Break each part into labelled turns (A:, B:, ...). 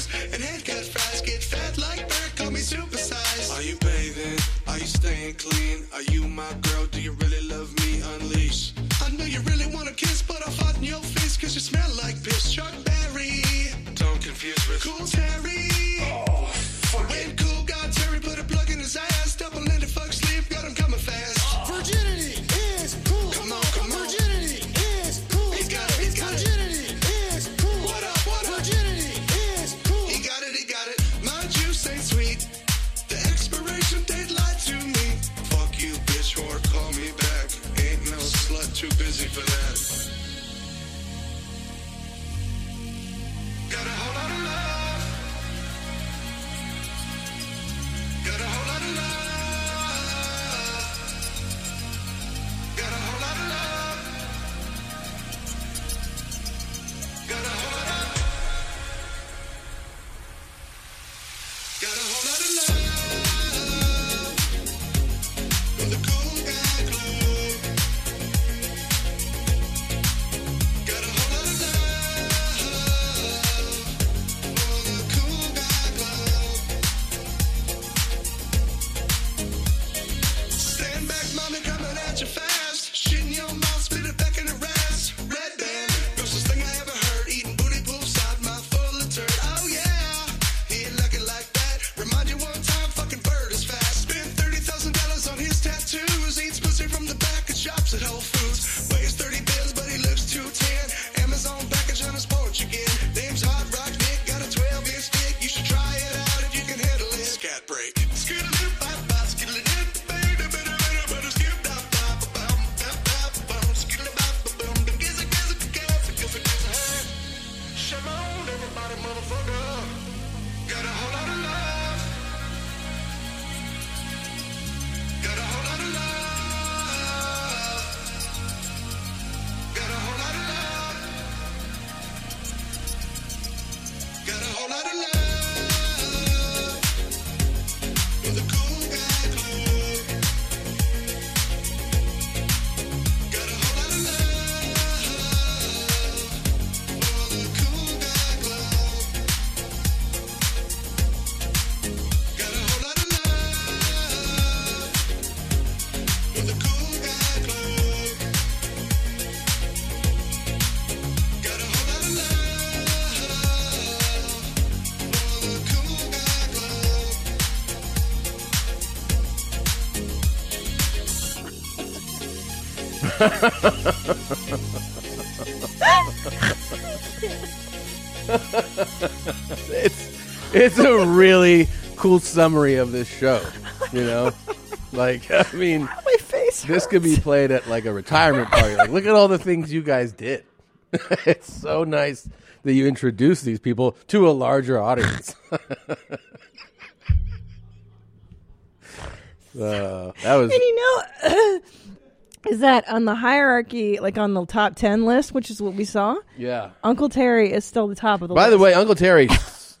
A: Handcuffed fries get fat like Bert, call me supersized.
B: Are you bathing? Are you staying clean? Are you my girl? Do you really love me? Unleash.
A: I know you really wanna kiss, but I fought in your face cause you smell like piss. Chuck Berry,
B: Don't confuse with
A: Cool Terry.
B: Oh, fuck it.
A: When Cool got Terry, put a plug in his ass. Double ended fuck sleep, got him coming fast.
C: Virginity is cool.
A: Come on, come on.
C: Virginity is cool.
A: He's got it, he's got it.
C: Virginity is cool.
A: What up, what up?
C: Virginity is cool.
A: He got it, he got it. My juice ain't sweet. The expiration date lied to me.
B: Fuck you, bitch, or call me back. Ain't no slut too busy for that.
A: Got a whole lot of love. Got a whole lot of love. Got a whole lot of love. Got a whole lot of. Got a whole lot of love from the cool guy club. Got a whole lot of love for the cool guy club. Stand back, mommy, coming at you fast. Shit in your mouth, spit it back in the ass. Red band, grossest thing I ever heard. Eating booty poops out my full of turd. Oh yeah, he ain't lucky like that. Remind you one time, fucking bird is fast. Spent thirty thousand dollars on his tattoos. Eats pussy from the back of shops at Whole Foods. Weighs thirty bills, but he looks two ten. Amazon package on his porch again. Name's Hot Rock Nick, got a twelve inch dick. You should try it out if you can handle it.
B: Scat break.
A: Got a whole lot of love for the cool guy club. Got a whole lot of love for the cool guy club. Got a whole lot of love for the cool guy club. Got a whole lot of love for the cool guy club.
D: It's it's a really cool summary of this show. You know, like I mean,
E: My face.
D: this could be played at like a retirement party. Like, look at all the things you guys did. it's so nice that you introduce these people to a larger audience. Uh, that was
E: And you know, is that on the hierarchy, like on the top 10 list, which is what we saw?
D: yeah.
E: Uncle Terry is still the top of the
D: By
E: list.
D: the way, Uncle Terry,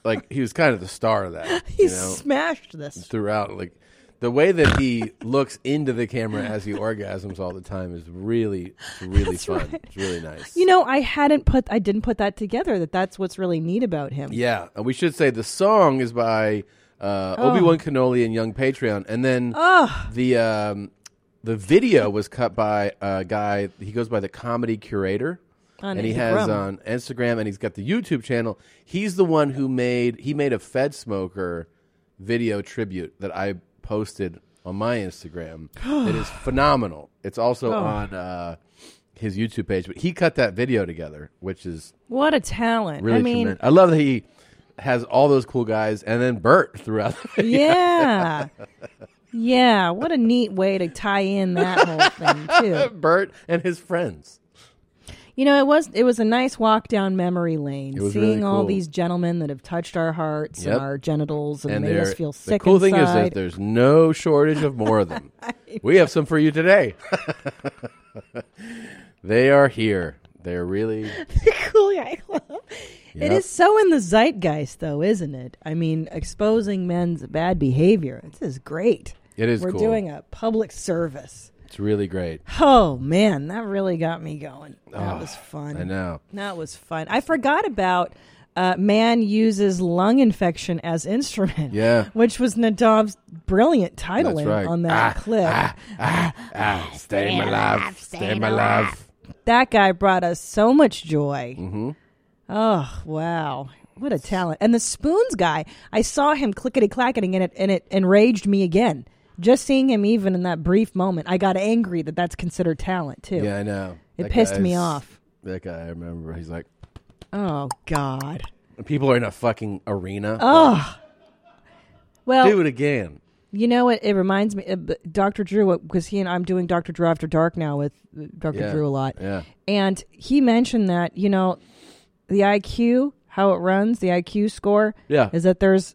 D: like he was kind of the star of that.
E: he
D: you know?
E: smashed this.
D: throughout. Like the way that he looks into the camera as he orgasms all the time is really, it's really fun.
E: right.
D: It's really nice.
E: You know, I hadn't put, I didn't put that together. That that's what's really neat about him.
D: yeah, and we should say the song is by uh,
E: Oh.
D: Obi Wan Kenobi and Young Patreon, and then the um, the video was cut by a guy. He goes by the comedy curator.
E: On
D: and he
E: Instagram.
D: has on Instagram, and he's got the YouTube channel. He's the one who made he made a Fed smoker video tribute that I posted on my Instagram. it is phenomenal. It's also
E: Oh.
D: on uh, his YouTube page, but he cut that video together, which is
E: What a talent!
D: really
E: I mean,
D: tremendous. I love that he has all those cool guys, and then Bert throughout. The video.
E: yeah, yeah. What a neat way to tie in that whole thing too.
D: Bert and his friends.
E: You know, it was it was a nice walk down memory lane,
D: It was
E: seeing
D: really
E: all
D: cool.
E: these gentlemen that have touched our hearts
D: Yep.
E: and our genitals and,
D: And
E: made
D: they're-
E: us feel
D: the
E: sick.
D: cool thing is
E: inside.
D: that there's no shortage of more of them. we have some for you today. they are here. They're really
E: cool guy club.
D: Yep.
E: It is so in the zeitgeist, though, isn't it? I mean, exposing men's bad behavior. This is great.
D: It is
E: We're
D: cool.
E: doing a public service.
D: it's really great.
E: Oh man, that really got me going. That was fun.
D: Ah, I know.
E: That was fun. I forgot about uh, man uses lung infection as instrument.
D: Yeah.
E: Which was Nadav's brilliant titling
D: That's right.
E: on that
D: Ah,
E: clip.
D: Ah, stay, my love. Stay, my love.
E: That guy brought us so much joy.
F: Mm.
D: Mm-hmm.
E: Oh wow, what a talent! And the spoons guy, I saw him clickety clacketing, and it and it enraged me again. Just seeing him, even in that brief moment, I got angry that that's considered talent too.
D: Yeah, I know.
E: It
D: That
E: pissed me
D: guy's-
E: off.
D: That guy, I remember. He's like,
E: Oh God.
D: people are in a fucking arena. Oh,
E: Well,
D: do it again.
E: you know what? It reminds me, of Dr. Drew, because he and I'm doing Dr. Drew After Dark now with uh, Dr.
D: Yeah.
E: Drew a lot.
D: Yeah.
E: And he mentioned that, you know, the IQ, how it runs, the IQ score,
D: Yeah.
E: is that there's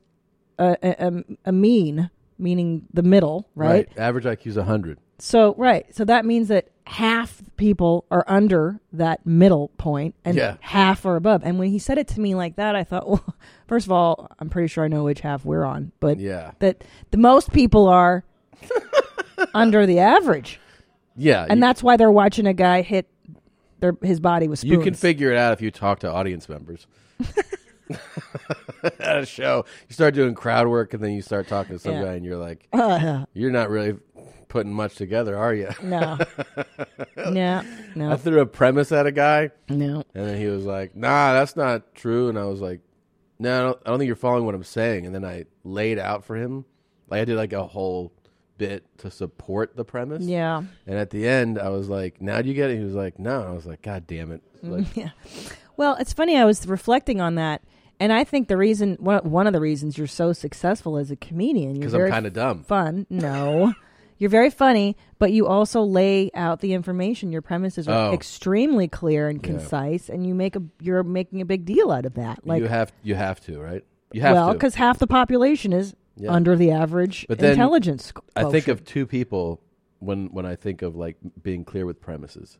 E: a, a, a- a mean, meaning the middle, right?
D: Average IQ is 100.
E: So, right. So that means that half people are under that middle point and
D: Yeah.
E: half are above. And when he said it to me like that, I thought, well, first of all, I'm pretty sure I know which half we're on, but
D: Yeah.
E: that the most people are under the average.
D: Yeah.
E: And
D: Uh, you,
E: that's why they're watching a guy hit their his body with spoons.
D: you can figure it out if you talk to audience members. At a show, you start doing crowd work and then you start talking to some
E: Yeah. Uh-huh.
D: guy and you're like, you're not really putting much together, are you?
E: No. no.
D: I
E: No.
D: threw a premise at a guy
E: No.
D: And then he was like, "Nah, that's not true." And I was like, "No, I don't, I don't think you're following what I'm saying." And then I laid out for him, like I did like a whole bit to support the premise.
E: Yeah.
D: And at the end, I was like, "Now do you get it?" He was like, "No." And I was like, "God damn it!" Like,
E: Well, it's funny. I was reflecting on that, and I think the reason one, one of the reasons you're so successful as a comedian you're
D: 'Cause I'm
E: very
D: kinda dumb.
E: Fun? No, you're very funny, but you also lay out the information. Your premises are
D: Oh.
E: extremely clear and concise, and you make a you're making a big deal out of that. Like,
D: you have you have to right? You have
E: well,
D: to.
E: because half the population is
D: Yeah.
E: under the average
D: But then
E: intelligence.
D: I
E: quotient.
D: think of two people when when I think of like being clear with premises.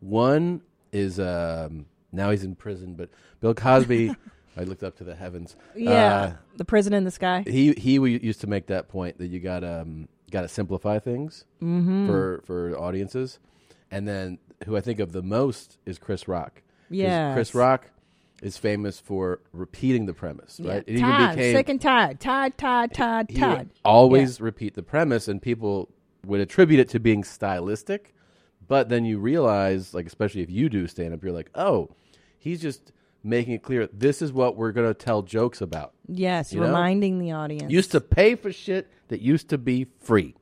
D: One is um, now he's in prison, but Bill Cosby. I looked up to the heavens.
E: yeah,
D: Uh,
E: the prison in the sky.
D: he he w- used to make that point that you got um got to simplify things
E: Mm-hmm.
D: for for audiences, and then who I think of the most is Chris Rock. 'Cause
E: Yes.
D: Chris Rock is famous for repeating the premise, right? It even
E: Tired,
D: became-
E: sick and tired, tired, tired, tired,
D: he would
E: tired.
D: always repeat the premise, and people would attribute it to being stylistic. But then you realize, like especially if you do stand up, you're like, oh, he's just making it clear this is what we're gonna tell jokes about.
E: Yes,
D: know?
E: reminding the audience.
D: Used to pay for shit that used to be free.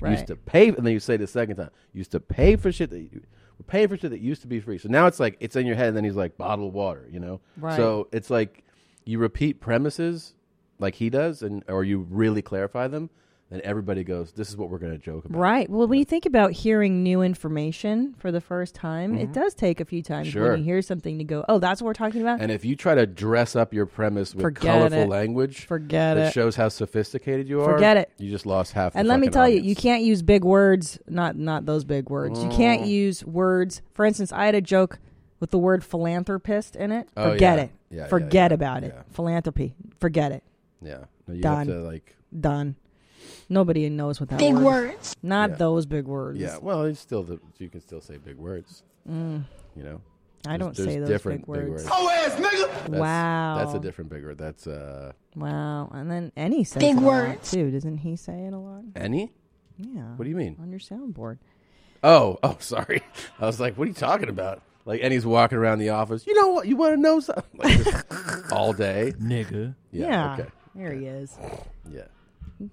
E: Right.
D: Used to pay, and then you say it the second time. Used to pay for shit that you we're paying for shit that used to be free. So now it's like it's in your head, and then he's like bottled water, you know.
E: Right.
D: So it's like you repeat premises like he does, and or you really clarify them, and everybody goes, "This is what we're going to joke about."
E: Right. Well, when you think about hearing new information for the first time, it does take a few times
D: Mm-hmm. Sure.
E: when you hear something to go, "Oh, that's what we're talking about."
D: And if you try to dress up your premise with
E: Forget
D: colorful
E: it.
D: language,
E: Forget
D: that
E: it.
D: shows how sophisticated you are.
E: Forget it.
D: You just lost half. the
E: And let me
D: fucking
E: tell
D: audience.
E: you, you can't use big words, not not those big words. You
D: Oh.
E: can't use words. For instance, I had a joke with the word philanthropist in it.
D: Oh,
E: Forget
D: yeah.
E: it.
D: Yeah, yeah,
E: Forget
D: yeah,
E: about it.
D: yeah.
E: Philanthropy. Forget it.
D: Yeah. No, you
E: Done.
D: have to like.
E: Done. Nobody knows what that
G: Big
E: word is.
G: words.
E: Not
D: Yeah.
E: those big words.
D: Yeah, well, it's still the you can still say big words. You know,
E: Mm. I don't
D: There's
E: say those
D: different
E: big words.
A: Oh, ass nigga!
D: That's-
E: wow.
D: that's a different big word. That's uh,
E: Wow. And then any says
G: Big
E: it a lot,
G: words.
E: too. Doesn't he say it a lot?
D: any.
E: Yeah.
D: What do you mean?
E: on your soundboard?
D: Oh, oh, sorry. I was like, what are you talking about? Like, and he's walking around the office. You know what? You want to know something? Like, just all day, nigga. Yeah. Okay.
E: There he is.
D: Yeah.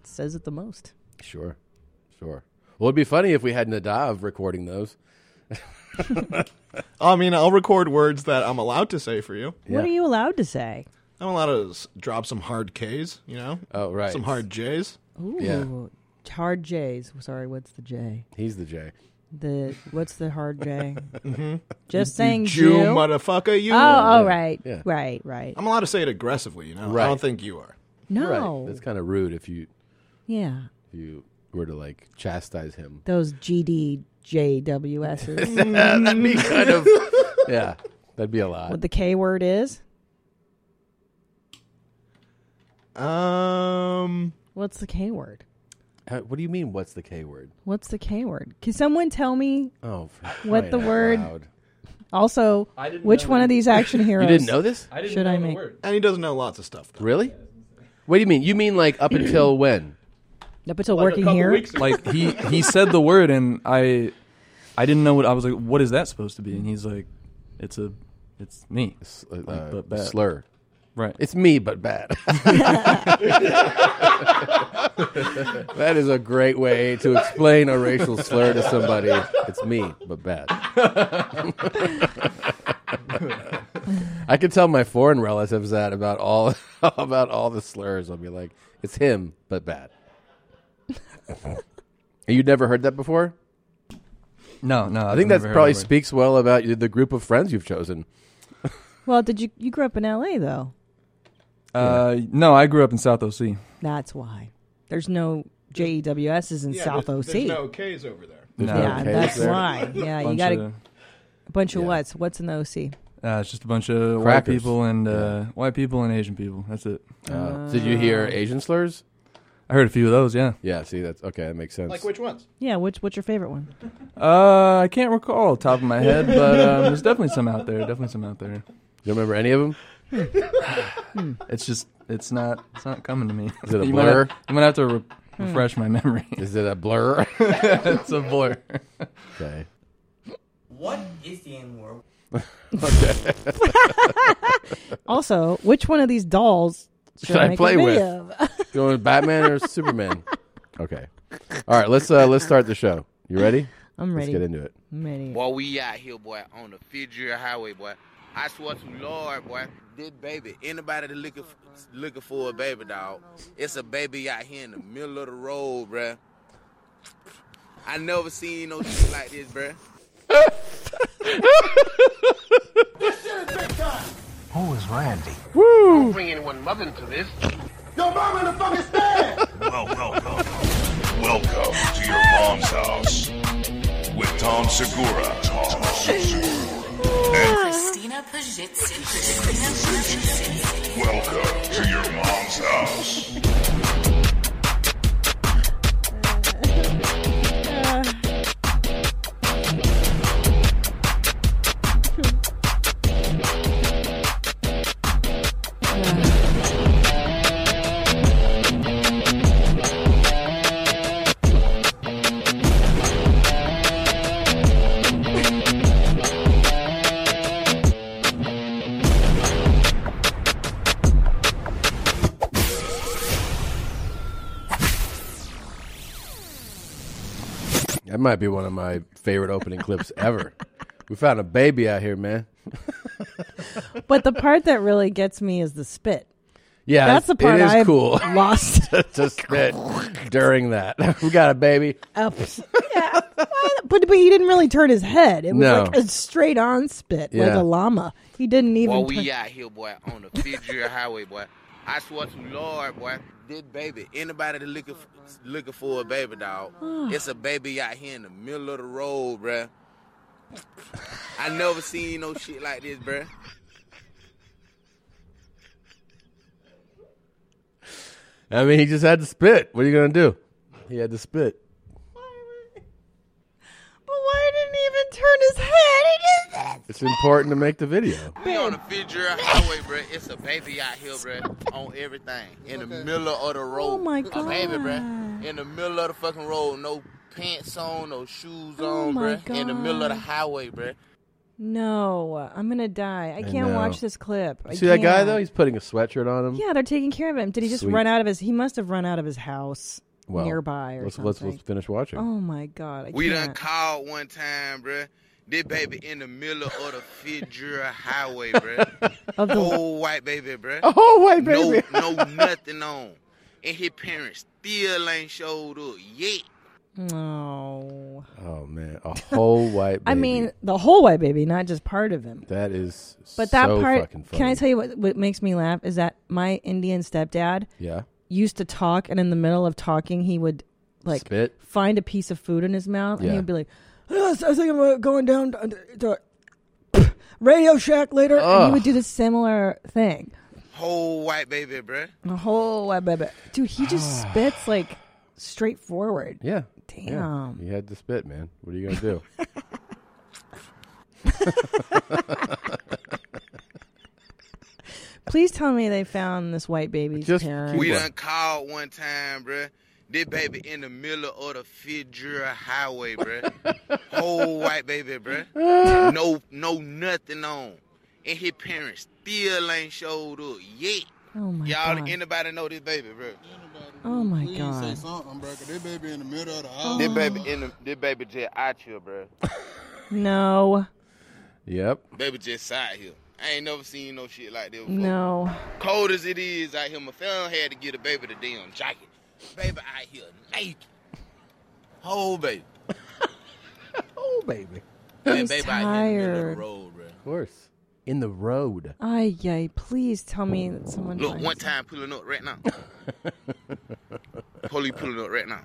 E: Says it the most.
D: Sure. Sure. Well, it'd be funny if we had Nadav recording those.
H: I mean, I'll record words that I'm allowed to say for you.
E: What are you allowed to say?
H: I'm allowed to s- drop some hard K's, you know?
D: Oh, right.
H: Some hard J's.
E: Ooh. Hard J's. Sorry, what's the J?
D: He's the J.
E: The what's the hard J?
D: Mm-hmm.
E: Just saying
H: Jew,
E: Jew.
H: motherfucker, you.
E: oh, oh, right,
D: Yeah.
E: right, right.
H: I'm allowed to say it aggressively, you know?
D: Right.
H: I don't think you are.
E: No,
D: Right. That's kind of rude if you
E: yeah,
D: if you were to like chastise him.
E: those GDJWSs.
D: that'd be kind of yeah that'd be a lot
E: what the K word is?
H: Um,
E: What's the K word?
D: How-
H: Uh,
D: what do you mean what's the k word
E: What's the K word? Can someone tell me
D: oh for
E: What
D: crying
E: the
D: out
E: word-
D: loud.
E: Also,
I: I didn't
E: which
I: know
E: one
I: that.
E: of these action heroes?
D: You didn't know this?
I: I didn't
E: Should
I: know
E: I
I: the
E: make-
I: word.
H: And he doesn't know lots of stuff. Though.
D: Really? What do you mean? You mean like up until when?
E: Up until
I: Like a
E: working
I: couple
E: here.
I: weeks ago.
J: like he he said the word and I I didn't know what I was like. What is that supposed to be? And he's like, it's a it's me.
D: Uh,
J: Like, but bad.
D: slur.
J: Right.
D: It's me, but bad. that is a great way to explain a racial slur to somebody. It's me, but bad. I could tell my foreign relatives that about all about all the slurs. I'll be like, it's him, but bad. You'd never heard that before?
J: no, no.
D: I think that probably speaks well about you- the group of friends you've chosen.
E: Well, did you you grew up in L.A. though?
J: Uh, no, I grew up in South OC.
E: That's why. There's no E JEWSs in
H: Yeah,
E: South
H: there's,
E: OC.
H: There's no K's over there.
J: No,
E: yeah,
D: Okay,
E: that's
D: there.
E: why. Yeah, you
J: bunch
E: got
J: of-
E: a bunch of
D: Yeah.
E: what's what's in the OC.
J: uh, it's just a bunch of white
D: Crackers.
J: people and uh, white people and Asian people. That's it.
D: Uh, did you hear Asian slurs?
J: I heard a few of those. Yeah.
D: Yeah, see, that's okay. That makes sense.
H: Like which ones?
E: Yeah, which what's your favorite one?
J: Uh, I can't recall top of my head, but um, there's definitely some out there. Definitely some out there.
D: you remember any of them?
J: It's just it's not it's not coming to me.
D: Is it a
J: you might have-
D: blur?
J: I'm gonna have to re- refresh my memory.
D: Is it a blur?
J: it's a blur.
D: okay.
K: What is the N word?
E: Also, which one of these dolls should,
D: I
E: make
D: play
E: a
D: with?
E: video of?
D: Going Batman or Superman? Okay. All right, let's uh let's start the show. You ready?
E: I'm
D: Let's
E: ready.
D: get into it.
E: I'm ready.
L: Boy, we out here, boy, on the Fijier Highway, boy. I swear to Lord, boy, this baby, anybody that looking looking for a baby dog, it's a baby out here in the middle of the road, bruh. I never seen no shit like this, bruh.
A: Welcome. Welcome to your mom's house with Tom Segura. Tom
M: Christina Pajitsin. Christina Pajitsin.
A: Welcome to your mom's house.
D: That might be one of my favorite opening clips ever. We found a baby out here, man.
E: But the part that really gets me is the spit.
D: Yeah,
E: That's the
D: it's-
E: part
D: it is
E: I
D: cool.
E: lost.
D: to spit during that. we got a baby.
E: up. yeah. Why the- But, but he didn't really turn his head. It was
D: No.
E: like a straight on spit, like
D: Yeah.
E: a llama. He didn't even.
L: Boy,
E: turn-
L: we out here, boy, on the Fijier Highway, boy. I swear to Lord, boy, this baby, anybody that looking looking for a baby dog,
E: Ah.
L: it's a baby out here in the middle of the road, bruh. I never seen no shit like this, bruh.
D: I mean, he just had to spit. What are you going to do? He had to spit.
L: uh,
E: But why didn't he even turn his head? He just
D: It's important to make the video.
L: We on the Fitzgerald Highway, bruh. It's a baby out here, bruh. On everything. In the middle of the road.
E: Oh, my
L: A baby,
E: God.
L: bruh. In the middle of the fucking road. No pants on, no shoes
E: Oh,
L: on,
E: my
L: bruh. In the middle of the
E: God.
L: highway, bruh.
E: No, I'm gonna die. I can't
D: know.
E: watch this clip. I
D: See that guy
E: can't.
D: though? He's putting a sweatshirt on him.
E: yeah, they're taking care of him. Did he just
D: Sweet.
E: run out of his? He must have run out of his house
D: Well,
E: nearby or
D: let's,
E: something.
D: let's let's finish watching.
E: oh my god! I
L: We done
E: can't.
L: called one time, bruh. This baby in the middle of the Fitzgerald Highway, bruh.
E: of the
L: Old white baby, bruh.
D: Oh, white
L: No, no nothing on. And his parents still ain't showed up yet.
E: no.
D: Oh man, a whole white. Baby.
E: I mean, the whole white baby, not just part of him.
D: that is.
E: But that
D: so
E: part,
D: Fucking funny.
E: can I tell you what, what makes me laugh is that my Indian stepdad
D: Yeah.
E: used to talk, and in the middle of talking, he would like
D: Spit?
E: find a piece of food in his mouth, and
D: Yeah.
E: he would be like, "Oh, so "I think I'm uh, going down to, to Radio Shack later," and he would do the similar thing.
L: Whole white baby, bruh.
E: The whole web, web- web. dude, he just spits like straightforward.
D: Yeah.
E: Damn.
D: You had to spit, man. What are you gonna do?
E: Please tell me they found this white baby's
L: Just
E: parents.
L: we done called one time, bruh. This baby in the middle of the Fidjura Highway, bruh. Whole white baby, bruh. No, no, nothing on, and his parents still ain't showed up yet.
E: Oh my
L: Y'all,
E: God.
L: anybody know this baby, bruh?
E: Oh my
L: Please
E: god.
L: something, bro, cause this baby in the middle of the
E: aisle.
L: This baby in the this baby just out here, bro.
E: No.
D: Yep.
L: baby just side here. I ain't never seen no shit like this. Before.
E: No.
L: Cold as it is out here, my family had to get a baby the damn jacket. Baby out here naked. Whole baby.
D: Oh, baby.
L: Man,
E: He's
L: baby out here in the middle of
E: tired.
L: the road, bro.
D: Of course. In the road.
E: Ay yay, please tell me that someone
L: Look,
E: finds-
L: one time pulling up right now. Police pulling up right now.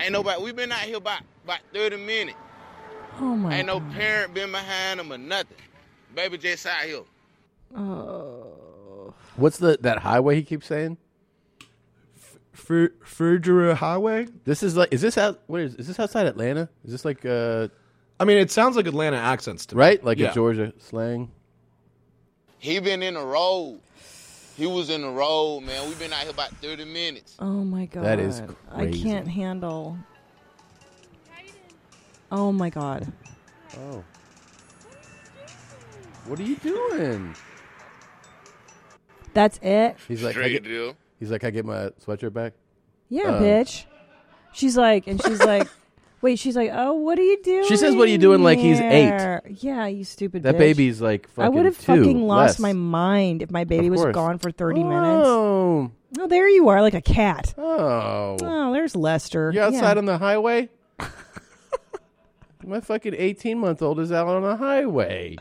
L: Ain't nobody. We been out here about about thirty minutes.
E: Oh my
L: Ain't no
E: God.
L: parent been behind them or nothing. Baby just out here.
E: Oh.
D: What's the that highway he keeps saying?
H: Fergera Highway.
D: This is like is this out? Where is is this outside Atlanta? Is this like uh?
H: I mean, it sounds like Atlanta accents to me.
D: Right, like
H: Yeah.
D: a Georgia slang.
L: He been in the road. He was in the road, man. We been out here about thirty minutes.
E: Oh my god.
D: That is
E: I
D: crazy.
E: can't handle. Oh my god.
D: Oh. What are you doing?
E: That's it?
D: He's like, I
L: Straight
D: get,
L: deal.
D: he's like, I get my sweatshirt back.
E: Yeah,
D: Uh,
E: bitch. She's like and she's like Wait, she's like, "Oh, what are you doing?"
D: She says, "What are you doing?" like he's eight.
E: there?" Yeah, you stupid.
D: That
E: bitch.
D: baby's, like,
E: I would have
D: fucking two,
E: fucking lost
D: less.
E: my mind if my baby
D: Of
E: was
D: course.
E: gone for thirty
D: Oh.
E: minutes. Oh, there you are, like a cat.
D: Oh.
E: Oh, there's Lester.
D: You outside
E: Yeah.
D: on the highway? my fucking eighteen-month-old is out on the highway.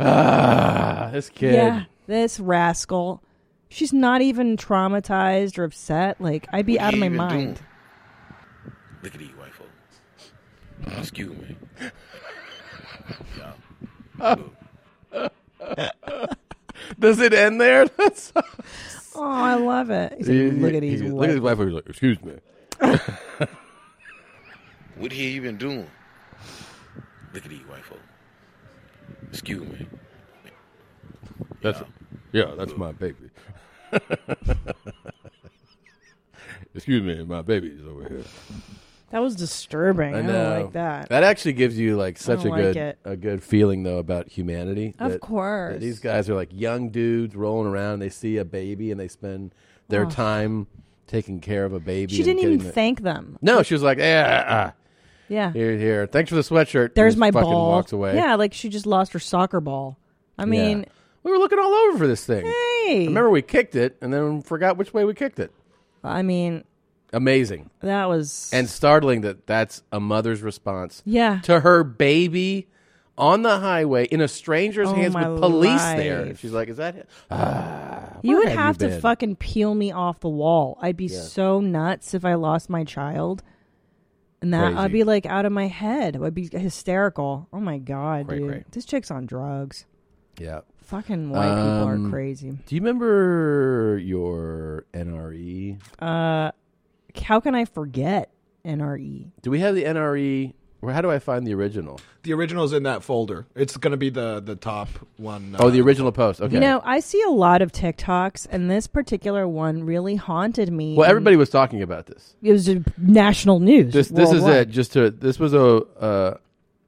D: Ah, this kid.
E: Yeah, this rascal. She's not even traumatized or upset. Like I'd be
L: What
E: out of
L: you
E: my
L: even
E: mind.
L: Look at these white folks. Excuse me.
D: Oh. Does it end there? That's
E: Oh, I love it. He's like, look at these.
D: He's-
E: white-
D: Look at his wife. He's like, excuse me.
L: What he even doing? Look at these white folks. Excuse me.
D: That's yeah, that's my baby. Excuse me, my baby's over here.
E: That was disturbing. I, don't like that.
D: That actually gives you like
E: I
D: such a
E: don't like
D: good
E: it.
D: a good feeling though about humanity.
E: Of
D: that-
E: course.
D: that these guys are like young dudes rolling around. And they see a baby and they spend their
E: Oh.
D: time taking care of a baby.
E: She
D: and
E: didn't even
D: getting the-
E: thank them.
D: No, she was like, yeah, ah,
E: Yeah.
D: here, here. Thanks for the sweatshirt.
E: There's
D: and
E: my
D: fucking
E: ball.
D: Walks away.
E: Yeah, like she just lost her soccer ball. I
D: Yeah.
E: mean,
D: we were looking all over for this thing.
E: Hey.
D: I remember we kicked it and then forgot which way we kicked it.
E: I mean,
D: Amazing.
E: that was
D: and startling that that's a mother's response
E: Yeah.
D: to her baby on the highway in a stranger's
E: Oh,
D: hands with
E: my
D: police there
E: life.
D: she's like is that it ah,
E: you
D: where
E: would have
D: you
E: to
D: been?
E: fucking peel me off the wall. I'd be
D: Yeah.
E: so nuts if I lost my child. And that I'd
D: Crazy.
E: be like out of my head. I'd be hysterical. Oh my god,
D: Cray,
E: dude.
D: cray.
E: This chick's on drugs.
D: yeah
E: Fucking white people
D: Um,
E: are crazy.
D: do you remember your E? nre
E: Uh how can I forget E? NRE?
D: do we have the nre or how do i find the original
H: The original's in that folder. It's going to be the the top one. uh,
D: oh the original post okay
E: You know, I see a lot of TikToks and this particular one really haunted me.
D: well
E: and
D: everybody was talking about this
E: it was uh, national news.
D: this this is
E: worldwide.
D: it. Just to this was a uh,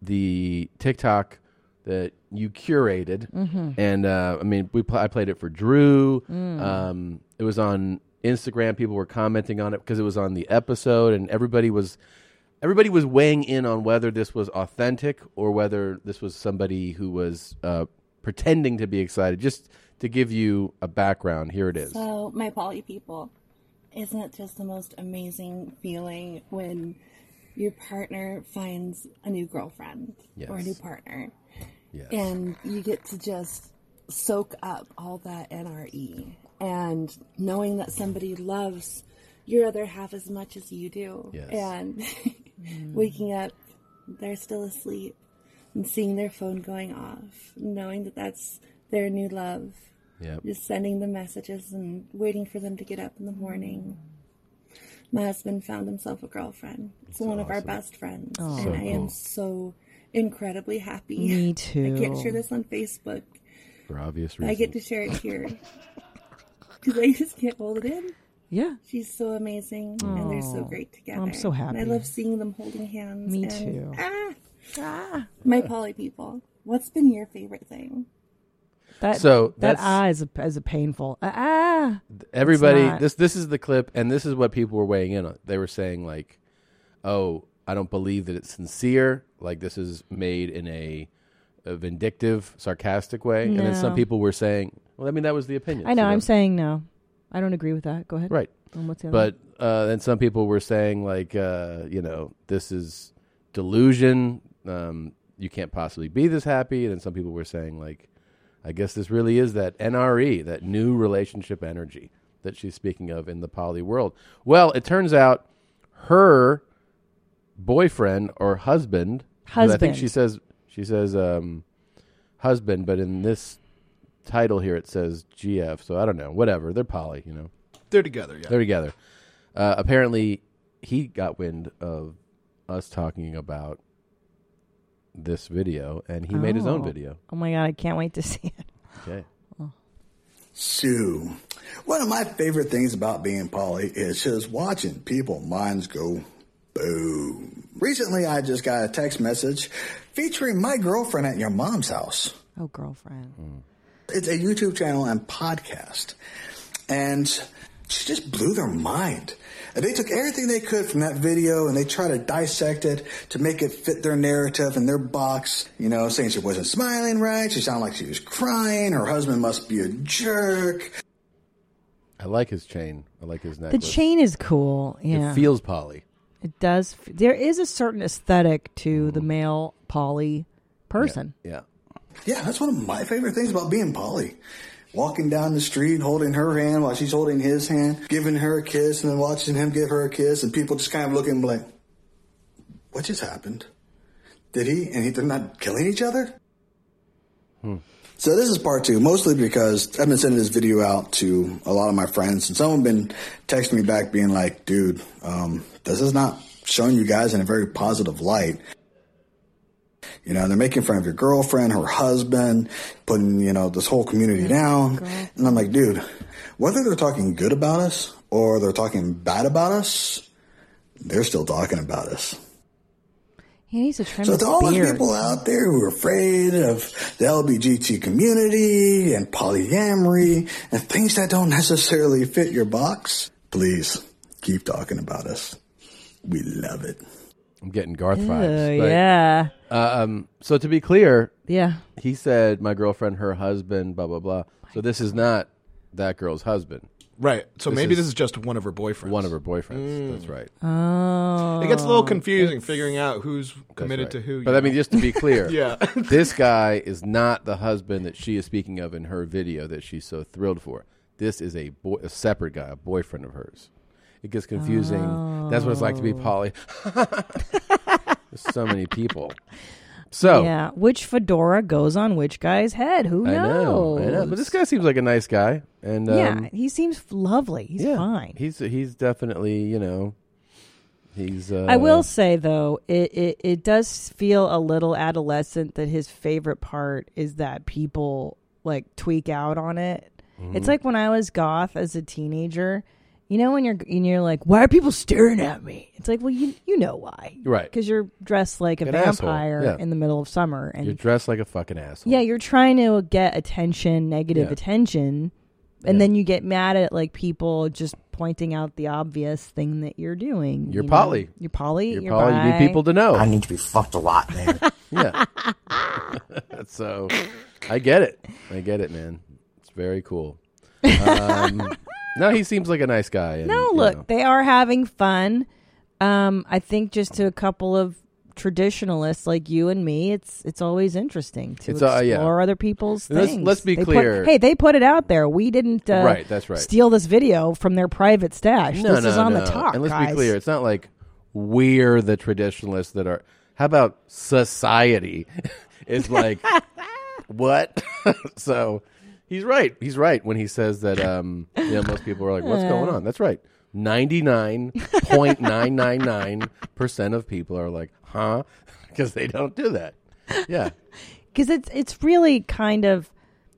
D: the TikTok that you curated,
E: Mhm.
D: and uh, I mean we pl- I played it for Drew.
E: Mm.
D: Um, it was on Instagram. People were commenting on it because it was on the episode, and everybody was everybody was weighing in on whether this was authentic or whether this was somebody who was uh, pretending to be excited. Just to give you a background, here it is.
I: So, my poly people, isn't it just the most amazing feeling when your partner finds a new girlfriend or a new
D: Yes.
I: partner?
D: Yes.
I: And you get to just soak up all that NRE and knowing that somebody loves your other half as much as you do.
N: Yes.
I: And waking up, they're still asleep and seeing their phone going off, knowing that that's their new love.
D: Yep.
I: Just sending them messages and waiting for them to get up in the morning. My husband found himself a girlfriend. It's
N: That's
I: one of our
N: awesome.
I: best friends.
N: Oh.
I: and
N: So
I: I am
N: cool.
I: so incredibly happy.
E: Me
I: I can't
E: too.
I: share this on Facebook.
D: For obvious
I: I
D: reasons.
I: get to share it here because I just can't hold it in.
E: Yeah.
I: She's so amazing, and they're so
E: Aw.
I: great together.
E: I'm so
I: And I
E: happy.
I: love seeing them holding hands.
E: Me
I: and-
E: too.
I: Ah, My poly people, what's been your favorite thing?
E: That,
D: So,
E: that
D: that's-
E: ah is a, is a painful ah. ah.
D: everybody
E: It's not.
D: this this is the clip and this is what people were weighing in on they were saying like oh i don't believe that it's sincere like this is made in a, a vindictive sarcastic way and then some
E: No.
D: people were saying well i mean that was the opinion
E: I know. I'm saying no. I don't agree with that. Go ahead.
D: right
E: And what's the other
D: but uh, then some people were saying like uh, you know this is delusion um, you can't possibly be this happy and then some people were saying like i guess this really is that nre that new relationship energy that she's speaking of in the poly world well it turns out her boyfriend or husband 'cause i think
E: Husband.
D: she says she says um, husband but in this title here it says gf so i don't know whatever they're poly you know
H: They're together, yeah.
D: they're together. Uh, apparently, he got wind of us talking about this video, and he made his own
E: Oh.
D: video.
E: Oh my god! I can't wait to see it.
D: Okay.
N: Sue. One of my favorite things about being poly is just watching people minds go boom. Recently, I just got a text message featuring my girlfriend at your mom's house.
E: Oh, girlfriend.
D: Mm.
N: It's a YouTube channel and podcast. And she just blew their mind. And They took everything they could from that video and they tried to dissect it to make it fit their narrative and their box. You know, saying she wasn't smiling right, she sounded like she was crying, her husband must be a jerk.
D: I like his chain. I like his
E: The
D: necklace.
E: chain is cool. Yeah.
D: It feels poly.
E: It does. f- There is a certain aesthetic to the male poly person.
D: Mm. Yeah.
N: Yeah, that's one of my favorite things about being Polly. Walking down the street, holding her hand while she's holding his hand, giving her a kiss, and then watching him give her a kiss, and people just kind of looking like, what just happened? Did he? And he, they're not killing each other? So this is part two, mostly because I've been sending this video out to a lot of my friends, and some have been texting me back, being like, "Dude, um, this is not showing you guys in a very positive light." You know, they're making fun of your girlfriend, her husband, putting you know this whole community down, and I'm like, "Dude, whether they're talking good about us or they're talking bad about us, they're still talking about us."
E: He needs to trim
N: So
E: his
N: to all those
E: beard.
N: people out there who are afraid of the LBGT community and polyamory and things that don't necessarily fit your box, please keep talking about us. We love it.
D: I'm getting Garth
N: Ew,
D: vibes. but-
E: yeah.
D: Uh, um, so to be clear,
E: Yeah.
D: he said my girlfriend, her husband, blah blah blah. So this is not that girl's husband,
H: Right. So maybe this is just one of her boyfriends.
D: One of her boyfriends. That's right.
E: Oh.
H: It gets a little confusing figuring out who's committed
D: That's
H: to
D: right.
H: who.
D: But
H: you
D: I mean,
H: know.
D: just to be clear,
H: yeah.
D: this guy is not the husband that she is speaking of in her video that she's so thrilled for. This is a boy, a separate guy, a boyfriend of hers. It gets confusing. That's what it's like to be poly. There's so many people. So
E: yeah, which fedora goes on which guy's head? Who
D: I
E: knows?
D: know, I know. But this guy seems like a nice guy, and um,
E: yeah, he seems f- lovely. He's
D: yeah,
E: fine.
D: He's he's definitely you know, he's. Uh,
E: I will say though, it, it it does feel a little adolescent that his favorite part is that people like tweak out on it.
O: Mhm.
E: It's
D: Mm-hmm.
E: like when I was goth as a teenager. You know when you're and you're like, why are people staring at me? It's like, well, you you know why,
D: Right.
E: Because you're dressed like a
D: An asshole,
E: vampire
D: yeah.
E: in the middle of summer, and
D: You're dressed like a fucking asshole.
E: Yeah, you're trying to get attention, negative
D: Yeah.
E: attention, and then you get mad at like people just pointing out the obvious thing that you're doing.
D: You're
E: you know?
D: poly.
E: You're poly.
D: You're
E: You're,
D: poly. You need
E: bi.
D: people to know. I need
P: to be fucked a lot, man.
D: yeah. so I get it. I get it, man. It's very cool. Um, no, he seems like a nice guy. and,
E: No,
D: you
E: look,
D: know,
E: they are having fun. Um, I think just to a couple of traditionalists like you and me, it's it's always interesting to
D: It's,
E: explore
D: uh, yeah.
E: other people's
D: And let's-
E: things.
D: let's be
E: They put-
D: clear.
E: hey, they put it out there. We didn't uh,
D: Right, that's right.
E: steal this video from their private stash.
D: no,
E: this
D: no,
E: is on
D: no.
E: the top.
D: And let's
E: guys.
D: be clear, it's not like we're the traditionalists that are. How about society is like what? so he's right. He's right when he says that. Um, you know, most people are like, "What's going on?" That's right. Ninety nine point nine nine nine percent of people are like, "Huh?" Because they don't do that. Yeah.
E: because it's it's really kind of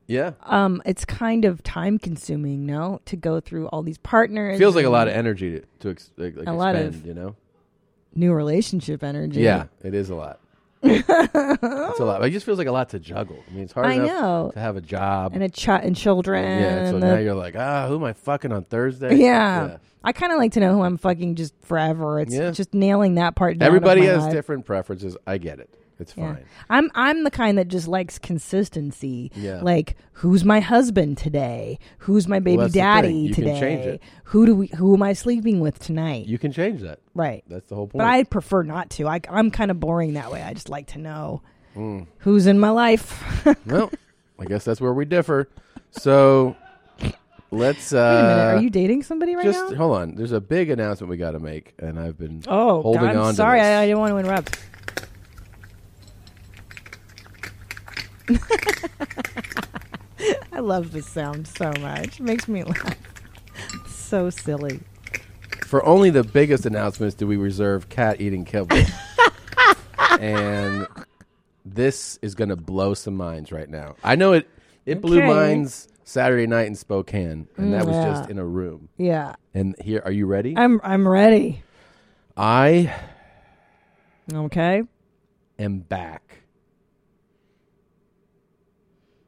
D: Yeah.
E: um it's kind of time consuming no to go through all these partners
D: Feels like a
E: and
D: lot of energy to, to ex, like, like
E: A lot
D: expend,
E: of
D: you know?
E: new relationship energy
D: e-, Yeah, it is a lot. it's a lot. But it just feels like a lot to juggle. I mean, it's hard
E: I
D: enough
E: know.
D: to have a job.
E: and a chat and children
D: yeah, so
E: and
D: now
E: the-
D: you're like, ah, who am I fucking on Thursday?
E: yeah. I kind of like to know who I'm fucking just forever. It's
D: Yeah.
E: just nailing that part. down of
D: Everybody
E: my
D: has
E: life.
D: different preferences. I get it. It's
E: Yeah.
D: fine.
E: I'm I'm the kind that just likes consistency.
D: Yeah.
E: Like who's my husband today? Who's my baby
D: Well, that's the thing.
E: daddy
D: You can
E: today?
D: change it.
E: Who do we who am I sleeping with tonight?
D: You can change that.
E: Right.
D: That's the whole point.
E: But I prefer not to. I I'm kind of boring that way. I just like to know
D: Mm.
E: who's in my life.
D: well, I guess that's where we differ. So let's. Uh,
E: Wait a minute. Are you dating somebody right
D: just
E: now?
D: hold on. There's a big announcement we got to make, and I've been
E: Oh,
D: holding
E: God,
D: on.
E: I'm
D: to
E: sorry.
D: this.
E: I, I didn't want to interrupt. I love this sound so much. It makes me laugh. So silly.
D: For only the biggest announcements do we reserve cat eating kibble. and this is going to blow some minds right now. I know it. It blew
E: Okay.
D: minds Saturday night in Spokane, and that
E: Mm,
D: was
E: yeah.
D: just in a room.
E: Yeah.
D: And here, are you ready?
E: I'm I'm ready.
D: I
E: Okay.
D: am back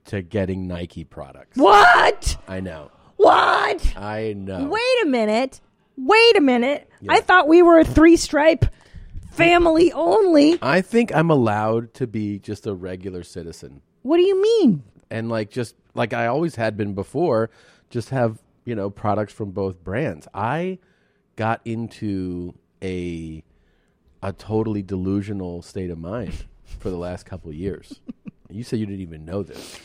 D: to getting Nike products.
E: What?
D: I know.
E: What?
D: I know.
E: Wait a minute. Wait a minute. I thought we were a three stripe family only.
D: I think I'm allowed to be just a regular citizen.
E: What do you mean?
D: and like just like I always had been before, just have you know products from both brands. I got into a a totally delusional state of mind for the last couple of years. you said you didn't even know this.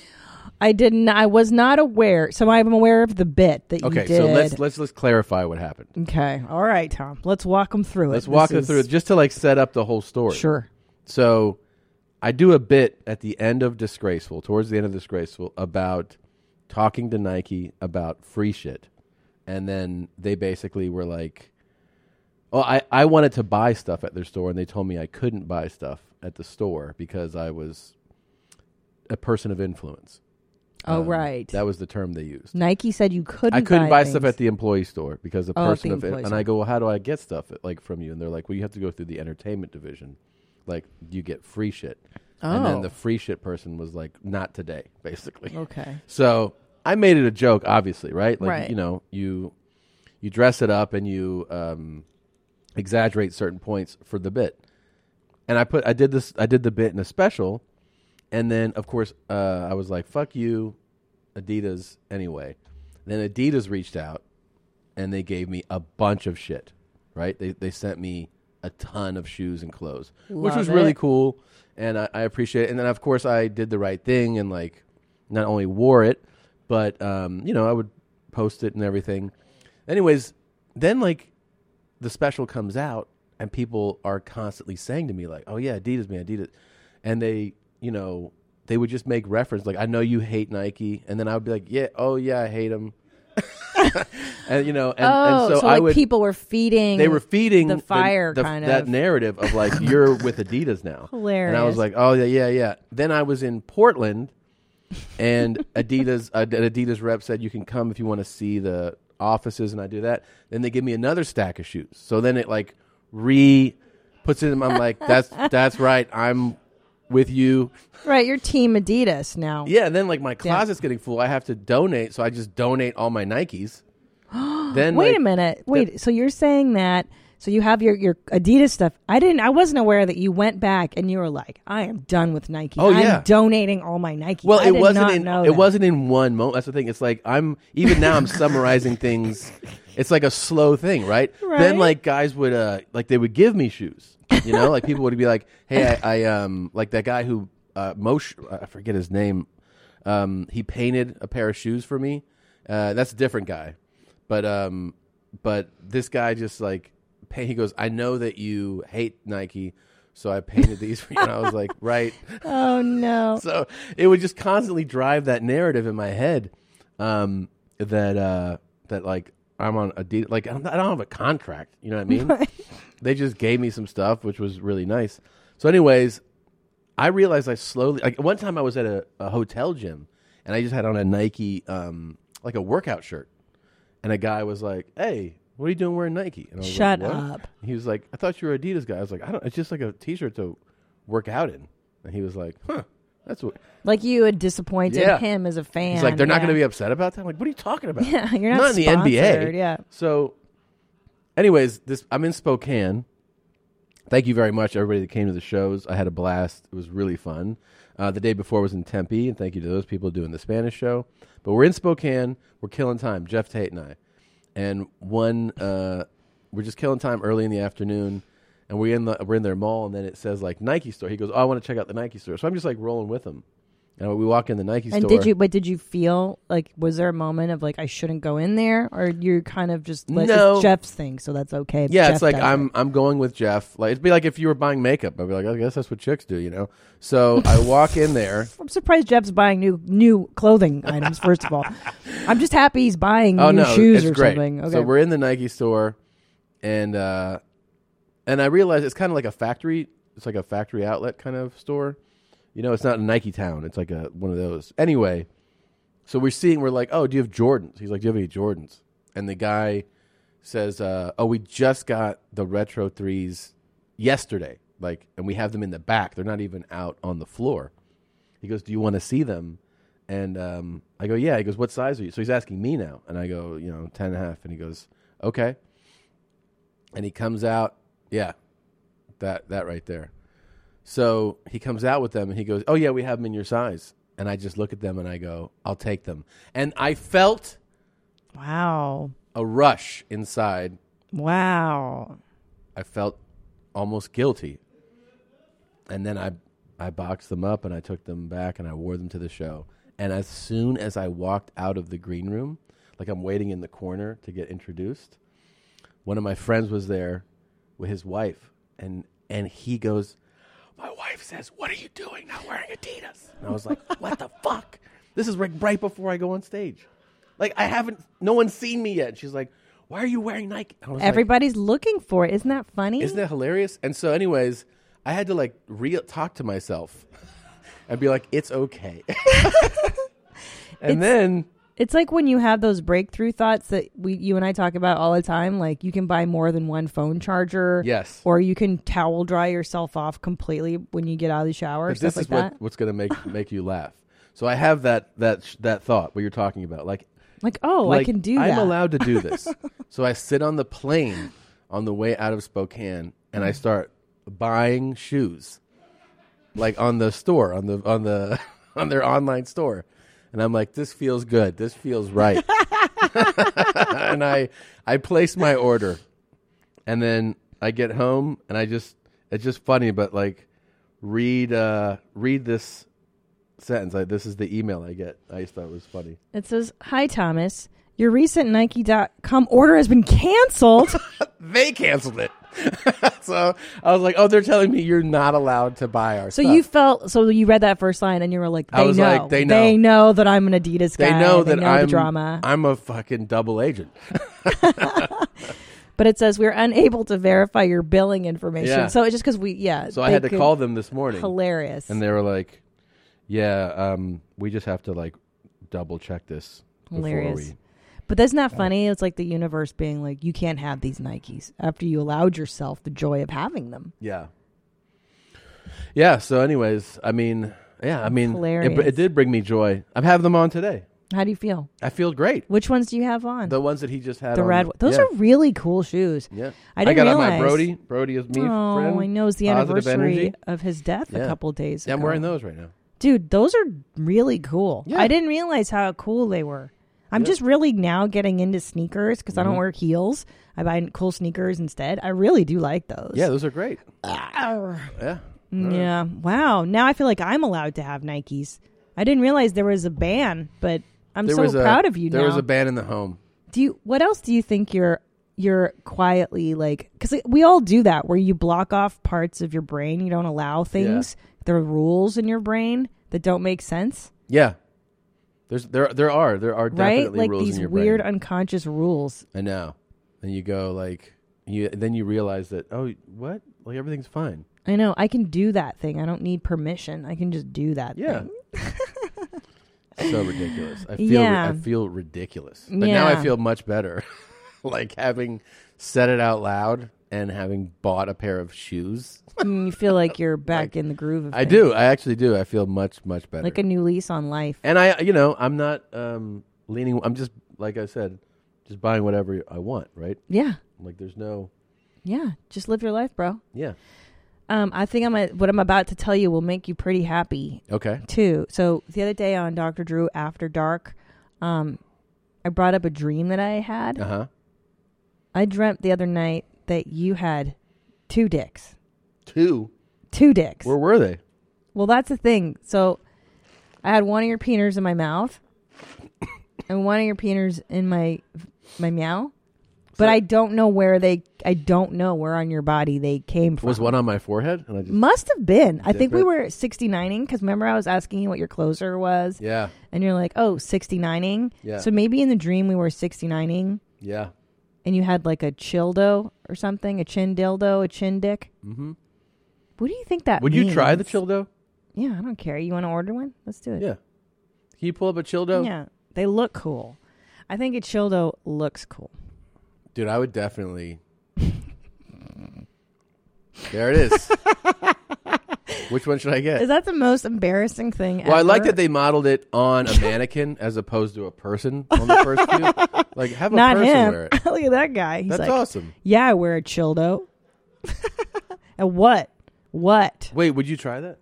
E: I didn't I was not aware. So I'm aware of the bit that
D: Okay,
E: you did.
D: so let's let's let's clarify what happened.
E: okay. All right, Tom. Let's walk them through
D: Let's
E: it.
D: walk
E: This
D: it through
E: is-
D: it just to like set up the whole story.
E: Sure.
D: So I do a bit at the end of Disgraceful, towards the end of Disgraceful, about talking to Nike about free shit. And then they basically were like, Oh, I, I wanted to buy stuff at their store, and they told me I couldn't buy stuff at the store because I was a person of influence.
E: Oh, right.
D: Um, That was the term they used.
E: Nike said you couldn't
D: I couldn't
E: buy
D: buy,
E: things.
D: stuff at the employee store because the
E: Oh, at
D: person
E: the
D: of it,
E: employee
D: and
E: store.
D: I go, well, how do I get stuff like from you? And they're like, well, you have to go through the entertainment division, like you get free shit. And
E: Oh.
D: then the free shit person was like, not today, basically.
E: Okay.
D: So I made it a joke, obviously, right? Like
E: Right.
D: you know, you you dress it up and you um, exaggerate certain points for the bit. And I put I did this I did the bit in a special, and then of course uh, I was like, "Fuck you, Adidas." Anyway, then Adidas reached out, and they gave me a bunch of shit. Right? They they sent me a ton of shoes and clothes, which
O: Love
D: was really
O: it.
D: cool, and I, I appreciate it. And then of course I did the right thing and like not only wore it, but um, you know I would post it and everything. Anyways, then like the special comes out and people are constantly saying to me like, "Oh yeah, Adidas man, Adidas," and they you know they would just make reference like, "I know you hate Nike," and then I would be like, "Yeah, oh yeah, I hate them." and you know, and,
E: oh,
D: and so, I
E: like
D: would.
E: people were feeding.
D: they were feeding
E: the fire
D: the-
E: kind
D: that
E: of.
D: narrative of like you're with Adidas now. And I
E: Hilarious.
D: was like, oh yeah, yeah, yeah. Then I was in Portland, and Adidas, uh, an Adidas rep said you can come if you want to see the offices, and I do that. Then they give me another stack of shoes. So then it like re puts it in. I'm like, that's that's right. I'm with you.
E: right, you're Team Adidas now.
D: Yeah, and then like my closet's getting full. I have to donate, so I just donate all my Nikes. then
E: wait
D: like,
E: a minute. Wait. so you're saying that? So you have your your Adidas stuff. I didn't. I wasn't aware that you went back and you were like, I am done with Nike.
D: Oh,
E: I'm
D: yeah.
E: donating all my Nike.
D: Well,
E: I
D: it
E: did
D: wasn't
E: not
D: in
E: know
D: it
E: that.
D: wasn't in one moment. That's the thing. It's like I'm even now I'm summarizing things. It's like a slow thing, right?
O: Right.
D: Then like guys would uh like they would give me shoes. You know, like people would be like, "Hey, I, I um like that guy who uh Mosh I forget his name. Um he painted a pair of shoes for me. Uh that's a different guy. But um but this guy just like paint he goes, "I know that you hate Nike." So I painted these for you, and I was like, "Right,
E: Oh no.
D: so it would just constantly drive that narrative in my head um, that uh, that like I'm on a de- like I'm not- I don't have a contract. You know what I mean? they just gave me some stuff, which was really nice. So, anyways, I realized I slowly like one time I was at a, a hotel gym and I just had on a Nike um like a workout shirt. And a guy was like, Hey, what are you doing wearing Nike? And I was
E: Shut
D: like, "What?"
E: up.
D: He was like, I thought you were Adidas guy. I was like, I don't it's just like a t shirt to work out in. And he was like, Huh, that's what
E: Like you had disappointed
D: Yeah.
E: him as a fan.
D: He's like, they're not
E: yeah.
D: going to be upset about that. I'm like, what are you talking about?
E: Yeah, you're not
D: not in the
E: sponsored,
D: NBA.
E: yeah.
D: So, anyways, this I'm in Spokane. Thank you very much, everybody that came to the shows. I had a blast. It was really fun. Uh, the day before was in Tempe, and thank you to those people doing the Spanish show. But we're in Spokane. We're killing time, Jeff Tate and I. And one, uh, we're just killing time early in the afternoon, and we're in the we're in their mall, and then it says like Nike store. He goes, "Oh, I want to check out the Nike store." So I'm just like rolling with him, and we walk in the Nike
E: And
D: store.
E: did you? But did you feel like was there a moment of like I shouldn't go in there, or you're kind of just like
D: No.
E: it's Jeff's thing, so that's okay.
D: Yeah,
E: Jeff
D: it's like
E: does
D: I'm I'm going with Jeff. Like it'd be like if you were buying makeup. I'd be like, "Oh, I guess that's what chicks do, you know. So I walk in there.
E: it. I'm surprised Jeff's buying new new clothing items. First of all, I'm just happy he's buying
D: Oh
E: new
D: no,
E: shoes
D: it's
E: or
D: great.
E: something. Okay,
D: So we're in the Nike store, and uh, and I realize it's kind of like a factory. It's like a factory outlet kind of store. You know, it's not a Nike town. It's like a one of those. Anyway, so we're seeing. We're like, oh, do you have Jordans? He's like, do you have any Jordans? And the guy says, uh, oh, we just got the retro threes yesterday. Like, and we have them in the back. They're not even out on the floor. He goes, "Do you want to see them?" And um, I go, "Yeah." He goes, "What size are you?" So he's asking me now, and I go, "You know, ten and a half." And he goes, "Okay." And he comes out, yeah, that that right there. So he comes out with them, and he goes, "Oh yeah, we have them in your size." And I just look at them, and I go, "I'll take them." And I felt
E: wow,
D: a rush inside.
E: wow.
D: I felt almost guilty. And then I I boxed them up and I took them back and I wore them to the show. And as soon as I walked out of the green room, like I'm waiting in the corner to get introduced, one of my friends was there with his wife and and he goes, My wife says, What are you doing not wearing Adidas? And I was like, What the fuck? This is like right before I go on stage. Like I haven't no one's seen me yet. She's like, Why are you wearing Nike? I was like,
E: Everybody's looking for it. Isn't that funny?
D: isn't that hilarious? And so, anyways, I had to like re talk to myself and be like, it's okay. and
E: It's-
D: then,
E: It's like when you have those breakthrough thoughts that we, you and I talk about all the time. Like you can buy more than one phone charger.
D: Yes.
E: Or you can towel dry yourself off completely when you get out of the shower.
D: but
E: Stuff
D: this
E: like
D: is
E: that.
D: what, what's going to make make you laugh. So I have that that sh- that thought what you're talking about, like,
E: Like, oh, I can do
D: I'm
E: that.
D: allowed to do this. so I sit on the plane on the way out of Spokane, and I start buying shoes, like on the store on the on the on their online store, and I'm like, this feels good. This feels right. and I I place my order, and then I get home and I just it's just funny, but like read uh read this sentence. Like this is the email I get. I just thought it was funny.
E: It says, "Hi Thomas, your recent Nike.com order has been canceled."
D: They canceled it. so I was like, oh, they're telling me you're not allowed to buy our
E: so
D: stuff.
E: you felt so you read that first line and you were like, "They
D: I was
E: know,
D: like, they know.
E: they know that I'm an Adidas
D: they
E: guy.
D: know that I'm
E: the drama."
D: I'm a fucking double agent.
E: But it says we're unable to verify your billing information.
D: Yeah.
E: So it's just because we, yeah.
D: So I
E: they
D: had to
E: could-
D: call them this morning.
E: Hilarious.
D: And they were like, yeah, um, we just have to like double check this before
E: Hilarious.
D: we. Oh.
E: But that's not funny. It's like the universe being like, you can't have these Nikes after you allowed yourself the joy of having them.
D: Yeah. Yeah. So, anyways, I mean, yeah, I mean, it,
E: Hilarious.
D: it did bring me joy. I'm having them on today.
E: How do you feel?
D: I feel great.
E: Which ones do you have on?
D: The ones that he just had
E: the
D: on.
E: red. Those
D: Yeah.
E: are really cool shoes.
D: Yeah.
E: I didn't
D: got on
E: realize.
D: my Brody. Brody is me.
E: Oh,
D: friend.
E: I know. It's the
D: Positive
E: anniversary
D: energy.
E: of his death a couple days
D: Yeah, I'm
E: ago.
D: wearing those right now.
E: Dude, those are really cool. I didn't realize how cool they were. I'm just really now getting into sneakers because I
D: Mhm.
E: don't wear heels. I buy cool sneakers instead. I really do like those.
D: Yeah, those are great.
E: Arr.
D: Yeah.
E: Yeah. Wow. Now I feel like I'm allowed to have Nikes. I didn't realize there was a ban, but I'm
D: There
E: so
D: was a-
E: proud of you
D: There
E: now.
D: was a ban in the home.
E: do you what else do you think you're you're quietly like cuz we all do that where you block off parts of your brain, you don't allow things. There are rules in your brain that don't make sense,
D: Yeah. There's there there are there are
E: right?
D: definitely
E: Like
D: rules
E: these
D: in your
E: weird
D: brain.
E: unconscious rules.
D: I know. And you go like you then you realize that oh what like everything's fine.
E: I know. I can do that thing. I don't need permission. I can just do that.
D: Yeah.
E: thing.
D: so ridiculous. I feel
E: Yeah.
D: I feel ridiculous. But now I
E: Yeah.
D: feel much better. like having said it out loud and having bought a pair of shoes.
E: Mm, you feel like you're back in the groove of
D: I
E: things.
D: do. I actually do. I feel much much better.
E: Like a new lease on life.
D: and I you know, I'm not um leaning I'm just like I said, just buying whatever I want, right?
E: Yeah.
D: Like there's no
E: Yeah. Just live your life, bro.
D: Yeah.
E: Um, I think I'm a, what I'm about to tell you will make you pretty happy.
D: Okay.
E: Too. So the other day on Dr. Drew After Dark, um, I brought up a dream that I had.
D: Uh-huh.
E: I dreamt the other night that you had two dicks.
D: Two.
E: Two dicks.
D: Where were they?
E: Well, that's the thing. So I had one of your peeners in my mouth and one of your peeners in my my meow. But I don't know where they I don't know where on your body they came from.
D: Was one on my forehead? And I just
E: Must have been. I think we
D: Different.
E: were 69ing because remember I was asking you what your closer was?
D: Yeah.
E: And you're like, oh, 69ing?
D: Yeah.
E: So maybe in the dream we were 69ing
D: Yeah.
E: and you had like a childo or something, a chin dildo, a chin dick.
D: Mhm.
E: What do you think that
D: Would you try the
E: means?
D: childo?
E: Yeah, I don't care. You want to order one? Let's do it.
D: Yeah. Can you pull up a childo?
E: Yeah. They look cool. I think a childo looks cool.
D: Dude, I would definitely. there it is. Which one should I get?
E: Is that the most embarrassing thing
D: well, I like
E: ever?
D: that they modeled it on a mannequin as opposed to a person on the first few. Like, have a
E: Not
D: person
E: him.
D: wear it.
E: Look at that guy. He's
D: That's
E: like,
D: awesome.
E: Yeah, I wear a childo. and what? What?
D: Wait, would you try that?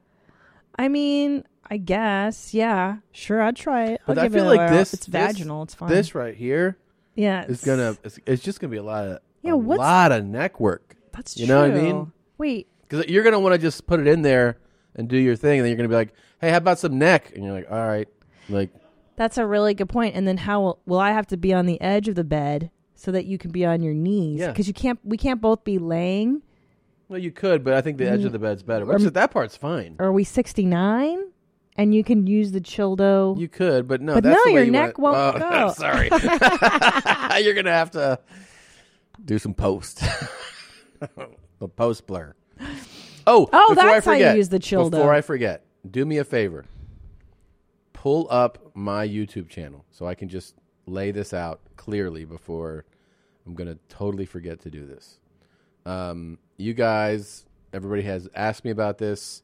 E: I mean, I guess. Yeah. Sure, I'd try it.
D: But
E: I'll
D: I
E: give
D: feel
E: it a
D: like
E: whirl.
D: this.
E: It's
D: this-
E: vaginal. It's fine.
D: This right here.
E: Yeah,
D: It's gonna. It's, it's just gonna be a lot of.
E: Yeah,
D: a
E: what's-
D: lot of neck work.
E: That's
D: you know what I
E: true.
D: mean.
E: Wait.
D: Because you're gonna want to just put it in there and do your thing, and then you're gonna be like, "Hey, how about some neck?" And you're like, "All right." Like,
E: That's a really good point. And then how will, will I have to be on the edge of the bed so that you can be on your knees?
D: Yeah.
E: Because you can't. We can't both be laying.
D: well, you could, but I think the edge of the bed's better.
E: Mm.
D: Which is- that part's fine.
E: Are we sixty nine? And you can use the childo.
D: You could, but no,
E: But
D: that's
E: no,
D: the way
E: your
D: you
E: neck
D: want
E: won't
D: it.
E: go.
D: Oh, no, sorry, you're gonna have to do some post, a post blur. Oh,
E: Oh,
D: before I
E: that's how you
D: forget-
E: use the childo.
D: Before I forget, do me a favor. Pull up my YouTube channel so I can just lay this out clearly before I'm gonna totally forget to do this. Um, you guys, everybody has asked me about this.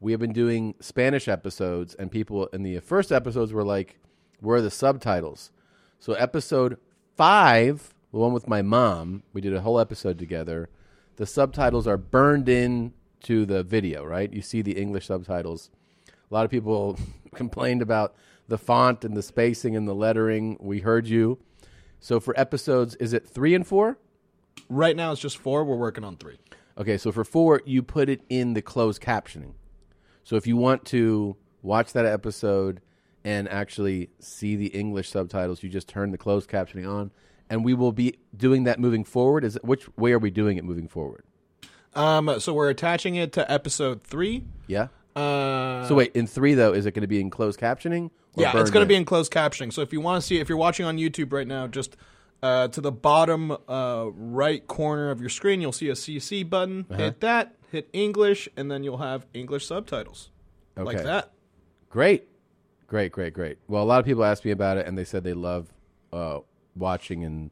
D: We have been doing Spanish episodes, and people in the first episodes were like, "Where are the subtitles?" So episode five, the one with my mom, we did a whole episode together. The subtitles are burned in to the video, right? You see the English subtitles. A lot of people complained about the font and the spacing and the lettering. We heard you. So for episodes, is it three and four?
H: Right now it's just four. We're working on three.
D: Okay, so for four, you put it in the closed captioning. So if you want to watch that episode and actually see the English subtitles, you just turn the closed captioning on, and we will be doing that moving forward. Is which way are we doing it moving forward?
H: Um, so we're attaching it to episode three.
D: Yeah.
H: Uh,
D: so wait, in three though, is it going to be in closed captioning? or
H: yeah, it's
D: burned
H: going to
D: in?
H: be in closed captioning. So if you want to see, if you're watching on YouTube right now, just uh, to the bottom uh, right corner of your screen, you'll see a CC button.
D: Uh-huh.
H: Hit that. Hit English, and then you'll have English subtitles. Like that.
D: Great, great, great, great. Well, a lot of people asked me about it, and they said they love uh, watching and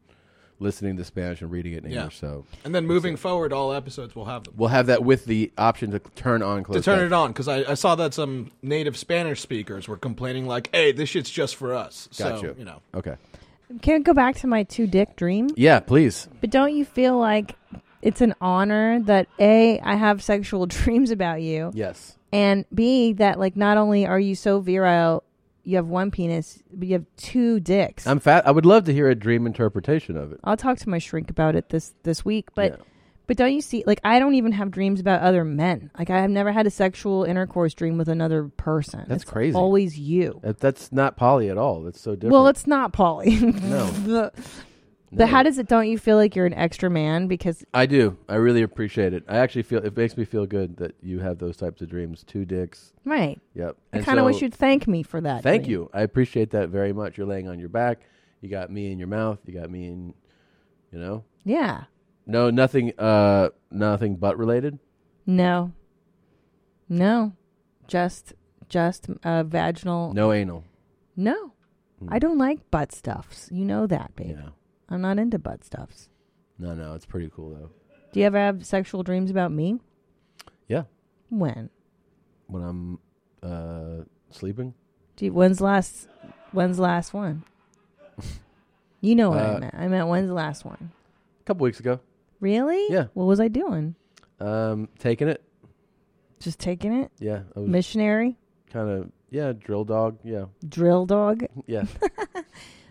D: listening to Spanish and reading it in English. So
H: And then moving forward, all episodes will have them.
D: we'll have that with the option to turn on
H: To
D: closed.
H: turn it on, because I, I saw that some native Spanish speakers were complaining, like, "Hey, this shit's just for us."
D: Got
H: so,
D: you.
H: know,
D: Okay.
E: Can I go back to my two dick dream?
D: Yeah, Uh, please.
E: But don't you feel like it's an honor that A, I have sexual dreams about you.
D: Yes.
E: And B, that like not only are you so virile, you have one penis, but you have two dicks.
D: I'm fat. I would love to hear a dream interpretation of it.
E: I'll talk to my shrink about it this this week, but but don't you see like I don't even have dreams about other men. Like I have never had a sexual intercourse dream with another person.
D: That's
E: It's
D: crazy.
E: Always you.
D: That, that's not poly at all. That's so different.
E: Well, it's not Polly.
D: No.
E: but but how does it don't you feel like you're an extra man because
D: I do. I really appreciate it. I actually feel it makes me feel good that you have those types of dreams. Two dicks.
E: Right.
D: Yep.
E: I
D: And
E: kind of
D: so-
E: wish you'd thank me for that.
D: Thank
E: dream.
D: you. I appreciate that very much. You're laying on your back. You got me in your mouth. You got me in, you know.
E: Yeah.
D: No, nothing. Uh, nothing butt related.
E: No. No. Just just uh, vaginal.
D: No Hmm. anal.
E: No. I don't like butt stuffs. You know that, babe. I'm not into butt stuffs.
D: No, no, it's pretty cool though.
E: Do you ever have sexual dreams about me?
D: Yeah.
E: When?
D: When I'm uh, sleeping,
E: Do you, when's last when's last one? You know what I
D: Uh,
E: meant. I meant when's the last one?
D: a couple weeks ago,
E: Really?
D: Yeah.
E: What was I doing?
D: um, taking it.
E: Just taking it?
D: Yeah, I was-
E: Missionary?
D: Kind of, yeah, drill dog. Yeah,
E: Drill dog?
D: yeah.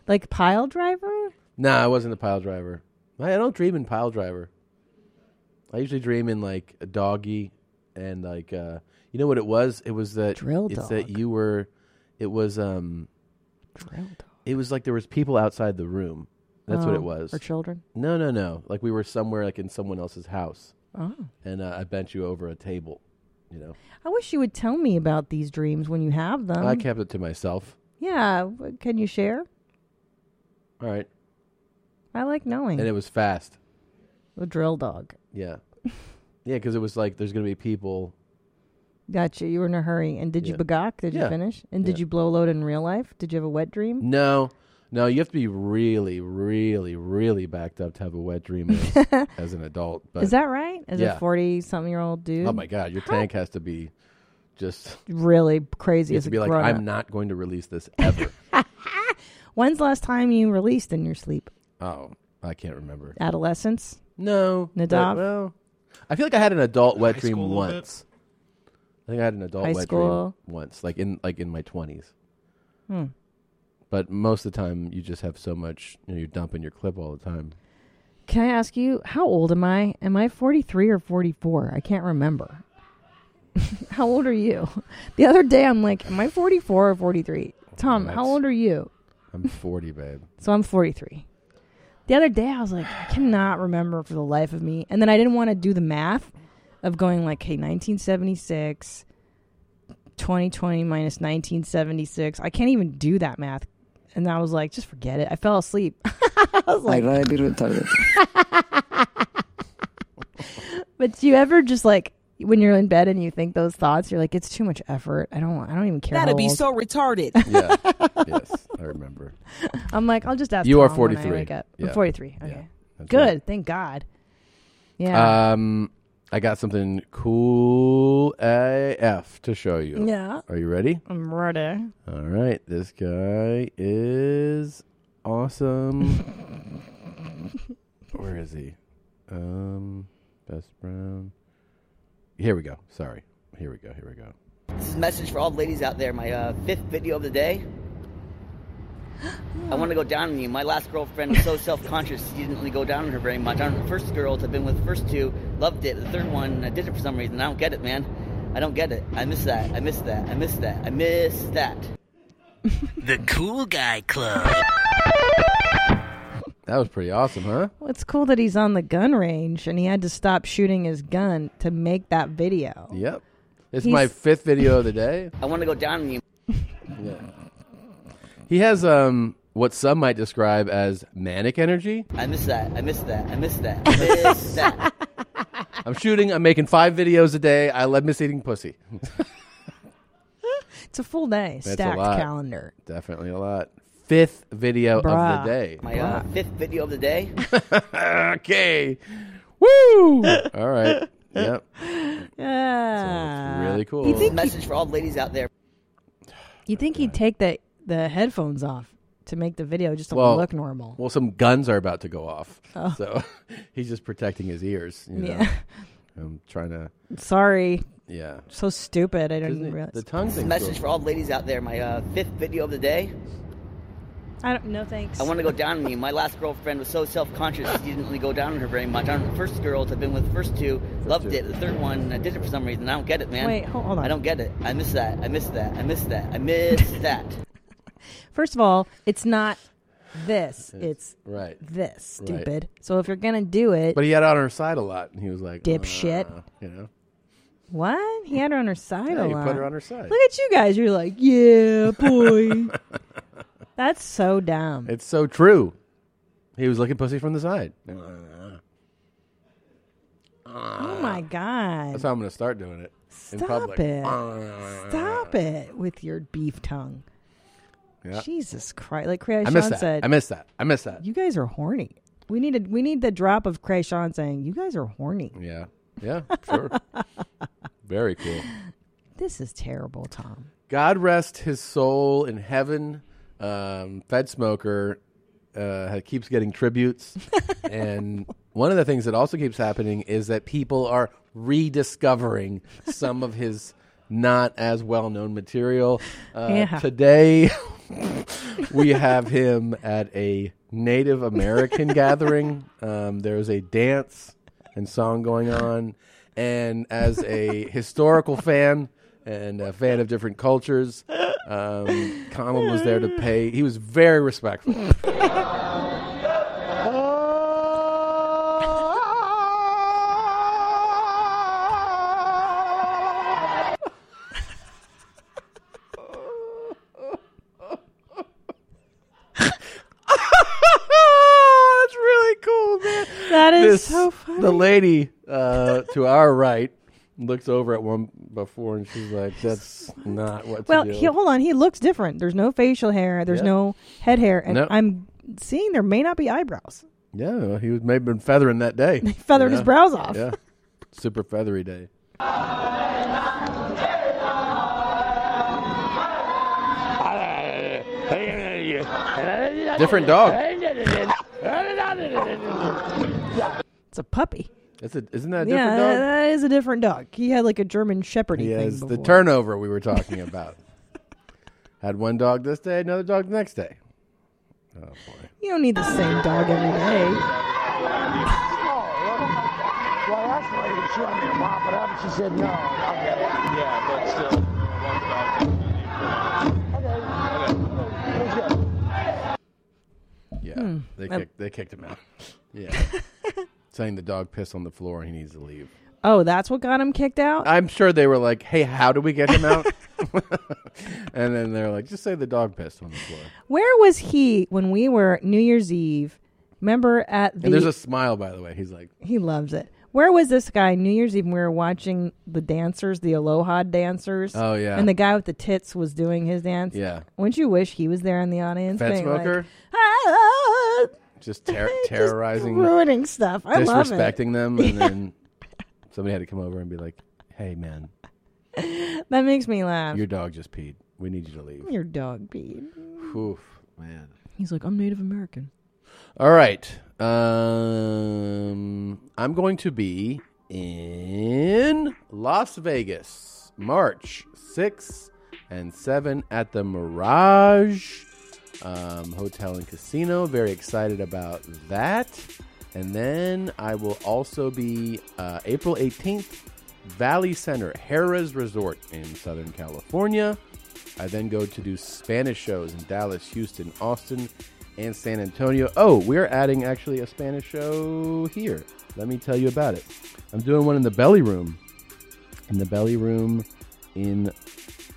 E: Like pile driver?
D: nah, I wasn't a pile driver. I I don't dream in pile driver. I usually dream in like a doggy and like uh you know what it was? It was that
E: Drill
D: it's that you were it was um
E: Drill dog.
D: It was like there was people outside the room. That's what
E: Oh,
D: it was.
E: or children?
D: No, no, no. Like we were somewhere like in someone else's house.
E: Oh.
D: And uh, I bent you over a table, you know.
E: I wish you would tell me about these dreams when you have them.
D: I kept it to myself.
E: Yeah, w- can you share?
D: All right.
E: I like knowing.
D: And it was fast.
E: the drill dog.
D: Yeah. yeah, cuz it was like there's going to be people
E: Gotcha. You were in a hurry. And did you
D: Yeah.
E: bagok? Did
D: Yeah.
E: you finish? And did
D: Yeah.
E: you blow load in real life? Did you have a wet dream?
D: No, no, you have to be really, really, really backed up to have a wet dream as, as an adult. But
E: Is that right? As
D: yeah.
E: a forty-something-year-old dude?
D: Oh my god, your tank has to be just
E: Really crazy
D: You
E: as
D: have to
E: a
D: be like,
E: grown-up.
D: I'm not going to release this ever.
E: When's the last time you released in your sleep?
D: oh, I can't remember.
E: Adolescence?
D: No.
E: Nadav?
D: But, well, I feel like I had an adult wet
E: High
D: dream
E: school a little bit.
D: once. I think I had an adult
E: High
D: wet
E: school.
D: dream once, like in like in my twenties.
E: Hmm.
D: But most of the time, you just have so much. You know, you're dumping your clip all the time.
E: Can I ask you, how old am I? Am I 43 or 44? I can't remember. how old are you? The other day I'm like, am I 44 or 43? Tom, how
D: That's-
E: old are you?
D: I'm 40, babe.
E: So I'm 43. The other day I was like, I cannot remember for the life of me. And then I didn't want to do the math of going like, hey, 1976, 2020 minus 1976. I can't even do that math. And I was like, just forget it. I fell asleep. I was like, But do you ever just like when you're in bed and you think those thoughts, you're like, it's too much effort. I don't. I don't even care.
O: That'd
E: how
O: be
E: old."
O: so retarded.
D: Yeah. yes, I remember.
E: I'm like, I'll just ask.
D: You are
E: Tom when I
D: 43.
E: wake up.
D: Yeah.
E: I'm 43. Okay.
D: that's
E: Good.
D: right.
E: Thank God. Yeah.
D: Um, I got something cool AF to show you.
E: Yeah. Mm.
D: Are you ready?
E: I'm ready.
D: All right. This guy is awesome. Where is he? Um, Best Brown. Here we go. Sorry. Here we go. Here we go.
P: This is a message for all the ladies out there. My uh, fifth video of the day. I want to go down on you. My last girlfriend was so self-conscious, she didn't really go down on her very much. I don't, the first girls I've been with, the first two, loved it. The third one, I did it for some reason. I don't get it, man. I don't get it. I miss that. I miss that. I miss that. I miss that.
O: The Cool Guy Club.
D: That was pretty awesome, huh?
E: Well, it's cool that he's on the gun range and he had to stop shooting his gun to make that video.
D: Yep. It's
E: He's-
D: my fifth video of the day.
P: I want to go down on you.
D: Yeah. He has um what some might describe as manic energy.
P: I miss that. I miss that. I miss that. I miss that.
D: I'm shooting. I'm making five videos a day. I love miss eating pussy.
E: It's a full day
D: That's a
E: stacked
D: lot.
E: calendar.
D: Definitely a lot. Fifth video
E: Bruh.
D: of the day.
P: My uh, fifth video of the day.
D: okay. Woo! All right. Yep.
E: Yeah.
D: Really cool.
E: You think
P: message for all the ladies out there.
E: You think he'd take the the headphones off to make the video just to look normal?
D: Well, some guns are about to go off,
E: Oh.
D: so he's just protecting his ears. You know?
E: Yeah.
D: I'm trying to.
E: Sorry.
D: Yeah.
E: So stupid. I didn't
P: Isn't it-
E: realize
D: the tongue
P: This is a
D: thing's
P: message
D: cool.
P: for all the ladies out there. My uh, fifth video of the day.
E: I don't. No thanks.
P: I want to go down on you. My last girlfriend was so self-conscious, she didn't really go down on her very much. I don't, the first girls I've been with, the first two, loved it. The third one, I did it for some reason. I don't get it, man.
E: Wait, hold- hold on.
P: I don't get it. I miss that. I miss that. I miss that. I miss that.
E: First of all, it's not this. It's
D: right.
E: This
D: Right.
E: stupid. So if you're gonna do it,
D: But he had on her side a lot, and he was like,
E: Dipshit.
D: "Uh," you know.
E: what? He had her on her side
D: Yeah,
E: a
D: you
E: lot.
D: put her on her side.
E: Look at you guys. You're like, yeah, boy. That's so dumb.
D: It's so true. Uh, He was looking pussy from the side.
E: Oh my my God.
D: That's how I'm going to start doing it in
E: Stop
D: public. Ah.
E: it. Stop it with your beef tongue.
D: Yeah.
E: Jesus Christ. Like Craig
D: I missed
E: Sean
D: that.
E: said.
D: I missed that. I missed that.
E: You guys are horny. We need a, we need the drop of Craig Sean saying, You guys are horny.
D: Yeah. Yeah, sure. Very cool.
E: This is terrible, Tom.
D: God rest his soul in heaven. Um, Fed Smoker uh, keeps getting tributes. and one of the things that also keeps happening is that people are rediscovering some of his not as well known material. Uh,
E: Yeah.
D: Today, we have him at a Native American gathering. Um, there's a dance and song going on. And as a historical fan and a fan of different cultures, um, Colin was there to pay. He was very respectful. That's really cool, man.
E: That is
D: This-
E: so funny.
D: The lady uh, to our right looks over at one before and she's like, "That's not what."
E: well,
D: to do.
E: he, hold on. He looks different. There's no facial hair. There's
D: Yeah.
E: no head hair. And
D: No.
E: I'm seeing there may not be eyebrows.
D: Yeah, well, he was maybe been feathering that day. He
E: feathered his brows off.
D: Yeah, super feathery day. Different dog.
E: It's a puppy.
D: That's a, isn't that a
E: yeah,
D: different
E: that-
D: dog?
E: that is a different dog. He had like a German Shepherd.
D: He
E: thing
D: has the
E: before.
D: turnover we were talking about. Had one dog this day, another dog the next day.
E: You don't need the same dog every day.
Q: Well, that's why she wanted me to mop it up, and she said no. Okay. Yeah, but still.
D: Yeah,
E: Hmm.
D: they
E: Um,
D: kicked they kicked him out. Yeah, saying the dog pissed on the floor and he needs to leave.
E: Oh, that's what got him kicked out.
D: I'm sure they were like, "Hey, how do we get him out?" and then they're like, "Just say the dog pissed on the floor."
E: Where was he when we were New Year's Eve? Remember at the
D: And there's a smile, by the way. He's like,
E: He loves it. Where was this guy New Year's Eve? when We were watching the dancers, the Aloha dancers.
D: Oh, yeah.
E: and the guy with the tits was doing his dance.
D: Yeah.
E: wouldn't you wish he was there in the audience?
D: Fed
E: being like,
D: smoker?
E: "Ah,
D: just ter- terrorizing,
E: ruining stuff. I love it.
D: disrespecting them, and then somebody had to come over and be like, "Hey, man,
E: that makes me laugh.
D: your dog just peed. We need you to leave."
E: Your dog peed.
D: Oof, man.
E: He's like, I'm Native American.
D: All right. Um, I'm going to be in Las Vegas, March 6 and 7 at the Mirage um, Hotel and Casino. Very excited about that. And then I will also be uh, April 18th, Valley Center, Harrah's Resort in Southern California. I then go to do Spanish shows in Dallas, Houston, Austin, and San Antonio. Oh, we're adding actually a Spanish show here. Let me tell you about it. I'm doing one in the Belly Room, in the Belly Room in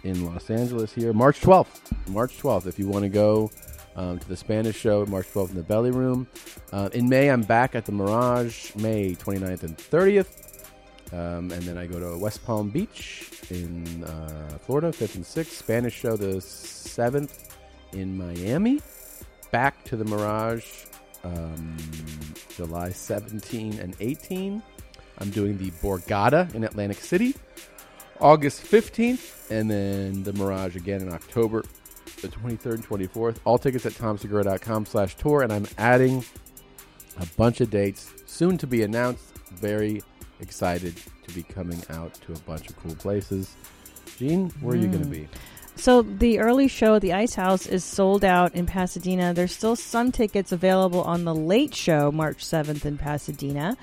D: in Los Angeles here, March 12th. March 12th. If you want to go um, to the Spanish show, March 12th in the Belly Room. Uh, in May, I'm back at the Mirage, May 29th and 30th. Um, and then I go to West Palm Beach in uh, Florida, 5th and 6th. Spanish show the 7th in Miami. Back to the Mirage um, July 17 and 18. I'm doing the Borgata in Atlantic City August 15th, and then the Mirage again in October the 23rd and 24th. All tickets at tomsegura.com slash tour, and I'm adding a bunch of dates soon to be announced. Very excited to be coming out to a bunch of cool places. Gene, where are you going to
E: Mm.
D: be?
E: So the early show at the Ice House is sold out in Pasadena. There's still some tickets available on the late show, March 7th in Pasadena.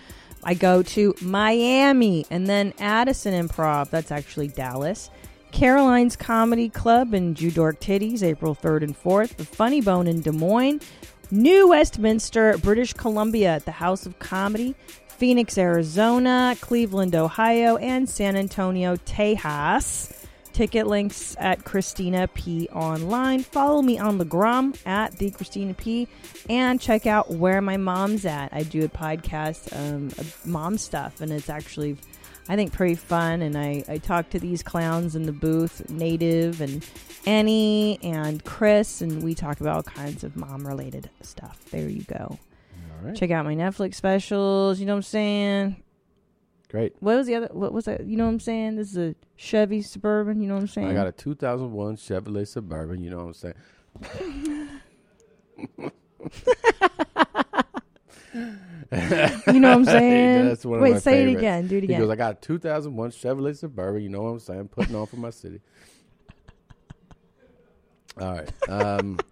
E: I go to Miami and then Addison Improv. That's actually Dallas. Caroline's Comedy Club in Jew Dork Titties, April 3rd and 4th. The Funny Bone in Des Moines. New Westminster, British Columbia at the House of Comedy. Phoenix, Arizona, Cleveland, Ohio, and San Antonio, Tejas. Ticket links at Christina P online. Follow me on the Grum at the Christina P, and check out where my mom's at. I do a podcast, um, of mom stuff, and it's actually, I think, pretty fun. And I I talk to these clowns in the booth, Native and Annie and Chris, and we talk about all kinds of mom related stuff. There you go.
D: right.
E: Check out my Netflix specials. You know what I'm saying?
D: Great.
E: What was the other? What was that? You know what I'm saying? This is a Chevy Suburban. You know what I'm saying?
D: I got a 2001 Chevrolet Suburban. You know what I'm saying?
E: You know what I'm saying?
D: That's one of
E: Wait,
D: my
E: say it
D: favorites.
E: again. Do it
D: He
E: again.
D: goes, I got a 2001 Chevrolet Suburban. You know what I'm saying? Putting on for my city. All right. Um,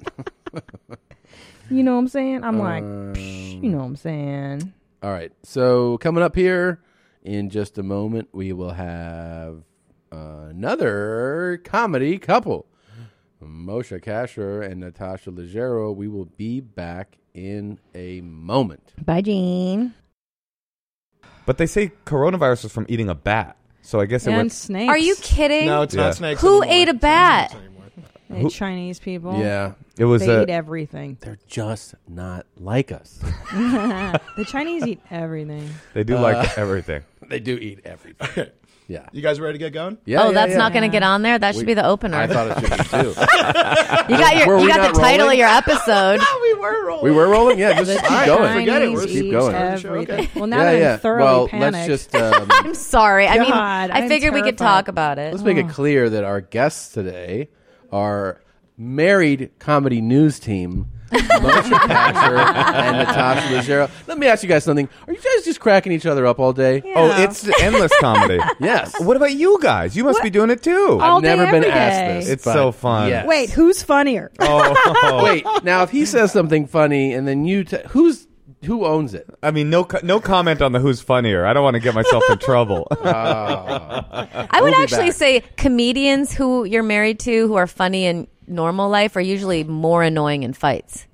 E: You know what I'm saying? I'm like,
D: Um,
E: psh, you know what I'm saying?
D: all right. So coming up here in just a moment, we will have another comedy couple, Moshe Kasher and Natasha Leggero. We will be back in a moment.
E: Bye, Jean.
R: But they say coronavirus is from eating a bat. So I guess it went.
S: Are you kidding?
R: No, it's not Yeah. snakes
S: Who ate a bat?
E: They
R: Who-
E: Chinese people.
D: Yeah.
R: It was
E: They
R: a-
E: eat everything.
D: They're just not like us.
E: the Chinese eat everything.
R: They do
D: Uh,
R: like everything.
D: They do eat everything. yeah.
H: You guys ready to get going?
S: oh, that's not going to get on there. That should be the opener. you got
D: Were
S: your
D: we
S: you got
D: not
S: the title
D: rolling?
S: of your episode. we were rolling.
D: We were rolling, yeah. Just
S: The
D: keep going.
S: Forget it, we're
D: Keep
S: just
D: going.
S: starting the show, okay.
E: Well, now
D: yeah,
E: that I'm
D: yeah.
E: thoroughly
D: well,
E: panicked.
D: let's just um,
S: I'm sorry. I mean,
E: God,
S: I
E: I'm
S: figured we could
E: terrified.
S: talk about it.
D: let's make it clear that our guests today are married comedy news team. Moshe Kasher and Natasha Leggero. Let me ask you guys something. Are you guys just cracking each other up all day?
R: Oh, it's endless comedy.
D: yes.
R: What about you guys? You must be doing it too.
E: All I've day, never been every asked day. this,
R: It's
D: but
R: so fun.
D: yes.
E: Wait, who's funnier?
R: Oh.
D: Wait, now if he says something funny and then you, t- who's who owns it?
R: I mean, no, co- no comment on the who's funnier. I don't want to get myself in trouble.
D: Ah.
S: I would actually say comedians who you're married to who are funny in normal life are usually more annoying in fights.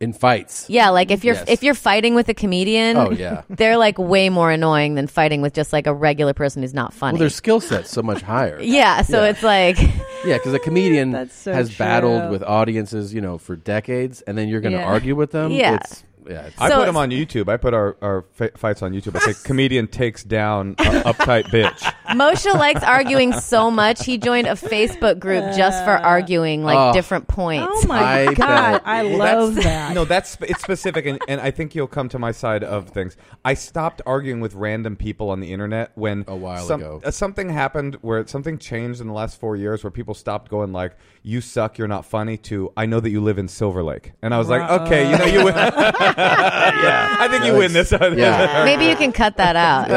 D: in fights.
S: Yeah, like if you're
D: Yes.
S: if you're fighting with a comedian,
D: Oh, yeah.
S: they're like way more annoying than fighting with just like a regular person who's not funny.
D: Well, their skill set's so much higher.
S: yeah, so it's like
D: Yeah, because a comedian
S: That's so
D: has
S: true.
D: battled with audiences, you know, for decades, and then you're going to
S: Yeah.
D: argue with them.
S: Yeah.
D: It's, yeah. It's,
R: I
S: So
R: put
S: it's-
R: them on YouTube. I put our, our f- fights on YouTube. I say comedian takes down a uptight bitch.
S: Moshe likes arguing so much. He joined a Facebook group just for arguing like
R: Oh.
S: different points.
E: Uh. Oh my
R: I
E: God,
R: bet.
E: I
R: Well,
E: love
R: that's-
E: that.
R: No, that's sp- it's specific, and, and I think you'll come to my side of things. I stopped arguing with random people on the internet when a while
D: ago.
R: uh, something happened where something changed in the last four years where people stopped going like "you suck, you're not funny" to "I know that you live in Silver Lake," and I was like,
S: Uh-oh.
R: "Okay, you know you win." yeah, I think you win this.
S: Yeah. Maybe you can cut that out.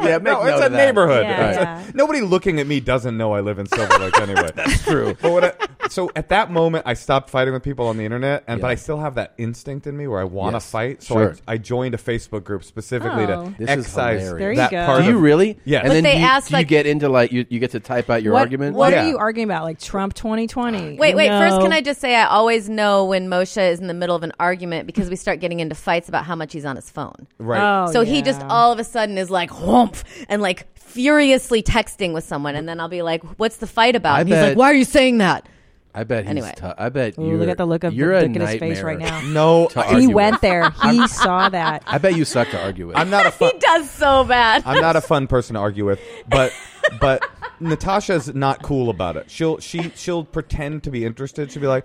D: yeah,
R: no,
S: note
R: it's a
S: of that.
R: neighborhood.
S: Yeah.
R: It's a-
S: Yeah.
R: nobody looking at me doesn't know I live in Silver Lake anyway. That's true. But what I, so at that moment, I stopped fighting with people on the internet, and but I still have that instinct in me where I want to
D: Yes.
R: fight. So
D: Sure.
R: I, I joined a Facebook group specifically
D: Oh.
R: to
D: This is
R: excise
D: hilarious.
E: There you
R: that
E: go.
R: part.
D: do you
R: of-
D: really?
R: Yes.
D: And
R: But
D: then
E: they
D: do you,
E: asked,
D: do you
E: like-
D: get into like you, you get to type out your
E: what,
D: argument.
E: What are you arguing about? Like Trump 2020?
S: Wait, wait. First,
E: No.
S: can I just say I always know when Moshe is in the middle of an argument because we start getting into fights about how much he's on his phone.
R: Right.
E: Oh,
S: so he just all of a sudden is like whomph and like furiously texting with someone, and then I'll be like, "What's the fight about?"
D: I
S: and he's
D: bet-
S: like, "Why are you saying that?'t
D: I bet he's
S: Anyway.
D: tou- I bet
E: Ooh,
D: you
E: look at the look of the
D: you're a
E: dick in his face
D: nightmare
E: right now.
R: No,
D: to
E: he
D: argue with.
E: went there. He saw that.
D: I bet you suck to argue with.
R: I'm not a
S: He does so bad.
R: I'm not a fun person to argue with, but but Natasha's not cool about it. She'll she she'll pretend to be interested. She'll be like,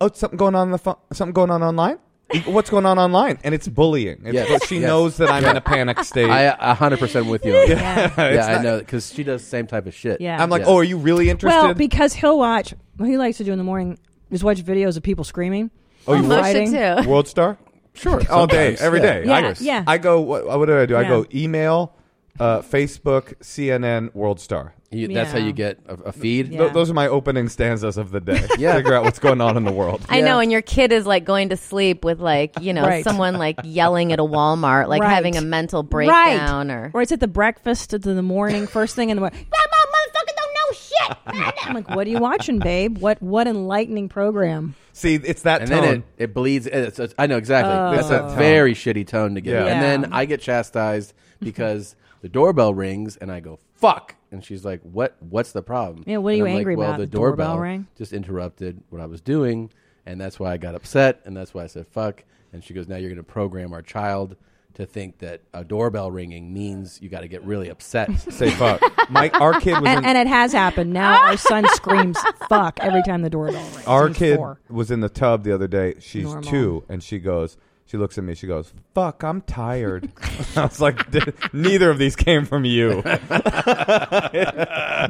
R: "Oh, it's something going on in the phone. Something going on online. What's going on online?" And it's bullying. It's,
D: Yes,
R: but she
D: yes.
R: knows that I'm
D: Yeah.
R: in a panic state.
D: I uh, a hundred percent with you. on that.
R: Yeah.
D: yeah,
R: It's
D: I
R: not-
D: know because she does the same type of shit.
E: Yeah. I'm
R: like, "Oh, are you really interested?"
E: Well, because he'll watch. What he likes to do in the morning is watch videos of people screaming.
R: oh, you
E: fighting.
R: World star.
D: Sure,
R: all day,
D: sometimes,
R: every
D: yeah.
R: day.
E: Yeah,
R: I,
E: yeah.
R: I go. What, what do I do? I
E: Yeah.
R: go email, uh, Facebook, CNN, World Star.
D: You- that's how Yeah. you get a- a feed?
R: Th-
D: Yeah.
R: Those are my opening stanzas of the day.
D: Yeah.
R: figure out what's going on in the world.
S: I know, and your kid is like going to sleep with like you know
E: Right.
S: someone like yelling at a Walmart, like
E: Right.
S: having a mental breakdown,
E: right.
S: or
E: it's at the breakfast in the morning, first thing in the morning. That motherfucker don't know shit. I'm like, what are you watching, babe? What what enlightening program?
R: See, it's that
D: and
R: tone.
D: then it, it bleeds. It's, it's- I know exactly.
E: Oh.
D: That's
R: It's that
D: a
R: tone.
D: very shitty tone to give.
R: Yeah.
D: And
E: Yeah.
D: then I get chastised because the doorbell rings and I go fuck. And she's like, what? What's the problem?
T: Yeah, what are
D: And
T: you
D: I'm like,
T: angry
D: well,
T: about?
D: the
T: The doorbell
D: doorbell
T: rang?
D: just interrupted what I was doing, and that's why I got upset, and that's why I said fuck. And she goes, now you're going to program our child to think that a doorbell ringing means you got to get really upset.
R: Say fuck. My, our kid was
E: and,
R: in,
E: and it has happened. Now our son screams "fuck" every time the doorbell rings.
R: our
E: He's
R: kid
E: four.
R: was in the tub the other day. She's
E: Normal.
R: two, and she goes. She looks at me. She goes, "Fuck, I'm tired." I was like, "D- "Neither of these came from you.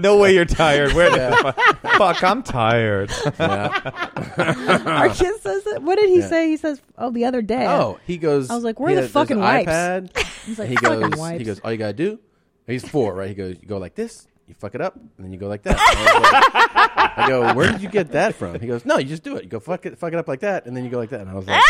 R: no way you're tired. Where the
Q: Yeah.
R: fu- fuck? I'm tired."
E: our kid says that. What did he
D: Yeah.
E: say? He says, "Oh, the other day."
D: Oh, he goes.
E: I was like,
D: he
E: "Where are
D: had-
E: the
D: there's
E: fucking
D: an
E: wipes?"
D: iPad.
E: He's like,
D: he
E: "Fucking
D: goes.
E: wipes."
D: He goes. All you gotta do. He's four, right? He goes. You go like this. You fuck it up, and then you go like that. And I, was like- I go. Where did you get that from? He goes. No, you just do it. You go fuck it, fuck it up like that, and then you go like that. And I was like,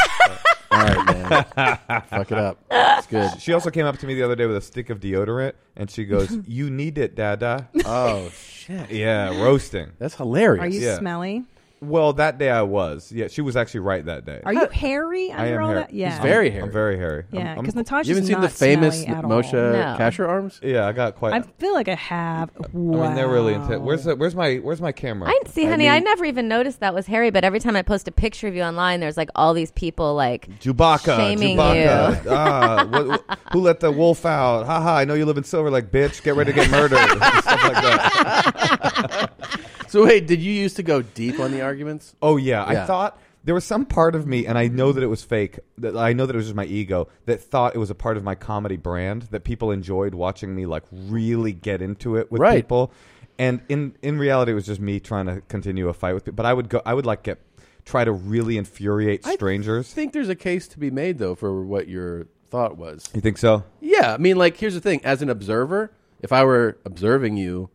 D: all right, man, fuck it up. It's good.
R: She also came up to me the other day with a stick of deodorant, and she goes, "You need it, Dada."
D: Oh shit!
R: Yeah, roasting.
D: That's hilarious.
E: Are you
R: Yeah.
E: smelly?
R: Well, that day I was. Yeah, she was actually right that day.
E: Are you hairy
R: I
E: under
R: am
E: all
R: hairy.
E: that? Yeah,
R: I'm- I'm very hairy.
E: Yeah,
R: I'm- I'm-
E: 'cause Natasha's
D: You haven't seen the
E: not
D: famous
E: smelly at all.
D: Moshe
E: No.
D: Kasher arms?
R: Yeah, I got quite.
E: I feel like I have. Wow.
R: I mean, they're really intense. Where's the, where's my where's my camera?
S: I see, honey. I,
R: need-
S: never even noticed that was Harry. But every time I post a picture of you online, there's like all these people like
R: Chewbacca,
S: shaming
R: Chewbacca.
S: you.
R: ah, what, what- who let the wolf out? Ha ha! I know you live in Silver Lake, bitch. Get ready to get murdered. Stuff like that.
D: So wait, did you used to go deep on the arguments?
R: Oh yeah,
D: Yeah.
R: I thought there was some part of me, and I know that it was fake. That I know that it was just my ego that thought it was a part of my comedy brand that people enjoyed watching me like really get into it with
D: Right.
R: people. And in in reality, it was just me trying to continue a fight with people. But I would go. I would like get try to really infuriate strangers.
D: I think there's a case to be made though for what your thought was.
R: you think so?
D: Yeah, I mean, like, here's the thing: as an observer, if I were observing you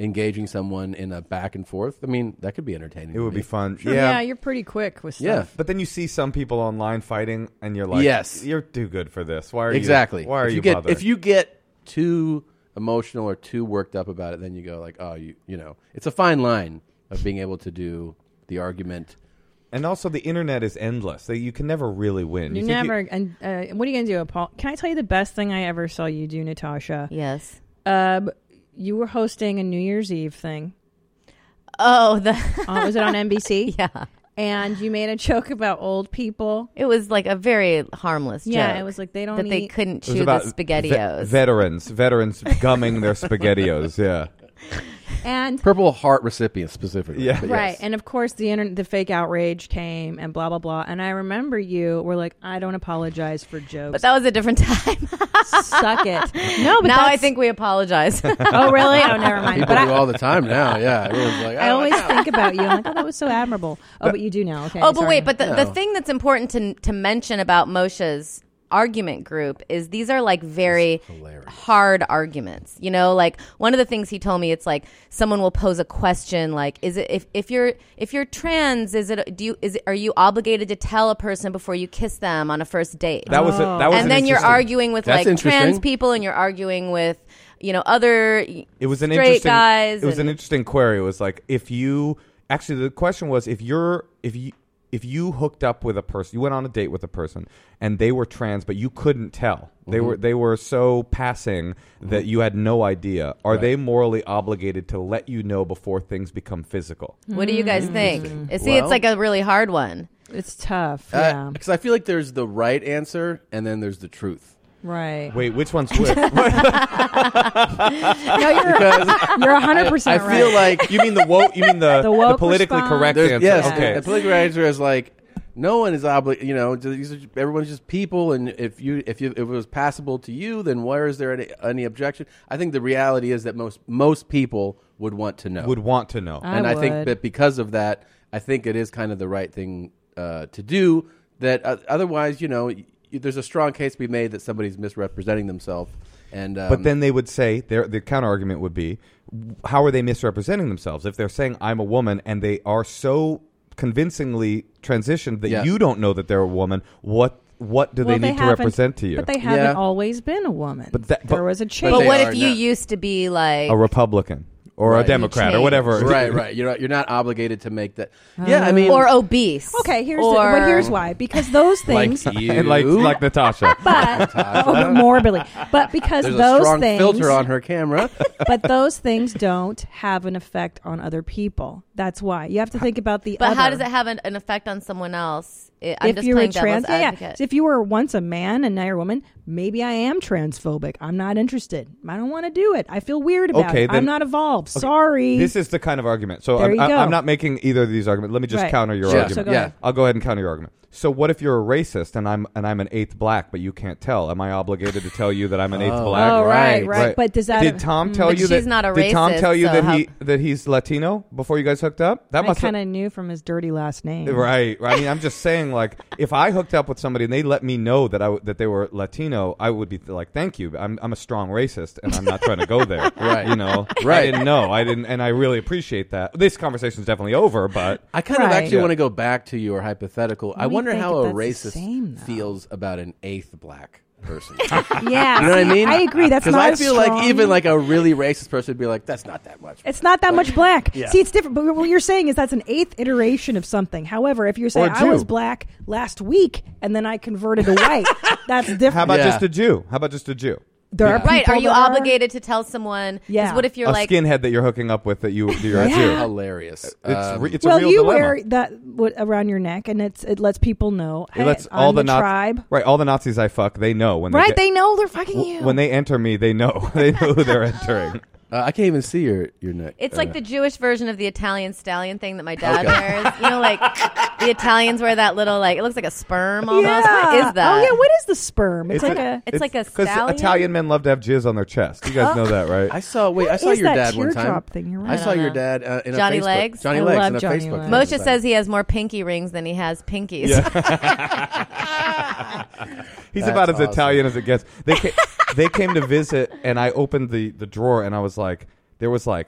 D: engaging someone in a back and forth, I mean, that could be entertaining.
R: It would be fun.
T: yeah.
R: Yeah.
T: you're pretty quick with stuff.
D: Yeah.
R: But then you see some people online fighting, and you're like,
D: Yes.
R: you're too good for this. Why are
D: exactly.
R: you? Why are
D: if
R: you?
D: you, get
R: bothering?
D: if you get too emotional or too worked up about it, then you go like, oh, you you know, it's a fine line of being able to do the argument.
R: And also, the internet is endless. They- You can never really win.
T: You
R: think
T: never. and uh, what are you gonna do, Paul? Can I tell you the best thing I ever saw you do, Natasha?
S: Yes.
T: Um, you were hosting a New Year's Eve thing.
S: Oh, the
T: was it on NBC?
S: yeah.
T: And you made a joke about old people.
S: It was like a very harmless.
T: Yeah,
S: joke
T: it was like they don't
S: that they
T: eat-
R: It was
S: couldn't chew the
R: about ve-
S: spaghettios.
R: veterans, veterans gumming their spaghettios. Yeah,
T: And
D: Purple Heart recipients specifically.
R: Yeah.
D: But
T: right.
D: yes.
T: And of course, the internet, the fake outrage came, and blah blah blah. And I remember you were like, "I don't apologize for jokes."
S: but that was a different time.
T: Suck it. No, but
S: now I
T: that's-
S: think we apologize.
T: oh, really? Oh, never mind.
D: People
T: But I-
D: do all the time now. Yeah, everyone's like,
T: I
D: "Oh,
T: always
D: yeah."
T: think about you. I'm like, oh, that was so admirable. Oh, but you do now. Okay.
S: oh, but
T: sorry.
S: wait, but the, the
D: No.
S: thing that's important to to mention about Moshe's argument group is these are like very hard arguments. You know, like one of the things he told me it's like someone will pose a question like is it if, if you're if you're trans is it do you is it, are you obligated to tell a person before you kiss them on a first date?
R: That was a- that was an
S: And then you're
R: interesting-
S: arguing with
R: That's
S: like trans
R: interesting.
S: people and you're arguing with you know other
R: it was an
S: straight
R: interesting.
S: guys
R: it was
S: and-
R: an interesting query. It was like if you actually the question was if you're if you if you hooked up with a person, you went on a date with a person, and they were trans, but you couldn't tell. They
D: Mhm.
R: were they were so passing that you had no idea. Are
D: Right.
R: they morally obligated to let you know before things become physical?
S: What do you
R: Hmm.
S: guys think?
D: Interesting.
S: See, it's
D: Well-
S: like a really hard one.
T: It's tough.
R: Uh,
D: Because Uh, I feel like there's the right answer and then there's the truth.
T: Right.
R: Wait, which one's which?
T: No, you're- you're 100%
D: I, I feel
T: right.
D: like
R: you mean the woke. You mean the,
T: The woke the politically response. correct answer.
D: Yes,
T: Okay.
D: the, the politically correct answer is like no one is obligated. You know, these are, everyone's just people, and if you if you if it was passable to you, then where is there any, any objection? I think the reality is that most most people would want to know.
R: Would want to know,
D: and
R: I
D: I think
R: would.
D: that because of that, I think it is kind of the right thing uh, to do. That uh, otherwise, you know, y- there's a strong case to be made that somebody's misrepresenting themselves. And um,
R: but then they would say their the counter argument would be, how are they misrepresenting themselves if they're saying I'm a woman and they are so convincingly transitioned that
D: Yeah.
R: you don't know that they're a woman? What what do
T: Well,
R: they need to
T: haven't-
R: represent to you?
T: But they haven't always been a woman.
R: But that-
T: there
R: but-
T: was a
R: But
T: change.
S: But what if you used to be like
R: a Republican. or
D: Right.
R: a Democrat or whatever.
D: Right, right. You're not, you're not obligated to make that. yeah, I mean,
S: or obese.
E: Okay, here's
S: or,
E: the, but here's why because those
D: like
E: things
D: you,
R: And like like Natasha.
E: but oh, morbidly, but because
D: There's
E: those
D: a strong
E: things
D: filter on her camera.
E: but those things don't have an effect on other people. That's why you have to think about the.
S: But how
E: other.
S: does it have an, an effect on someone else? I- I'm
E: if
S: just
E: you were
S: playing devil's
E: trans, yeah, yeah.
S: advocate.
E: So if you were once a man and now you're a woman, maybe I am transphobic. I'm not interested. I don't want to do it. I feel weird about
R: Okay,
E: it.
R: then-
E: I'm not evolved.
R: Okay,
E: Sorry.
R: This is the kind of argument. So
E: There
R: I'm,
E: you
R: I'm- I'm
E: go.
R: not making either of these arguments. Let me just
E: Right.
R: counter your
E: Sure.
R: argument.
E: So go Yeah. ahead.
R: I'll go ahead and counter your argument. So what if you're a racist and I'm and I'm an eighth black, but you can't tell? Am I obligated to tell you that I'm an eighth
E: Oh.
R: black?
E: Oh, right, right. But does that-
R: did Tom
E: Mm.
R: tell
E: But
R: you that?
E: she's not a
R: did Tom
E: racist,
R: tell you
E: so
R: that
E: how-
R: he that he's Latino before you guys hooked up? That
E: I
R: must
E: kind of knew from his dirty last name.
D: Mm.
R: Right. right. I mean, I'm just saying, like, if I hooked up with somebody and they let me know that I w- that they were Latino, I would be like, "Thank you. I'm I'm a strong racist, and I'm not trying to go there."
D: Right.
R: You know.
D: Right.
R: I didn't know. I didn't, and I really appreciate that. This conversation's definitely over, but
D: I kind of actually
R: Yeah.
D: want to go back to your hypothetical. I
R: Let me
D: wonder
R: think
D: how
R: if
D: a
R: that's the
D: racist
R: same,
D: feels about an eighth black person.
E: Yeah,
D: you know what I
E: see,
D: mean.
E: I agree. That's
D: because
E: not
D: I
E: as
D: feel like
E: strong.
D: even like a really racist person would be like, "That's not that much."
E: It's not that much black.
D: Yeah.
E: See, it's different. But what you're saying is that's an eighth iteration of something. However, if you're saying
R: Or
E: I was
R: Jew.
E: black last week and then I converted to white, that's different.
R: how about just a Jew? How about just a Jew?
E: There are
S: right?
E: people
S: Are you
E: that are-
S: obligated to tell someone? 'Cause
E: Yeah.
S: What if you're
R: a
S: like
R: skinhead that you're hooking up with that you that you're
E: Yeah.
R: a Jew?
D: Hilarious. Um,
R: It's, re- it's
E: well,
R: a real
E: you
R: dilemma.
E: wear that what, around your neck, and it's it lets people know.
R: It
E: Hey,
R: lets
E: I'm
R: all the, Naz-
E: tribe,
R: right? All the Nazis I fuck, they know when
E: right?
R: They, get-
E: they know they're fucking
R: w-
E: you.
R: when they enter me, they know they know who they're entering.
D: Uh, I can't even see your your neck. Uh,
S: It's like the Jewish version of the Italian stallion thing that my dad
D: Okay.
S: wears. You know, like the Italians wear that little like it looks like a sperm almost. What
E: Yeah.
S: is that?
E: Oh yeah, what is the sperm? It's, like a,
S: it's, like a
R: because
S: stallion.
R: Italian men love to have jizz on their chest. You guys know that, right?
D: I saw. Wait, I
S: What
D: saw
S: is
D: your
S: that
D: dad one time.
S: teardrop thing? You're right.
D: I
S: I
D: saw
S: don't
D: your
S: know.
D: dad uh, in
S: Johnny
D: a Facebook.
S: Legs?
D: Johnny
S: I
D: Legs
S: love
D: in a
S: Johnny
D: Facebook.
S: Legs.
D: thing.
S: Moshe says he has more pinky rings than he has pinkies.
R: He's
D: That's
R: about as
D: awesome.
R: Italian as it gets. They ca- they came to visit, and I opened the the drawer, and I was like, there was like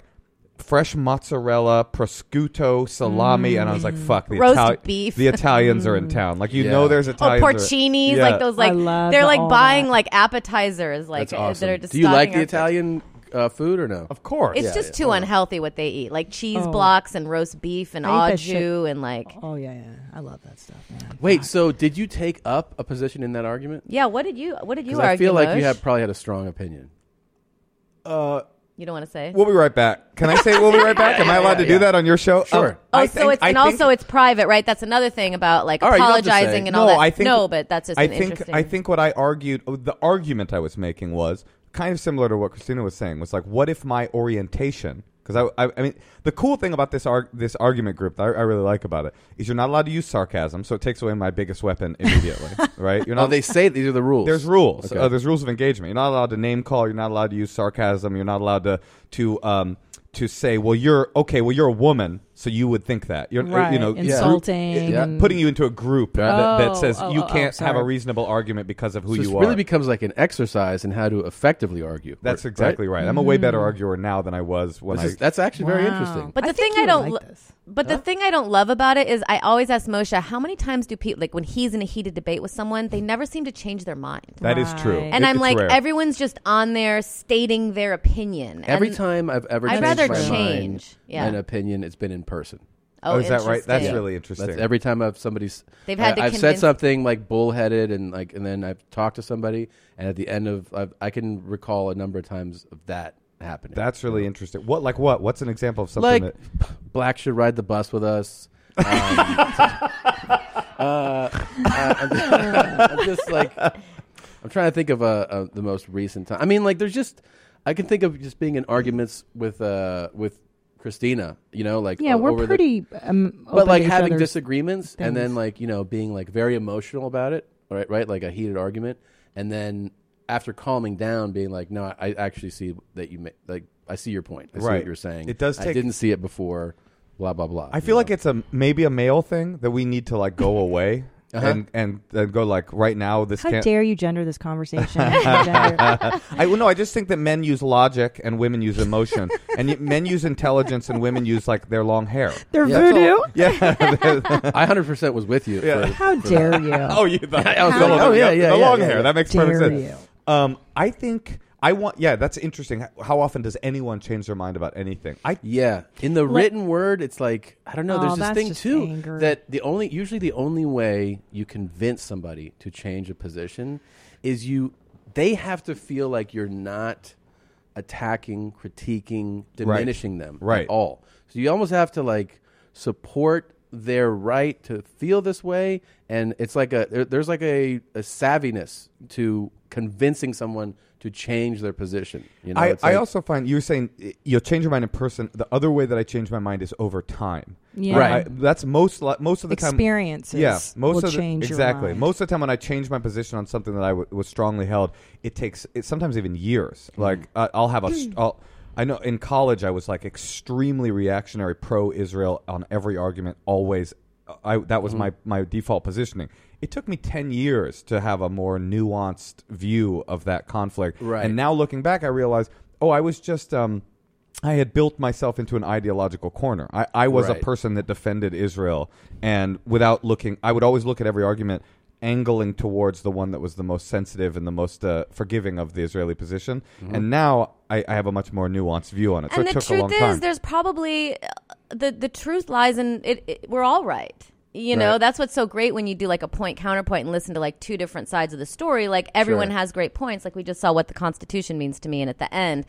R: fresh mozzarella, prosciutto, salami, and I was like, fuck the
S: Mm. Roast
R: Itali-
S: beef. Mm.
R: The Italians are in town. Like you know, there's
S: Or
R: Italians. are-
S: Oh, porcinis,
R: Yeah.
S: like those, like
E: love
S: they're like
E: all
S: buying like appetizers, like uh,
D: That's awesome.
S: that are just.
D: Do you
S: stocking
D: like the
S: our-
D: Italian uh, food or no? Of
R: course. Oh.
S: It's just too unhealthy what they eat, like cheese
E: Oh.
S: blocks and roast beef and
E: I eat that shit.
S: au and like.
E: Oh yeah, yeah, I love that stuff.
D: Wait, so did you take up a position in that argument?
S: Yeah, what did you? What did you
D: Because I
S: argue?
D: feel like you
S: Moshe?
D: have probably had a strong opinion.
R: Uh,
S: You don't want to say.
R: We'll be right back. Can I say we'll be right back? Am I allowed to do that on your show? Sure.
S: Oh, so it's and also it's private, right? That's another thing about like
R: All right, you don't have to say.
S: apologizing and all
R: No,
S: that.
R: I think-
S: no, but that's just
R: I
S: an
R: think
S: interesting.
R: I think what I argued, oh, the argument I was making was kind of similar to what Christina was saying. Was like, what if my orientation? Because I, I, I mean, the cool thing about this arg- this argument group that I, I really like about it is you're not allowed to use sarcasm, so it takes away my biggest weapon immediately, right? You're not.
D: Oh, they say these are the rules.
R: There's rules.
D: Okay.
R: Uh, there's rules of engagement. You're not allowed to name call. You're not allowed to use sarcasm. You're not allowed to to um to say, well, you're okay. Well, you're a woman, so you would think that. You're uh, you
E: Right.
R: know group-
E: Insulting
R: yeah,
E: and-
R: putting you into a group
D: Yeah.
R: that, that
E: Oh,
R: says
E: oh,
R: you
E: oh, oh,
R: can't have
E: sorry.
R: a reasonable argument because of who
D: So
R: you
D: it
R: are.
D: really becomes like an exercise in how to effectively argue.
R: That's exactly right. I'm a way better arguer now than I was when
D: This
R: I.
D: is- that's actually very Wow. interesting.
S: But the thing
E: you
S: I
E: would
S: don't,
E: like
S: lo- but the thing I don't love about it is I always ask Moshe how many times do people like when he's in a heated debate with someone they never seem to change their mind.
D: That is true. Right.
S: And
D: It-
S: I'm
D: it's
S: like
D: rare.
S: everyone's just on there stating their opinion.
D: Every
S: And-
D: time I've ever
S: I'd
D: changed
S: rather
D: my
S: change,
D: mind,
S: yeah.
D: an opinion, it's been in person.
S: Oh, Oh, is that right? That's
D: Yeah.
S: really
R: interesting.
D: That's every time I've somebody's
S: They've had to
D: I, have said
S: convince-
D: something like bullheaded and like, and then I've talked to somebody, and at the end of I've, I can recall a number of times of that happening.
R: That's really interesting. What like what? What's an example of something
D: like
R: that?
D: black should ride the bus with us. Um, uh, I'm, I'm just like I'm trying to think of uh, uh, the most recent time. I mean, like there's just I can think of just being in arguments with uh, with Christina. You know, like
E: Yeah,
D: o-
E: we're
D: over the-
E: pretty, um, open
D: but like
E: to each
D: having
E: other's
D: disagreements and then
E: things.
D: like you know being like very emotional about it. Right, right, like a heated argument, and then after calming down, being like, no, I I actually see that you ma- like I see your point. I see
R: Right.
D: what you're saying.
R: It does
D: I
R: take-
D: didn't see it before. Blah blah blah.
R: I feel like it's a maybe a male thing that we need to like go away
D: Uh-huh.
R: and and and go like right now. This
E: How
R: can't.
E: dare you gender this conversation? Gender.
R: I well, no, I just think that men use logic and women use emotion, and y- men use intelligence and women use like their long hair.
E: Their voodoo?
R: Yeah,
D: I hundred percent was with you. for-
E: How
D: for
E: dare
D: that.
E: you?
R: oh, you thought
D: I was
R: the
D: going,
R: long-
D: oh yeah,
R: the
D: yeah, yeah,
R: long
D: yeah,
R: hair.
D: yeah.
R: That makes perfect sense. Um, I think I want. Yeah, that's interesting. How- How often does anyone change their mind about anything? I
D: yeah. In the written word, it's like I don't know.
R: Oh,
D: there's this
R: that's
D: thing
R: just
D: too
R: anger.
D: that the only usually the only way you convince somebody to change a position is you they have to feel like you're not attacking, critiquing, diminishing them
R: Right.
D: at all. So you almost have to like support their right to feel this way, and it's like a there- there's like a, a savviness to convincing someone to change their position. You know,
R: I,
D: It's
R: I
D: like-
R: also find you were saying eh, you'll change your mind in person. The other way that I change my mind is over time.
E: Yeah.
R: Right.
E: Right.
R: that's most li- most of the time
E: Experiences
R: Yeah. Most
E: will
R: of the,
E: change your
R: exactly.
E: mind.
R: Most of the time when I change my position on something that I w- was strongly held, it takes it, sometimes even years.
D: Mm.
R: Like I I'll have a. s- I'll, I know in college I was like extremely reactionary, pro-Israel on every argument, always. I that was my my default positioning. It took me ten years to have a more nuanced view of that conflict,
D: Right.
R: and now looking back, I realize, oh, I was just. Um, I had built myself into an ideological corner. I, I was a
D: Right.
R: person that defended Israel, and without looking, I would always look at every argument, angling towards the one that was the most sensitive and the most uh, forgiving of the Israeli position.
S: Mhm.
R: And now I, I have a much more nuanced view on it. So
S: and
R: it
S: the
R: took a
S: truth
R: long
S: is,
R: time.
S: there's probably uh, the the truth lies in it. it we're all right. You know,
R: Right.
S: that's what's so great when you do like a point counterpoint and listen to like two different sides of the story. Like everyone
F: Sure.
S: has great points. Like we just saw what the Constitution means to me, and at the end,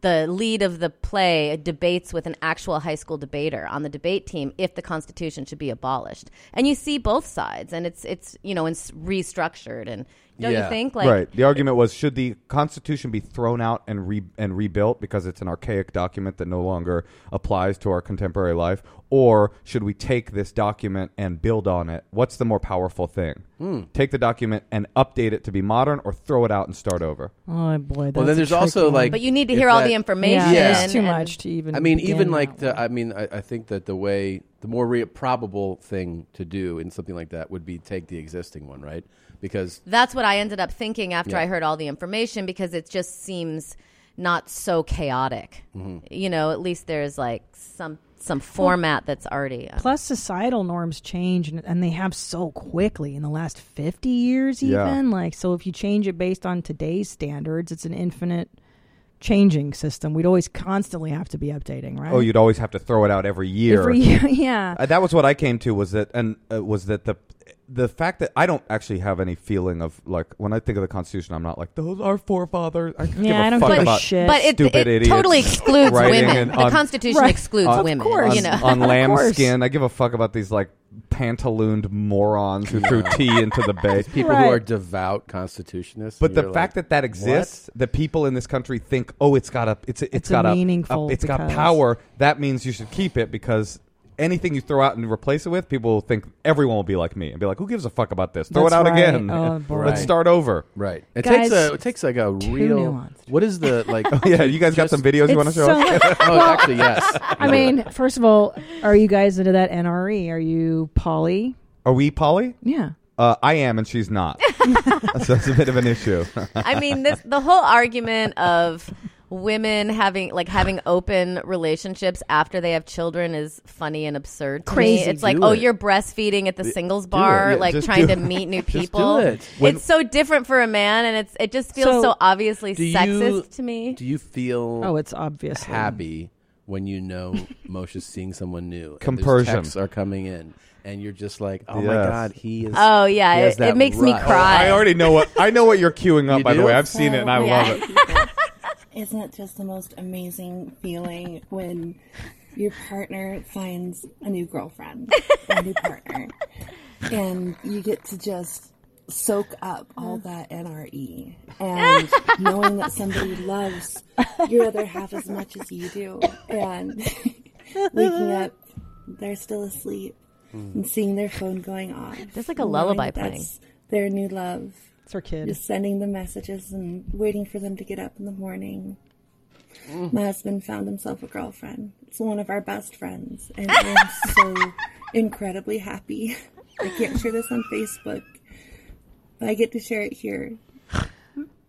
S: the lead of the play debates with an actual high school debater on the debate team if the Constitution should be abolished. And you see both sides, and it's it's you know and s- restructured. And don't you think like
R: right? The argument was should the Constitution be thrown out and re- and rebuilt because it's an archaic document that no longer applies to our contemporary life, or should we take this document and build on it? What's the more powerful thing?
D: Hmm.
R: Take the document and update it to be modern, or throw it out and start over.
E: Oh boy.
D: well, then there's also like,
S: But you need to
D: if
S: hear all
D: that-
S: the information.
E: Yeah, it's too much to even
D: I mean,
E: begin
D: even
E: that
D: like the. I mean, I, I think that the way the more re- probable thing to do in something like that would be take the existing one, right? Because
S: That's what I ended up thinking after
D: Yeah.
S: I heard all the information because it just seems not so chaotic.
D: Mhm.
E: Mm-hmm.
S: You know, at least there's like some some format that's already uh,
E: Plus, societal norms change, and, and they have so quickly in the last fifty years, even
S: Yeah.
E: like so. If you change it based on today's standards, it's an infinite changing system. We'd always constantly have to be updating, right?
R: Oh, you'd always have to throw it out every year.
E: Every year, yeah.
R: Uh, that was what I came to was that and uh, was that the the fact that I don't actually have any feeling of like when I think of the Constitution, I'm not like those are forefathers. I could
S: Yeah,
R: give
S: I don't
R: fuck
S: give a
R: about
S: shit. But it-
R: stupid
S: it
R: idiots
S: totally excludes
R: writing and
S: women. The Constitution excludes
R: on-
S: women, Of course. you
R: on-
S: know.
R: on
S: Of
R: lambskin. I give a fuck about these like pantalooned morons who threw tea into the bay.
D: people who are devout constitutionists,
R: But
D: and
R: the
D: you're
R: fact
D: like,
R: that that
D: "What?"
R: exists, that people in this country think, oh, it's got a, it's, it's
D: a
R: got a,
D: meaningful
R: a- it's got
D: because-
R: power. That means you should keep it because anything you throw out and replace it with, people will think everyone will be like me and be like, who gives a fuck about this? Throw
D: That's
R: it out
D: right.
R: again.
D: Oh, boy.
R: Let's start over.
D: Right. It
E: Guys,
D: takes a it takes like a
E: too
D: real.
E: nuanced.
D: What is the like?
R: Oh, yeah, you guys got some videos you It's wanna show so- us?
D: oh,
R: Well,
D: actually, yes.
E: I mean, first of all, are you guys into that NRE? Are you poly?
R: Are we Polly?
E: Yeah.
R: Uh, I am, and she's not. so that's a bit of an issue.
S: I mean, this the whole argument of women having like having open relationships after they have children is funny and absurd. to me.
E: Crazy.
S: It's like,
E: Do
S: oh,
E: it.
S: you're breastfeeding at the
E: Do
S: singles
E: it.
S: bar,
E: Yeah,
S: like
E: just
S: trying
E: do
S: to
E: it.
S: meet new
E: Just do
S: people.
D: it. When-
S: it's so different for a man, and it's it just feels
E: So-
S: so, obviously
D: Do you-
S: sexist to me.
D: Do you feel?
E: Oh, it's obviously.
D: happy when you know Moshe's seeing someone new. and there's
R: Compersion.
D: texts are coming in, and you're just like, oh my
R: Yes.
D: god, he is.
S: Oh, yeah,
D: he has
S: it-
D: that
S: it makes me
D: rush.
S: cry.
R: I already know what I know what you're queuing up.
D: You
R: by the
D: do?
R: way, I've seen it and
I: Oh,
R: I
D: Yeah.
R: love it.
I: Isn't it just the most amazing feeling when your partner finds a new girlfriend, a new partner, and you get to just soak up all that NRE and knowing that somebody loves your other half as much as you do, and waking up, they're still asleep, and seeing their phone going off.
S: There's like a lullaby
I: knowing
S: playing.
I: that's Their new love.
E: It's our kid.
I: Just sending them messages and waiting for them to get up in the morning. My husband found himself a girlfriend. It's one of our best friends, and I'm so incredibly happy. I can't share this on Facebook, but I get to share it here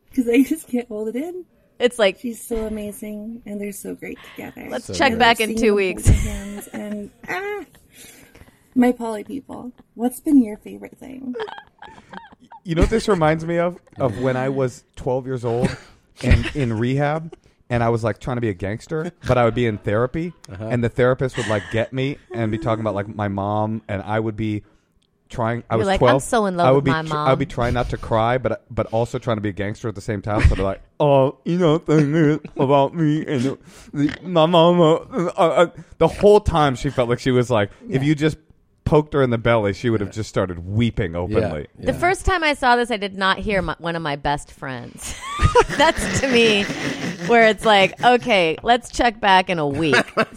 I: because I just can't hold it in.
S: It's like
I: she's so amazing, and they're so great together.
S: Let's
I: And
S: check
I: I've
S: back in
I: seen
S: two
I: them
S: weeks.
I: hold hands, and ah, my poly people, what's been your favorite thing?
R: You know what this reminds me of? Of when I was 12 years old and in rehab, and I was like trying to be a gangster, but I would be in therapy, and the therapist would like get me and be talking about like my mom, and I would be trying. I
S: You're
R: was
S: like, I'm
R: twelve.
S: so in love
R: I would
S: with
R: be
S: my
R: tr- I
S: mom.
R: would be trying not to cry, but but also trying to be a gangster at the same time. So they're like, oh, you know, thing is about me and the, the, my mama. Uh, uh, the whole time she felt like she was like, if you just poked her in the belly, she would have just started weeping openly.
S: The first time I saw this, I did not hear my, one of my best friends. That's to me where it's like, okay, let's check back in a week,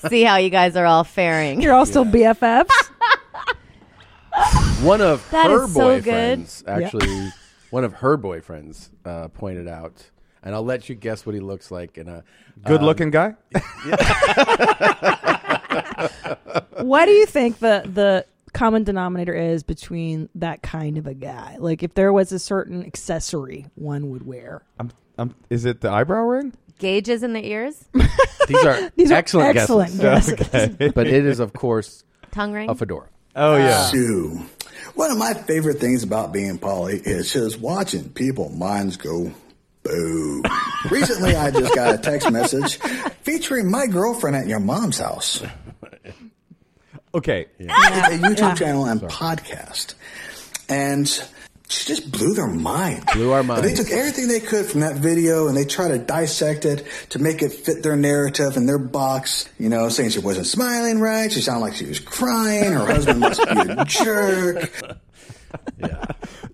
S: see how you guys are all faring.
E: You're all still BFFs.
D: One of
S: That
D: her
S: is so good.
D: boyfriends, actually, one of her boyfriends uh, pointed out, and I'll let you guess what he looks like. In a um,
R: Good-looking guy?
E: what do you think the the common denominator is between that kind of a guy? Like if there was a certain accessory one would wear.
R: I'm, I'm, is it the eyebrow ring?
S: Gauges in the ears?
D: These are
E: These are
D: excellent,
E: excellent
D: guesses.
E: guesses.
N: Okay.
D: but it is, of course,
S: Tongue ring?
D: a fedora.
R: Oh yeah.
N: Shoot. One of my favorite things about being poly is just watching people minds go boo. Recently I just got a text message featuring my girlfriend at your mom's house.
R: Okay.
N: It's a YouTube channel and podcast. And she just blew their mind. Blew our
D: minds.
N: They took everything they could from that video and they try to dissect it to make it fit their narrative and their box. You know, saying she wasn't smiling right. She sounded like she was crying. Her husband must be a jerk.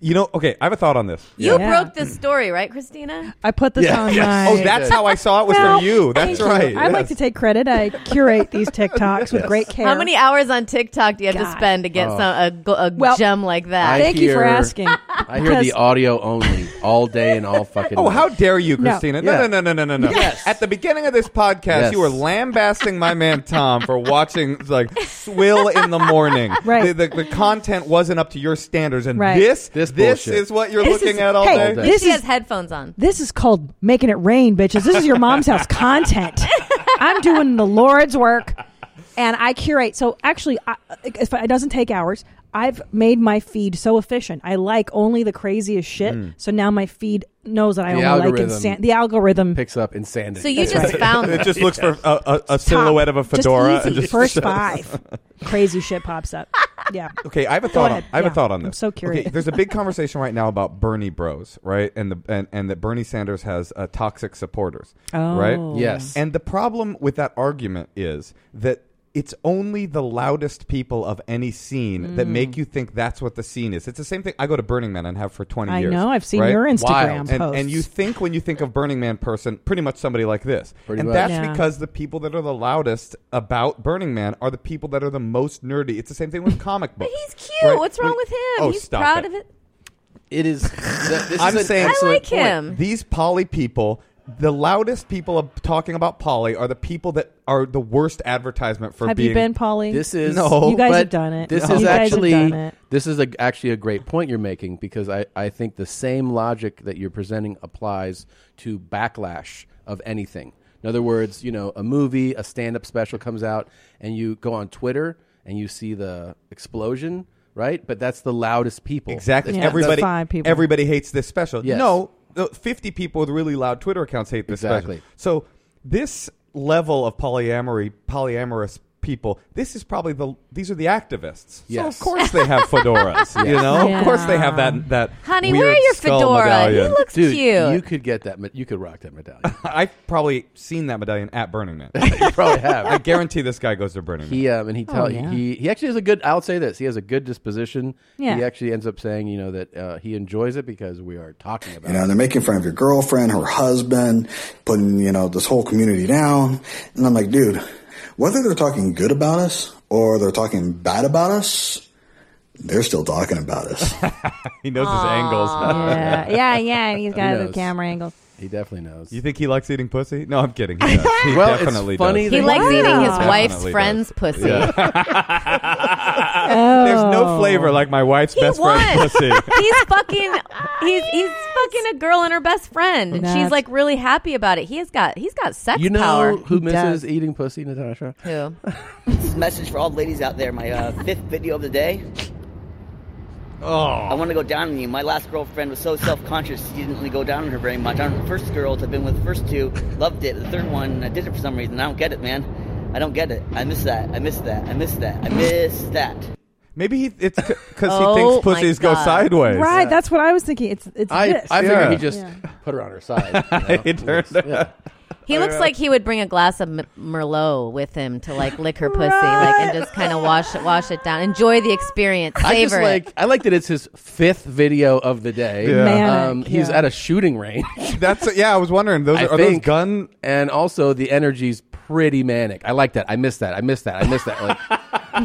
R: You know, okay, I have a thought on this.
S: You broke this story, right, Christina?
E: I put this
R: Yeah.
E: on
R: Yes.
E: my.
R: Oh, that's how I saw it was
E: Well,
R: from you.
E: thank
R: That's
E: you.
R: right.
E: I like to take credit. I curate these TikToks with great care.
S: How many hours on TikTok do you have to spend to get
D: Oh.
S: some, a, go- a gem like that?
D: I hear- I hear the audio only all day and all fucking.
R: Oh,
D: night.
R: how dare you, Christina? No,
D: Yeah.
R: no, no, no, no, no, no.
D: Yes.
R: At the beginning of this podcast,
D: Yes.
R: you were lambasting my man Tom for watching like Swill in the morning.
E: Right.
R: The, the, the content wasn't up to your standards, and
E: Right.
R: this
D: This
R: this,
D: bullshit.
R: is what you're
E: This
R: looking
E: is-
R: at all
E: hey,
R: day.
E: All day. this
S: she
E: is-
S: has headphones on.
E: This is called making it rain, bitches. This is your mom's house content. I'm doing the Lord's work, and I curate. So actually, I, if it doesn't take hours. I've made my feed so efficient. I like only the craziest shit.
D: Mm.
E: So now my feed knows that I
D: the
E: only like
D: algorithm
E: insan- the algorithm
D: picks up insanity.
E: So you That's just right. found
R: it just looks for
D: Yes.
R: a, a, a silhouette of a
E: Just
R: fedora.
E: easy.
R: and just
E: First five. crazy shit pops up. Yeah.
R: Okay, I have a
E: Go
R: thought. On,
E: ahead.
R: I have
E: Yeah.
R: a thought on
E: I'm
R: this.
E: so curious.
R: Okay, there's a big conversation right now about Bernie Bros, right? And the and, and that Bernie Sanders has uh, toxic supporters,
D: Oh.
R: right?
D: Yes.
R: And the problem with that argument is that it's only the loudest people of any scene that
E: Mm.
R: make you think that's what the scene is. It's the same thing. I go to Burning Man and have for 20
E: I
R: years.
E: know. I've seen
R: right?
E: your Instagram
R: And,
E: posts.
R: and you think when you think of Burning Man person, pretty much somebody like this.
D: Pretty
R: and
D: much.
R: that's
D: Yeah.
R: because the people that are the loudest about Burning Man are the people that are the most nerdy. It's the same thing with comic books.
S: He's cute.
R: Right?
S: What's wrong
R: When-
S: with him?
R: Oh,
S: He's
R: stop it.
S: proud of it.
D: It is. th- this
R: I'm
D: is an
R: saying
D: excellent
S: like
D: point.
S: him.
R: these poly people, the loudest people ab- talking about poly are the people that are the worst advertisement for
E: Have
R: being.
E: you been Polly?
D: This is
R: No.
E: You guys have
D: but
E: done it.
D: This
E: you
D: is
E: guys have
D: actually
E: done it.
D: this is a, actually a great point you're making because I, I think the same logic that you're presenting applies to backlash of anything. In other words, you know, a movie, a stand-up special comes out, and you go on Twitter and you see the explosion, right? But that's the loudest people.
R: Exactly.
D: That's-
R: Everybody,
D: that's-
R: everybody hates this special.
D: Yes.
R: No, the 50 people with really loud Twitter accounts hate this
D: Exactly.
R: special. So this level of polyamory, polyamorous people, this is probably the these are the activists. So
D: Yes.
R: of course they have fedoras. You
D: Yes.
R: know,
D: Yeah.
R: of course they have that that.
S: Honey,
R: weird
S: wear your
R: skull
S: fedora.
R: Medallion.
S: He looks
D: Dude,
S: cute.
D: you could get that. me- You could rock that medallion.
R: I've probably seen that medallion at Burning Man.
D: you probably have.
R: I guarantee this guy goes to Burning Man.
D: He um, and he tell
R: Oh, yeah.
D: he he actually has a good. I'll say this: he has a good disposition.
N: Yeah.
D: He actually ends up saying, you know, that uh, he enjoys it because we are talking about.
N: You know, they're making fun of your girlfriend, her husband, putting, you know, this whole community down. And I'm like, dude, whether they're talking good about us or they're talking bad about us, they're still talking about us.
R: he knows his angles.
E: Yeah, yeah, yeah. He's got
R: He
E: the
R: knows.
E: camera angle.
D: He definitely knows.
R: You think he likes eating pussy? No, I'm kidding. He, does. He
D: Well, it's
R: definitely
D: funny
R: does.
D: that-
S: He likes
D: Wow.
S: eating his wife's
R: Definitely
S: friend's
R: does.
S: pussy.
R: Yeah. There's
E: Oh.
R: no flavor like my wife's
S: He
R: best
S: won.
R: friend's pussy.
S: he's fucking. He's he's fucking a girl and her best friend, and she's
D: That's-
S: like really happy about it. He has got he's got sex
D: you know
S: power.
D: who misses eating pussy, Natasha?
S: Who?
P: this is a message for all the ladies out there. My uh, fifth video of the day. I want to go down on you. My last girlfriend was so self-conscious she didn't really go down on her very much. I don't, the first girls I've been with, the first two, loved it. The third one, I did it for some reason. I don't get it, man. I don't get it. I miss that. I miss that. I miss that. I miss that.
R: Maybe he, it's because
P: Oh
R: he
P: my
R: thinks pussies go
P: God.
R: sideways.
E: Uh, Right, that's what I was thinking. It's it's
D: I,
E: this.
D: I figure
R: Yeah.
D: he just put her on her side. you know?
R: He turned her-
S: He looks like he would bring a glass of M- Merlot with him to like lick her pussy, like and just kind of wash it, wash it down. Enjoy the experience, savor
D: I just
S: it.
D: like I like that it's his fifth video of the day.
R: Yeah. Manic,
D: Um, he's
R: yeah.
D: at a shooting range.
R: That's yeah. I was wondering those are those gun
D: and also the energy's pretty manic. I like that. I miss that. I miss that. I miss that. Like, I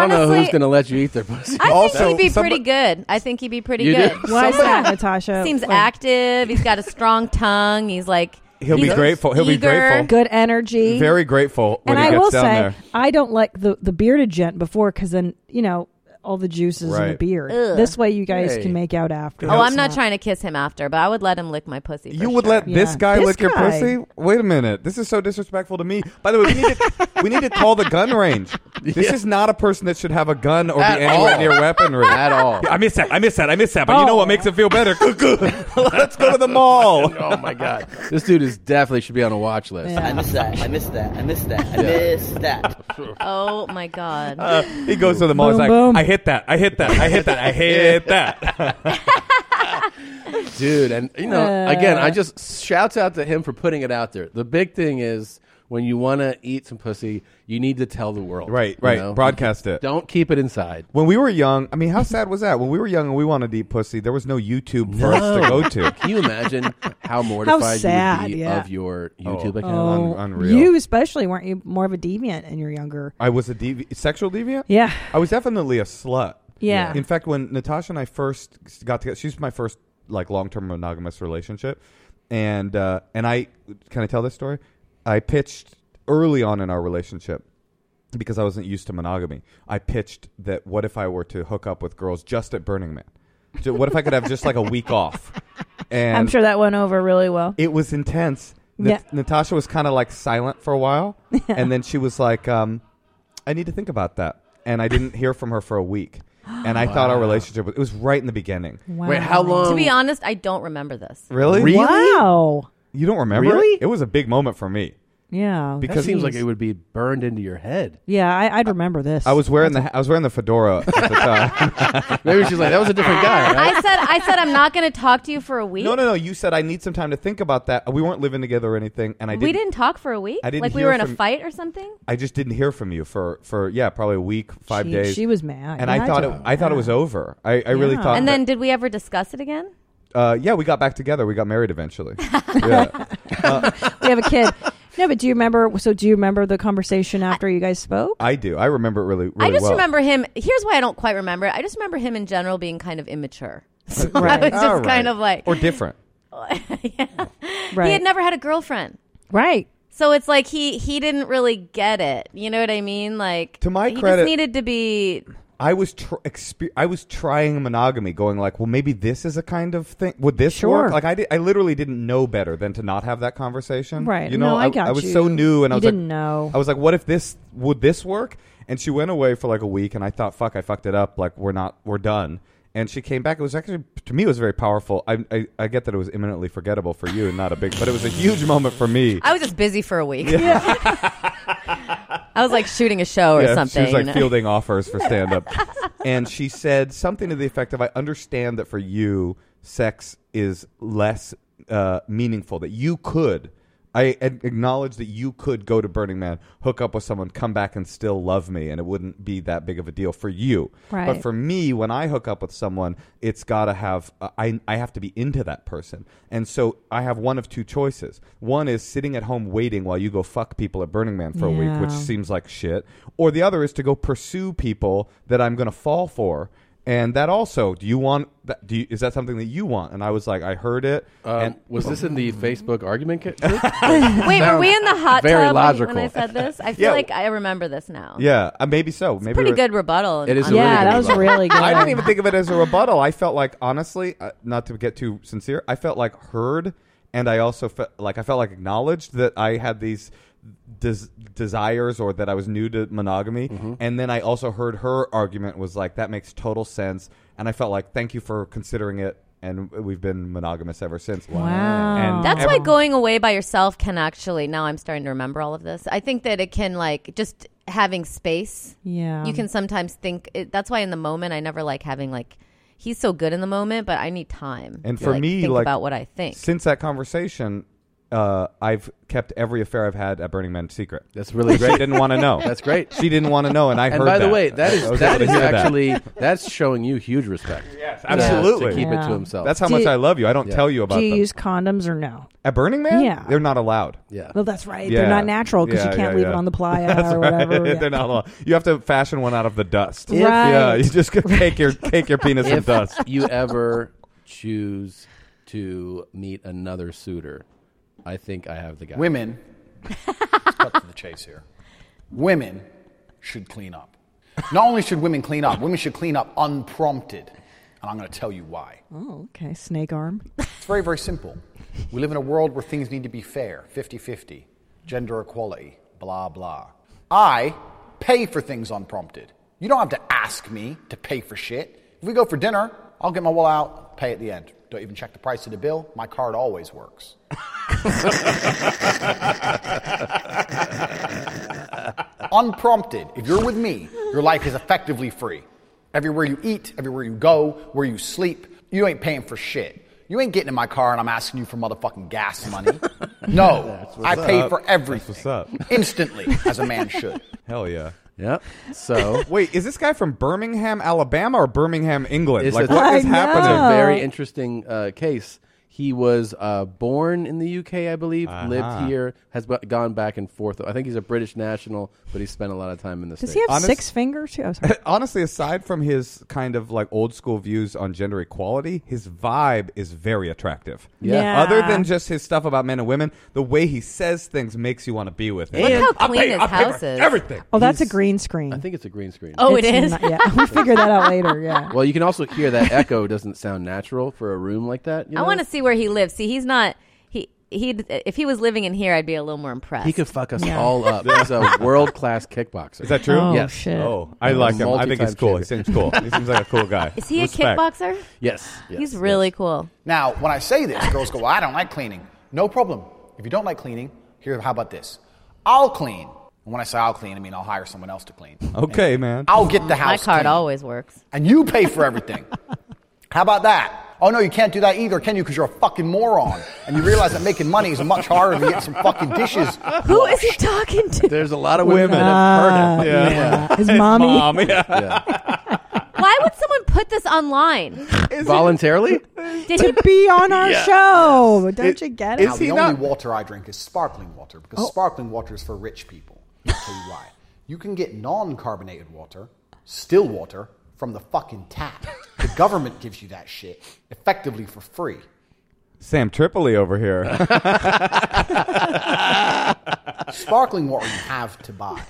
D: don't know who's
S: Honestly,
D: gonna let you eat their pussy.
S: I think he'd be pretty good. I think he'd be pretty
D: You do?
S: good.
D: Why
E: is that, Natasha?
S: Seems
E: Like-
S: active. He's got a strong tongue. He's like
R: He'll be
S: he's
R: grateful. He'll be
S: eager.
R: grateful.
E: Good energy.
R: Very grateful when
E: and
R: he
E: I
R: gets
E: will
R: down
E: say,
R: there.
E: I don't like the the bearded gent before because then you know all the juices in the
R: Right.
E: beard.
S: Ugh.
E: This way, you guys
R: Hey.
E: can make out after.
S: Oh, I'm
E: It's
S: not trying to kiss him after, but I would let him lick my pussy. for
R: You would
S: sure.
R: let this guy
S: This
R: lick your
S: guy.
R: pussy? Wait a minute. This is so disrespectful to me. By the way, we need to, we need to call the gun range. This is not a person that should have a gun or
D: At
R: be anywhere
D: all.
R: near weaponry
D: At all.
R: I miss that. I miss that. I miss that. But you know what makes it feel better? Let's go to the mall.
D: oh my god, this dude is definitely should be on a watch list.
P: I miss that. I miss that. I miss that. I
D: Yeah.
P: miss that.
S: Oh my god.
R: Uh, he goes to the mall. He's like, I hit that. I hit that. I hit that. I hit that.
D: dude and you know again
R: Uh.
D: i just shouts out to him for putting it out there the big thing is when you want to eat some pussy you need to tell the world
R: Right,
D: you
R: right.
D: know?
R: Broadcast it.
D: Don't keep it inside.
R: When we were young, I mean, how sad was that? When we were young and we wanted to eat pussy, there was no YouTube for us to
D: No.
R: go to.
D: Can you imagine how mortified
E: sad,
D: you would be
E: yeah.
D: of your youtube
R: Oh.
D: account
E: Oh, You especially weren't you more of a deviant in your younger.
R: I was a devi- sexual deviant.
E: Yeah.
R: I was definitely a slut.
E: Yeah. Yeah.
R: In fact, when Natasha and I first got together, she's my first like long-term monogamous relationship, and uh, and I can I tell this story? I pitched early on in our relationship because I wasn't used to monogamy. I pitched that what if I were to hook up with girls just at Burning Man? Ju- What if I could have just like a week off? And
E: I'm sure that went over really well.
R: it was intense. Nat-
E: Yeah.
R: Natasha was kind of like silent for a while, and then she was like, um, "I need to think about that." And I didn't hear from her for a week, and I thought our
D: Wow.
R: relationship was, it was right in the beginning.
D: Wait, how long?
S: To be honest, I don't remember this.
R: Really?
D: Really?
E: Wow.
R: You don't remember? it?
D: Really?
R: It was a big moment for me.
E: Yeah,
D: because
R: Because-
D: seems like it would be burned into your head
E: Yeah, I, I'd remember this.
R: I was wearing the I was wearing the fedora at the time.
D: Maybe she's like, "That was a different guy."
S: I said I said I'm not going to talk to you for a week.
R: No, no, no. You said I need some time to think about that. We weren't living together or anything, and I didn't.
S: we didn't talk for a week.
R: I didn't
S: like we
R: hear
S: were in a
R: from-
S: fight or something.
R: I just didn't hear from you for for yeah, probably a week, five
S: She-
R: days.
S: she was mad.
R: and
S: Yeah,
R: I
S: I
R: thought it,
S: don't
R: I thought it was over. I, I really thought.
S: And
R: that-
S: then did we ever discuss it again?
R: Uh, yeah, we got back together. We got married eventually. yeah.
E: we have a kid. No, but do you remember? So do you remember the conversation after you guys spoke?
R: I do. I remember it really, really
S: I just
R: well.
S: remember him. Here's why I don't quite remember it. I just remember him in general being kind of immature. So I
R: Right.
S: was just
R: All right.
S: kind of like
R: Or different.
E: Right.
S: he had never had a girlfriend.
E: Right.
S: So it's like he he didn't really get it. You know what I mean? Like
R: To my
S: he
R: credit-
S: just needed to be
R: I was tr- exper- I was trying monogamy, going like, well, maybe this is a kind of thing. Would this
E: Sure.
R: work? Like, I, di- I literally didn't know better than to not have that conversation.
E: Right.
R: You know,
E: No, I
R: I,
E: got
R: was
E: you.
R: so new, and I
E: You
R: was like,
E: didn't know.
R: I was like, what if this would this work? And she went away for like a week, and I thought, fuck, I fucked it up. Like, we're not, we're done. And she came back. It was actually to me, it was very powerful. I, I, I get that it was imminently forgettable for you, and not a big, but it was a huge moment for me.
S: I was just busy for a week. I was like shooting a show or
R: Yeah, She
S: something.
R: was
S: you
R: like
S: know?
R: fielding offers for stand up. and she said something to the effect of I understand that for you, sex is less uh, meaningful, that you could. I ad- acknowledge that you could go to Burning Man, hook up with someone, come back and still love me, and it wouldn't be that big of a deal for you. But
E: Right.
R: for me, when I hook up with someone, it's got to have uh, I I have to be into that person, and so I have one of two choices. One is sitting at home waiting while you go fuck people at Burning Man for a week, which
E: Yeah.
R: seems like shit, or the other is to go pursue people that I'm going to fall for. And that also, do you want? That, do you, is that something that you want? And I was like, I heard it. and
D: Uh, was this in the Facebook argument? Ca- group?
S: Wait, were
D: Sounds
S: we in the hot
D: very
S: tub when-
D: logical.
S: when I said this? I feel
R: Yeah.
S: like I remember this now.
R: Yeah, uh, maybe so. maybe
S: pretty
R: we're-
S: good rebuttal.
R: It is a
S: on-
R: really Yeah, good
E: that was rebuttal. really good.
R: I didn't even think of it as a rebuttal. I felt like, honestly, uh, not to get too sincere, I felt like heard, and I also felt like I felt like acknowledged that I had these des- desires or that I was new to monogamy, and then I also heard her argument was like that makes total sense. and I felt like thank you for considering it, and we've been monogamous ever since.
S: Wow.
R: And
S: That's
R: every-
S: why going away by yourself can actually, now I'm starting to remember all of this. I think that it can, like, just having space.
E: Yeah.
S: You can sometimes think, it, that's why in the moment, I never like having, like, he's so good in the moment, but I need time.
R: And
S: to,
R: for me,
S: think
R: like
S: about what I think.
R: Since that conversation, uh, I've kept every affair I've had at Burning Man secret. That's
D: really
R: She
D: great.
R: didn't want to know.
D: That's great.
R: She didn't want to know, and I
D: and
R: heard.
D: by the
R: that.
D: way, that
R: I
D: is
R: was
D: that
R: able
D: is
R: to hear that.
D: actually that's showing you huge respect. Yes,
R: absolutely.
D: To keep it
E: Yeah.
D: to himself.
R: That's how much I love you. I don't
D: Yeah.
R: tell you about
E: Do you
R: them.
E: use condoms or no?
R: At Burning Man?
E: Yeah.
R: They're not allowed.
D: Yeah.
E: Well, that's right. They're not natural 'cause you can't leave it on the playa
R: That's
E: or
R: right.
E: whatever, yeah.
R: They're not allowed. You have to fashion one out of the dust.
E: If-
R: Yeah,
E: Right.
R: Uh, you just could take your take your penis in
D: if
R: dust.
D: you ever choose to meet another suitor, I think I have the guy.
F: Women. Let's cut to the chase here. Women should clean up. Not only should women clean up, women should clean up unprompted. And I'm going to tell you why.
E: Oh, okay. Snake arm.
F: It's very, very simple. We live in a world where things need to be fair 50 50, gender equality, blah, blah. I pay for things unprompted. You don't have to ask me to pay for shit. If we go for dinner, I'll get my wallet out, pay at the end. Don't even check the price of the bill. My card always works. unprompted. If you're with me, your life is effectively free. Everywhere you eat, everywhere you go, where you sleep, you ain't paying for shit. You ain't getting in my car and I'm asking you for motherfucking gas money. No,
R: That's
F: I
R: what's
F: pay
R: up.
F: for everything
R: That's what's up.
F: instantly, as a man should.
R: Hell yeah.
D: Yep. So
R: wait, is this guy from Birmingham, Alabama, or Birmingham, England? like
D: a-
R: what is
D: It's
R: happening?
D: a very interesting uh, case. He was uh, born in the UK, I believe,
R: Uh-huh.
D: lived here, has bu- gone back and forth. I think he's a British national, but he spent a lot of time in the
E: Does
D: States.
E: he have six fingers too? Oh, sorry.
R: Honestly, aside from his kind of like old school views on gender equality, his vibe is very attractive.
E: Yeah. Yeah.
R: Other than just his stuff about men and women, the way he says things makes you want to be with him.
E: Look And- how
R: I'll
E: clean
R: pay-
E: his
R: I'll pay for
E: house is.
R: Everything.
E: Oh, that's a green screen. I
D: think it's a green screen.
E: Oh,
D: it is?
E: yeah, we'll figure that out later. Yeah.
D: Well, you can also hear that echo doesn't sound natural for a room like that. You know?
S: I want to see where he lives. See, he's not. He he. If he was living in here, I'd be a little more impressed.
D: He could fuck us
S: Yeah.
D: all up. He's a world class kickboxer.
R: Is that true?
D: yes.
R: Oh, I like him. I think he's cool. He seems cool. He seems like a cool guy.
S: Is he a kickboxer?
D: Yes.
S: He's really cool.
F: Now, when I say this, girls go, well, I don't like cleaning. No problem. If you don't like cleaning, here, how about this? I'll clean. And when I say I'll clean, I mean I'll hire someone else to clean.
R: Okay, man.
F: I'll get the house.
S: My card
F: clean.
S: always works.
F: And you pay for everything. How about that? Oh no, you can't do that either, can you? Because you're a fucking moron. And you realize that making money is much harder than getting some fucking dishes.
S: Who is he talking to?
D: There's a lot
F: of women that have
D: Uh,
F: heard it.
R: Yeah.
F: Yeah.
E: His mommy.
R: mom, yeah.
S: Why would someone put this online?
D: Voluntarily?
S: Did
E: to
S: he?
E: be on our
F: Yeah.
E: show. Don't you get it?
F: Now, the only water I drink is sparkling water because
S: Oh.
F: sparkling water is for rich people. I'll tell you why. You can get non-carbonated water, still water, from the fucking tap. The government gives you that shit effectively for free.
R: Sam Tripoli over here.
F: Sparkling water you have to buy.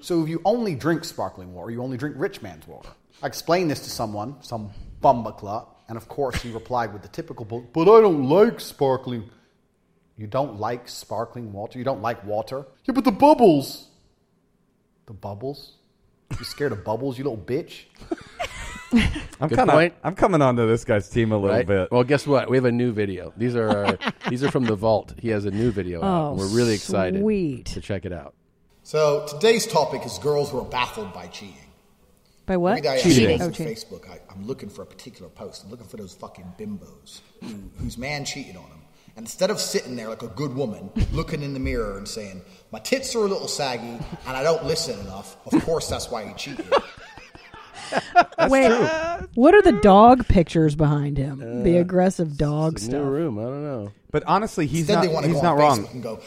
F: So if you only drink sparkling water, you only drink rich man's water. I explained this to someone, some bumbaclut, and of course he replied with the typical, bu- but I don't like sparkling. You don't like sparkling water? You don't like water? Yeah, but the bubbles. The bubbles? You scared of bubbles, you little bitch?
R: I'm
D: Good
R: kind of.
D: point.
R: I'm coming onto this guy's team a little
D: Right?
R: bit.
D: Well, guess what? We have a new video. These are our, these are from the vault. He has a new video out.
F: Oh,
D: We're really excited
F: sweet.
D: to check it out.
F: So today's topic is girls who are baffled by cheating.
E: By what?
F: Every day I
E: Cheating.
F: go
E: Oh,
F: to
E: cheating.
F: Facebook, I, I'm looking for a particular post. I'm looking for those fucking bimbos who, whose man cheated on them. And instead of sitting there like a good woman, looking in the mirror and saying, my tits are a little saggy and I don't listen enough, of course that's why he cheated.
E: Wait, what are the dog pictures behind him? the
R: Uh,
E: aggressive dog
R: it's a new
E: stuff.
D: room. I don't know.
R: But honestly, he's
F: Instead,
R: not.
F: they wanna
R: he's
F: go
R: not
F: on
R: wrong.
F: Facebook and go-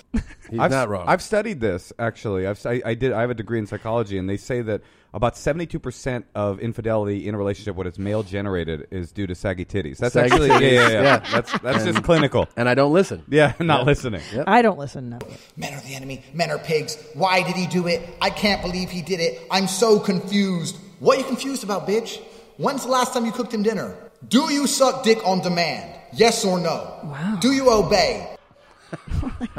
D: He's
R: I've,
D: not wrong.
R: I've studied this actually. I've, I, I did. I have a degree in psychology, and they say that about seventy-two percent of infidelity in a relationship, what is male-generated, is due to saggy titties. That's
D: Saggy
R: actually
D: titties,
R: Yeah, yeah, yeah.
D: yeah.
R: That's that's
D: And-
R: just clinical.
D: And I don't listen.
R: Yeah, not
D: Yeah.
R: listening.
E: I don't listen. No.
F: Men are the enemy. Men are pigs. Why did he do it? I can't believe he did it. I'm so confused. What are you confused about, bitch? When's the last time you cooked him dinner? Do you suck dick on demand? Yes or no? Wow. Do you obey?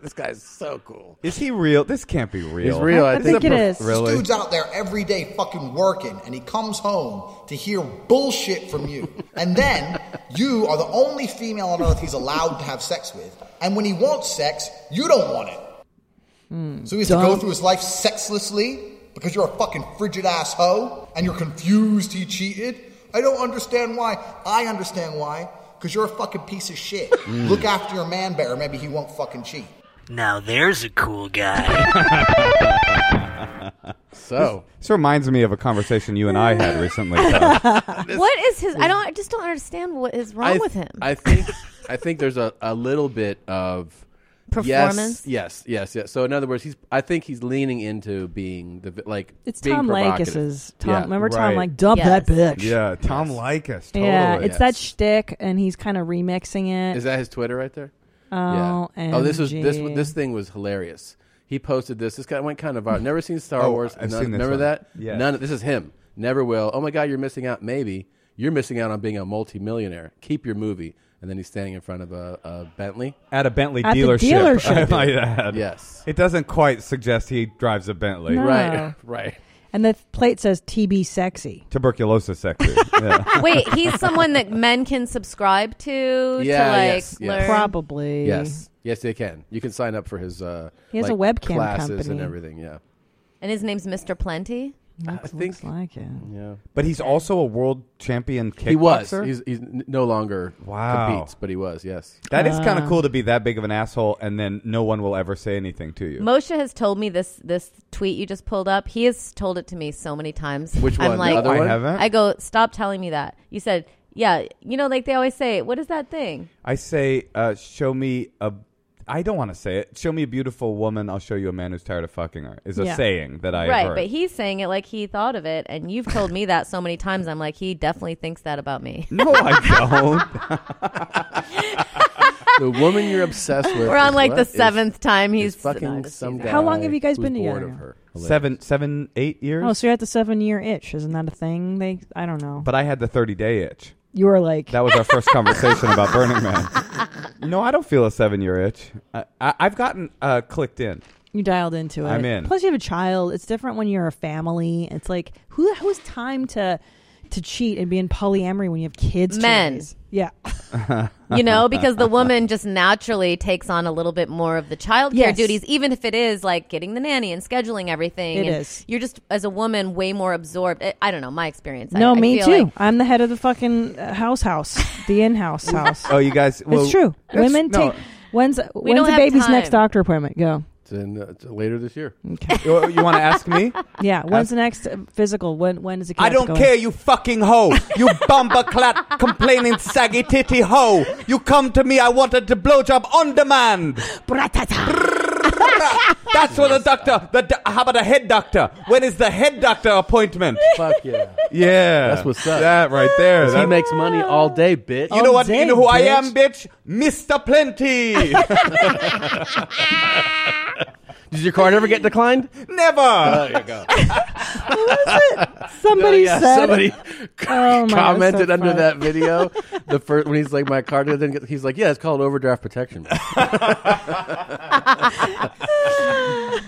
D: this guy's so cool.
R: Is he real? This can't be real.
D: He's real, I I think. think
R: it
D: it
R: is.
D: is.
U: This dude's out there every day fucking working, and he comes home to hear bullshit from you. and then you are the only female on earth he's allowed to have sex with. And when he wants sex, you don't want it.
D: Hmm.
U: So he has to go
E: Dumb.
U: through his life sexlessly because you're a fucking frigid ass hoe and you're confused he cheated. I don't understand why. I understand why. Because you're a fucking piece of shit.
O: Mm.
U: Look after your man better. Maybe he won't fucking cheat.
O: Now there's a cool guy.
D: So.
R: This, this reminds me of a conversation you and I had recently. Tosh.
E: Uh,
S: what is his? I don't. I just don't understand what is wrong
D: I th-
S: with him.
D: I think I think there's a, a little bit of
S: Performance?
D: Yes, yes, yes, yes. So in other words, he's I think he's leaning into being the vi- like
E: It's
D: being
E: Tom
D: provocative.
E: Lakis's. Tom,
D: Yeah.
E: remember
D: Right.
E: Tom like dump that bitch.
R: Yeah, Tom Likas. Totally.
E: Yeah, it's that shtick, and he's kind of remixing it.
D: Is that his Twitter right there?
E: Oh,
D: oh, this was this
E: OMG.
D: this thing was hilarious. He posted this. This guy went kind of out. Never seen Star
R: Oh,
D: Wars.
R: I've
D: None-
R: seen this
D: remember
R: one.
D: that?
R: Yes.
D: None. of- This is him. Never will. Oh my God, you're missing out. Maybe you're missing out on being a multimillionaire. Keep your movie. And then he's standing in front of a, a Bentley
R: At a Bentley dealership, I might add.
D: Yes.
R: It doesn't quite suggest he drives a Bentley.
E: No. And the plate says TB sexy.
R: Tuberculosis sector. yeah.
S: Wait, he's someone that men can subscribe to to like learn.
E: Probably.
D: Yes. Yes, they can. You can sign up for his. Uh,
S: He has a
D: like,
S: webcam
D: classes and
S: company.
D: everything. Yeah.
S: And his name's Mr. Plenty.
R: Mm.
D: I think
E: like it.
D: Yeah.
R: But he's also a world champion kickboxer.
D: He was. He's, he's n- no longer
R: Wow.
D: competes, but he was. Yes.
R: That is kind
E: Uh.
R: of
S: Ah.
R: cool to be that big of an asshole, and then no one will ever say anything to you.
S: Moshe has told me this this tweet you just pulled up. He has told it to me so many times.
R: Which one?
S: I'm
R: The
S: like,
R: other one? I haven't.
S: go, stop telling me that. You said, yeah, you know, like they always say, what is that thing?
R: I say, uh, show me a. I don't want to say it. Show me a beautiful woman. I'll show you a man who's tired of fucking her. Is a
S: Yeah.
R: saying that I have
S: right,
R: heard.
S: but he's saying it like he thought of it, and you've told me that so many times. I'm like, he definitely thinks that about me.
R: no, I
D: don't. the woman you're obsessed with.
S: We're on
D: is
S: like
D: what
S: the
D: is-
S: seventh time
D: is
S: he's
D: fucking
S: no, I'm just
D: some guy
S: teasing.
D: who's
E: been
D: bored
E: together
D: Of her.
R: seven, seven, eight years.
E: Oh, so you're at the seven year itch. Isn't that a thing? They, I don't know.
R: but I had the thirty day itch.
E: You were like-
R: that was our first conversation about Burning Man. No, I don't feel a seven year itch. I, I, I've gotten uh, clicked in.
E: You dialed into it.
R: I'm in.
E: Plus, you have a child. It's different when you're a family. It's like who who's time to to cheat and be in polyamory when you have kids? to
S: Men.
E: raise? Yeah.
S: you know, because the woman just naturally takes on a little bit more of the childcare
E: Yes.
S: duties, even if it is like getting the nanny and scheduling everything.
E: It
S: and
E: is.
S: You're just as a woman way more absorbed. I, I don't know my experience. I-
E: no,
S: I
E: me
S: feel
E: too.
S: like-
E: I'm the head of the fucking uh, house house, the in house house.
R: Oh, you guys. well,
E: it's true.
R: that's-
E: Women
R: no.
E: take. When's
S: We
E: when's
S: don't
E: the
S: have
E: baby's
S: time.
E: next doctor appointment? Go.
D: It's in, uh, it's later this year.
R: You, want to ask me?
E: Yeah. When's
R: Ask-
E: the next uh, physical? When when is it?
R: I don't care, you fucking hoe. You bumper clat complaining saggy titty hoe. You come to me, I wanted to blowjob on demand. That's what the doctor, the, do- how about a head doctor? When is the head doctor appointment?
D: Fuck yeah.
R: Yeah.
D: That's what's up.
R: That right there.
D: He
R: That-
D: makes money all day, bitch.
R: You know what? you know who I am, bitch? Mr. Plenty.
D: Did your card ever get declined?
R: Never.
D: Oh, there you go.
E: Somebody
D: yeah,
E: said.
D: somebody
E: Oh, my, that's so
D: commented under
E: funny.
D: that video. The first when he's like, "My card doesn't get," he's like, "Yeah, it's called overdraft protection."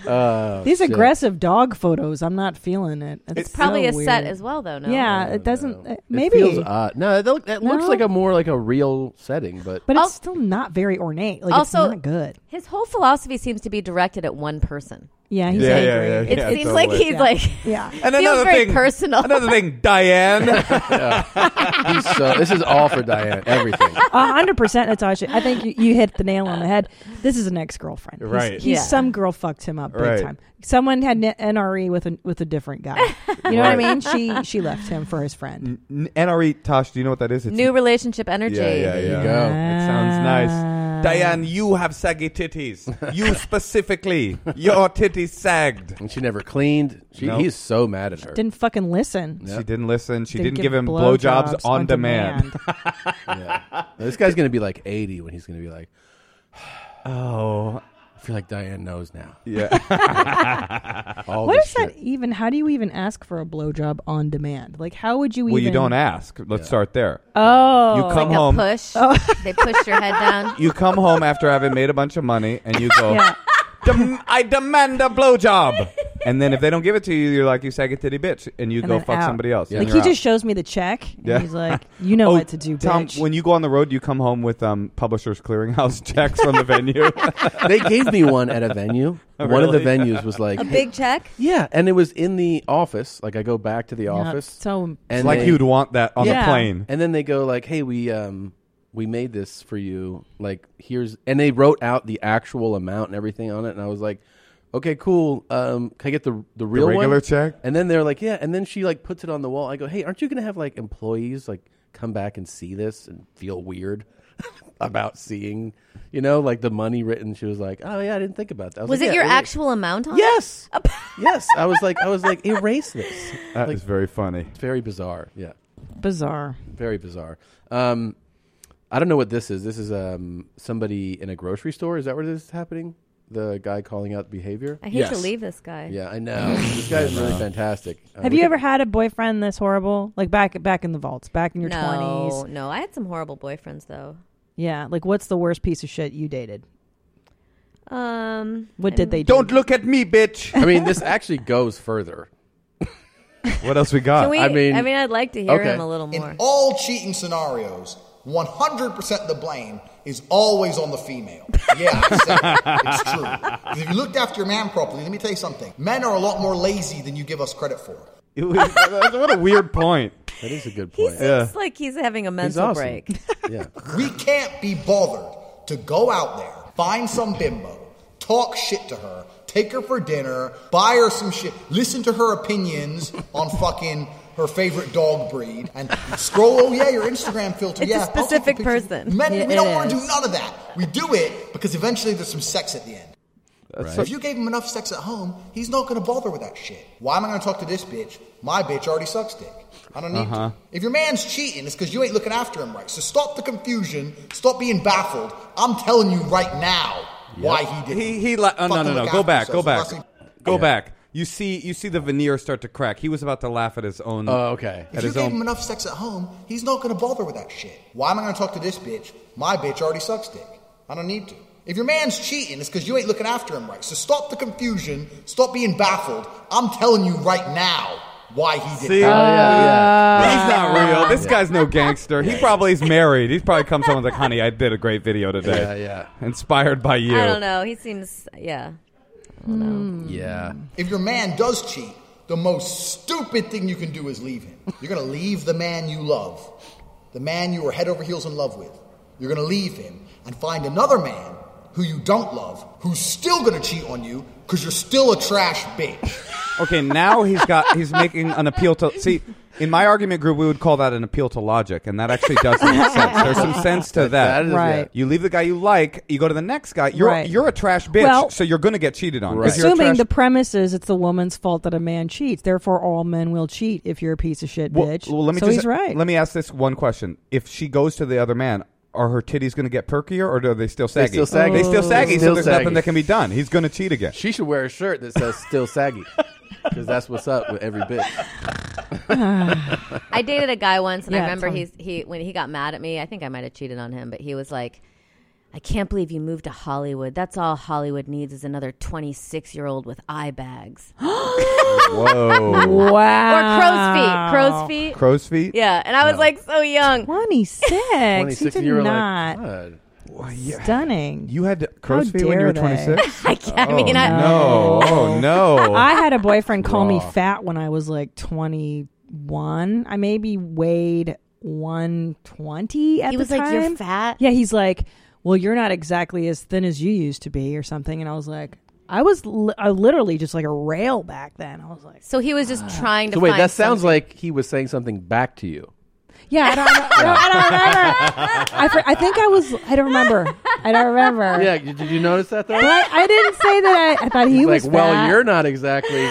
D: Oh,
E: These
D: shit.
E: aggressive dog photos, I'm not feeling it. It's,
S: It's probably
E: so
S: a set
E: weird.
S: as well, though, no?
E: Yeah, it doesn't. uh, maybe.
D: it feels odd. No, that, look- that looks
E: No?
D: like a more like a real setting, but
E: but it's still not very ornate. Like,
S: also,
E: it's not good.
S: his whole philosophy seems to be directed at one person.
E: Yeah, he's
R: Yeah, yeah,
E: angry.
R: yeah,
S: It
R: yeah,
S: seems
R: totally.
S: like he's
R: Yeah.
S: like,
E: yeah.
R: And
S: feels
R: another
S: very
R: thing,
S: personal.
R: another thing, Diane.
D: He's so this is all for Diane. Everything.
E: A hundred percent, Natasha. I think you, you hit the nail on the head. This is an ex girlfriend,
D: Right.
E: He's,
D: Yeah.
E: some girl fucked him up big
D: Right.
E: time. Someone had an NRE with a with a different guy. You know what I
R: Right.
E: mean? She she left him for his friend.
R: N- NRE Tosh, do you know what that is? It's
S: New relationship energy.
R: Yeah, yeah, yeah.
D: go.
E: Ah.
R: It sounds nice. Diane, you have saggy titties. You specifically. Your titties sagged.
D: And she never cleaned. She,
R: No.
D: He's so mad at her.
E: Didn't fucking listen.
R: She didn't listen. She
E: Didn't give
R: didn't, give him
E: blowjobs
R: blowjobs on,
E: on
R: demand.
D: Now, this guy's gonna be like eighty when he's gonna be like,
R: oh,
D: feel like Diane knows now.
E: Yeah.
D: All
E: what
D: this
E: is that even? How do you even ask for a blowjob on demand? Like, how would you
R: Well,
E: even?
R: you don't ask. Let's start there.
E: Oh.
R: you
E: Like
R: come
E: a
R: home.
S: Push.
E: Oh.
S: They push your head down.
R: You come home after having made a bunch of money, and you go,
S: Yeah.
R: "Dem- "I demand a blowjob." And then if they don't give it to you, you're like you saggy titty bitch, and you
E: and
R: go
E: then
R: fuck
E: out.
R: somebody else. and
E: Like he
R: you're out.
E: just shows me the check. And
R: Yeah.
E: He's like, you know
R: Oh,
E: what to do,
R: Tom,
E: bitch.
R: when you go on the road, you come home with um, publishers clearinghouse checks from the venue.
D: they gave me one at a venue. One of the venues was like
S: A big check?
D: Yeah, and it was in the office. Like I go back to the office.
E: so- It's
R: like you'd want that on the Yeah. plane.
D: And then they go like, "Hey, we um we made this for you. Like here's and they wrote out the actual amount and everything on it. And I was like, "Okay, cool. Um, can I get the the real one?
R: regular check?
D: And then they're like, "Yeah." And then she like puts it on the wall. I go, "Hey, aren't you gonna have like employees like come back and see this and feel weird?" about seeing, you know, like the money written. She was like, "Oh yeah, I didn't think about that." I
S: Was,
D: like,
S: it
D: "Yeah,
S: your
D: is."
S: actual amount on
D: Yes. yes. I was like, I was like, erase this.
R: That
D: Like,
R: is very funny.
D: It's very bizarre. Yeah.
E: Bizarre.
D: Very bizarre. Um, I don't know what this is. This is um somebody in a grocery store. Is that where this is happening? The guy calling out behavior.
S: I hate to Yes. leave this guy.
D: Yeah, I know. this guy is
R: I
D: really
R: know.
D: fantastic. Uh,
E: Have
D: we
E: you
D: could-
E: ever had a boyfriend this horrible? Like back back in the vaults, back in your twenties.
S: No, no. I had some horrible boyfriends though.
E: Yeah. Like, what's the worst piece of shit you dated?
S: Um,
E: What did
S: I'm-
E: they do?
R: Don't look at me, bitch.
D: I mean, this actually goes further.
R: what else we got?
S: Can we- Ah, I mean- I mean, I'd like to hear him a little more.
F: In all cheating scenarios, 100% of the blame is always on the female. Yeah, I said it. it's true. 'Cause If you looked after your man properly, let me tell you something. Men are a lot more lazy than you give us credit for.
R: It was- what a weird point.
D: That is a good
S: He
D: point.
S: seems like he's having a mental
D: awesome.
S: break.
D: yeah.
F: We can't be bothered to go out there, find some bimbo, talk shit to her, take her for dinner, buy her some shit, listen to her opinions on fucking her favorite dog breed, and scroll. Oh yeah, your Instagram filter.
S: It's a
F: yeah, I'll take
S: specific
F: picture.
S: person.
F: Men,
S: It
F: we don't want to
S: is.
F: do none of that. We do it because eventually there's some sex at the end.
R: That's
F: So if you gave him enough sex at home, he's not going to bother with that shit. Why am I going to talk to this bitch? My bitch already sucks dick. I don't need
R: Uh-huh.
F: to. If your man's cheating, it's because you ain't looking after him right. So stop the confusion. Stop being baffled. I'm telling you right now why he did.
R: He he. Li- oh, no,
F: Fucking
R: no, no.
F: look
R: Go
F: after
R: back. Go
F: yourself.
R: back.
F: Unless
R: Go back. You see, you see the veneer start to crack. He was about to laugh at his own.
D: Oh, okay.
F: Mm. If
R: At
F: you
R: his
F: gave him
R: own.
F: enough sex at home, he's not going to bother with that shit. Why am I going to talk to this bitch? My bitch already sucks dick. I don't need to. If your man's cheating, it's because you ain't looking after him right. So stop the confusion. Stop being baffled. I'm telling you right now why he did
R: See,
S: Uh,
R: Oh,
F: that.
R: he's not
S: Ah.
R: real. This guy's no gangster. He probably is married. He's probably come someone's like, "Honey, I did a great video today.
D: Yeah, yeah.
R: Inspired by you."
S: I don't know. He seems yeah.
E: Mm.
D: Yeah.
F: If your man does cheat, the most stupid thing you can do is leave him. You're going to leave the man you love, the man you were head over heels in love with. You're going to leave him and find another man who you don't love who's still going to cheat on you because you're still a trash bitch.
R: Okay, now he's got he's making an appeal to see. In my argument group, we would call that an appeal to logic, and that actually does make sense. There's some sense to that.
D: That is- Right. yeah.
R: You leave the guy you like, you go to the next guy. You're
E: Right.
R: you're a trash bitch,
E: Well-
R: so you're going to get cheated on. 'cause you're a
E: Assuming
R: trash-
E: the premise is it's the woman's fault that a man cheats, therefore all men will cheat if you're a piece of shit
R: Well,
E: bitch.
R: well, let me
E: so
R: just,
E: he's right.
R: Let me ask this one question: If she goes to the other man, are her titties going to get perkier, or are they still
D: They're
R: saggy?
D: still saggy.
R: They still
D: Oh.
R: saggy.
D: Still
R: so there's
D: saggy.
R: nothing that can be done. He's going to cheat again.
D: She should wear a shirt that says "Still Saggy" because that's what's up with every bitch.
S: I dated a guy once, and I
E: Yeah,
S: remember
E: tell me.
S: he's he when he got mad at me. I think I might have cheated on him, but he was like, "I can't believe you moved to Hollywood. That's all Hollywood needs is another twenty six year old with eye bags."
R: Whoa!
S: Wow. Or crow's feet. Crow's feet.
R: Crow's feet.
S: Yeah, and I was
R: No.
S: like so young.
E: Twenty six. he
R: 26,
E: did
R: you were like,
E: not.
D: oh,
E: Stunning.
R: You had crow's
E: How
R: feet when you
E: dare
R: were
E: they.
R: 26?
S: I
E: can't- I
R: oh,
E: mean, I-
R: no! Oh no!
E: I had a boyfriend call me
R: Raw.
E: fat when I was like 21. I maybe weighed 120 at
S: He
E: the
S: was
E: time.
S: like, "You're fat?"
E: Yeah, he's like, well, you're not exactly as thin as you used to be or something. And I was like, I was li- I literally just like a rail back then. I was like,
S: So he was just trying to.
D: so wait,
S: find
D: that sounds
S: something.
D: like he was saying something back to you.
E: yeah, I don't, I don't, I don't remember. I, fr- I think I was, I don't remember. I don't remember.
D: Yeah, did did you notice that though?
E: But I, I didn't say that I, I thought he
D: He's
E: was
D: like, well,
E: fat."
D: you're not exactly.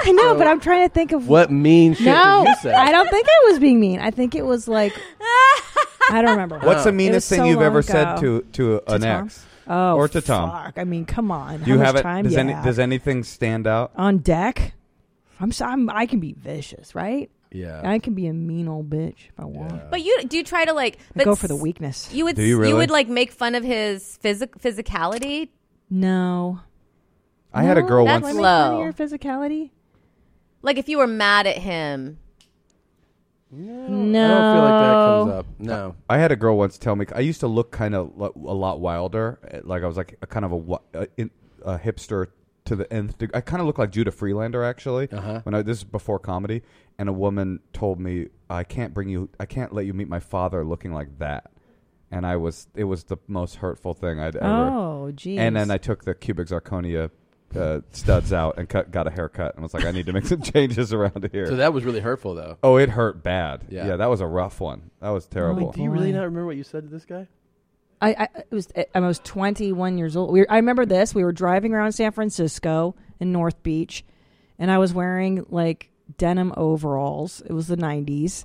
E: I know, but I'm trying to think of
D: What mean shit
E: no,
D: did you say?
E: I don't think I was being mean. I think it was like I don't remember.
R: What's the meanest
E: Oh. It was
R: thing
E: so
R: you've
E: long
R: ever said
E: ago.
R: to to an
E: Tom?
R: ex?
E: Oh,
R: or to Tom?
E: Fuck. I mean, come on.
R: Do you
E: How
R: have
E: much
R: it?
E: Time?
R: Does
E: yeah.
R: any does anything stand out?
E: on deck. I'm, so, I'm I can be vicious, right?
R: Yeah.
E: I can be a mean old bitch if I want.
S: But you do you try to like
E: I
S: but
E: go for the
S: s-
E: weakness.
S: You would
E: Do you
S: s-
E: really?
S: would like make fun of his physic physicality.
E: No.
R: I had a girl
S: that's
R: once.
S: low.
E: Your physicality.
S: Like if you were mad at him.
E: No.
D: I don't feel like that comes up. No.
R: I had a girl once tell me I used to look kind of lo- a lot wilder, eh, like I was like a kind of a, wi- a, in- a hipster to the nth. deg- I kind of look like Judah Freelander actually. Uh-huh. When I, this is before comedy, and a woman told me I can't bring you, I can't let you meet my father looking like that. And I was, it was the most hurtful thing I'd ever.
E: Oh,
R: And
E: jeez.
R: then I took the cubic zirconia uh, studs out and cut, got a haircut, and was like, I need to make some changes around here.
D: So that was really hurtful, though.
R: Oh, it hurt bad.
D: Yeah.
R: Yeah, that was a rough one. That
E: Oh
R: was terrible.
D: Do you really not remember what you said to this guy?
E: I, I it was I was 21 years old. We were, I remember this. We were driving around San Francisco in North Beach, and I was wearing like denim overalls. It was the 90s,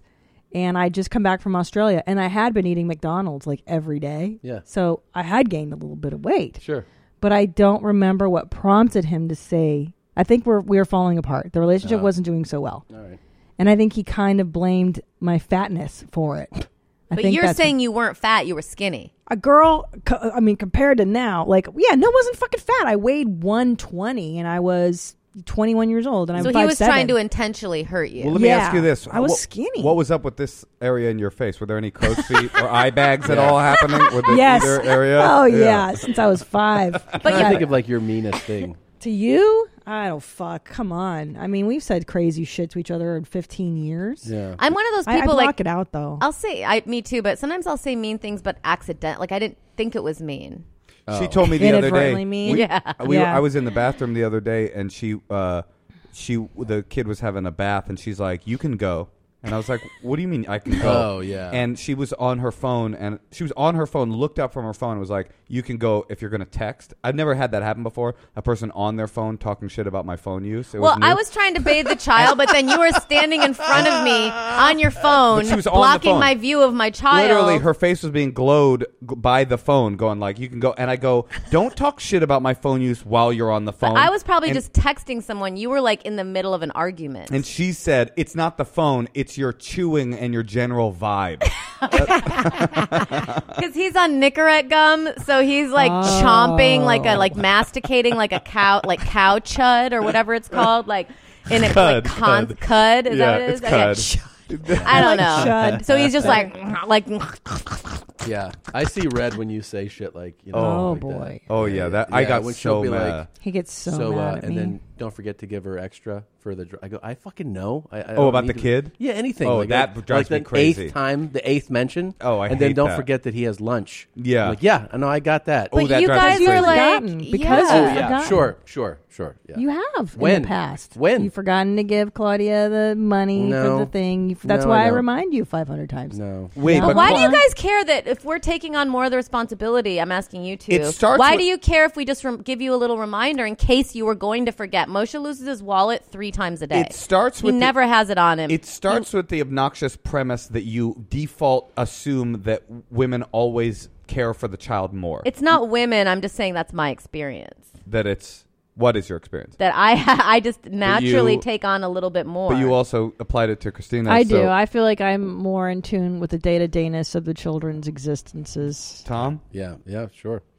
E: and I just come back from Australia, and I had been eating McDonald's like every day.
D: Yeah.
E: So I had gained a little bit of weight.
D: Sure.
E: But I don't remember what prompted him to say. I think we're we were falling apart. The relationship
D: Uh-huh.
S: Oh.
E: wasn't doing so well.
D: All right.
E: And I think he kind of blamed my fatness for it. I
S: but
E: think
S: you're
E: that's what-
S: saying you weren't fat, you were skinny.
E: a girl co- i mean compared to now like yeah no I wasn't fucking fat i weighed 120 and i was 21 years old and
S: so
E: i'm
S: he was
E: 5'7".
S: trying to intentionally hurt you.
R: Well, let me ask you this:
E: i was
R: What-
E: skinny
R: What was up with this area in your face? Were there any crow's feet or eye bags at all happening with the
E: yes
R: either area?
E: oh yeah. since i was five
D: But I
E: Yeah.
D: think of like your meanest thing.
E: to you i don't fuck come on i mean we've said crazy shit to each other in 15 years
D: Yeah.
S: I'm one of those
E: I- I
S: people
E: block
S: like
E: it out though
S: I'll say I me too, but sometimes I'll say mean things but accident like I didn't think it was mean.
R: She told me the other day.
S: Inadvertently mean?
R: we- uh,
S: Yeah.
R: we-
S: Yeah.
R: I was in the bathroom the other day, and she, uh, she, the kid was having a bath, and she's like, "You can go." And I was like, "What do you mean I can go?"
D: Oh, yeah.
R: And she was on her phone, and she was on her phone, looked up from her phone, and was like, "You can go if you're going to text." I've never had that happen before. A person on their phone talking shit about my phone use. It
S: Well,
R: was
S: I
R: new.
S: was trying to bathe the child, but then you were standing in front of me on your phone,
R: But she was on the
S: blocking
R: phone.
S: my view of my child.
R: Literally, her face was being glowed g- by the phone, going like, "You can go." And I go, "Don't talk shit about my phone use while you're on the phone."
S: I was probably
R: And-
S: just texting someone. You were like in the middle of an argument.
R: And she said, "It's not the phone; it's your chewing and your general vibe."
S: Because he's on Nicorette gum, so he's like chomping like a
R: Oh.
S: like masticating like a cow like cow chud or whatever it's called like in a like
R: Cud,
S: con-
R: cud.
S: cud. is
R: Yeah,
S: that what it is?
R: it's
S: Okay. I don't know. So he's just like like
D: Yeah, I see red when you say shit like you know.
R: Oh,
D: like that.
R: boy. Oh, yeah, that- I got
D: when she'll
R: so
D: be
R: mad.
D: Like, uh,"
E: He gets so mad at
D: and
E: me.
D: then don't forget to give her extra for the. Dr- I go. I fucking know. I, I
R: Oh,
D: don't
R: about
D: need
R: the
D: to-
R: kid?
D: Yeah, anything.
R: Oh,
D: like,
R: that
D: like,
R: drives
D: like
R: me
D: the
R: crazy.
D: Eighth time, the eighth mention.
R: Oh, I
D: and then
R: hate
D: don't
R: that.
D: forget that he has lunch.
R: Yeah. Oh,
D: I'm like yeah, I know. I got that.
S: But you guys are like
E: Forgotten, because
D: oh
E: you've
D: yeah,
E: forgotten.
D: sure, sure, sure. Yeah.
E: You have
D: when
E: in the past.
D: When
E: you've forgotten to give Claudia the money
D: No.
E: for the thing. You've- That's
D: No, I
E: why I,
D: don't.
E: remind you 500 times.
D: No.
R: Wait,
S: But why do you guys care that if we're taking on more of the responsibility? I'm asking you two.
R: It starts
S: why
R: with-
S: do you care if we just rem- give you a little reminder in case you were going to forget? Moshe loses his wallet three times a day.
R: It starts
S: He
R: with the-
S: never has it on him.
R: It starts with the obnoxious premise that you default assume that women always care for the child more.
S: It's not women. I'm just saying that's my experience.
R: That it's what is your experience?
S: That I I just naturally
R: you-
S: take on a little bit more.
R: But you also applied it to Christina.
E: I do.
R: so-
E: I feel like I'm more in tune with the day to dayness of the children's existences.
R: Tom.
D: Yeah, yeah, sure.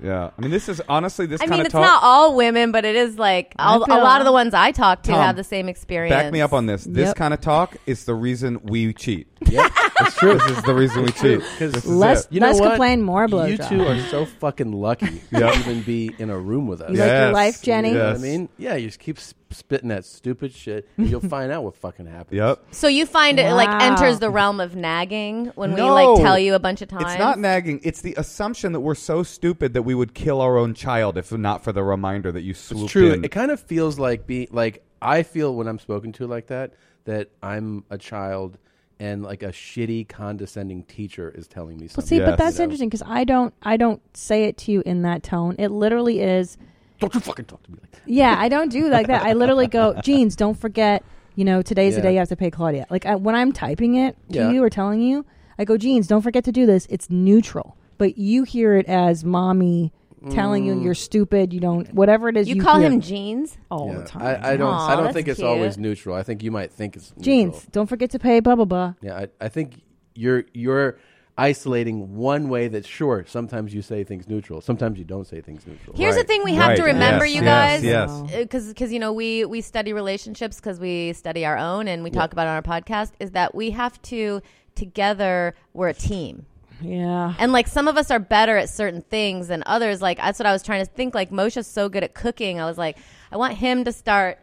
R: Yeah, I mean, this is honestly this
S: I
R: kind
S: mean,
R: of
S: it's
R: talk.
S: not all women, but it is like
R: I
S: all, a
R: feel-
S: lot of the ones I talk to
R: Tom,
S: have the same experience.
R: Back me up on this. This
S: Yep.
R: kind of talk is the reason we cheat. Yeah, that's
D: true.
R: This is the reason we cheat. This is
E: Less-
R: it.
D: You know
E: Let's
D: what?
E: complain more,
D: You
E: blowjob.
D: two are so fucking lucky
R: Yep.
D: to even be in a room with us.
E: You like your Yes. life, Jenny?
D: You know
E: Yes.
D: what I mean, yeah, you just keep sp- spitting that stupid shit. and You'll find out what fucking happens.
R: Yep.
S: So you find it like
D: Wow.
S: enters the realm of nagging when
R: No.
S: we like tell you a bunch of times.
R: Oh, It's not nagging. It's the assumption that we're so stupid that we would kill our own child if not for the reminder that you swooped
D: It's true.
R: in.
D: It kind of feels like be like I feel when I'm spoken to like that that I'm a child and like a shitty condescending teacher is telling me
E: Well, see,
D: something.
E: but that's
D: you know?
E: interesting because I don't, I don't say it to you in that tone. It literally is.
D: Don't you fucking talk to me like
E: that. Yeah, I don't do like that. I literally go, jeans. Don't forget you know, today's the
T: Yeah.
E: day you have to pay Claudia. Like I, when I'm typing it to
T: Yeah.
E: you or telling you, I go, Jeans, don't forget to do this. It's neutral, but you hear it as mommy telling you
D: Mm.
E: you're stupid. You don't whatever it is.
S: You
E: You,
S: call
E: hear
S: him Jeans?
E: all
D: Yeah.
E: the time.
D: I, I don't.
S: Aw,
D: I don't
S: that's
D: think it's
S: cute.
D: always neutral. I think you might think it's
E: Jeans, don't forget to pay blah blah blah.
D: Yeah, I, I think you're you're isolating one way that sure sometimes you say things neutral sometimes you don't say things neutral
S: Here's the thing we have to remember, you guys, Oh. because you know we we study relationships because we study our own and we
E: Yeah.
S: talk about it on our podcast is that we have to together we're a team.
E: Yeah.
S: And like some of us are better at certain things than others. Like that's what I was trying to think. Like Moshe's so good at cooking. I was like, I want him to start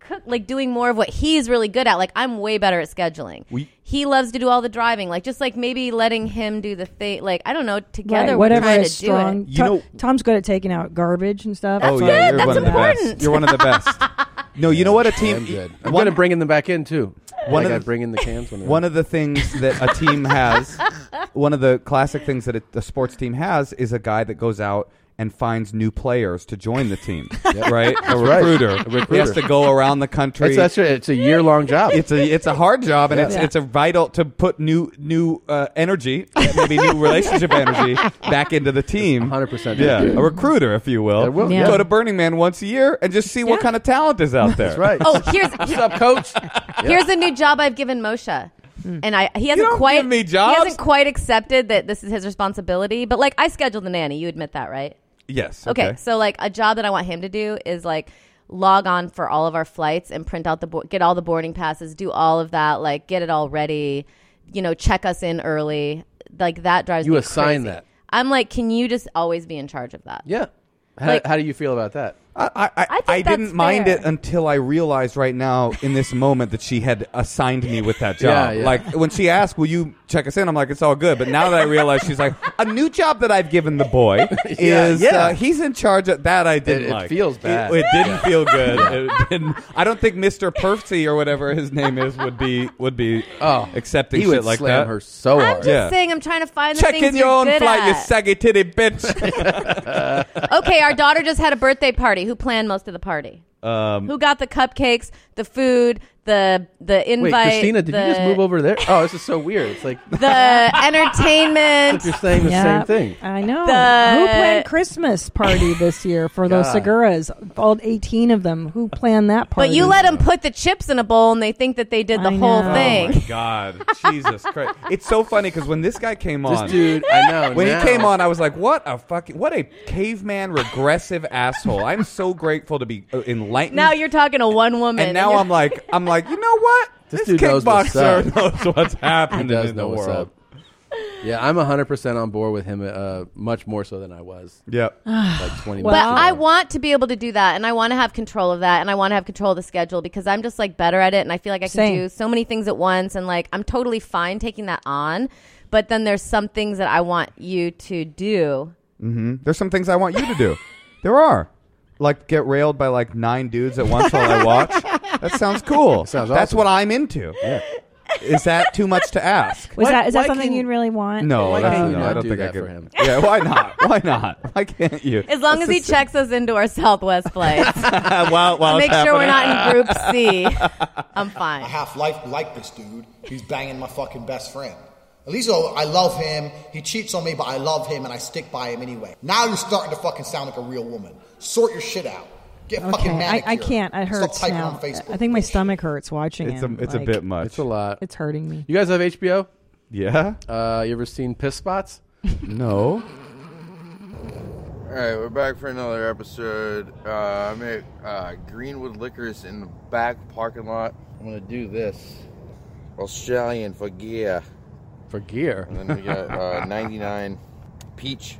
S: cook like doing more of what he's really good at. Like I'm way better at scheduling.
D: We-
S: he loves to do all the driving. Like just like maybe letting him do the thing. Like I don't know. Together,
E: Right,
S: we're
E: whatever
S: trying
E: is
S: to do it.
E: strong.
R: You
E: Tom-
R: know-
E: Tom's good at taking out garbage and stuff.
R: oh yeah, you're one of the best. You're one of the best. No, you know what a team.
D: I'm good. I'm gonna bring in them back in too. Like I bring in the cans when they're
R: one of the things that a team has, one of the classic things that a, a sports team has, is a guy that goes out and finds new players to join the team.
D: Yep.
R: Right, a
D: That's right.
R: recruiter.
D: A recruiter.
R: He has to go around the country.
D: It's- that's right. It's a year long job.
R: It's a it's a hard job, and
D: Yeah.
R: it's
D: Yeah.
R: it's a vital to put new new uh, energy, maybe new relationship energy, back into the team. One hundred percent. Yeah, a recruiter, if you will.
D: will,
R: You
D: yeah.
R: Go to Burning Man once a year and just see what kind of talent is out there. That's right.
S: Oh, here's what's
D: up, coach.
S: Here's a new job I've given Moshe, and I he hasn't
R: don't
S: quite
R: give me
S: he
R: jobs.
S: hasn't quite accepted that this is his responsibility. But like I scheduled the nanny, you admit that, right?
R: Yes.
S: Okay. so like a job that I want him to do is like log on for all of our flights and print out the bo- get all the boarding passes, do all of that, like get it all ready, you know, check us in early. Like that drives
D: You
S: me
D: assign
S: crazy.
D: that.
S: I'm like, can you just always be in charge of that?
D: Yeah. How,
S: Like-
D: how do you feel about that?
R: I I, I, I
S: that's
R: didn't mind
S: fair.
R: it until I realized right now in this moment that she had assigned me with that job.
D: Yeah, yeah.
R: Like when she asked, "Will you check us in?" I'm like, "It's all good." But now that I realize she's like, a new job that I've given the boy
D: Yeah,
R: is
D: yeah.
R: Uh, he's in charge of that. I didn't
D: It- it
R: like.
D: feels bad.
R: It, it didn't
D: Yeah.
R: feel good. It didn't. I don't think Mr. Perfsey or whatever his name is would be would be accepting
D: Oh, he
R: shit
D: would
R: like
D: slam
R: that.
D: her so I'm hard.
S: Just saying, I'm trying to find the
R: Check
S: things
R: in your
S: you're
R: own
S: good
R: flight, you
S: at.
R: saggy titty bitch.
S: okay, our daughter just had a birthday party. Who planned most of the party?
R: um,
S: Who got the cupcakes, the food, the the
D: Wait,
S: invite?
D: Christina, did
S: the,
D: you just move over there? Oh, this is so weird. It's like
S: the entertainment?
D: you're saying the
E: Yeah,
D: same thing.
E: I know.
S: The-
E: Who planned Christmas party this year for those
D: God.
E: Seguras? All 18 of them. Who planned that party?
S: But you let them put the chips in a bowl, and they think that they did the whole
R: Oh
S: thing.
R: my god, Jesus Christ! It's so funny because when this guy came
D: This
R: on,
D: dude, I know,
R: When
D: now.
R: he came on, I was like, "What a fucking, what a caveman regressive asshole!" I'm so grateful to be uh, enlightened.
S: Now you're talking to one woman,
R: and now
S: you're-
R: I'm like, I'm like, you know what?
D: This dude knows what's
R: kickboxer
D: up.
R: knows what's
D: He
R: happening
D: does
R: in the
D: know what's
R: world.
D: up. Yeah, I'm 100% on board with him, uh, much more so than I was.
R: Yep.
D: like 20
S: But
D: minutes ago.
S: I want to be able to do that, and I want to have control of that, and I want to have control of the schedule because I'm just like better at it, and I feel like I can
E: Same.
S: do so many things at once, and like I'm totally fine taking that on. But then there's some things that I want you to do.
R: hmm There's some things I want you to do. there are. Like get railed by like nine dudes at once while I watch. That sounds cool.
D: Sounds
R: That's
D: awesome.
R: what I'm into. Is that too much to ask?
E: Was that, is that
D: why
E: something
D: can-
E: you'd really want?
R: No,
D: Why
R: that's-
D: can't you
R: no,
D: not
R: I don't
D: do
R: think I
D: that
R: could.
D: for him?
R: Yeah, why not? Why not? Why can't you?
S: As long as he checks us into our Southwest flights,
R: while, while it's
S: make sure we're not in
R: happening.
S: Group C. I'm fine.
U: I half life like this dude. He's banging my fucking best friend. At least oh, I love him. He cheats on me, but I love him and I stick by him anyway. Now you're starting to fucking sound like a real woman. Sort your shit out. Get
E: Okay,
U: fucking
E: I,
U: manicured.
E: I can't. It
U: Stop
E: hurts
U: typing
E: now.
U: on Facebook.
E: I think my stomach hurts watching
R: It's a,
E: him.
R: it's a
E: Like,
R: bit much.
D: It's a lot.
E: It's hurting me.
D: You guys have HBO?
R: Yeah.
D: Uh, you ever seen Piss Spots?
R: no.
L: All right, we're back for another episode. Uh, I'm at uh, Greenwood Liquors in the back parking lot. I'm gonna do this Australian for gear.
D: For gear.
L: And then we got uh, 99 peach.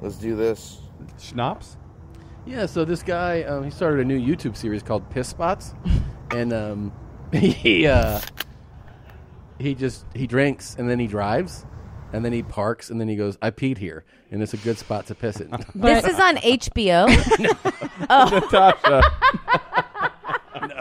L: Let's do this.
R: Schnapps.
D: Yeah, so this guy, um, he started a new YouTube series called Piss Spots, and um, he uh, he just he drinks and then he drives, and then he parks and then he goes, "I peed here, and it's a good spot to piss in."
S: This is on Oh. HBO.
D: Natasha.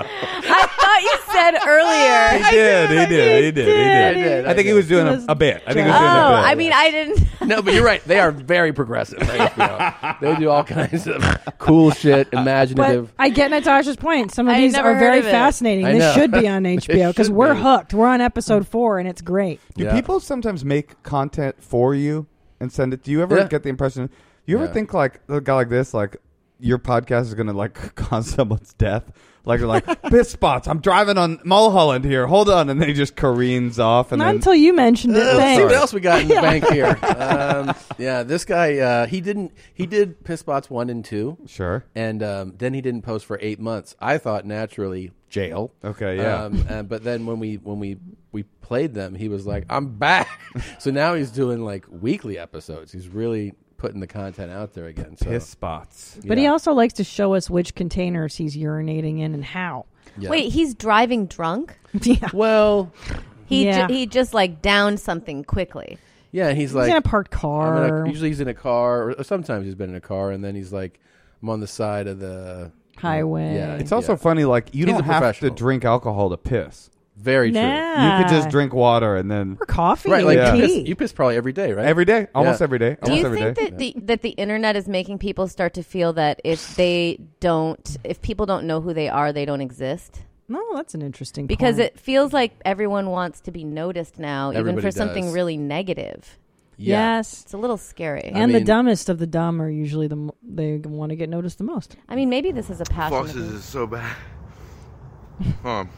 S: I thought you said said earlier.
R: He did. He did. He did. He did.
D: I did, I
R: I think he
D: did.
R: was doing
D: He
R: a,
D: was
R: a bit. I think he
S: Oh,
R: was doing a bit.
S: I mean, I didn't.
D: No, but you're right. They are very progressive. They, HBO. They do all kinds of cool shit,
E: But
D: imaginative.
E: I get Natasha's point. Some of
S: I
E: these
S: never
E: are
S: heard
E: very
S: of it.
E: fascinating.
R: I
E: This
R: know.
E: should be on
R: It
E: HBO because
R: should
E: we're
R: be.
E: hooked. We're on episode four and it's great.
R: Do people sometimes make content for you and send it? Do you ever
E: Yeah.
R: get the impression? You ever
D: Yeah.
R: think like a guy like this, like your podcast is gonna like cause someone's death? Like you're like piss spots. I'm driving on Mulholland here. Hold on, and then he just careens off. And
E: Not
R: then
E: until you mentioned it.
D: Uh, let's see
E: Thanks.
D: what else we got in the
E: Yeah.
D: bank here. Um, yeah, this guy uh, he didn't he did piss bots one and two.
R: Sure.
D: and um, then he didn't post for eight months. I thought naturally jail.
R: Okay, yeah.
D: Um, uh, but then when we when we we played them, he was like, "I'm back." so now he's doing like weekly episodes. He's really putting the content out there again. So.
R: Piss bots.
E: But he also likes to show us which containers he's urinating in and how.
S: Wait, he's driving drunk.
E: Yeah.
D: Well,
S: he
E: Yeah.
S: ju- he just like downed something quickly.
D: Yeah, and he's,
S: He's
D: like
S: in a parked
D: I'm in a-
S: car.
D: usually he's in a car, or, or sometimes he's been in a car, and then he's like, "I'm on the side of the
E: Highway.
D: Yeah,
R: It's also funny. Like you
D: He's
R: don't
D: a
R: have to
D: professional.
R: drink alcohol to piss.
D: Very true.
E: Nah.
R: You could just drink water and then
E: or coffee,
D: Right, like
R: Yeah.
D: you, piss, you piss probably every day, right?
R: Every day, almost
D: Yeah.
R: every day,
E: Oh,
S: Do
R: almost
S: you
R: every day.
S: think that the, that the internet is making people start to feel that if they don't, if people don't know who they are, they don't exist?
E: No, that's an interesting
S: Because
E: point.
S: it feels like everyone wants to be noticed now, even
E: Everybody
S: for something
E: does.
S: really negative.
E: Yeah. Yes.
S: It's a little scary.
E: and the dumbest of the dumb are usually the m- they want to get noticed the most.
S: I mean, maybe this is a passion. of
A: Foxes
S: mine.
A: is so bad. Um.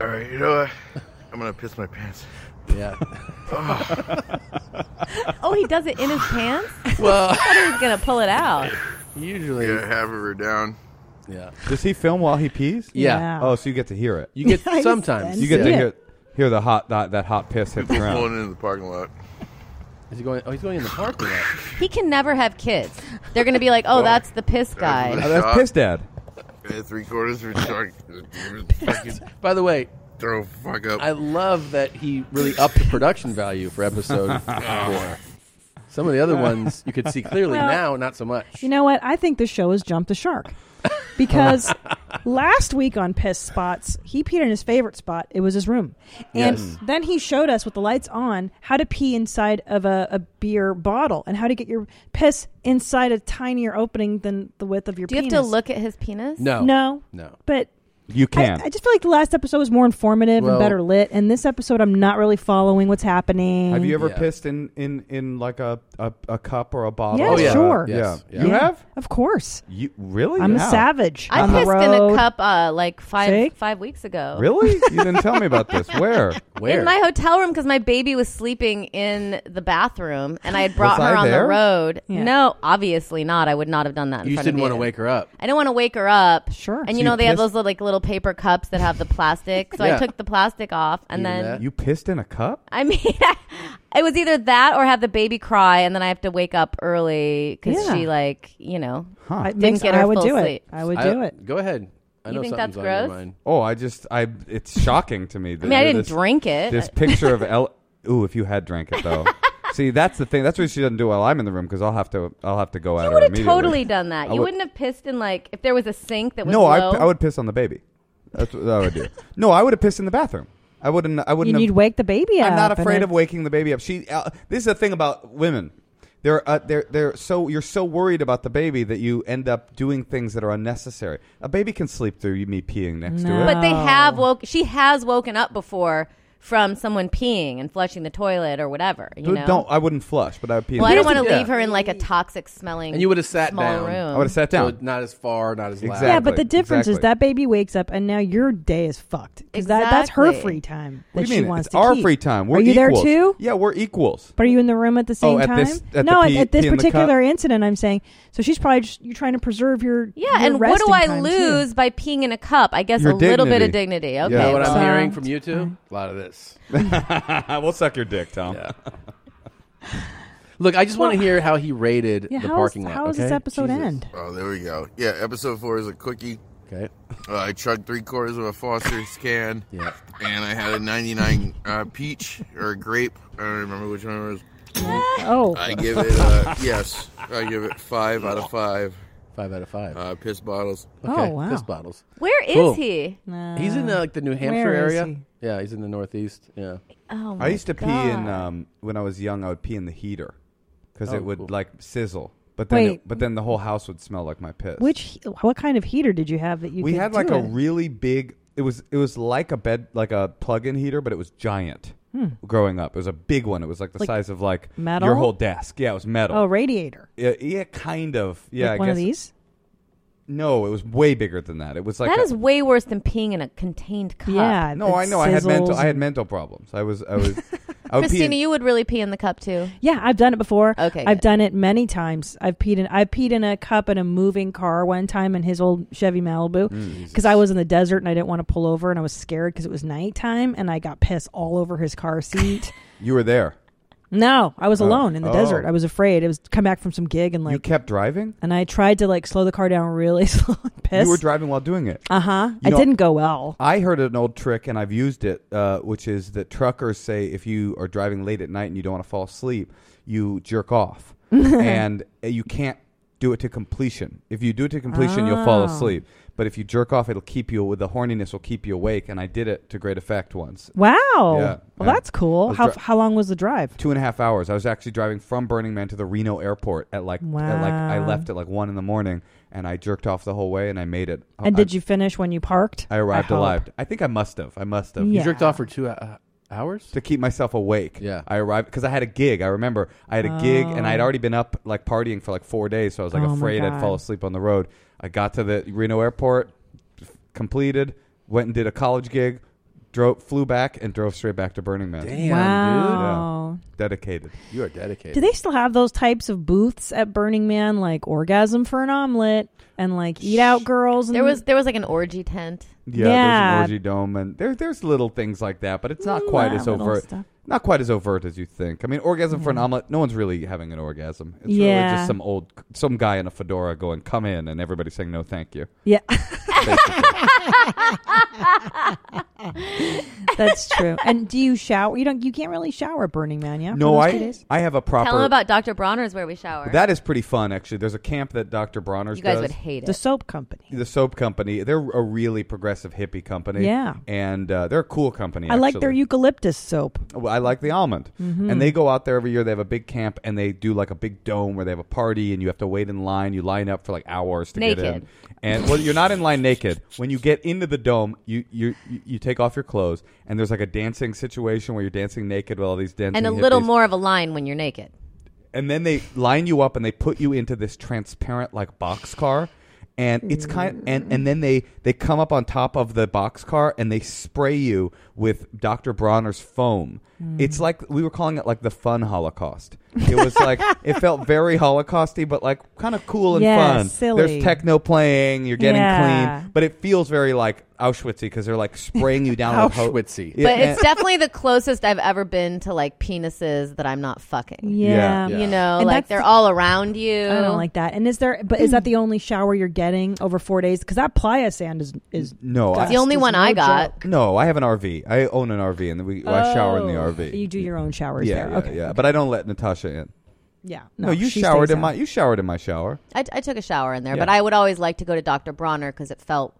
A: All right, you know what? I'm gonna piss my pants.
D: Yeah.
S: Oh, he does it in his pants?
D: Well-
S: I thought he was going to pull it out.
D: Usually,
A: yeah, have her down.
D: Yeah.
R: Does he film while he pees?
D: Yeah. Yeah.
R: Oh, so you get to hear it.
D: You get- I sometimes. sense
R: you get to
D: it.
R: hear hear the hot that, that hot piss hit the
A: Pulling
R: ground.
A: into the parking lot.
D: Is he going? Oh, he's going in the parking lot.
S: He can never have kids. They're going to be like, oh, that's the piss guy.
A: That's
R: Oh, that's piss dad.
A: Yeah, three quarters for shark.
D: By the way,
A: throw fuck up.
D: I love that he really upped the production value for episode four. Some of the other ones you could see clearly
E: Well-
D: now, not so much.
E: You know what? I think the show has jumped the shark. Because last week on Piss Spots, he peed in his favorite spot. It was his room. And
T: Yes.
R: Mm.
E: then he showed us with the lights on how to pee inside of a, a beer bottle and how to get your piss inside a tinier opening than the width of your
S: Do you
E: penis.
S: have to look at his penis?
D: No.
E: No.
D: No.
E: But
R: You can.
E: I just feel like the last episode was more informative
R: Well-
E: and better lit. And this episode, I'm not really following what's happening.
R: have you ever pissed in, in, in like a, a, a cup or a bottle?
E: Yeah,
R: or a-
E: sure.
R: Yeah.
E: Yes.
R: You
E: Yeah.
R: have?
E: Of course.
R: You really?
E: I'm
R: You
E: a
R: have?
E: savage.
S: I
E: on the
S: pissed in a
E: road.
S: cup uh, like five five weeks ago.
R: Really? You didn't tell me about this. Where?
S: In my hotel room because my baby was sleeping in the bathroom and I had brought
D: Was
S: her
D: I
S: on
D: there?
S: the road.
D: Yeah.
S: No, obviously not. I would not have done that. In
D: You just
S: front
D: didn't
S: of
D: want to wake her up.
S: I didn't want to wake her up. Sure. And
D: So
S: you know
D: you
S: they have
D: pissed-
S: those like little paper cups that have the plastic. So
R: Yeah.
S: I took the plastic off and then
R: you pissed in a cup?
S: I mean it was either that or have the baby cry and then I have to wake up early because
E: Yeah.
S: she like you know
R: Huh.
E: It
S: didn't
E: makes-
S: get her
E: I would
S: full
E: do it.
S: sleep.
E: I would do it.
D: Go ahead. I
S: You
D: know
S: think that's
D: something's on your
S: gross?
D: mind.
R: Oh, I just I it's shocking to me. That
S: I mean, I
R: you're
S: didn't
R: this-
S: drink it.
R: This picture of El. Ooh, if you had drank it though. See, that's the thing. That's what she doesn't do while I'm in the room because I'll have to I'll have to go at
S: You
R: her
S: would have
R: immediately.
S: totally done that.
R: I
S: You
R: would-
S: wouldn't have pissed in like if there was a sink that was
R: no, I,
S: low.
R: I would piss on the baby. That's what I would do. no, I would have pissed in the bathroom. I wouldn't. I wouldn't.
E: And
R: have,
E: you'd wake the baby up.
R: I'm not
E: and
R: afraid
E: it-
R: of waking the baby up. She. Uh, this is the thing about women. They're uh, they're they're so you're so worried about the baby that you end up doing things that are unnecessary. A baby can sleep through you- me peeing next to it.
S: But they have woke. She has woken up before from someone peeing and flushing the toilet or whatever. You know.
R: Don't. I wouldn't flush, but I would pee. in
S: well, I
R: the
S: don't
R: bathroom.
S: want to leave her in like a toxic smelling.
D: And you would have sat
S: small
D: down.
S: Room.
R: I would have sat down.
D: So not as far, not as loud.
E: Yeah, but the difference is that baby wakes up and now your day is fucked. 'Cause That, that's her
S: Exactly.
E: free time.
R: What
E: that
R: do you
E: She
R: mean?
E: wants
R: It's
E: to
R: our
E: keep.
R: free time. We're
E: are you
R: equals.
E: there too?
R: Yeah, we're equals.
E: But are you in the room at the same
R: Oh, at
E: time?
R: this- at the
E: no,
R: pee-
E: at this
R: pee in the
E: particular
R: cup?
E: incident, I'm saying. So she's probably just, you're trying to preserve your
S: Yeah,
E: your
S: and what do
E: resting
S: I
E: time, too.
S: lose by peeing in a cup? I guess
R: Your
S: a little bit of
R: dignity.
S: dignity.
R: Yeah.
S: Okay.
D: You know what
S: well.
D: I'm hearing from you two? A lot of this.
R: we'll suck your dick, Tom.
D: Look, I just want
E: Well-
D: to hear how he rated
E: Yeah,
D: the
E: how's-
D: parking lot.
E: how does this
D: okay?
E: episode end?
A: Oh, there we go. Yeah, episode four is a quickie.
D: Okay.
A: Uh, I chugged three quarters of a Foster's can.
D: Yeah.
A: And I had a 99 uh, peach or grape. I don't remember which one it was.
E: Oh.
A: I give it, uh, yes, I give it five out of five.
D: Five out of five.
L: Uh, piss bottles.
D: Okay,
S: Oh, wow.
D: Piss bottles.
S: Where is
D: Cool.
S: he?
D: He's in uh, like the New Hampshire
S: Where is
D: area.
S: he?
D: Yeah, he's in the Northeast. Yeah.
S: Oh,
R: I used to pee in
S: God.
R: um, when I was young. I would pee in the heater because
D: Oh,
R: it would
D: cool.
R: like sizzle. But then,
E: Wait.
R: it, but then the whole house would smell like my piss.
E: Which what kind of heater did you have that you
R: we
E: could
R: had like
E: do
R: a
E: it?
R: really big. It was it was like a bed, like a plug-in heater, but it was giant.
E: Hmm.
R: Growing up, it was a big one. It was like the
E: Like
R: size of like
E: metal?
R: your whole desk. Yeah, it was metal.
E: Oh, radiator.
R: Yeah, yeah kind of. Yeah,
E: Like
R: I
E: one of
R: guess-
E: these?
R: No, it was way bigger than that. It was like
S: that
R: a-
S: is way worse than peeing in a contained cup.
E: Yeah,
R: no, Oh, I know. I had mental. I had mental problems. I was. I was. I would pee in-
S: Christina, you would really pee in the cup too.
E: Yeah, I've done it before.
S: Okay,
E: I've
S: good.
E: done it many times. I've peed in I peed in a cup in a moving car one time in his old Chevy Malibu
S: Mm.
E: because I was in the desert and I didn't want to pull over and I was scared because it was nighttime and I got piss all over his car seat.
R: you were there.
E: no, I was
R: Oh.
E: alone in the
R: Oh.
E: desert. I was afraid. It was come back from some gig and
R: you
E: like
R: kept driving.
E: and I tried to like slow the car down really slow and piss.
R: You were driving while doing it.
E: Uh-huh.
R: You
E: It
R: know,
E: didn't go well.
R: I heard an old trick, and I've used it, uh, which is that truckers say if you are driving late at night and you don't want to fall asleep, you jerk off, and uh, you can't do it to completion. If you do it to completion, you'll fall
E: Oh.
R: asleep. But if you jerk off, it'll keep you. The horniness will keep you awake, and I did it to great effect once.
E: Wow.
R: Yeah,
E: well,
R: yeah.
E: that's cool.
R: I was
E: How
R: dri-
E: how long was the drive?
R: Two and a half hours. I was actually driving from Burning Man to the Reno airport at like, at like I
E: Wow.
R: left at like one in the morning, and I jerked off the whole way, and I made it.
E: And
R: I-
E: did you finish when you parked?
R: I arrived
E: hope.
R: alive. I think I must have. I must have.
E: You Yeah. jerked
R: off
D: for two uh, hours
R: to keep myself awake. Yeah, I arrived because I had a gig. I remember I had a gig and I'd
D: Oh.
R: already been up like partying for like four days, so I was like
D: Oh my
R: afraid I'd
D: God.
R: fall asleep on the road. I got to the Reno airport, f- completed, went and did a college gig, drove, flew back, and drove straight back to Burning Man.
D: Damn, dude.
E: Wow.
R: Yeah. Dedicated.
D: You are dedicated.
E: Do they still have those types of booths at Burning Man, like orgasm for an omelet and like eat out girls? And
S: There was there was like an orgy tent.
R: Yeah,
E: Yeah.
R: there's an orgy dome, and there, there's little things like that, but it's not
S: Mm,
R: quite
S: ah,
R: as
S: little
R: overt.
S: stuff.
R: Not quite as overt as you think. I mean, orgasm for an omelet. No one's really having an orgasm. It's really
E: Yeah.
R: just some old, some guy in a fedora going, "Come in," and everybody saying, "No, thank you."
E: Yeah.
M: Basically.
E: That's true. And do you shower? You don't. You can't really shower at Burning Man, yeah? for
R: no,
E: those
R: I
E: two days?
R: I have a proper.
S: Tell them about Dr. Bronner's where we shower.
R: that is pretty fun, actually. There's a camp that Dr. Bronner's
S: You guys
R: does.
S: would hate it.
E: The soap company.
R: The soap company. They're a really progressive hippie company.
E: Yeah.
R: and uh, they're a cool company.
E: I like
R: actually. Mm-hmm.
E: their eucalyptus soap.
R: Well, I like the almond.
S: Mm-hmm.
E: Mhm.
R: And they go out there every year. They have a big camp and they do like a big dome where they have a party and you have to wait in line. You line up for like hours to get
S: Naked.
R: in. And well, you're not in line naked. When you get into the dome, you you you you take off your clothes and there's like a dancing situation where you're dancing naked with all these dancing
S: and a little
R: hippies.
S: more of a line when you're naked.
R: And then they line you up and they put you into this transparent like box car. And it's kind and and then they they come up on top of the box car and they spray you with Dr. Bronner's foam.
S: Hmm.
D: Mm.
R: It's like we were calling it like the fun Holocaust. It was like it felt very Holocausty, but like kind of cool and
D: Yeah,
R: fun.
D: silly.
R: There's techno playing, you're getting
S: Yeah.
R: clean, but it feels very like Auschwitzy because they're like spraying you down with ho-
D: Auschwitzy.
R: Yeah,
S: but it's
R: and-
S: definitely the closest I've ever been to like penises that I'm not fucking.
E: Yeah.
S: You know,
E: And
S: like
E: that's-
S: they're all around you.
E: I don't like that. And is there? But is that the only shower you're getting over four days? Because that playa sand is is
R: No,
E: dust is no joke.
R: No, I have an RV. I own an RV, and we I shower in the
E: Oh,
R: RV.
E: You do your own showers
R: yeah,
E: there.
R: yeah,
E: okay.
R: yeah. But I don't let Natasha in.
E: Yeah.
R: No,
E: No,
R: you
E: she
R: showered
E: stays
R: in my
E: out.
R: you showered in my shower.
S: I, I took a shower in there,
R: Yeah.
S: but I would always like to go to Dr. Bronner because it felt.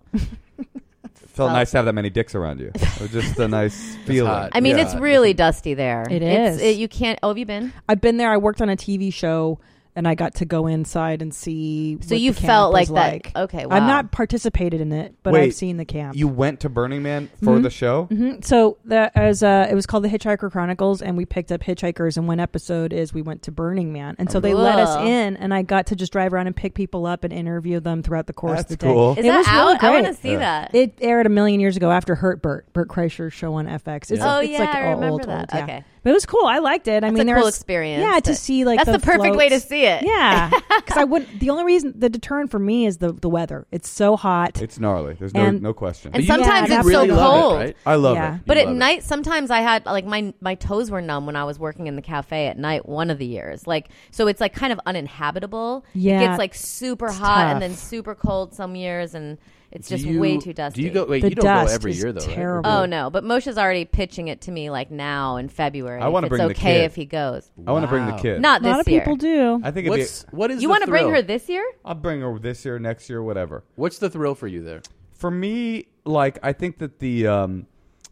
R: It
E: Oh.
R: felt nice to have that many dicks around you. It was just a nice feeling.
S: I mean, it's really dusty there.
E: It
S: It's-
E: is.
S: it- you can't. Oh, have you been?
E: I've been there. I worked on a TV show, and I got to go inside and see.
S: So
E: what
S: you
E: the camp
S: felt
E: was
S: like that- okay, wow.
E: I'm not participated in it, but I've
R: Wait,
E: seen the camp.
R: You went to Burning Man for
E: Mhm.
R: the show.
E: Mhm. So that as uh, it was called the Hitchhiker Chronicles, and we picked up hitchhikers. And one episode is we went to Burning Man, and so they let us
S: Cool.
E: in, and I got to just drive around and pick people up and interview them throughout the course of
R: That's
E: the day.
R: cool. Is
E: it
S: that
E: was really
S: out? I wanna
E: great.
S: see Yeah. that.
E: It aired a million years ago after Hurt Bert Bert Kreischer's show on FX. It's,
S: Yeah. Oh,
E: it's
S: yeah,
E: like
S: I
E: all
S: remember
E: old,
S: that.
E: old, yeah.
S: Okay.
E: but it was cool. I liked it. I
S: That's
E: mean,
S: a
E: there
S: cool
E: was-
S: experient,
E: Yeah, to
S: but
E: see like
S: that's the perfect way to
E: floats.
S: see it.
E: Yeah, because I wouldn't. The only reason the deterrent for me is the the weather. It's so hot.
R: It's gnarly. There's no
E: And-
R: no question.
E: and But you- sometimes
S: it's so cold.
R: I love
E: Yeah.
R: it.
S: But
R: You
S: at
R: love it.
S: night, sometimes I had like my my toes were numb when I was working in the cafe at night. One of the years, like so, it's like kind of uninhabitable.
E: Yeah.
S: it gets like super
E: It's
S: hot and
E: tough.
S: then super cold some years, and It's
D: Do
S: just
D: you-
S: way too dusty.
D: do you go- wait, The you don't go dust every is year though, right? Or do you? terrible.
S: Oh no, but Moshe's already pitching it to me like now in February.
R: I
S: want
R: wanna
S: to
R: bring the
S: It's okay
R: kid.
S: if he goes.
R: I wanna bring the Wow. kid.
S: Not this
R: A lot of
S: year.
R: people do. I think it'd be- What's- what is
S: you
R: the
S: wanna bring
R: thrill?
S: her this year?
R: I'll bring her this year, next year, whatever.
D: What's the thrill for you there?
R: For me, like I think that the um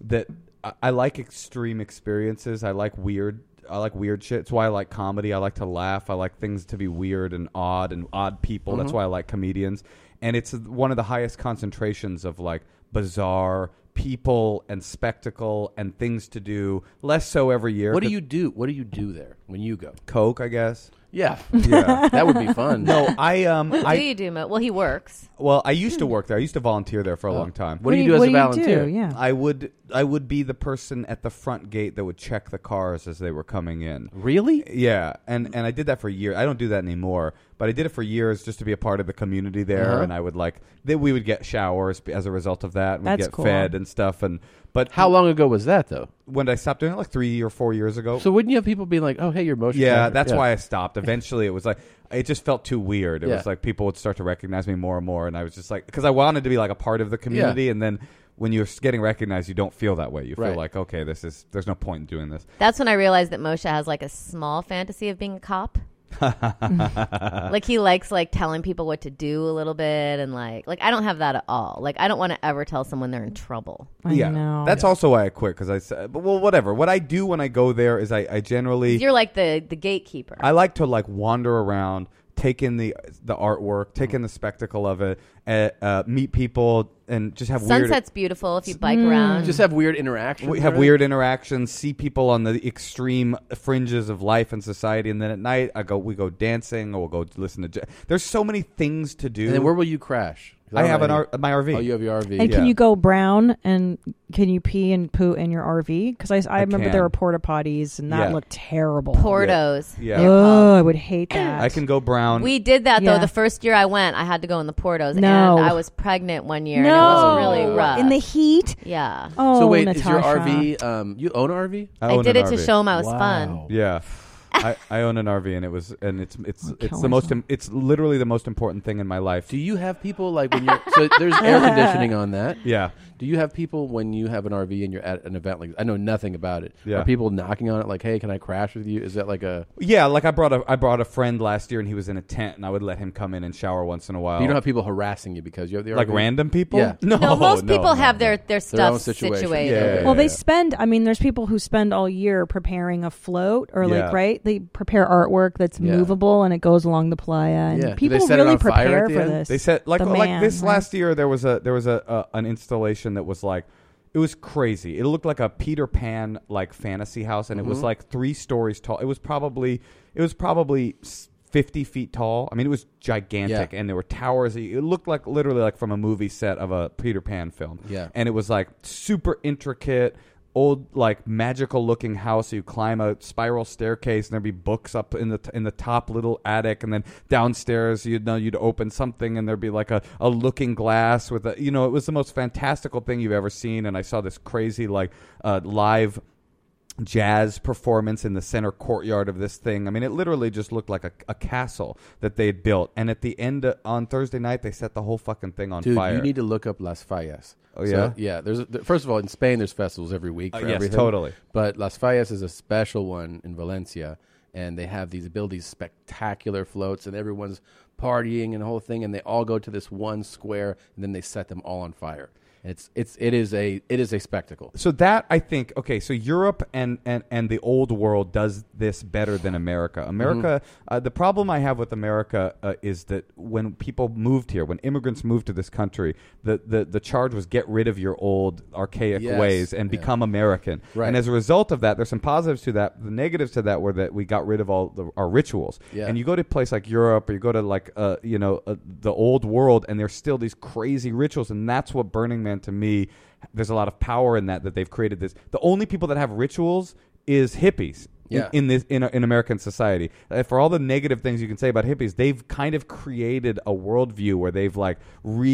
R: that I, I like extreme experiences. I like weird. I like weird shit. It's why I like comedy. I like to laugh. I like things to be weird and odd and odd people. That's
D: Mhm.
R: why I like comedians. And it's one of the highest concentrations of like bizarre people and spectacle and things to do. Less so every year.
D: What do
R: 'cause-
D: you do? What do you do there when you go?
R: Coke, I guess.
D: Yeah. That would be fun.
R: No, I um,
S: What
R: I
S: do you do, Mo? Well, he works.
R: well, I used to work there. I used to volunteer there
D: Oh.
R: for a long time.
S: What do What you do you- as a what do you do? volunteer? Yeah.
R: I would I would be the person at the front gate that would check the cars as they were coming in.
D: Really?
R: Yeah, and and I did that for years. I don't do that anymore, but I did it for years just to be a part of the community there.
D: Uh-huh.
R: And I would like that we would get showers b- as a result of that. and We'd
D: That's
R: get
D: cool.
R: fed and stuff. And but
D: How long ago was that though?
R: When I stopped doing it, like three or four years ago.
D: So wouldn't you have people being like, "Oh, hey, you're motion
R: Yeah,
D: capture."
R: that's why I stopped. Eventually, it was like it just felt too weird. It
D: Yeah.
R: was like people would start to recognize me more and more, and I was just like, because I wanted to be like a part of the community, and then when you're getting recognized, you don't feel that way. You feel
S: Right.
R: like, okay, this is there's no point in doing this.
S: That's when I realized that Moshe has like a small fantasy of being a cop.
R: Uh-huh.
S: like he likes like telling people what to do a little bit and like like I don't have that at all. Like I don't want to ever tell someone they're in trouble.
R: yeah, that's also why I quit because I said, but well, whatever. What I do when I go there is I, I generally
S: You're like the the gatekeeper.
R: I like to like wander around, take in the the artwork, take in the spectacle of it, uh, uh, meet people, and just have weird
S: Sunset's beautiful if you bike
E: Mm.
S: around.
D: Hmm. Just have weird interactions.
R: we have
D: right?
R: weird interactions, see people on the extreme fringes of life and society, and then at night I go we go dancing or we'll go listen to. Ja- There's so many things to do.
D: And then where will you crash? 'Cause
R: I
D: don't
R: have
D: know
R: an
D: any-
R: R- my RV.
D: Oh, you have your RV.
E: And can you go brown and can you pee and poo in your RV? Because I, I,
R: I
E: remember
R: can.
E: there were porta potties and that
R: Yeah.
E: looked terrible.
S: Portos.
R: Yeah.
E: Oh, I would hate that.
R: I can go brown.
S: We did that
E: Yeah.
S: though. The first year I went, I had to go in the portos,
E: No.
S: and I was pregnant one year, and
E: No.
S: it was really rough
E: In the heat.
S: Yeah.
E: Oh,
D: so wait,
E: Natasha.
D: is your RV? Um, you own an RV?
R: I own
S: did
R: an
S: it to
R: RV.
S: show him I was Wow. fun.
R: Yeah. I, I own an RV and it was and it's it's it's the
D: killing
R: most im- it's literally the most important thing in my life.
D: Do you have people like when you're so there's air conditioning on that?
R: Yeah.
D: Do you have people when you have an RV and you're at an event like I know nothing about it.
R: Yeah.
D: Are people knocking on it like, "Hey, can I crash with you?" Is that like a
R: Yeah, like I brought a I brought a friend last year and he was in a tent and I would let him come in and shower once in a while.
D: you don't have people harassing you because you have the
R: Like
D: RV?
R: random people?
D: Yeah.
R: No, No,
S: most people have their- their stuff
D: own situation.
S: situated.
D: Yeah,
R: Yeah,
D: yeah,
E: well,
D: yeah.
E: they spend. I mean, there's people who spend all year preparing a float, or
D: Yeah.
E: like right, they prepare artwork that's movable and it goes along the playa. And
R: Yeah. Do they
E: people
D: set it
E: really
D: on fire at
E: prepare
D: the
E: for
D: end?
E: this.
R: They said like
E: The
R: like
E: man,
R: this
E: right?
R: last year there was a there was a, a an installation that was like it was crazy. It looked like a Peter Pan like fantasy house, and it was
D: Mhm.
R: like three stories tall. It was probably it was probably s- fifty feet tall. I mean, it was gigantic, and there were towers. It looked like literally like from a movie set of a Peter Pan film.
D: Yeah.
R: and it was like super intricate. Old like magical looking house. You climb a spiral staircase, and there'd be books up in the t- in the top little attic, and then downstairs, you'd know you'd open something, and there'd be like a, a looking glass with a you know it was the most fantastical thing you've ever seen. And I saw this crazy like uh, live jazz performance in the center courtyard of this thing. I mean, it literally just looked like a, a castle that they had built. And at the end uh, on Thursday night, they set the whole fucking thing on
D: Dude,
R: fire.
D: you need to look up Las Fallas.
R: Oh, yeah?
D: yeah. There's a, th- first of all in Spain there's festivals every week
R: Uh,
D: for
R: yes,
D: everything.
R: totally.
D: But Las Fallas is a special one in Valencia, and they have these build these spectacular floats, and everyone's partying and the whole thing, and they all go to this one square, and then they set them all on fire. It's it's it is a it is a spectacle.
R: so that I think okay, so Europe and and and the old world does this better than
D: Mm-hmm.
R: America. America, uh, the problem I have with America uh, is that when people moved here, when immigrants moved to this country, the the the charge was get rid of your old archaic
D: Yes.
R: ways and
D: Yeah.
R: become American.
D: Right.
R: And as a result of that, there's some positives to that. The negatives to that were that we got rid of all the, our rituals.
D: Yeah.
R: And you go to a place like Europe or you go to like uh, you know uh, the old world, and there's still these crazy rituals, and that's what Burning Man to me. There's a lot of power in that that they've created this. The only people that have rituals is hippies. in-
D: Yeah.
R: In, this in, in American society, Uh, for all the negative things you can say about hippies, they've kind of created a worldview where they've like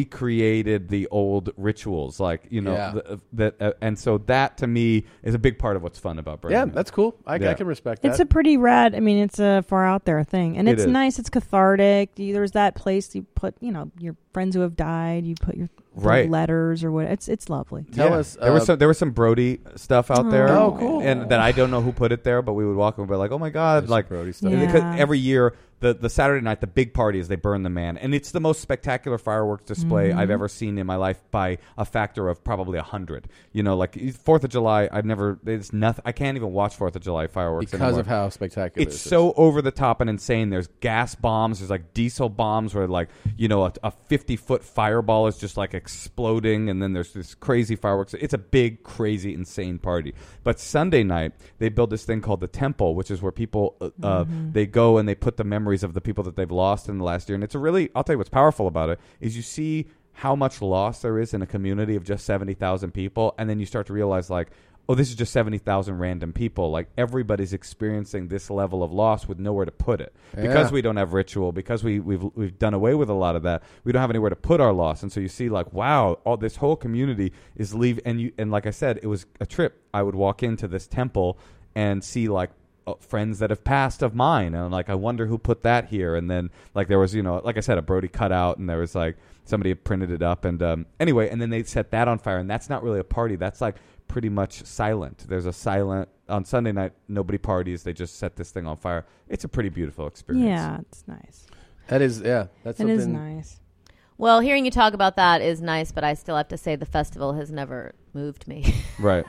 R: recreated the old rituals, like you know
D: Yeah.
R: the, that, uh, and so that to me is a big part of what's fun about Burning
D: Yeah,
R: Man.
D: that's cool. I, I
R: Yeah.
D: can respect that.
E: It's a pretty rad. I mean, it's a far out there thing, and
R: It
E: it's
R: is.
E: nice. It's cathartic. You- There's that place you put, you know, your friends who have died. You put your their
R: Right.
E: letters or what. It's it's lovely.
R: Yeah. there
D: uh,
R: was some there was some Brody stuff out there.
E: Oh, cool.
R: And that I don't know who put it there, but we would walk and be like, "Oh my god!" like Brody
E: stuff. Yeah.
R: every year the the Saturday night the big party is they burn the man, and it's the most spectacular fireworks display
J: Mhm.
E: Mm-hmm.
R: I've ever seen in my life by a factor of probably a hundred. You know, like Fourth of July, I've never it's nothing. I can't even watch Fourth of July fireworks
D: Because
R: anymore.
D: of how spectacular
R: it's
D: it is.
R: so over the top and insane. There's gas bombs. There's like diesel bombs where like you know a, a 50 foot fireball is just like exploding, and then there's this crazy fireworks. It's a big, crazy, insane party. But Sunday night they build this thing called the Temple, which is where people uh, uh,
J: Mhm.
R: they go and they put the memories of the people that they've lost in the last year. And it's a really I'll tell you what's powerful about it is you see how much loss there is in a community of just 70,000 people and then you start to realize like oh, this is just 70,000 random people. Like everybody's experiencing this level of loss with nowhere to put it. Because
J: Yeah.
R: we don't have ritual, because we, we've, we've done away with a lot of that, we don't have anywhere to put our loss. And so you see like, wow, all this whole community is leave. And you, and like I said, it was a trip. I would walk into this temple and see like, uh, friends that have passed of mine and like i wonder who put that here and then like there was you know like i said a brody cutout and there was like somebody had printed it up and um, anyway and then they set that on fire and that's not really a party that's like pretty much silent. There's a silent on Sunday night. Nobody parties. They just set this thing on fire. It's a pretty beautiful experience.
E: Yeah, it's nice.
D: That is yeah. That's
E: It is
D: something-
E: nice.
S: Well, hearing you talk about that is nice, but I still have to say the festival has never moved me.
R: Right.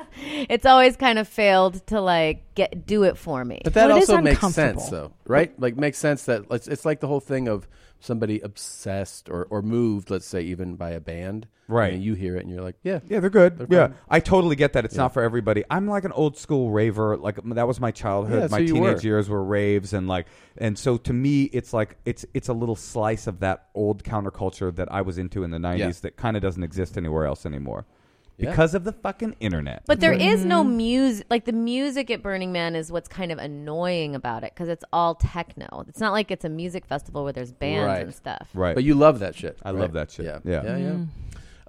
S: it's always kind of failed to like get do it for me.
D: But that also makes sense, though, right? Like makes sense that it's, it's like the whole thing of somebody obsessed or, or moved, let's say, even by a band,
R: Right.
D: And you hear it and you're like, yeah,
R: Yeah, they're good.
D: They're
R: yeah,
D: fine.
R: I totally get that. It's
D: Yeah.
R: not for everybody. I'm like an old school raver. Like m- that was my childhood.
D: Yeah, that's
R: my
D: who you were.
R: teenage years were raves, and like, and so to me, it's like it's it's a little slice of that old counterculture that I was into in the '90s
S: Yeah.
R: that kind of doesn't exist anywhere else anymore
D: Yeah.
R: because of the fucking internet.
S: But there is no music. Like the music at Burning Man is what's kind of annoying about it because it's all techno. It's not like it's a music festival where there's bands
D: right.
S: and stuff.
R: Right.
D: But you love that shit.
R: I
D: right?
R: love that shit.
D: Yeah.
R: Yeah.
D: Yeah. yeah.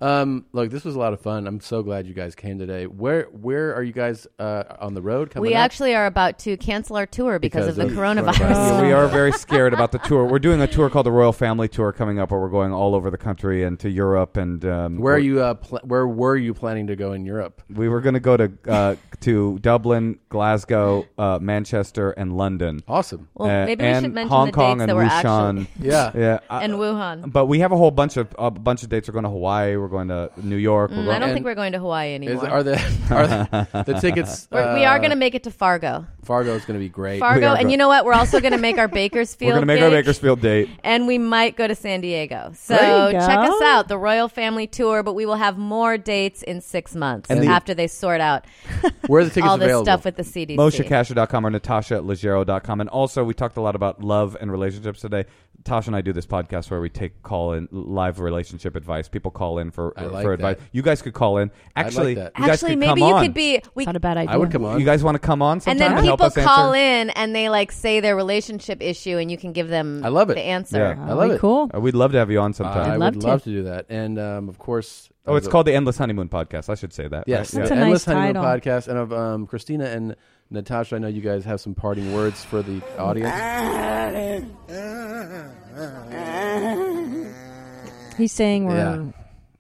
D: Um, look, this was a lot of fun. I'm so glad you guys came today. Where where are you guys uh, on the road coming
S: we
D: up?
S: actually are about to cancel our tour because, of the coronavirus.
R: Yeah, we are very scared about the tour. We're doing a tour called the Royal Family Tour coming up, where we're going all over the country and to Europe. And um,
D: Where are you? Uh, pl- where were you planning to go in Europe?
R: We were going to go to uh, to Dublin, Glasgow, uh, Manchester, and London.
D: Awesome.
S: Well,
R: Uh,
S: maybe we
R: and
S: should mention
R: Hong
S: the
R: Kong
S: dates
R: and
S: that were
R: Wuhan.
S: actually-
D: Yeah.
R: yeah, uh,
S: And Wuhan.
R: But we have a whole bunch of a bunch of dates. We're going to Hawaii. We're going to New York.
S: Mm,
R: we're
S: I
R: going,
S: don't think we're going to Hawaii anymore.
D: are the are the, the tickets?
S: We're, we are
D: uh,
S: going to make it to Fargo.
D: Fargo is going to be great.
S: Fargo, and you know what? We're also going to make our
R: we're
S: Bakersfield.
R: going to make our
S: gig,
R: Bakersfield date.
S: And we might go to San Diego. So
R: There you
S: check us
R: go.
S: out, the Royal Family Tour, but we will have more dates in six months
R: And the-
S: after they sort out
R: Where are the tickets
S: all this
R: available?
S: stuff with the CDC.
R: MosheKasher.com or Natasha at Legero.com. And also, we talked a lot about love and relationships today. Tasha and I do this podcast where we take call in live relationship advice. People call in for,
D: I like
R: for advice.
D: that.
R: You guys could call in.
D: I like
R: Actually,
D: that.
R: you guys
S: Actually,
R: could
S: maybe
R: come
S: you
R: on.
S: could be. We,
E: not a bad idea.
R: You guys want to come on
S: and
R: sometime
S: then
R: help
S: people
R: us
S: call
R: answer?
S: in and they like say their relationship issue, and you can give them.
D: I love it.
S: The answer.
R: Yeah. Uh, we'd love to have you on sometime.
D: Uh, I would love to. do that. And um, of course,
R: Oh, it's called the Endless Honeymoon Podcast. I should say that.
D: Yes,
R: right?
D: the Endless Honeymoon Podcast, and of um, Christina and Natasha. I know you guys have some parting words for the audience.
E: He's saying we're
D: Yeah.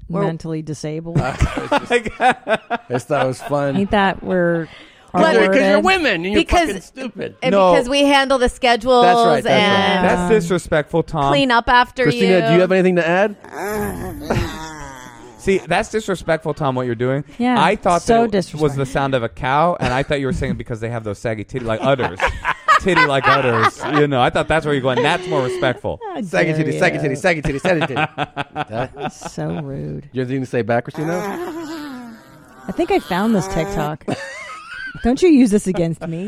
S: We're-
E: mentally disabled.
D: just thought it was fun.
E: He thought we're.
D: Because you're- because you're
E: R-worded.
D: women and you're
S: because,
D: fucking stupid.
S: and
D: No.
S: Because we handle the schedules
D: That's right. That's,
S: and um,
D: right.
R: that's disrespectful, Tom.
S: clean up after
D: Christina,
S: you.
D: do you have anything to add?
R: See, that's disrespectful, Tom. What you're doing?
S: Yeah,
R: I thought
S: so
R: that it was the sound of a cow, and I thought you were saying because they have those saggy titty like udders, titty like udders. You know, I thought that's where you're going. That's more respectful.
D: Saggy titty, saggy titty, saggy titty, saggy titty.
E: so rude.
D: You have anything to say back, Christina?
E: I think I found this TikTok. Don't you use this against me?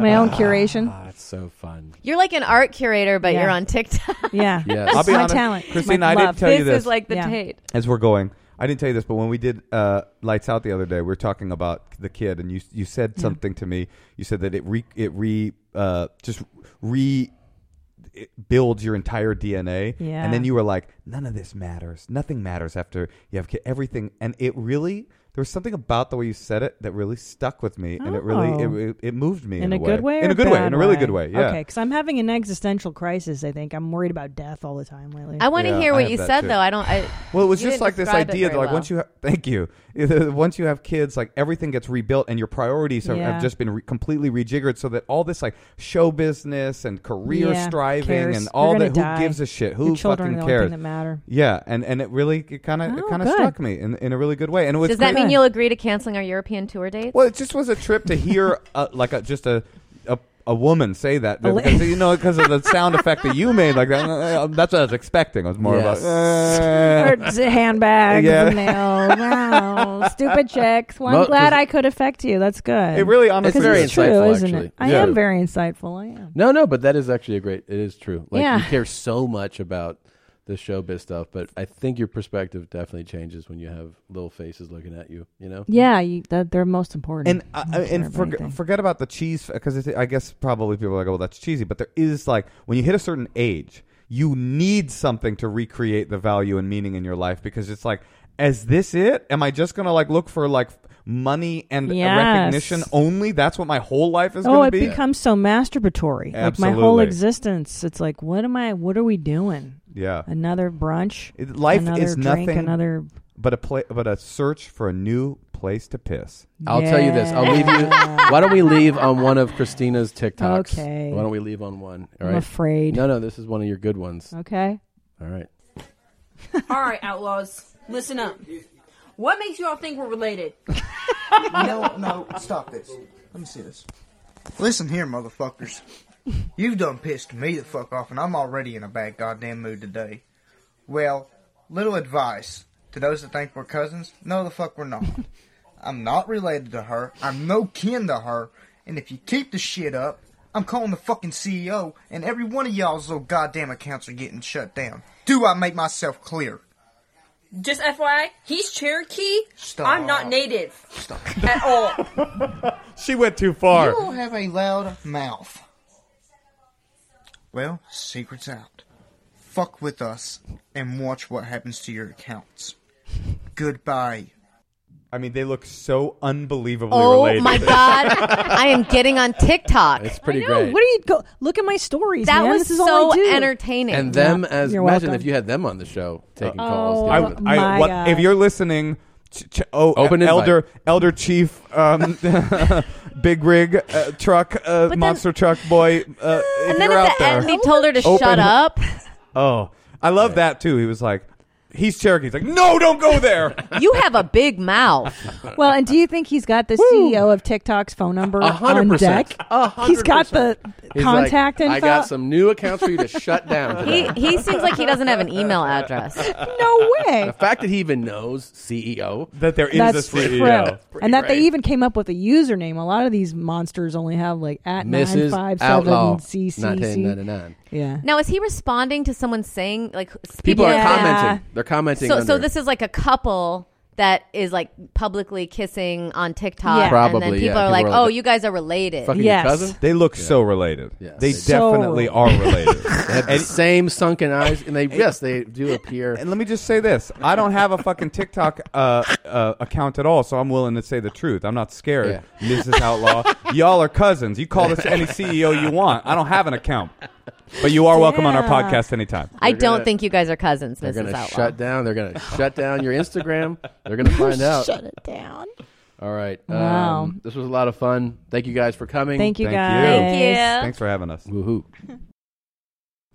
E: My own curation.
D: Ah, it's so fun.
S: You're like an art curator, but
E: Yeah.
S: you're on TikTok.
E: Yeah.
R: Yeah, I'll be honest, Christine. I didn't tell you this.
S: This is like the Tate.
R: As we're going, I didn't tell you this, but when we did uh, Lights Out the other day, we were talking about the kid, and you you said
J: Yeah.
R: something to me. You said that it re it re uh, just re it builds your entire DNA,
J: Yeah.
R: and then you were like, none of this matters. Nothing matters after you have kid. Everything, and it really. there was something about the way you said it that really stuck with me, and it really
E: Oh.
R: it, it, it moved me in,
E: a, good way, or
R: in a good way, in
E: bad
R: a really good way. Yeah.
E: Okay, because I'm having an existential crisis. I think I'm worried about death all the time lately.
S: I want to
R: Yeah,
S: hear
R: I
S: what
R: have
S: you
R: that
S: said
R: too.
S: though. I don't. I,
R: Well, it was
S: you
R: just
S: didn't
R: like this
S: describe it
R: idea that
S: very
R: like
S: well.
R: once you ha- thank you, once you have kids, like everything gets rebuilt and your priorities have,
S: Yeah.
R: have just been re- completely rejiggered, so that all this like show business and career
E: Yeah,
R: striving
E: cares?
R: and
E: They're
R: all
E: gonna
R: that
E: die.
R: who gives a shit,
E: Your
R: who
E: children are
R: fucking
E: the only
R: cares,
E: thing that matter.
R: Yeah, and and it really it kind of it kind of
S: Oh, good.
R: struck me in in a really good way, and it was
S: Does that
R: great.
S: mean you'll agree to canceling our European tour dates?
R: Well, it just was a trip to hear uh, like a, just a, a a woman say that because you know because of the sound effect that you made like that, uh, that's what I was expecting. It was more
E: Yes.
R: of "Eh." a
E: Or z- handbags,
R: Yeah.
E: and nails. Wow, stupid chicks. Well, I'm
D: Mo-
E: glad
D: 'cause-
E: I could affect you. That's good.
D: It really honestly
E: 'Cause
D: is.
E: it's true,
D: Um, Very insightful,
E: isn't
D: actually.
E: it? I
D: Yeah.
E: am very insightful. I am.
D: No, no, but that is actually a great. It is true. Like
E: Yeah.
D: you care so much about the showbiz stuff, but I think your perspective definitely changes when you have little faces looking at you. You know.
E: Yeah, you, that, they're most important.
R: And I I-
E: Don't care
R: and
E: about
R: forg
E: anything.
R: forget about the cheese because I guess probably people are like, "Oh, well, that's cheesy. But there is like when you hit a certain age, you need something to recreate the value and meaning in your life because it's like, is this it? Am I just gonna like look for like money and
E: Yes.
R: recognition only? That's what my whole life is
E: oh,
R: gonna
E: it
R: be. uh,
E: becomes so masturbatory. Like my whole
R: Absolutely.
E: existence, it's like, what am I? What are we doing?
R: Yeah.
E: another brunch.
R: It- life
E: another
R: is
E: drink,
R: nothing
E: Another.
R: but a pla- but a search for a new place to piss.
D: I'll tell you this. I'll leave you. Why don't we leave um, on one of Christina's TikToks?
E: Okay.
D: Why don't we leave on one? All
E: I'm
D: right?
E: afraid.
D: No, no. This is one of your good ones.
E: Okay.
D: All right.
V: All right, outlaws, listen up. What makes y'all think we're related? no,
U: No, stop this. Let me see this. Listen here, motherfuckers. You've done pissed me the fuck off, and I'm already in a bad goddamn mood today. Well, little advice to those that think we're cousins. No, the fuck we're not. I'm not related to her. I'm no kin to her. And if you keep the shit up, I'm calling the fucking CEO, and every one of y'all's little goddamn accounts are getting shut down. Do I make myself clear?
V: Just FYI, he's Cherokee.
U: Stop.
V: I'm not native. At all.
R: She went too
U: You all have a loud mouth. Well, secret's out. Fuck with us and watch what happens to your accounts. Goodbye.
R: I mean, they look so unbelievably
S: Oh
R: related.
S: my god! I am getting on TikTok.
D: It's pretty
S: I
D: know. great.
E: What do you go? Look at my stories.
S: That
E: man.
S: was
E: This is all I
S: so
E: do.
S: entertaining.
D: And them as
E: You're
D: imagine
E: welcome.
D: if you had them on the show taking
E: Uh,
D: calls.
S: Oh
E: I-
D: giving-
E: I-
R: Oh,
E: My what- God.
R: if you're listening, ch- ch- oh,
D: Open invite.
R: elder, elder chief, um, big rig uh, truck, uh, monster truck boy. Uh, if
S: And then
R: you're
S: at
R: out
S: the
R: there,
S: end, he told her to
R: open-
S: shut up.
R: Oh, I love that too. He was like, he's Cherokee. He's like, no, don't go there.
S: You have a big mouth.
E: Well, and do you think he's got the CEO of TikTok's phone number
D: A hundred
E: on
D: percent.
E: deck?
D: A
E: He's
D: hundred
E: got the
D: He's like,
E: contact info.
D: I got some new accounts for you to shut down.
S: He
D: today."
S: he seems like he doesn't have an email address.
E: no way.
D: The fact that he even knows E CEO
R: that there
E: That's
D: E
R: E
E: true. And that they even came up with a username. A lot of these monsters only have like at
D: Mrs.
E: nine five
D: Outlaw
E: seven CC.
D: 1999.
E: Yeah.
S: Now is he responding to someone saying like s-
D: People are
S: have that-
D: commenting. They're commenting
S: So so
D: under.
S: this is like a couple that is like publicly kissing on TikTok.
D: Yeah.
S: And then
D: Probably,
S: people,
D: yeah.
S: are,
D: People
S: like,
D: are like,
S: oh, you guys are related.
D: Fucking your Yes. cousin?
R: They look so related. They
D: So
R: definitely are related.
D: They have the same sunken eyes, and they yes, they do appear.
R: And let me just say this: I don't have a fucking TikTok uh, uh, account at all, so I'm willing to say the truth. I'm not scared, Mrs. Outlaw. Y'all are cousins. You call this any CEO you want. I don't have an account, but you are welcome on our
S: Damn.
R: podcast anytime.
S: I
D: They're
S: don't
D: gonna-
S: think you guys are cousins,
D: They're
S: Mrs.
D: gonna
S: Outlaw.
D: shut down. They're gonna shut down your Instagram. They're gonna find out.
S: Shut it down.
D: All right.
S: Wow.
D: Um, this was a lot of fun. Thank you guys for coming.
E: Thank you
R: Thank guys. you. Thank you. Thanks for having us.
D: Woohoo.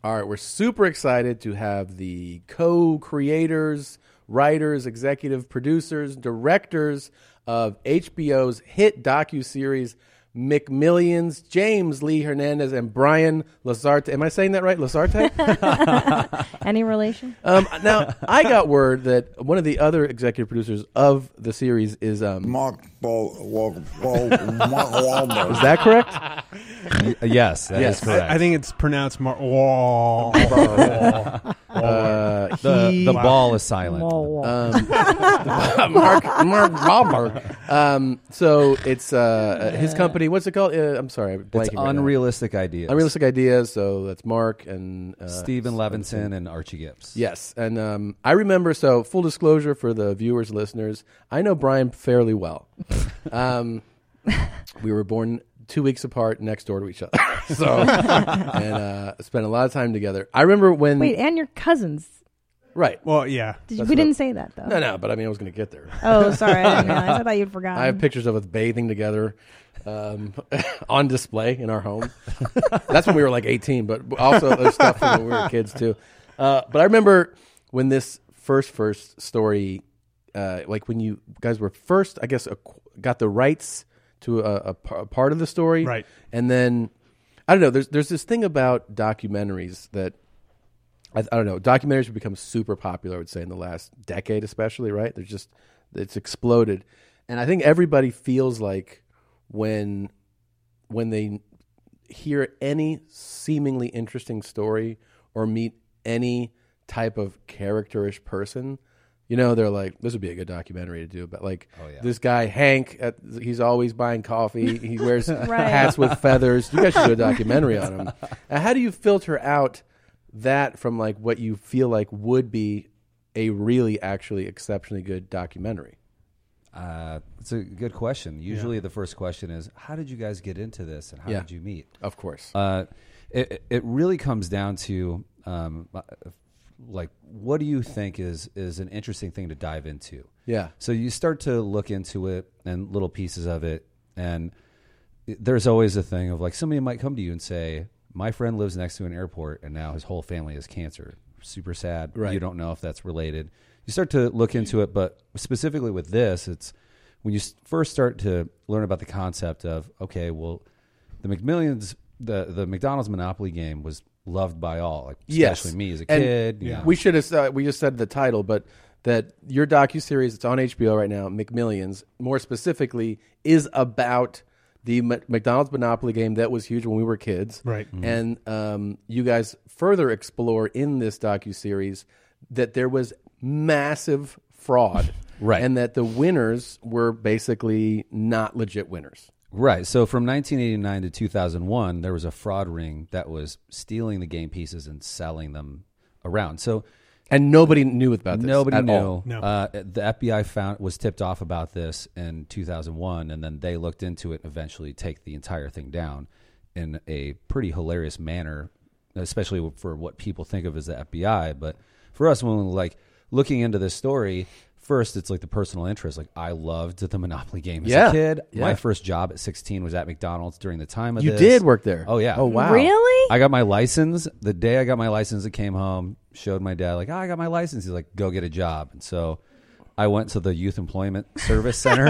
D: All right. We're super excited to have the co creators, writers, executive producers, directors of HBO's hit docuseries. McMillions, James Lee Hernandez, and Brian Lazarte. Am I saying that right? Lazarte?
E: Any relation?
D: Um, now, I got word that one of the other executive producers of the series is um,
W: Mark Ball.
D: is that correct?
W: yes, that is correct.
C: I, I think it's pronounced Mar.
D: Uh,
R: The, the ball is silent.
D: Um, Mark Mark Wahlberg. Um, so it's uh, uh, his company. What's it called? Uh, I'm sorry, I'm blanking
X: It's
D: right now.
X: unrealistic ideas.
D: Unrealistic ideas. So that's Mark and uh,
X: Steven Levinson and Archie Gibbs.
D: Yes, and um, I remember. So full disclosure for the viewers, listeners, I know Brian fairly well. um, we were born two weeks apart, next door to each other. so and uh, spent a lot of time together. I remember when
E: Wait, and your cousins.
D: Right.
L: Well, yeah.
E: Did you-
D: That's
E: we
D: what
E: didn't
D: I-
E: say that, though.
D: No, no. But I mean, I was going to get there.
E: Oh, sorry, I didn't realize. I thought you'd forgotten.
D: I have pictures of us bathing together, um, on display in our home. That's when we were like 18, but also there's stuff from when we were kids too. Uh, but I remember when this first first story, uh, like when you guys were first, I guess, acqu- got the rights to a, a par- a part of the story,
L: Right.
D: And then I don't know. There's there's this thing about documentaries that I, I don't know. Documentaries have become super popular. I would say in the last decade, especially. Right? They're just it's exploded, and I think everybody feels like when when they hear any seemingly interesting story or meet any type of characterish person, you know, they're like, this would be a good documentary to do. But like, this guy Hank, at, he's always buying coffee. He wears
L: Right.
D: hats with feathers. You guys should do a documentary on him. Now, how do you filter out that from like what you feel like would be a really actually exceptionally good documentary?
X: Uh, it's a good question. Usually, the first question is, "How did you guys get into this, and how
D: Yeah.
X: did you meet?"
D: Of course.
X: Uh, it it really comes down to um, like what do you think is is an interesting thing to dive into?
D: Yeah.
X: So you start to look into it and little pieces of it, and it- there's always a thing of like somebody might come to you and say, "My friend lives next to an airport, and now his whole family has cancer. Super sad.
D: Right.
X: You don't know if that's related." You start to look into it, but specifically with this, it's when you s- first start to learn about the concept of okay, well, the McMillions, the the McDonald's Monopoly game was loved by all, like especially me as a
D: And
X: kid. you know.
D: We should have said, we just said the title, but that your docu series that's on HBO right now, McMillions, more specifically, is about the M- McDonald's Monopoly game that was huge when we were kids,
L: Right.
X: Mm-hmm.
L: Mhm.
D: And um, you guys further explore in this docu series that there was massive fraud,
X: Right.
D: and that the winners were basically not legit winners.
X: Right. So from 1989 to 2001, there was a fraud ring that was stealing the game pieces and selling them around. So,
D: and nobody knew about this
X: Nobody
D: at
X: knew.
D: all. No.
X: Uh, the FBI found was tipped off about this in 2001, and then they looked into it. and Eventually, take the entire thing down in a pretty hilarious manner, especially for what people think of as the FBI. But for us, when we're like looking into this story. First, it's like the personal interest. Like I loved the Monopoly game as
D: Yeah.
X: a kid. My
D: Yeah.
X: first job at 16 was at McDonald's during the time of
D: You
X: this.
D: did work there?
X: Oh yeah.
D: Oh, wow. Really?
X: I got my license the day I got my license. I came home, showed my dad like, oh, I got my license. He's like, go get a job. And so I went to the Youth Employment Service Center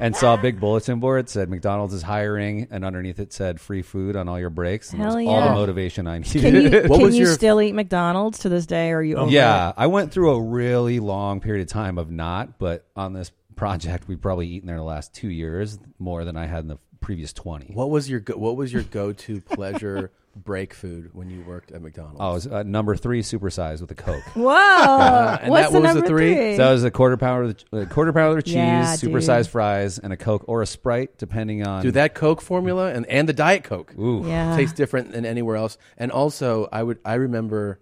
X: and saw a big bulletin board that said McDonald's is hiring, and underneath it said free food on all your breaks. And that
E: Hell
X: was all
E: yeah.
X: the motivation I needed.
E: Can you, can you still eat McDonald's to this day? Or are you? over
X: Oh, yeah, I went through a really long period of time of not, but on this project, we've probably eaten there the last two years more than I had in the previous twenty.
D: What was your go- what was your go to pleasure break food when you worked at McDonald's?
X: I was uh, number three supersized with a Coke. Uh,
E: Whoa!
D: and
E: What's the
D: that- what was the
E: number
D: three?
X: So that was a quarter pounder, a quarter pounder of cheese,
E: Yeah, dude.
X: supersized fries, and a Coke or a Sprite, depending on.
D: Dude, that Coke formula and, and the Diet Coke
X: Ooh.
E: Yeah.
D: tastes different than anywhere else. And also, I would I remember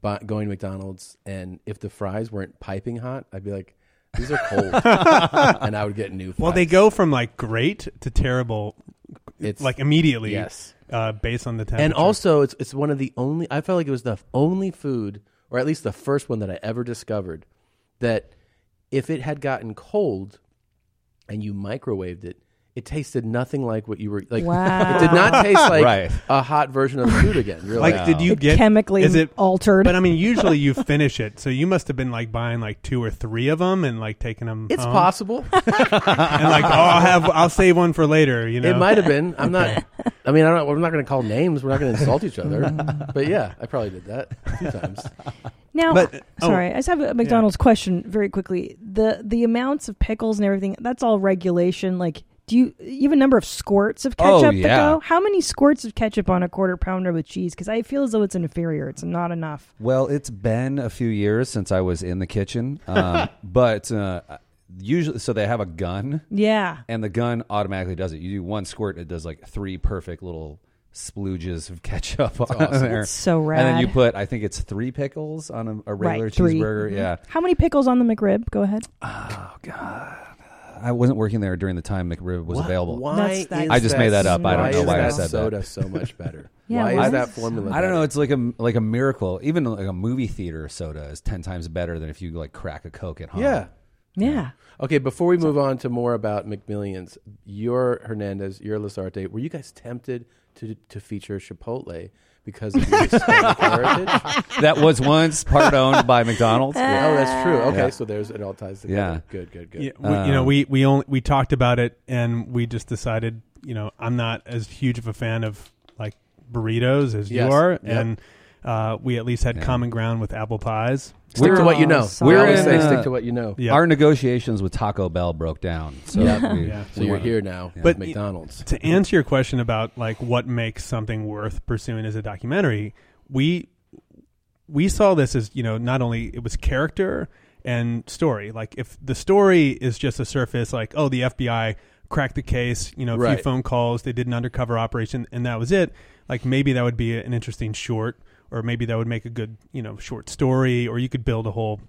D: bu going to McDonald's and if the fries weren't piping hot, I'd be like, these are cold, and I would get new. Fries.
L: Well, they go from like great to terrible,
D: It's-
L: like immediately.
D: yes.
L: Uh, based on the temperature.
D: and also it's it's one of the only I felt like it was the only food, or at least the first one that I ever discovered, that if it had gotten cold and you microwaved it, it tasted nothing like what you were like.
E: Wow.
D: It did not taste like
X: Right.
D: a hot version of food again. You're
L: like,
D: like,
L: did you
E: It
L: get
E: chemically
L: is it,
E: altered?
L: But I mean, usually you finish it, so you must have been like buying like two or three of them and like taking them.
D: It's possible.
L: and like, oh, I'll have, I'll save one for later. You know,
D: It might have been. I'm not. I mean, I don't. We're not going to call names. We're not going to insult each other. But yeah, I probably did that a few times.
E: Now,
D: But-
E: sorry,
D: oh.
E: I just have a McDonald's question very quickly. The the amounts of pickles and everything, that's all regulation. Like, Do you you have a number of squirts of
X: Oh,
E: ketchup that
X: yeah.
E: go? How many squirts of ketchup on a quarter pounder with cheese? Because I feel as though it's inferior. It's not enough.
X: Well, it's been a few years since I was in the kitchen, um, but uh, usually, so they have a gun.
E: Yeah.
X: And the gun automatically does it. You do one squirt, it does like three perfect little splooges of ketchup on
E: awesome.
X: there.
E: That's so
X: And then you
E: rad.
X: put, I think it's three pickles on a, a regular
E: right, three. Mm-hmm.
X: cheeseburger. Yeah.
E: How many pickles on the McRib? Go ahead.
X: I wasn't working there during the time McRib was
D: Why-
X: available.
D: why That's- that's-
X: I just made that up. I
D: why
X: don't know
D: is
X: why I
D: that
X: said
D: soda
X: that.
D: so much better? Yeah, Why is why is- that formula
X: I don't know. It's like a like a miracle. Even like a movie theater soda is ten times better than if you like crack a Coke at home.
D: Yeah.
E: Yeah.
D: Okay, before we move on to more about McMillions, your Hernandez, your Lasarte, were you guys tempted to to feature Chipotle because of your Hispanic heritage?
X: That was once part owned by McDonald's.
D: Yeah, Oh, that's true. Okay,
X: Yeah.
D: so there's it all ties together. Good, good, good.
G: Yeah, we, you
D: Um,
G: know, we we only we talked about it, and we just decided, you know, I'm not as huge of a fan of like burritos as
D: Yes.
G: you are,
D: Yep.
G: and uh, we at least had common ground with apple pies.
D: Stick to what you know. Oh, Solid.
X: We're
D: always
X: in,
D: say
X: uh,
D: stick to what you know.
G: Yeah.
X: Our negotiations with Taco Bell broke down. So,
D: Yeah.
X: we-
D: Yeah. So
X: we
D: you're
X: wanna-
D: here now.
X: Yeah.
D: But- McDonald's.
G: To answer your question about like what makes something worth pursuing as a documentary, we we saw this as you know not only it was character and story. Like if the story is just a surface, like oh the FBI cracked the case, you know a
D: Right.
G: few phone calls, they did an undercover operation, and that was it. Like maybe that would be an interesting short, or maybe that would make a good you know short story, or you could build a whole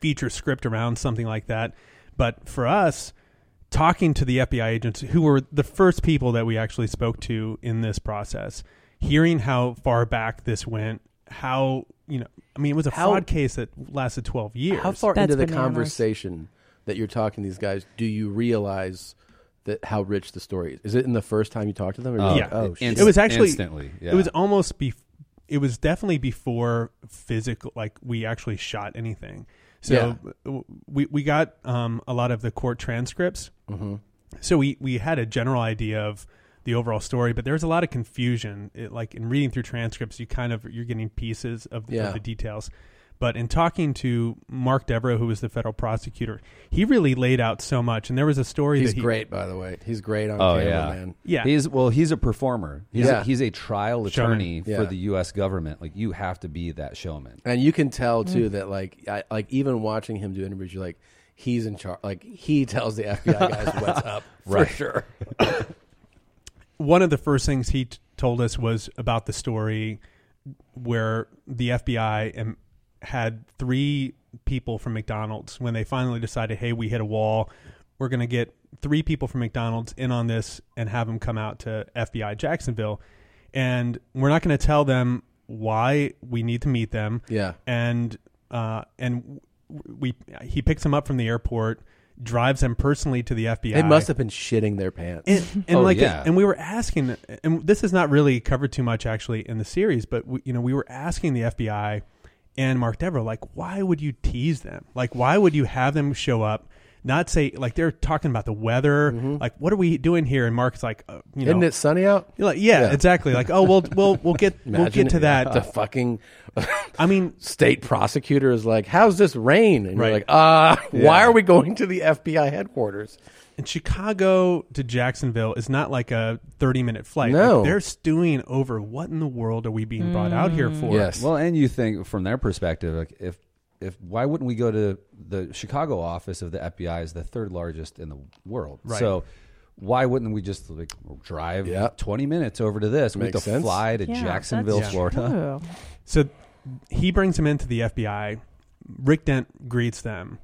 G: feature script around something like that. But for us, talking to the FBI agents, who were the first people that we actually spoke to in this process, hearing how far back this went, how you know, I mean, it was a
D: How-
G: fraud case that lasted twelve years.
D: How far into the conversation that you're talking to these guys do you realize that how rich the story is? Is it in the first time you talk to them? Or you're
G: yeah,
D: like, oh, shit.
G: Uh, it was actually It was almost be. It was definitely before physical, like we actually shot anything. So w we we got um, a lot of the court transcripts.
D: Mhm.
G: So we we had a general idea of the overall story, but there was a lot of confusion. It, like in reading through transcripts, you kind of you're getting pieces of the,
D: Yeah.
G: of the details. But in talking to Mark Devereaux, who was the federal prosecutor, he really laid out so much, and there was a story
D: He's
G: that he,
D: great, by the way. He's great on
X: Oh
D: camera,
X: yeah,
D: man.
G: Yeah.
X: He's well, he's a performer. He's
D: Yeah.
X: a, he's a trial
D: Showman.
X: attorney
D: Yeah.
X: for the U.S. government. Like you have to be that showman.
D: And you can tell too
X: Mm.
D: that like I, like even watching him do interviews, you're like he's in charge. Like he tells the FBI guys what's up
G: Right.
D: for sure.
G: one of the first things he t- told us was about the story where the FBI and had three people from McDonald's when they finally decided, hey, we hit a wall. We're going to get three people from McDonald's in on this and have them come out to FBI Jacksonville. And we're not going to tell them why we need to meet them.
D: Yeah.
G: And, uh, and w- we, he picks them up from the airport, drives them personally to the FBI.
D: They must have been shitting their pants.
G: And,
D: Oh,
G: and like, and we were asking, and this is not really covered too much actually in the series, but we, you know, we were asking the FBI and Mark Devereaux, like, why would you tease them? Like, why would you have them show up? Not say like they're talking about the weather. Like, what are we doing here? And Mark's like, uh, you know,
D: Mm-hmm. Isn't it sunny out?
G: You're like, yeah,
D: Yeah.
G: exactly. Like, oh, we'll we'll we'll get we'll
D: Imagine
G: get to
D: it.
G: that.
D: The fucking,
G: I mean,
D: state prosecutor is like, "How's this rain?" And
G: Right.
D: you're like, "Uh,
G: Yeah.
D: why are we going to the FBI headquarters?"
G: And Chicago to Jacksonville is not like a 30 minute flight.
X: No.
G: Like, they're stewing over what in the world are we being brought out here
D: Mm-hmm.
G: for?
X: Mm. Well, and you think from their perspective, like if if why wouldn't we go to the Chicago office of the FBI is the third largest in the world.
G: Right.
X: So why wouldn't we just like drive twenty minutes over to this? we have
D: Makes
X: to
D: sense.
X: fly to
D: Yeah,
X: Jacksonville,
D: that's
X: Florida.
D: true.
G: So he brings him into the FBI. Rick Dent greets them,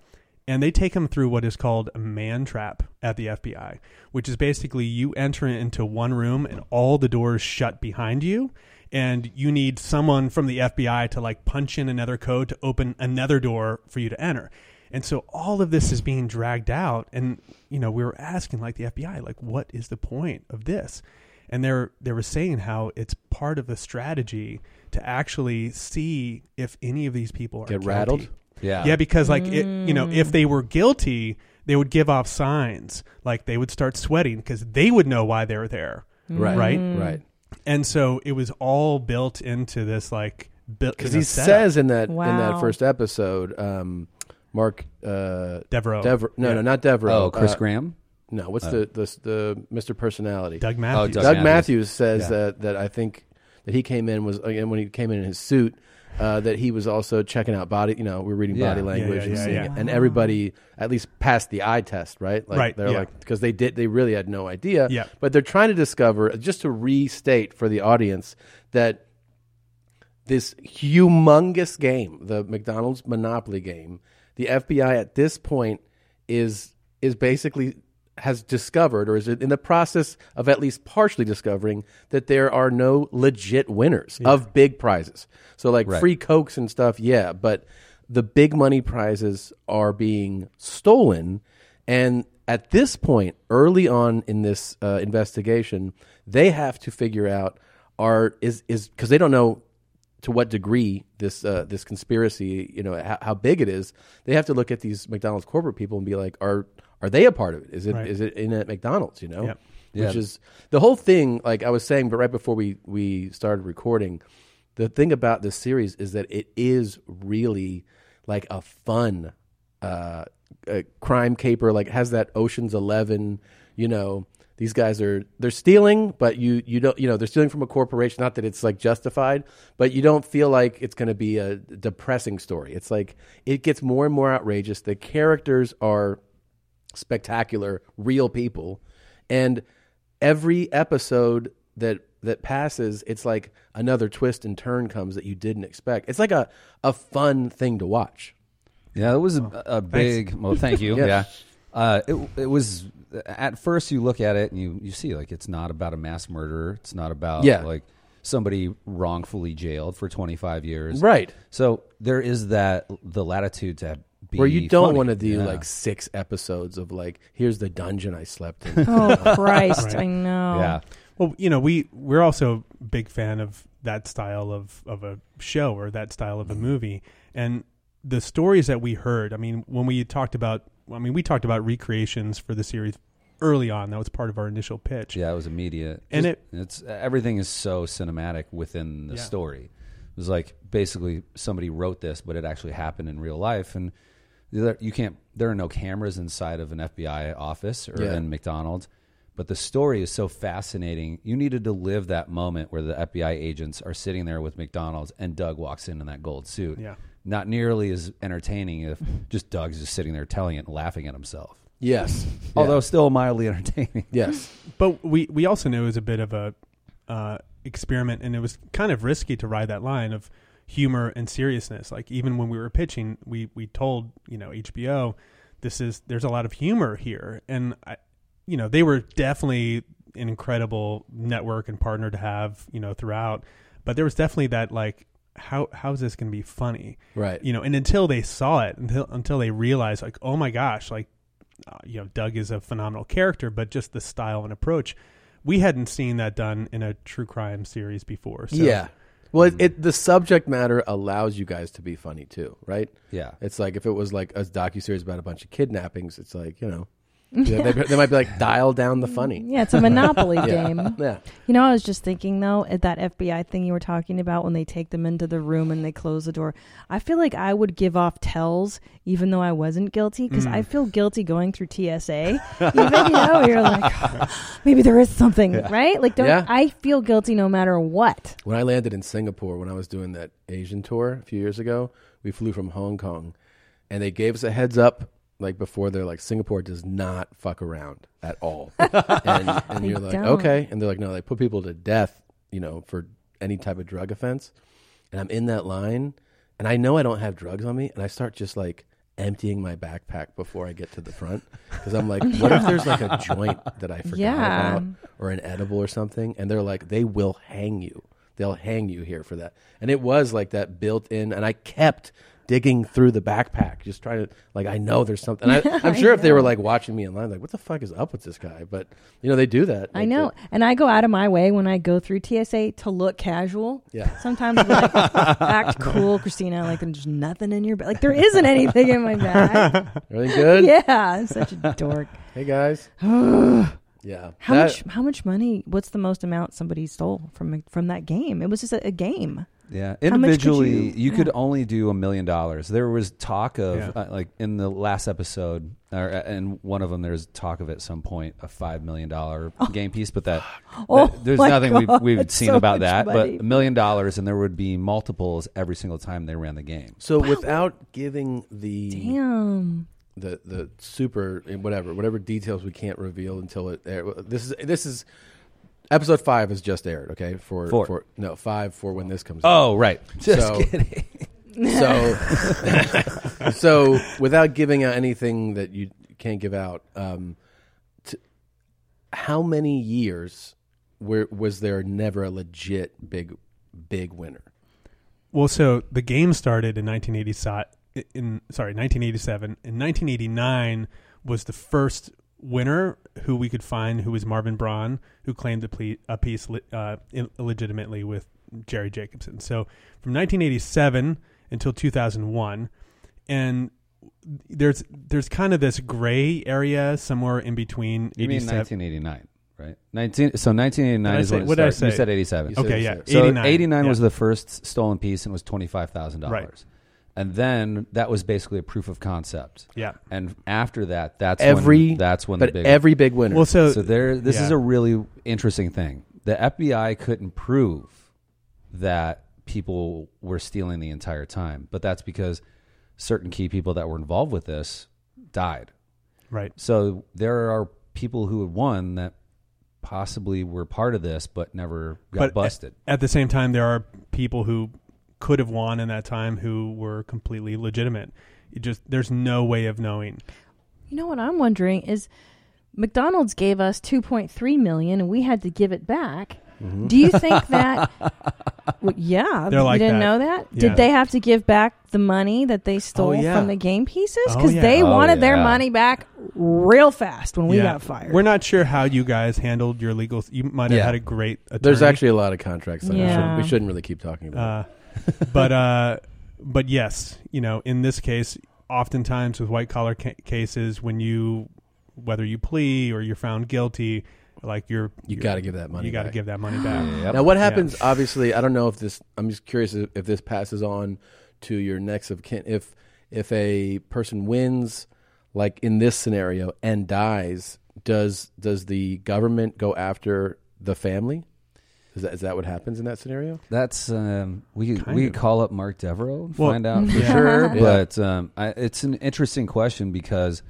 G: and they take him through what is called a man trap at the FBI, which is basically you enter into one room and all the doors shut behind you. And you need someone from the FBI to like punch in another code to open another door for you to enter. And so all of this is being dragged out. And, you know, we were asking like the FBI, like, what is the point of this? and they're they were saying how it's part of the strategy to actually see if any of these people are
D: Get
G: guilty.
D: rattled? Yeah.
G: yeah, because like it, you know, if they were guilty, they would give off signs, like they would start sweating because they would know why they were there,
D: Right.
G: right,
D: Mm. Right.
G: And so it was all built into this like
D: Because
G: because
D: he says in that in that
G: Wow.
D: first episode, um, Mark uh,
G: Devereaux.
D: Dever- no,
G: Yeah.
D: no, not Devereaux.
X: Oh, Chris
D: uh,
X: Graham?
D: No, what's
X: Uh,
D: the, the the Mr. Personality?
G: Doug
X: Matthews.
D: Doug,
X: Doug
D: Matthews.
X: Matthews.
D: says
X: Yeah.
D: that that I think that he came in was again when he came in in his suit. Uh, that he was also checking out body, you know, we're reading
X: Yeah.
D: body
X: Yeah,
D: language
X: yeah,
D: and
X: yeah,
D: seeing
X: yeah.
D: it, and everybody at least passed the eye test, right? Like,
G: Right,
D: They're
G: yeah.
D: like because they did, they really had no idea.
G: Yeah.
D: But they're trying to discover, just to restate for the audience that this humongous game, the McDonald's Monopoly game, the FBI at this point is is basically has discovered or is in the process of at least partially discovering that there are no legit winners of big prizes. So like
X: Right.
D: free cokes and stuff, yeah, but the big money prizes are being stolen and at this point early on in this uh, investigation, they have to figure out are is is cuz they don't know to what degree this uh, this conspiracy, you know, how, how big it is, they have to look at these McDonald's corporate people and be like, are are they a part of it? Is it is
X: Right.
D: it in at McDonald's? You know,
X: Yep.
D: which
X: Yeah.
D: is the whole thing. Like I was saying, but right before we we started recording, the thing about this series is that it is really like a fun uh, uh, crime caper. Like has that Ocean's Eleven, you know. These guys are they're stealing, but you you don't you know they're stealing from a corporation. Not that it's like justified, but you don't feel like it's going to be a depressing story. It's like it gets more and more outrageous. The characters are spectacular, real people, and every episode that that passes, it's like another twist and turn comes that you didn't expect. It's like a a fun thing to watch.
X: Yeah, it was a, Uh, a big. Well, thank you.
D: Yeah.
X: yeah, uh, it it was. At first, you look at it and you you see like it's not about a mass murderer. It's not about
D: Yeah.
X: like somebody wrongfully jailed for twenty five years.
D: Right.
X: So there is that the latitude to be
D: Where you don't
X: funny.
D: want to do
X: Yeah.
D: like six episodes of like, here's the dungeon I slept in.
G: Right.
X: Yeah.
G: Well, you know, we we're also a big fan of that style of of a show or that style
D: Mm-hmm.
G: of a movie, and the stories that we heard. I mean, when we talked about, I mean, we talked about recreations for the series early on. That was part of our initial pitch.
X: Yeah, it was immediate.
G: And
X: Just- it's everything is so cinematic within the
G: Yeah.
X: story. It was like basically somebody wrote this, but it actually happened in real life, and the other- you can't. There are no cameras inside of an FBI office or
D: Yeah.
X: in McDonald's, but the story is so fascinating. You needed to live that moment where the FBI agents are sitting there with McDonald's, and Doug walks in in that gold suit.
D: Yeah.
X: Not nearly as entertaining if just Doug's just sitting there telling it and laughing at himself.
D: Yes.
X: Although still mildly entertaining.
D: Yes.
G: But we we also knew it was a bit of a uh, experiment, and it was kind of risky to ride that line of humor and seriousness. Like even when we were pitching, we we told you know HBO, this is there's a lot of humor here, and I, you know they were definitely an incredible network and partner to have you know throughout, but there was definitely that like. How how is this going to be funny,
D: Right.
G: You know, and until they saw it, until until they realized, like, oh my gosh, like uh, you know, Doug is a phenomenal character, but just the style and approach, we hadn't seen that done in a true crime series before. So.
D: yeah. Well,
X: Mm-hmm.
D: it, it the subject matter allows you guys to be funny too, right?
X: Yeah.
D: It's like if it was like a docu series about a bunch of kidnappings, it's like you know,
E: Yeah.
D: they, they might be like dial down the funny.
E: Yeah, it's a Monopoly
D: Yeah.
E: game.
D: Yeah.
E: You know, I was just thinking though at that FBI thing you were talking about when they take them into the room and they close the door. I feel like I would give off tells even though I wasn't guilty because
M: Mm.
E: I feel guilty going through TSA. even you know you're like maybe there is something
D: Yeah.
E: right. Like don't
D: Yeah.
E: I feel guilty no matter what.
D: When I landed in Singapore, when I was doing that Asian tour a few years ago, we flew from Hong Kong, and they gave us a heads up like before. They're like, Singapore does not fuck around at all, and, and
X: They
D: you're like,
X: don't.
D: okay, and they're like, no, they put people to death, you know, for any type of drug offense, and I'm in that line, and I know I don't have drugs on me, and I start just like emptying my backpack before I get to the front because I'm like, what if there's like a joint that I forgot
E: Yeah.
D: about or an edible or something, and they're like, they will hang you. They'll hang you here for that. And it was like that built in, and I kept digging through the backpack, just trying to like, I know there's something. I, I'm
E: I
D: sure if they were
E: know.
D: like watching me in line, like, what the fuck is up with this guy? But you know, they do that.
E: I know, and I go out of my way when I go through TSA to look casual.
D: Yeah.
E: Sometimes I'm like, act cool, Christina. Like there's nothing in your bag. Like there isn't anything in my bag.
D: Everything good?
E: Yeah, I'm such a dork.
D: Hey guys.
E: yeah.
D: Yeah,
E: How
D: that-
E: much? How much money? What's the most amount somebody stole from from that game? It was just a, a game.
X: Yeah,
E: How much could
X: individually,
E: you-
X: you, could
E: yeah.
X: only do a million dollars. There was talk of
E: Yeah.
X: uh, like in the last episode, or uh, in one of them, there's talk of at some point a five million dollar game piece, but that,
E: Oh,
X: that- there's
E: my
X: nothing
E: God,
X: we've, we've
E: that's
X: seen
E: so
X: about
E: much
X: that.
E: money.
X: But a million dollars, and there would be multiples every single time they ran the game.
D: So without giving the
E: Damn.
D: the the super eh, whatever whatever details we can't reveal until it air, this is this is episode five has just aired okay for
X: Four.
D: for no five for when this comes out.
X: Oh, right. Just kidding.
D: so so without giving out anything that you can't give out um t- how many years where was there never a legit big big winner
G: Well, so the game started in 1980 si- in sorry 1987. In 1989 was the first winner who we could find, who was Marvin Braun, who claimed a, ple- a piece li- uh, Ill- illegitimately with Jerry Jacobson. So from 1987 until 2001, and there's there's kind of this gray area somewhere in between.
X: You mean
G: 87
X: 1989, right? 19. So 1989
G: Did I
X: is
G: say-
X: when it
G: what did I
X: started.
G: say?
X: You said 87.
G: You said Okay, yeah, 87.
X: So
G: 89,
X: 89,
G: yeah.
X: was the first stolen piece, and it was twenty five thousand
G: Right.
X: dollars. And then that was basically a proof of concept.
G: Yeah.
X: And after that, that's
D: Every-
X: when, that's when
D: but
X: the big
D: every big winner.
G: Well, so-
X: there. This is
G: yeah.
X: a really interesting thing. The FBI couldn't prove that people were stealing the entire time, but that's because certain key people that were involved with this died.
G: Right.
X: So there are people who had won that possibly were part of this but never got
G: but eh, a-
X: busted.
G: At, the same time, there are people who could have won in that time who were completely legitimate. It just there's no way of knowing.
T: You know what I'm wondering is McDonald's gave us 2.3 million and we had to give it back.
D: Mm-hmm.
G: Mhm.
T: Do you think that well, yeah,
G: They're like
T: you didn't
G: that.
T: know that?
G: Yeah.
T: Did they have to give back the money that
X: Oh,
T: they stole
G: yeah.
T: from the game pieces
G: Oh,
T: cuz
G: yeah.
T: they
G: Oh,
T: wanted their
G: yeah.
T: money back real fast when we got fired.
G: We're not sure how you guys handled your legal. You might have
D: Yeah.
G: had a great. Attorney.
D: There's actually a lot of contracts that we
T: Yeah.
D: shouldn't- we shouldn't really keep talking about.
G: Uh, but uh, but yes, you know, in this case, oftentimes with white collar ca- cases, when you whether you plea or you're found guilty, like you're
D: You
G: you're-
D: got to give that money.
G: You got to
D: back.
G: give that money back.
D: Now, what
G: Uh, Yeah.
D: happens?
T: uh,
D: Obviously, I don't know if this. I'm just curious if if this passes on to your next of kin. If if a person wins, like in this scenario, and dies, does does the government go after the family? Is that is that what happens in that scenario?
X: That's um, we
D: Kind
X: we
D: of.
X: could call up Mark Devereaux and
D: Well,
X: find out for
D: yeah.
X: sure.
D: Yeah.
X: But um, I, it's an interesting question because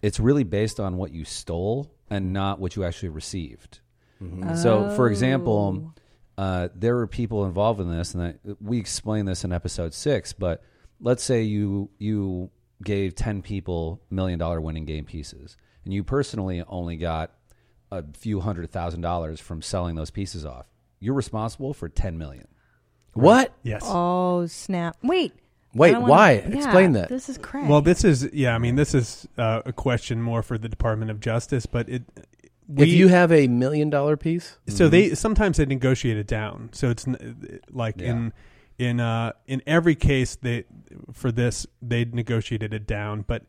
X: it's really based on what you stole and not what you actually received. So, for example, uh, there were people involved in this, and I, we explained this in episode six. But let's say you you gave ten people million dollar winning game pieces, and you personally only got a few hundred thousand dollars from selling those pieces off. You're responsible for ten million.
D: What?
G: Yes.
T: Oh, snap. Wait.
X: Wait,
T: I don't wanna-
X: why?
T: yeah,
X: Explain that.
T: This is crazy.
G: Well, this is yeah. I mean, this is uh, a question more for the Department of Justice, but it.
D: if you have a million dollar piece,
G: so
D: Mm-hmm.
G: they sometimes they negotiate it down. So it's n- like in in uh, in every case they for this they negotiated it down, but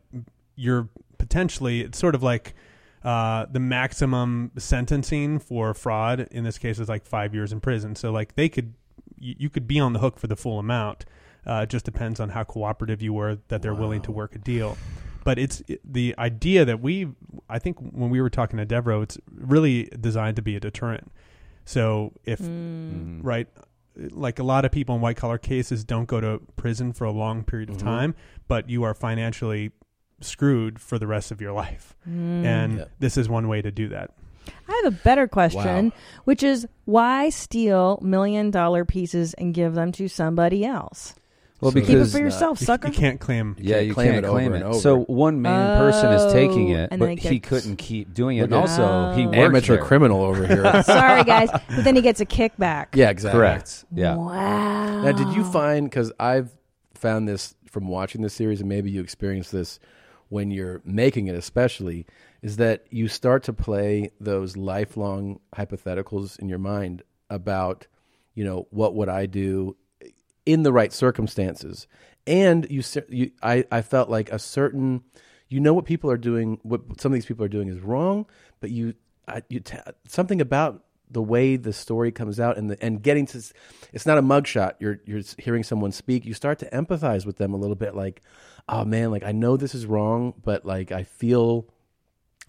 G: you're potentially it's sort of like. Uh, the maximum sentencing for fraud in this case is like five years in prison. So like they could, you, you could be on the hook for the full amount. Uh, it just depends on how cooperative you were that they're willing to work a deal. But it's it- the idea that we, I think when we were talking to Devereaux, it's really designed to be a deterrent. So if, right, like a lot of people in white collar cases don't go to prison for a long period of
D: Mhm.
G: time, but you are financially screwed for the rest of your life.
T: Mm.
G: And
T: Yep.
G: this is one way to do that.
T: I have a better question, which is why steal million dollar pieces and give them to somebody else?
X: Well,
T: keep it
X: because-
T: for yourself,
G: You-
T: sucker.
G: You can't claim.
X: Yeah, you
D: claim
X: can't
D: it over
X: claim
D: and
X: it.
D: over.
X: So one main person is taking
T: Oh,
X: it,
T: and then
X: but
T: it
X: he
T: gets-
X: couldn't keep doing it.
D: Look
X: And
D: at-
X: also, he
D: Oh.
X: worked
D: Amateur
X: there.
D: criminal over here.
T: Sorry, guys, but then he gets a kickback.
D: Yeah, exactly.
X: Correct. Yeah.
T: Wow.
D: Now, did you find because I've found this from watching this series, and maybe you experience this when you're making it, especially, is that you start to play those lifelong hypotheticals in your mind about, you know, what would I do in the right circumstances, and you, cer- you I, I felt like a certain, you know, what people are doing, what some of these people are doing is wrong, but you, I, you, t- something about the way the story comes out and the, and getting to s- it's not a mugshot. You're you're s- hearing someone speak. You start to empathize with them a little bit. Like, oh man, like I know this is wrong, but like I feel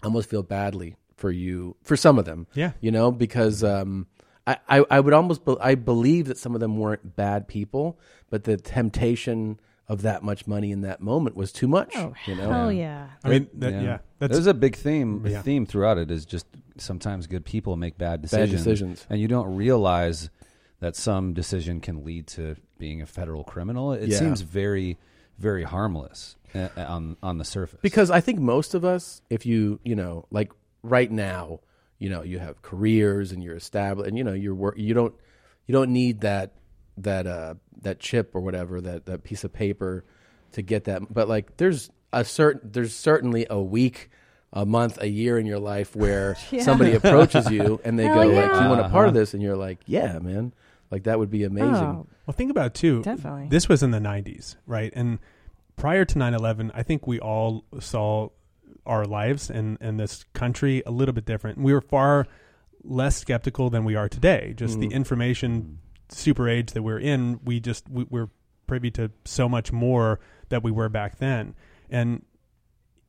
D: I almost feel badly for you for some of them.
G: Yeah.
D: you know because um, I, I I would almost be, I believe that some of them weren't bad people, but the temptation of that much money in that moment was too much. Oh, you know?
E: hell yeah.
G: I mean, that- yeah, that's-
X: there's a big theme.
G: Yeah.
X: Theme throughout it is just sometimes good people make
D: Bad
X: bad decisions,
D: decisions.
X: and you don't realize that some decision can lead to being a federal criminal. It
D: Yeah.
X: seems very, very harmless uh, on on the surface.
D: Because I think most of us, if you you know, like right now, you know, you have careers and you're established, and you know, you're work. You don't you don't need that that uh that chip or whatever that that piece of paper to get that. But like, there's a certain there's certainly a week. A month, a year in your life where
R: Yeah.
D: somebody approaches you and they
R: Hell
D: go like, "Do you want a part
R: Uh-huh. Oh,
D: of this?" and you're like, "Yeah, man, like that would be amazing."
G: Well, think about it too.
D: Definitely.
G: This was in the 90s, right? And prior to 9 11, I think we all saw our lives and, and this country a little bit different. We were far less skeptical than we are today. Just the
D: Mm.
G: information super age that we're in, we just, we, we're privy to so much more that we were back then. And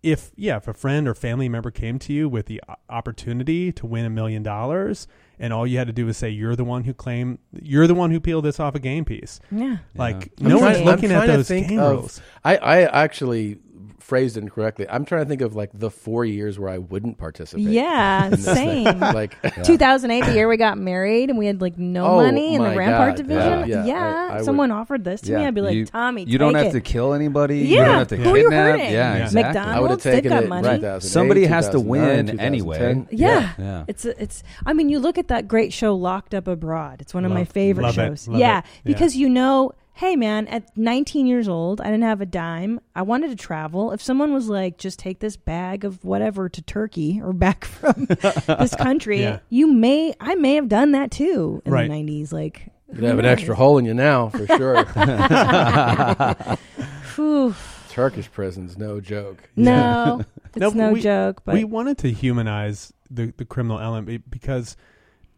G: if yeah, if a friend or family member came to you with the o- opportunity to win a million dollars, and all you had to do was say you're the one who claim you're the one who peeled this off a game piece.
E: Yeah.
G: like
D: I'm
G: no
D: trying-
G: one's
D: I'm
G: looking at
D: trying to
G: those
D: think
G: game
D: of-
G: rules.
D: I, I actually phrased incorrectly. I'm trying to think of like the four years where I wouldn't participate. in
E: Yeah,
D: this thing.
E: same.
D: like
E: 2008, the year we got married, and we had like no
D: Oh,
E: money in the
D: my
E: Rampart
D: God.
E: division. Yeah,
D: Yeah. Yeah, I- I would-
E: someone offered this to me.
X: Yeah.
E: I'd be like,
X: You-
E: Tommy,
X: you don't
E: take
X: have to
E: it.
X: kill anybody. You
E: Yeah,
X: don't have to
E: who are you
X: kidnap.
E: hurting?
X: Yeah,
E: Yeah.
X: exactly.
E: I would have McDonald's, they've taken got it in money. 2008,
X: Somebody has to
D: 2009,
X: win anyway.
E: Yeah.
X: yeah.
E: It's it's I mean, you look at that great show Locked Up Abroad. It's one of my
X: Love-
E: favorite
X: love it,
E: shows.
X: love
E: yeah,
X: it. Yeah.
E: because you know, hey man, at 19 years old, I didn't have a dime. I wanted to travel. If someone was like, just take this bag of whatever to Turkey or back from this country,
D: Yeah.
E: you may I may have done that too in
D: Right.
E: the 90s like
D: You'd have an extra hole in you now for sure.
E: Whew.
D: Turkish prisons, no joke.
E: No. It's
G: but
E: no joke, but-
G: we wanted to humanize the the criminal element be- because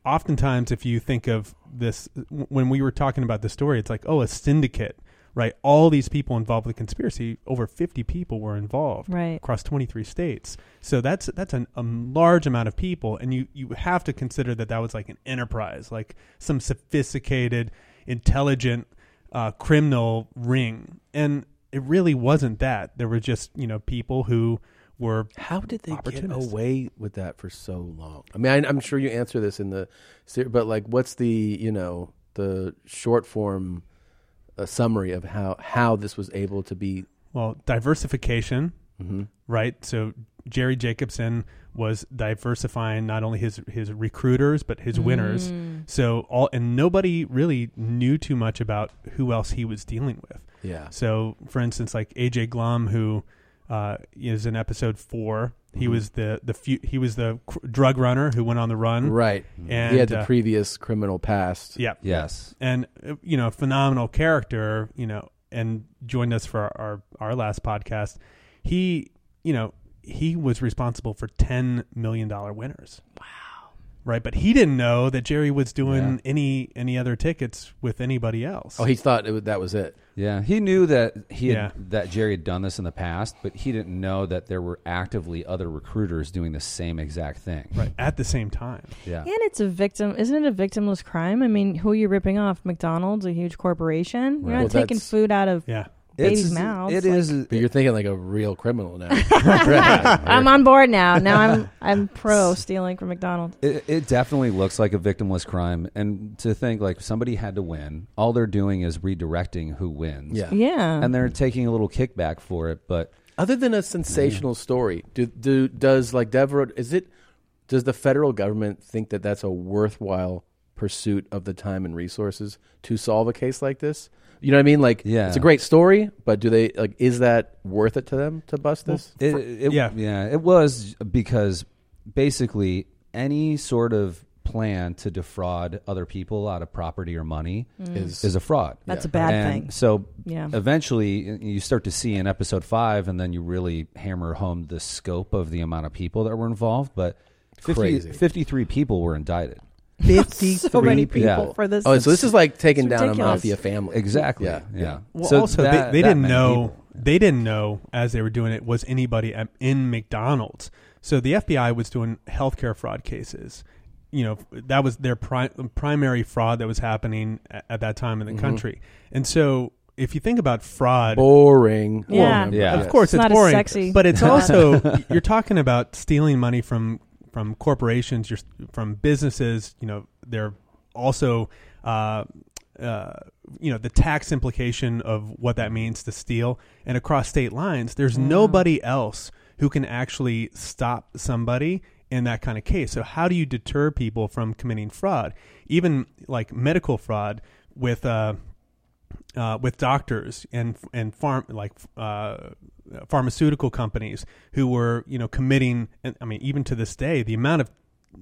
G: oftentimes if you think of this when we were talking about the story, it's like oh a syndicate. Right, all these people involved with the conspiracy, over fifty people were involved
E: Right.
G: across twenty three states. So that's that's an, a large amount of people, and you you have to consider that that was like an enterprise, like some sophisticated, intelligent uh, criminal ring, and it really wasn't that. There were just you know people who were
D: how did they get
G: opportunists.
D: away with that for so long? I mean, I, I'm sure you answer this in the, ser- but like, what's the you know the short form uh, summary of how how this was able to be
G: Well, diversification,
D: Mm-hmm.
G: right? So Jerry Jacobson was diversifying not only his his recruiters but his winners.
D: Mm.
G: So all and nobody really knew too much about who else he was dealing with.
D: Yeah.
G: So for instance, like AJ Glum, who uh, is in episode four, he
D: Mhm.
G: was the the fu- he was the cr- drug runner who went on the run.
D: right?
G: And
D: he had the
G: uh,
D: previous criminal past.
G: yeah.
X: Yes.
G: And uh, you know, phenomenal character. You know, and joined us for our our, our last podcast. He, you know, he was responsible for ten million dollar winners. Wow. Right, but he didn't know that Jerry was doing any any other tickets with anybody else.
D: Oh, he thought it was, that was it.
X: Yeah, he knew that he had,
G: Yeah.
X: that Jerry had done this in the past, but he didn't know that there were actively other recruiters doing the same exact thing.
G: Right at the same time.
X: Yeah.
E: And it's a victim, isn't it? A victimless crime. I mean, who are you ripping off? McDonald's, a huge corporation. You're
D: Right.
E: not
D: Well,
E: taking
D: that's-
E: food out of babies'
X: It's-
E: mouths.
X: it
E: Like,
X: is-
D: But you're thinking like a real criminal now.
E: I'm on board now. Now I'm I'm pro stealing from McDonald's.
X: It, it definitely looks like a victimless crime, and to think like somebody had to win. All they're doing is redirecting who wins.
D: Yeah.
E: Yeah.
X: and they're taking a little kickback for it. But
D: Other than a sensational story, do, do does like Devereaux? Is it does the federal government think that that's a worthwhile pursuit of the time and resources to solve a case like this? You know what I mean? Like,
X: Yeah.
D: it's a great story, but do they like? Is that worth it to them to bust this?
X: It, it- yeah, It was because basically any sort of plan to defraud other people out of property or money
E: Mm.
X: is
E: Is-
X: is a fraud.
E: That's a bad
X: And
E: thing.
X: So
E: Yeah.
X: eventually y- you start to see in episode five, and then you really hammer home the scope of the amount of people that were involved. But 50,
D: Crazy.
X: 53 people were indicted.
D: Fifty
V: So many people for this.
D: Oh, so this is like taking
V: It's
D: down a
V: ridiculous.
D: mafia family.
X: Exactly.
D: Yeah.
X: Yeah.
G: Well,
X: So
G: also
X: that-
G: they, they
X: that
G: didn't
X: many
G: know they didn't know as they were doing it was anybody at, in McDonald's. So the FBI was doing healthcare fraud cases. You know that was their pri- primary fraud that was happening a- at that time in the
X: Mm-hmm.
D: Mhm.
G: country. And so if you think about fraud,
D: Boring.
G: Well,
D: Yeah. Yeah.
G: Of
D: It's
G: course, it's,
D: not as
G: boring,
D: sexy.
G: but it's
D: Yeah.
G: also you're talking about stealing money from from corporations, you're, from businesses. You know, they're also uh, uh, you know the tax implication of what that means to steal, and across state lines, there's
D: Mm.
G: nobody else who can actually stop somebody in that kind of case. So how do you deter people from committing fraud, even like medical fraud with? Uh, uh, with doctors and and farm like uh, pharmaceutical companies who were you know committing. And, I mean, even to this day, the amount of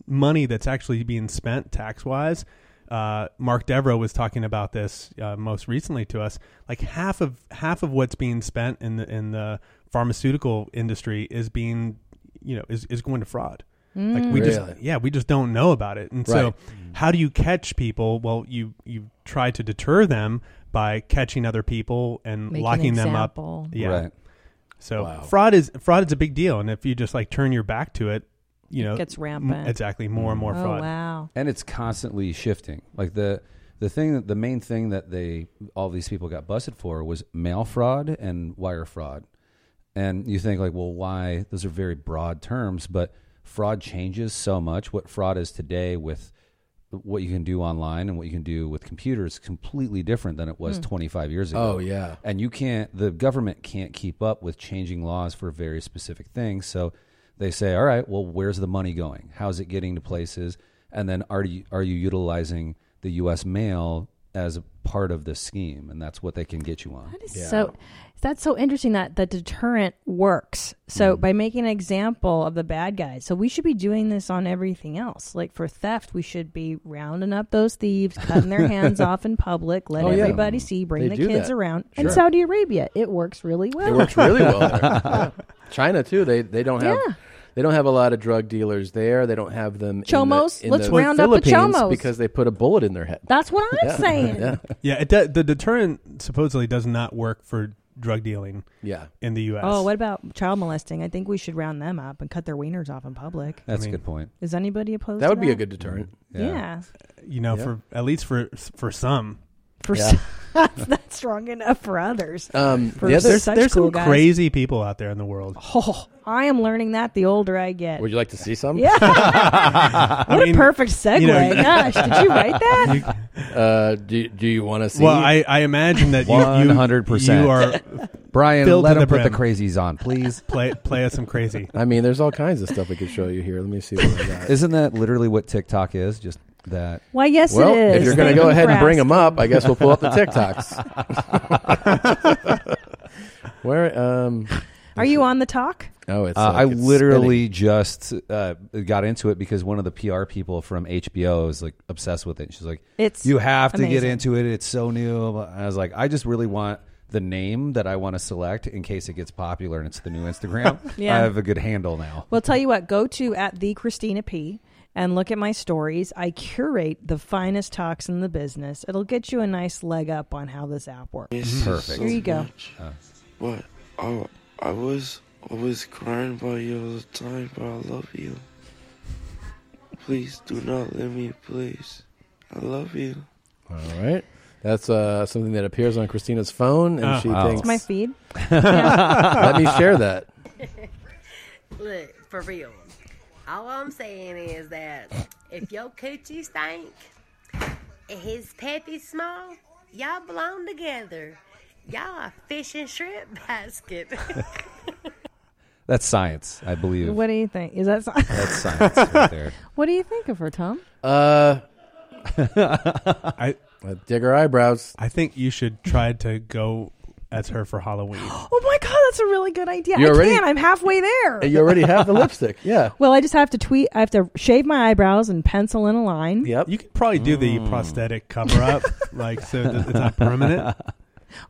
G: money that's actually being spent tax wise. Uh, Mark Devereaux was talking about this uh, most recently to us. Like half of half of what's being spent in the in the pharmaceutical industry is being you know is, is going to fraud. Like we
D: Really?
G: just yeah we just don't know about it, and so
D: Right.
G: how do you catch people? Well, you you try to deter them by catching other people and
E: Make an
G: locking them up.
E: example.
G: Yeah.
X: Right.
G: So
E: Wow.
G: fraud is fraud is a big deal, and if you just like turn your back to it, you know,
E: gets
G: m-
E: rampant.
G: exactly, more and more
E: Oh,
G: fraud.
E: wow.
X: And it's constantly shifting. Like the the thing that the main thing that they all these people got busted for was mail fraud and wire fraud. And you think like, well, why? Those are very broad terms, but fraud changes so much. What fraud is today with what you can do online and what you can do with computers is completely different than it was
D: Hmm.
X: 25 years ago.
D: Oh, yeah.
X: And you can't, the government can't keep up with changing laws for very specific things. So they say, all right, well, where's the money going? How's it getting to places? And then are you, are you utilizing the U.S. mail as a part of the scheme? And that's what they can get you on. That
E: is So that's so interesting that the deterrent works. So by making an example of the bad guys, so we should be doing this on everything else. Like for theft, we should be rounding up those thieves, cutting their hands off in public, let
V: Oh, yeah.
E: everybody see, bring
D: They
E: the
D: do
E: kids
D: that.
E: around.
D: Sure.
E: In Saudi Arabia, it works really well.
D: It works really well. There. Yeah. China too. They they don't have they don't have a lot of drug dealers there. They don't have them.
E: Chomos.
D: In the, in
E: Let's
D: the
E: round up the
D: Philippines
E: chomos.
D: because they put a bullet in their head.
E: That's what I'm
D: Yeah.
E: saying.
D: Yeah.
G: Yeah, it de- the deterrent supposedly does not work for drug dealing.
D: Yeah.
G: in the U.S.
E: Oh, what about child molesting? I think we should round them up and cut their wieners off in public.
G: That's a I mean- good
X: point. Mm,
E: Is anybody opposed?
D: That
E: to
D: would be a good deterrent.
E: Yeah.
G: you know,
D: Yeah.
G: for at least for for some.
E: For
D: Yeah.
E: That's not strong enough for others.
D: Um,
E: for
D: the other-
G: there's
E: such
G: there's
E: cool
G: some
E: guys.
G: crazy people out there in the world.
E: Oh, I am learning that the older I get.
D: Would you like to see some?
E: Yeah.
D: I
E: What a perfect segue.
D: you know-
E: Gosh, did you write that?
D: Uh, do do you want to see?
G: Well, I, I imagine that you- you
X: One hundred percent.
G: You are
X: Brian.
G: filled
X: Let
G: to
X: him
G: the
X: put the
G: brim.
X: crazies on, please.
G: play play us some crazy.
D: I mean, there's all kinds of stuff I could show you here. Let me see what I got.
X: Isn't that literally what TikTok is? Just that.
E: Why, yes,
D: well,
E: it is.
D: if you're going to
E: Thank
D: go
E: you
D: ahead
E: for
D: and bring them up,
E: asking.
D: I guess we'll pull up the TikToks. Where? Um,
E: Are you on the talk?
D: Oh, it's
X: Uh,
D: like
X: I
D: it's
X: literally just uh, got into it because one of the PR people from HBO is like obsessed with it. She's like,
E: It's
X: you have to get
E: amazing.
X: into it. It's so new." And I was like, "I just really want the name that I want to select in case it gets popular and it's the new Instagram.
E: Yeah.
X: I have a good handle now."
E: Well, tell you what, go to at the Christina P and look at my stories. I curate the finest talks in the business. It'll get you a nice leg up on how this app works.
X: Perfect.
E: Here you go.
Y: What? Oh, I was I was crying by you all the time, but I love you. Please do not let me. Please, I love you.
D: All right. That's uh, something that appears on Christina's phone, and
X: Oh.
D: she
X: Wow.
D: thinks
E: It's my feed.
D: Let me share that.
C: Look, for real. All I'm saying is that if your coochie stink and his peppy small, y'all belong together. Y'all a fish and shrimp basket.
X: That's science, I believe.
E: What do you think? Is that science?
X: That's science right there.
E: What do you think of her, Tom?
D: Uh,
G: I
D: dig her eyebrows.
G: I think you should try to go as her for Halloween.
E: Oh my god, that's a really good idea.
G: You
E: I
G: already-
E: can. I'm halfway there.
D: You already have the lipstick. Yeah.
E: Well, I just have to tweet. I have to shave my eyebrows and pencil in a line.
D: Yep. Mm.
G: You could probably do the prosthetic cover up, like so that it's not permanent.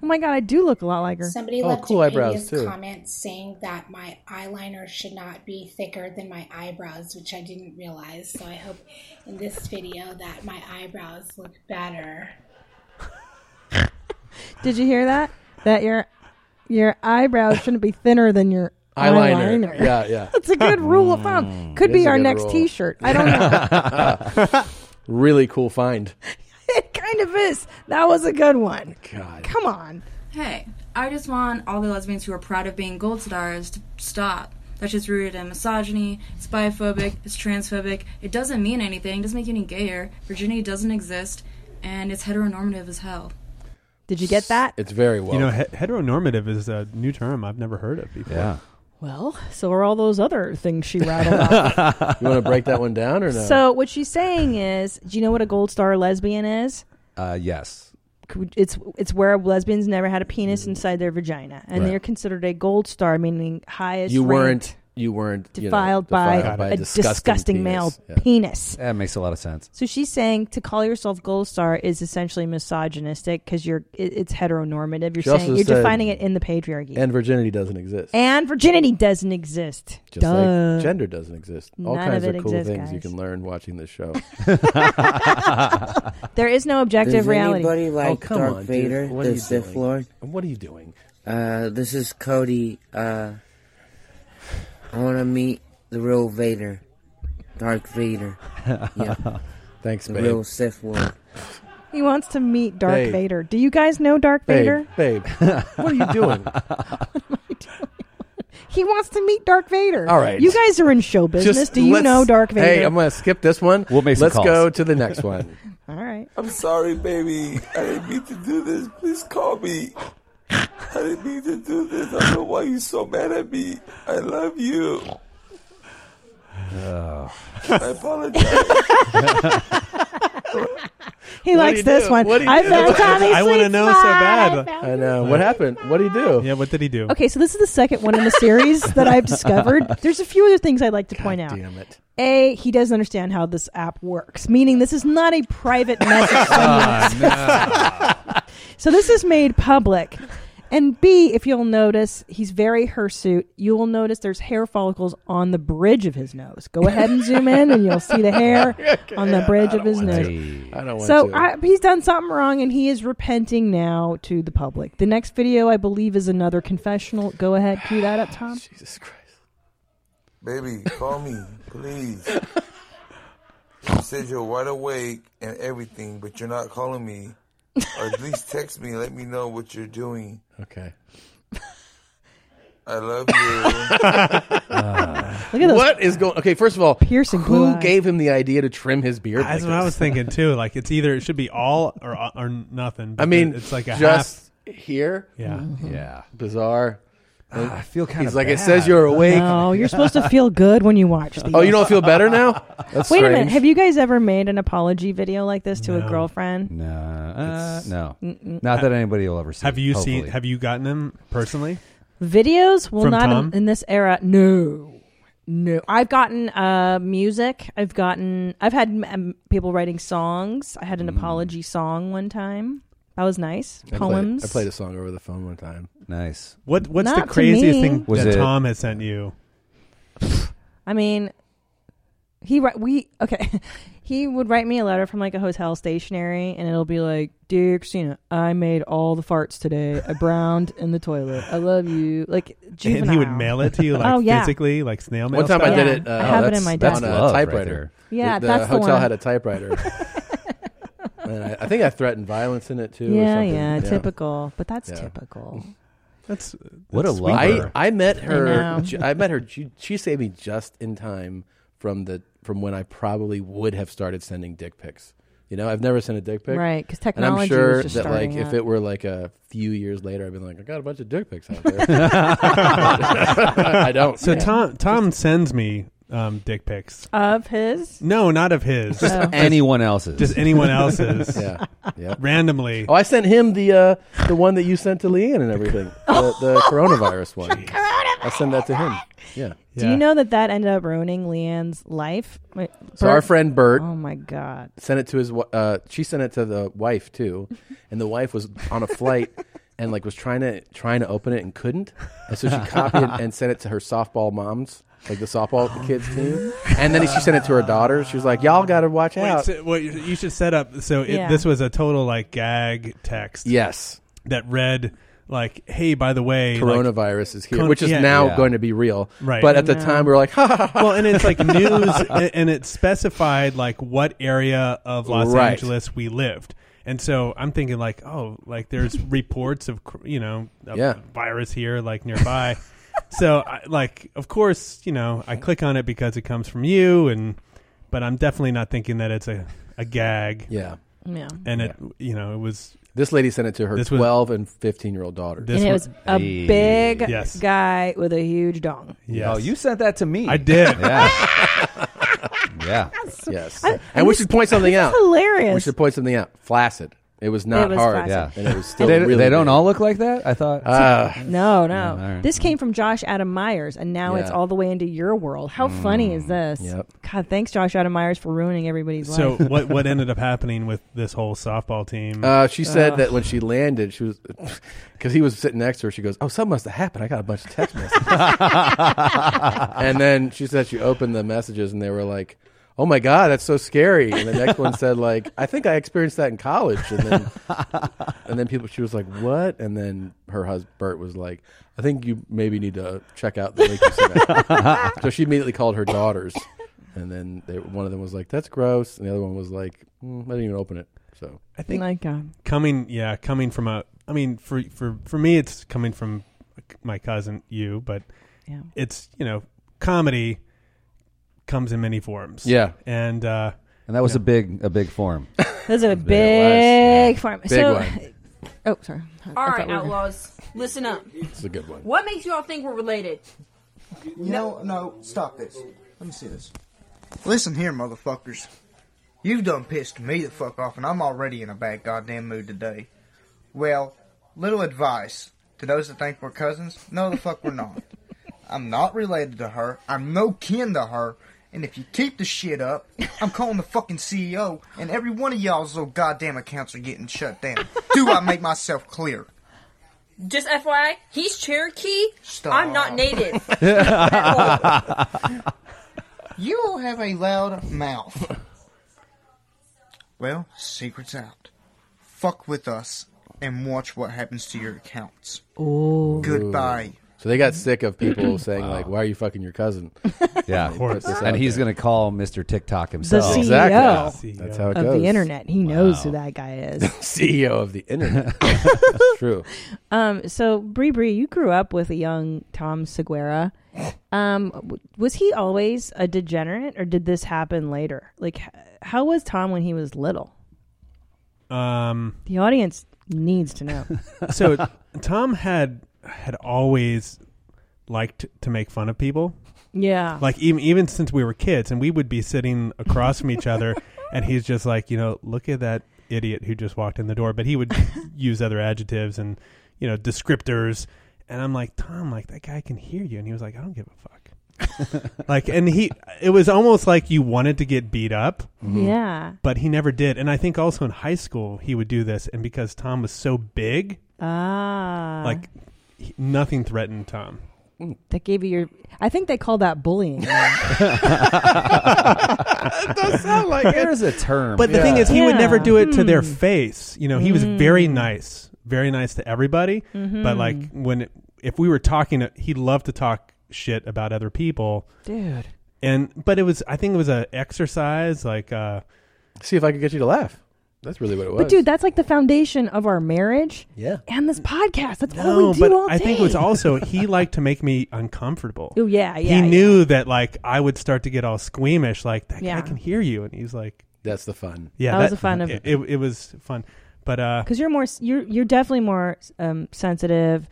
E: Oh my god, I do look a lot like her.
H: Somebody left an eyebrows comment saying that my eyeliner should not be thicker than my eyebrows, which I didn't realize. So I hope in this video that my eyebrows look better.
E: Did you hear that? That your your eyebrows shouldn't be thinner than your
D: Eyeliner.
E: eyeliner.
D: Yeah, yeah. Hmm.
E: That's a good rule of thumb. Could
D: It is
E: be
D: a
E: our
D: good
E: next
D: rule.
E: T-shirt. I don't know.
D: really cool find.
E: it kind of is. That was a good one.
D: God.
E: Come on.
Q: Hey, I just want all the lesbians who are proud of being gold stars to stop. That's just rooted in misogyny, it's biophobic, it's transphobic, it doesn't mean anything, it doesn't make you any gayer, virginity doesn't exist, and it's heteronormative as hell.
E: Did you get that?
D: It's very well.
G: You know, he- heteronormative is a new term I've never heard of before.
D: Yeah.
E: Well, so are all those other things she rattled off.
X: Uh,
D: you want to break that one down or no?
E: So what she's saying is, do you know what a gold star lesbian is?
X: Uh, yes.
E: Could- It's it's where lesbians never had a penis inside their vagina, and
D: Mm. Right.
E: they're considered a gold star, meaning highest.
D: you
E: ranked
D: weren't. You weren't you know,
E: defiled, by,
D: defiled by
E: a disgusting, male penis.
X: That makes a lot of sense.
E: So she's saying to call yourself gold star is essentially misogynistic because you're it, it's heteronormative. You're
D: She also
E: saying you're
D: said-
E: defining it in the patriarchy,
D: And virginity doesn't exist.
E: And virginity doesn't exist.
D: Just
E: Duh.
D: like gender doesn't exist. All
E: None
D: kinds
E: of
D: of,
E: it
D: cool
E: exists,
D: things you
E: guys.
D: can learn watching this show.
E: There is no objective
C: Does
E: reality.
C: anybody
D: Oh,
C: like
D: come
C: Darth
D: on, dude.
C: Vader,
D: What are
C: the
D: you
C: Sith
D: doing?
C: Lord?
D: What are you doing?
C: Uh, this is Cody. Uh, I want to meet the real Vader, Darth Vader. Yeah.
D: Thanks,
C: the
D: babe.
C: real Sith Lord.
E: He wants to meet Darth
C: Babe.
E: Vader. Do you guys know Darth Vader?
D: Babe, babe, what are you doing?
E: He wants to meet Darth Vader.
D: All right.
E: You guys are in show business.
D: Just
E: Do you
D: let's-
E: know Darth Vader?
D: Hey, I'm going to skip this one. We'll
X: make some
D: Let's
X: calls.
D: go to the next one.
E: All right.
C: I'm sorry, baby. I didn't mean to do this. Please call me. I didn't mean to do this. I don't know why you're so mad at me. I love you. I apologize.
E: He likes this one. I found Tommy
G: I want to know so bad.
D: I know. What happened? What did he do?
G: Yeah, what did he do?
E: Okay, so this is the second one in the series that I've discovered. There's a few other things I'd like to point out.
D: Damn it.
E: A, he doesn't understand how this app works, meaning this is not a private message.
D: Ah,
E: So this is made public. And B, if you'll notice, he's very hirsute. You will notice there's hair follicles on the bridge of his nose. Go ahead and zoom in, and you'll see the hair on the bridge of his nose.
D: I don't want
E: So
D: to.
E: I, he's done something wrong, and he is repenting now to the public. The next video, I believe, is another confessional. Go ahead, cue that up, Tom.
D: Jesus Christ!
C: Baby, call me, please. You said you're wide awake and everything, but you're not calling me. Or at least text me, let me know what you're doing.
D: Okay.
C: I love you.
E: at those
D: what is going? Okay, first of all,
E: piercing
D: Who
E: blue eyes.
D: gave him the idea to trim his beard?
G: That's
D: like
G: what I
D: this?
G: was thinking too. Like it's either it should be all or uh, or nothing. but
D: I mean,
G: it's like a
D: just here.
G: Yeah.
D: yeah, Mm-hmm. bizarre. I
X: feel
D: kind He's
G: of
D: like it
G: bad.
D: says you're awake.
E: No, Oh, you're supposed to feel good when you watch these.
D: Oh, you don't feel better now? That's
E: Wait a
D: strange.
E: minute. Have you guys ever made an apology video like this to a
G: No.
E: girlfriend?
X: No, uh,
G: It's-
X: no,
E: Mm-mm.
X: not that anybody will ever see.
G: Have you
X: hopefully.
G: seen? Have you gotten him personally?
E: Videos will
G: From
E: not
G: Tom?
E: in, in this era. No, no. I've gotten uh, music. I've gotten. I've had um, people writing songs. I had an apology song one time. That was nice.
D: Mm. I played-
E: Poems.
D: I played a song over the phone one time.
X: Nice.
G: What What's
E: Not
G: the
E: to
G: craziest
E: me.
G: thing
X: Was
G: that
X: it-
G: Tom has sent you?
E: I mean, he wri- we okay. he would write me a letter from like a hotel stationery, and it'll be like, "Dear Christina, I made all the farts today. I browned in the toilet. I love you." Like juvenile.
G: And he would mail it to you, like
E: oh yeah,
G: physically, like snail mail.
D: One time I
E: Yeah.
D: did it. Uh,
E: I have it in my
D: that's
E: desk.
D: on
E: That's love
D: a
E: right
D: typewriter.
E: there. Yeah,
D: the,
E: that's the
D: hotel
E: one.
D: had a typewriter. and I, I think I threatened violence in it too. or
E: Yeah,
D: something.
E: yeah, typical. But that's
D: Yeah.
E: typical.
G: That's
X: What a
G: Sweet.
X: lover.
D: I, I met
E: I
D: her.
E: know.
D: ju- I, met her. She, she saved me just in time from the from when I probably would have started sending dick pics. You know, I've never sent a dick pic,
E: Right, 'cause
D: and I'm
E: technology
D: sure
E: was just
D: that like
E: starting
D: if
E: up.
D: it were like a few years later, I'd been like, I got a bunch of dick pics out there. I don't.
G: So Tom Tom sends me um, dick pics.
E: of his.
G: No, not of his.
E: Just Oh.
X: anyone else's.
G: Just anyone else's.
D: Yeah. Yeah.
G: Randomly.
D: Oh, I sent him the uh, the one that you sent to Leanne and everything, the, the
E: Oh.
D: coronavirus one. I sent that to him. Yeah.
E: Do you know that that ended up ruining Leanne's life? Wait,
D: So our
E: Bert-
D: friend Bert.
E: Oh my god.
D: Sent it to his. wi- Uh, she sent it to the wife too, and the wife was on a flight, and like was trying to trying to open it and couldn't, and so she copied and sent it to her softball moms, like the softball
E: Oh,
D: kids team, and then she sent it to her daughter. She was like, "Y'all got to watch
G: Wait,
D: out."
G: so- well, you you should set up. So it,
D: Yeah.
G: this was a total like gag text.
D: Yes.
G: That read like, "Hey, by the way, like-
D: Coronavirus is here,
G: Con-
D: which is
G: yeah.
D: now going to be real.
G: Right.
D: But at the time, we were like, "Ha, ha, ha, ha."
G: well, and it's like news, and, and it specified like what area of Los
D: Right.
G: Angeles we lived. And so I'm thinking like, oh, like there's reports of cr- you know a
D: Yeah.
G: virus here like nearby. so I, like of course you know I click on it because it comes from you, and but I'm definitely not thinking that it's a a gag.
D: Yeah.
E: Yeah.
G: And it you know it was
D: This lady sent it to her
G: This was-
D: 12 and 15 year old daughter.
G: This
E: and it was a big guy with a huge dong.
D: Yes.
X: Oh, you sent that to me.
D: I did.
X: Yeah. yeah.
D: Yes.
X: I-
D: and we
X: this-
D: should point something
X: this is
D: out.
X: hilarious.
D: We should point something out. Flaccid. It was not
E: It was
D: hard.
E: flaccid.
D: And it was still
X: they,
D: really
X: they don't
D: big.
X: all look like that. I thought.
D: Ah.
E: No, no.
X: Yeah, all right.
E: This came from Josh Adam Myers, and now it's
X: Yeah.
E: all the way into your world. How funny
D: Mm,
E: is this?
G: Yep.
E: God, thanks, Josh Adam Myers, for ruining everybody's
G: So
E: life.
G: what what ended up happening with this whole softball team?
D: Uh, she said that when she landed, she was because he was sitting next to her. She goes, "Oh, something must have happened. I got a bunch of text messages." and then she said she opened the messages, and they were like, "Oh my god, that's so scary." And the next one said, "Like, I think I experienced that in college." And then, and then people, she was like, "What?" And then her husband Bert was like, "I think you maybe need to check out the link." You sent out." so she immediately called her daughters, and then they, one of them was like, "That's gross," and the other one was like, mm, "I didn't even open it." So.
G: I think
E: My God.
G: coming, yeah, coming from a. I mean, for for for me, it's coming from my cousin you, but
E: Yeah.
G: it's you know, comedy comes in many forms.
X: Yeah.
G: and uh,
X: And that was a big a big form.
E: That's a big farm.
X: Big
E: so,
X: one.
E: Oh, sorry. I- I
T: All
E: thought
T: right,
E: we were-
T: outlaws, listen up.
D: It's a good one.
T: What makes you all think we're related?
U: No, no, stop this. Let me see this. Listen here, motherfuckers. You've done pissed me the fuck off, and I'm already in a bad goddamn mood today. Well, little advice to those that think we're cousins. No, the fuck we're not. I'm not related to her. I'm no kin to her. And if you keep the shit up, I'm calling the fucking CEO, and every one of y'all's little goddamn accounts are getting shut down. Do I make myself clear?
T: Just FYI, he's Cherokee.
U: Stop.
T: I'm not native.
U: You all have a loud mouth. Well, secret's out. Fuck with us and watch what happens to your accounts.
E: Oh.
U: Goodbye.
D: So they got sick of people saying like, "Why are you fucking your cousin?"
X: Yeah.
D: They put this
X: And
D: out
X: he's
D: there.
X: going to call Mr. TikTok
E: the E
X: himself.
E: CEO
D: That's how it
E: of
D: goes.
E: the internet. He knows who that guy is.
D: CEO E of the internet. That's true.
E: Um, so Bree Bree, you grew up with a young Tom Segura. Um, w- was he always a degenerate, or did this happen later? Like, h- how was Tom when he was little?
G: um,
E: The audience needs to know.
G: so Tom had had always liked to make fun of people.
E: Yeah.
G: Like even even since we were kids and we would be sitting across from each other and he's just like, you know, look at that idiot who just walked in the door, but he would use other adjectives and, you know, descriptors and I'm like, "Tom, like that guy can hear you." And he was like, "I don't give a fuck." like and he it was almost like you wanted to get beat up.
E: Mhm. Yeah.
G: But he never did. And I think also in high school he would do this and because Tom was so big,
E: ah,
G: like mm. he- nothing threatened Tom.
E: that gave you your. I think they call that bullying.
G: does
E: sound like it.
X: There's a term.
G: But the thing is, he would
E: Yeah.
G: never do it to their
E: Hmm.
G: face. You know, he was
E: Mm.
G: very nice, very nice to everybody.
E: Mhm.
G: But like when, it, if we were talking, he loved to talk shit about other people,
E: Dude.
G: And but it was, I think it was a exercise. Like, uh,
D: see if I could get you to laugh. That's really what it
E: But dude, that's like the foundation of our marriage.
D: Yeah.
E: And this podcast. That's
G: no,
E: what we do
G: Oh, but
E: all day.
G: I think it was also he liked to make me uncomfortable.
E: Oh, yeah,
G: He
E: yeah,
G: knew that like I would start to get all squeamish. Like that
E: Yeah.
G: guy can hear you, and he's like,
D: "That's the fun."
G: Yeah,
E: That was the fun of-
G: it. It, it was fun, but uh,
E: because you're more you're you're definitely more um, sensitive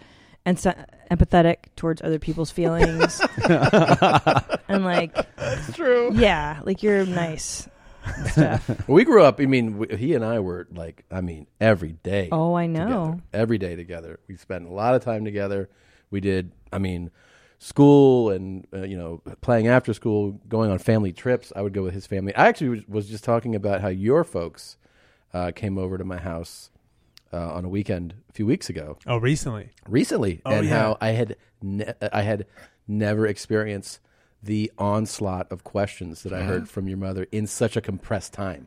E: and se- empathetic towards other people's feelings and like that's
D: true
E: yeah like you're nice and stuff
D: we grew up. I mean, we, he and I were like, I mean, every day.
E: Oh, I
D: together.
E: know.
D: every day together. We spent a lot of time together. We did. I mean, school and uh, you know, playing after school, going on family trips. I would go with his family. I actually was, was just talking about how your folks uh, came over to my house uh, on a weekend a few weeks ago.
G: Oh, recently.
D: Recently,
G: Oh,
D: and
G: yeah.
D: how I had ne- uh, I had never experienced the onslaught of questions that I heard from your mother in such a compressed time,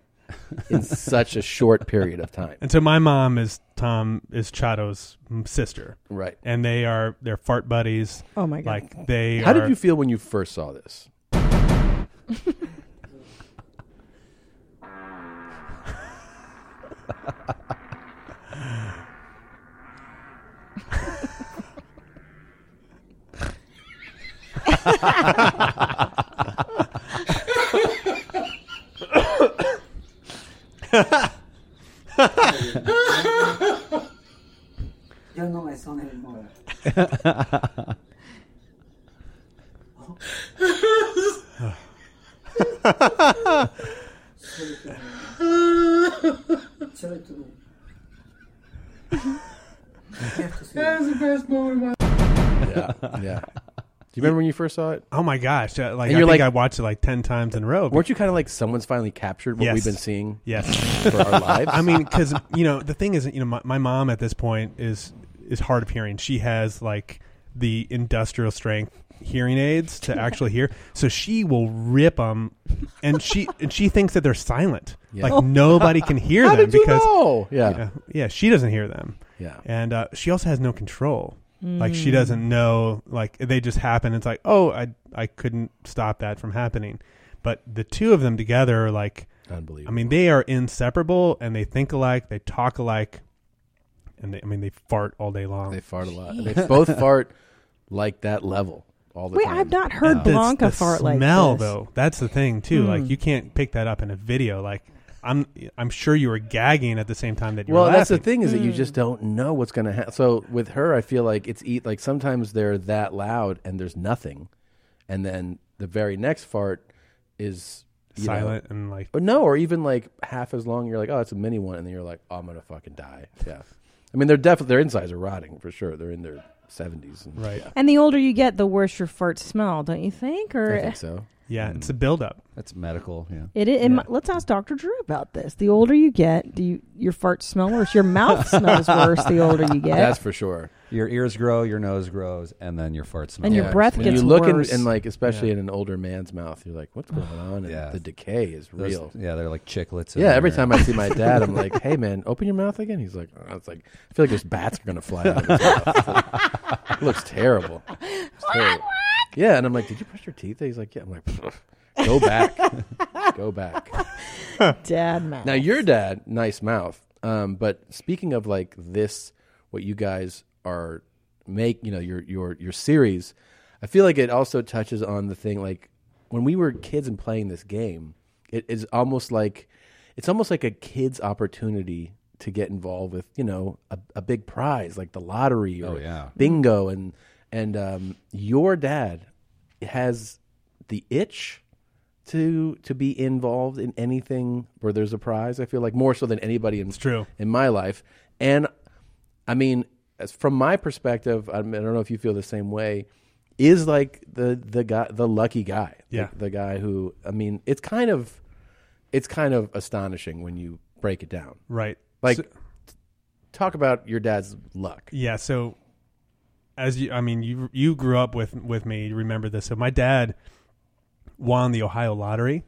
D: in such a short period of time.
G: And so my mom is Tom is Chado's sister,
D: right?
G: And they are they're fart buddies.
D: Oh my God.
G: Like they.
D: How did
G: are-
D: you feel when you first saw this?
N: Yo no me son anymore.
M: Sell it to me.
N: That was the best moment of my
D: yeah, yeah. Do you remember when you first saw it?
G: Oh my gosh! uh, Like
D: And
G: I
D: you're like-
G: think I watched it like ten times in a row.
D: Weren't you kind of like someone's finally captured what
G: Yes.
D: we've been seeing?
G: Yes.
D: for our lives.
G: I mean, because you know the thing is, you know, my, my mom at this point is is hard of hearing. She has like the industrial strength hearing aids to actually hear, so she will rip them, and she and she thinks that they're silent,
D: Yeah.
G: like nobody can hear
D: How
G: them
D: did you
G: because
D: know? Yeah.
G: yeah, yeah, she doesn't hear them.
D: Yeah.
G: and uh, she also has no control. Like she
D: Mm.
G: doesn't know. Like they just happen. It's like, oh, I I couldn't stop that from happening. But the two of them together are like
D: unbelievable.
G: I mean, they are inseparable, and they think alike, they talk alike, and they, I mean, they fart all day long. They
D: fart a lot. And they both fart like that level all the
E: Wait,
D: time.
E: I've not heard
G: the,
E: Blanca
G: the
E: fart
G: smell,
E: like this.
G: though. That's the thing too.
E: Hmm.
G: Like you can't pick that up in a video. Like I'm, I'm sure you were gagging at the same time that you
D: well,
G: were.
D: that's the
G: laughing.
D: thing is that
E: Hmm.
D: you just don't know what's going to happen. So with her, I feel like it's eat like sometimes they're that loud and there's nothing, and then the very next fart is you know-
G: Silent and, like-
D: or no, or even like half as long. You're like, oh, it's a mini one, and then you're like, oh, I'm gonna fucking die. Yeah, I mean, they're definitely their insides are rotting for sure. They're in their seventies,
G: right?
T: And the older you get, the worse your farts smell, don't you think? Or
D: I think so.
G: Yeah, it's a buildup.
X: That's medical. Yeah.
T: It, it, it mi- let's ask Dr. Drew about this. The older you get, do you, your farts smell worse? Your mouth smells worse the older you get.
D: That's for sure.
X: Your ears grow, your nose grows, and then your farts. smell
T: And your
X: worse.
T: breath
D: when
T: gets
D: you look in,
T: worse.
D: and like especially in an older man's mouth, you're like, what's going on? And
X: Yeah.
D: the decay is
X: Those-
D: real.
X: yeah, they're like chiclets. in
D: Yeah, every
X: there.
D: time I see my dad, I'm like, "Hey, man, open your mouth again." He's like, oh, "It's like I feel like there's bats are gonna fly out." Of his mouth. It looks terrible. It's terrible. Yeah, and I'm like, "Did you brush your teeth?" He's like, "Yeah." I'm like, "Go back, go back."
T: Dad mouth.
D: Now your dad, nice mouth. Um, but speaking of like this, what you guys are make, you know, your your your series, I feel like it also touches on the thing like when we were kids and playing this game, it is almost like it's almost like a kid's opportunity to get involved with you know a, a big prize like the lottery or
X: Oh, yeah.
D: bingo and and um, your dad has the itch to to be involved in anything where there's a prize. I feel like more so than anybody in
G: true.
D: in my life. And I mean, as from my perspective, I, mean, I don't know if you feel the same way. Is like the the guy the lucky guy.
G: Yeah.
D: The, the guy who I mean, it's kind of it's kind of astonishing when you break it down.
G: Right.
D: Like talk about your dad's luck.
G: Yeah. So, as you, I mean, you you grew up with with me. You remember this? So my dad won the Ohio lottery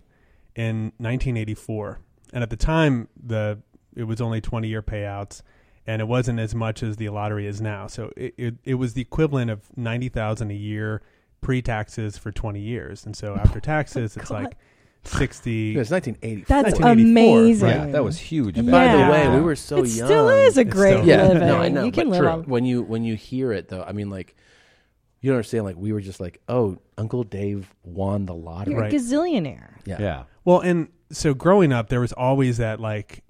G: in 1984, and at the time, the it was only 20 year payouts, and it wasn't as much as the lottery is now. So it it, it was the equivalent of ninety thousand a year pre taxes for 20 years, and so
T: Oh
G: after taxes, it's like. 60
D: It was 1984.
T: That's
G: 1984,
T: amazing.
G: right.
X: Yeah, that was huge.
D: And
X: back
D: by the
X: then.
D: way, we were so
T: It
D: young.
T: still is a It's great still-
D: yeah,
T: living.
D: No, I know.
T: You can
D: but
T: live
D: true.
T: on-
D: when you when you hear it though. I mean, like you don't understand. Like we were just like, oh, Uncle Dave won the lottery.
T: You're a gazillionaire.
D: Yeah.
X: Yeah.
G: Well, and so growing up, there was always that like,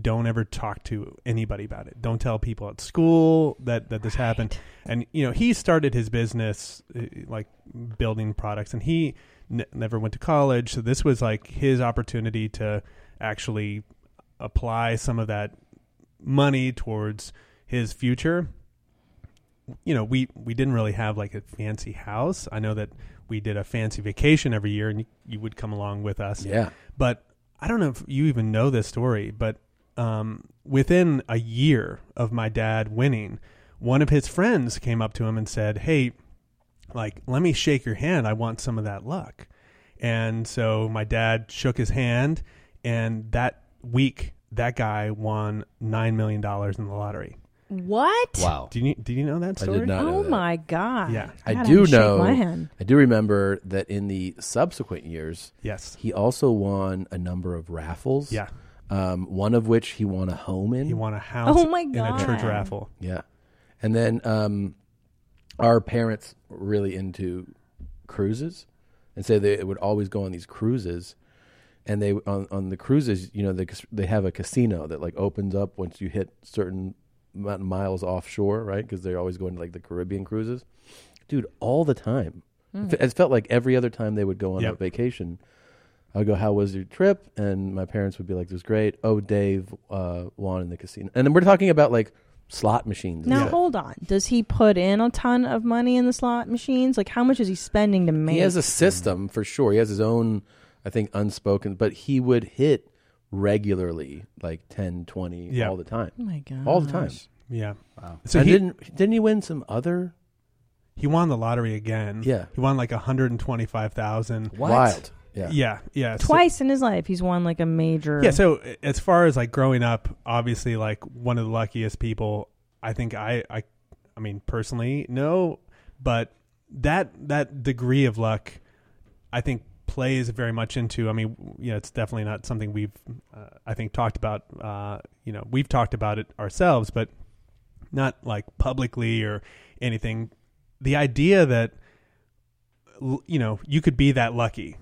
G: don't ever talk to anybody about it. Don't tell people at school that that this happened. And you know, he started his business uh, like building products, and he n- never went to college. So this was like his opportunity to actually apply some of that money towards his future you know, we we didn't really have like a fancy house. I know that we did a fancy vacation every year, and you, you would come along with us.
D: Yeah.
G: But I don't know if you even know this story, but um, within a year of my dad winning, one of his friends came up to him and said, Hey, like, let me shake your hand. I want some of that luck. And so my dad shook his hand, and that week, that guy won $9 million in the lottery.
T: What?
G: Did you, did you know that
D: I did
G: story?
D: not know
T: oh my god.
D: Yeah, I
T: God,
D: do
T: have to shake
D: know.
T: my hand.
D: I do remember that in the subsequent years,
G: yes,
D: he also won a number of raffles.
G: Yeah.
D: um, one of which he won a home in. He
G: won a house Oh my in a church God. raffle.
D: Yeah, and then um, our parents were really into cruises, and so they would always go on these cruises. And they on, on the cruises, you know, they they have a casino that like opens up once you hit certain amount of miles offshore, right? Because they're always going to like the Caribbean cruises, dude, all the time.
A: Mm.
D: It fe- It felt like every other time they would go on a
A: Yep.
D: vacation, I would go, "How was your trip?" And my parents would be like, "It was great." Oh, Dave uh, won in the casino, and then we're talking about like slot machines. and
T: Now
D: stuff.
T: hold on. Does he put in a ton of money in the slot machines? Like how much is he spending to make?
D: He has a system for sure. He has his own, I think, unspoken, but he would hit regularly, like 10, 20,
G: Yeah.
D: all the time.
T: Oh my
D: All the time.
T: gosh.
G: Yeah.
D: Wow.
G: So
D: and
G: he-
D: didn't, didn't he win some other?
G: He won the lottery again.
D: Yeah.
G: He won like 125,000.
D: What? Wild. Yeah.
G: Yeah. Yeah. So-
T: Twice in his life he's won like a major
G: yeah. So uh, as far as like growing up, obviously like one of the luckiest people, I think I, I, I mean personally, no, but that, that degree of luck, I think plays very much into, I mean, w- you know, it's definitely not something we've, uh, I think talked about, uh, you know, we've talked about it ourselves, but not like publicly or anything. The idea that l- you know you could be that lucky,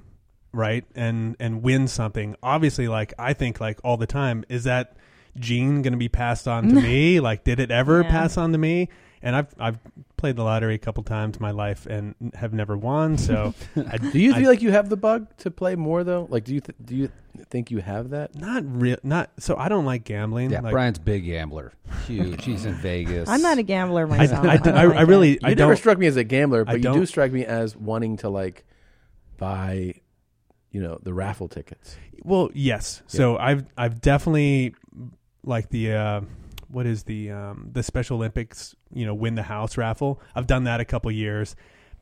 G: right, and and win something. Obviously, like I think like all the time, is that gene going to be passed on to me? Like, did it ever
A: Yeah.
G: pass on to me? And I've I've played the lottery a couple times in my life and have never won. So, I,
D: Do you
G: I-
D: feel like you have the bug to play more though? Like, do you th- do you think you have that?
G: not real? Not so. I don't like gambling.
D: Yeah,
G: like,
D: Brian's
X: big gambler. Huge. He's in Vegas.
T: I'm not a gambler
G: I-
T: myself.
G: I-
T: don't
G: I-
T: like
G: I really-
T: it.
D: You never struck me as a gambler,
G: I
D: but you do
G: don't-
D: strike me as wanting to like buy, you know, the raffle tickets.
G: Well, yes. So I've I've definitely like the uh, what is the um, the Special Olympics you know win the house raffle. I've done that a couple years,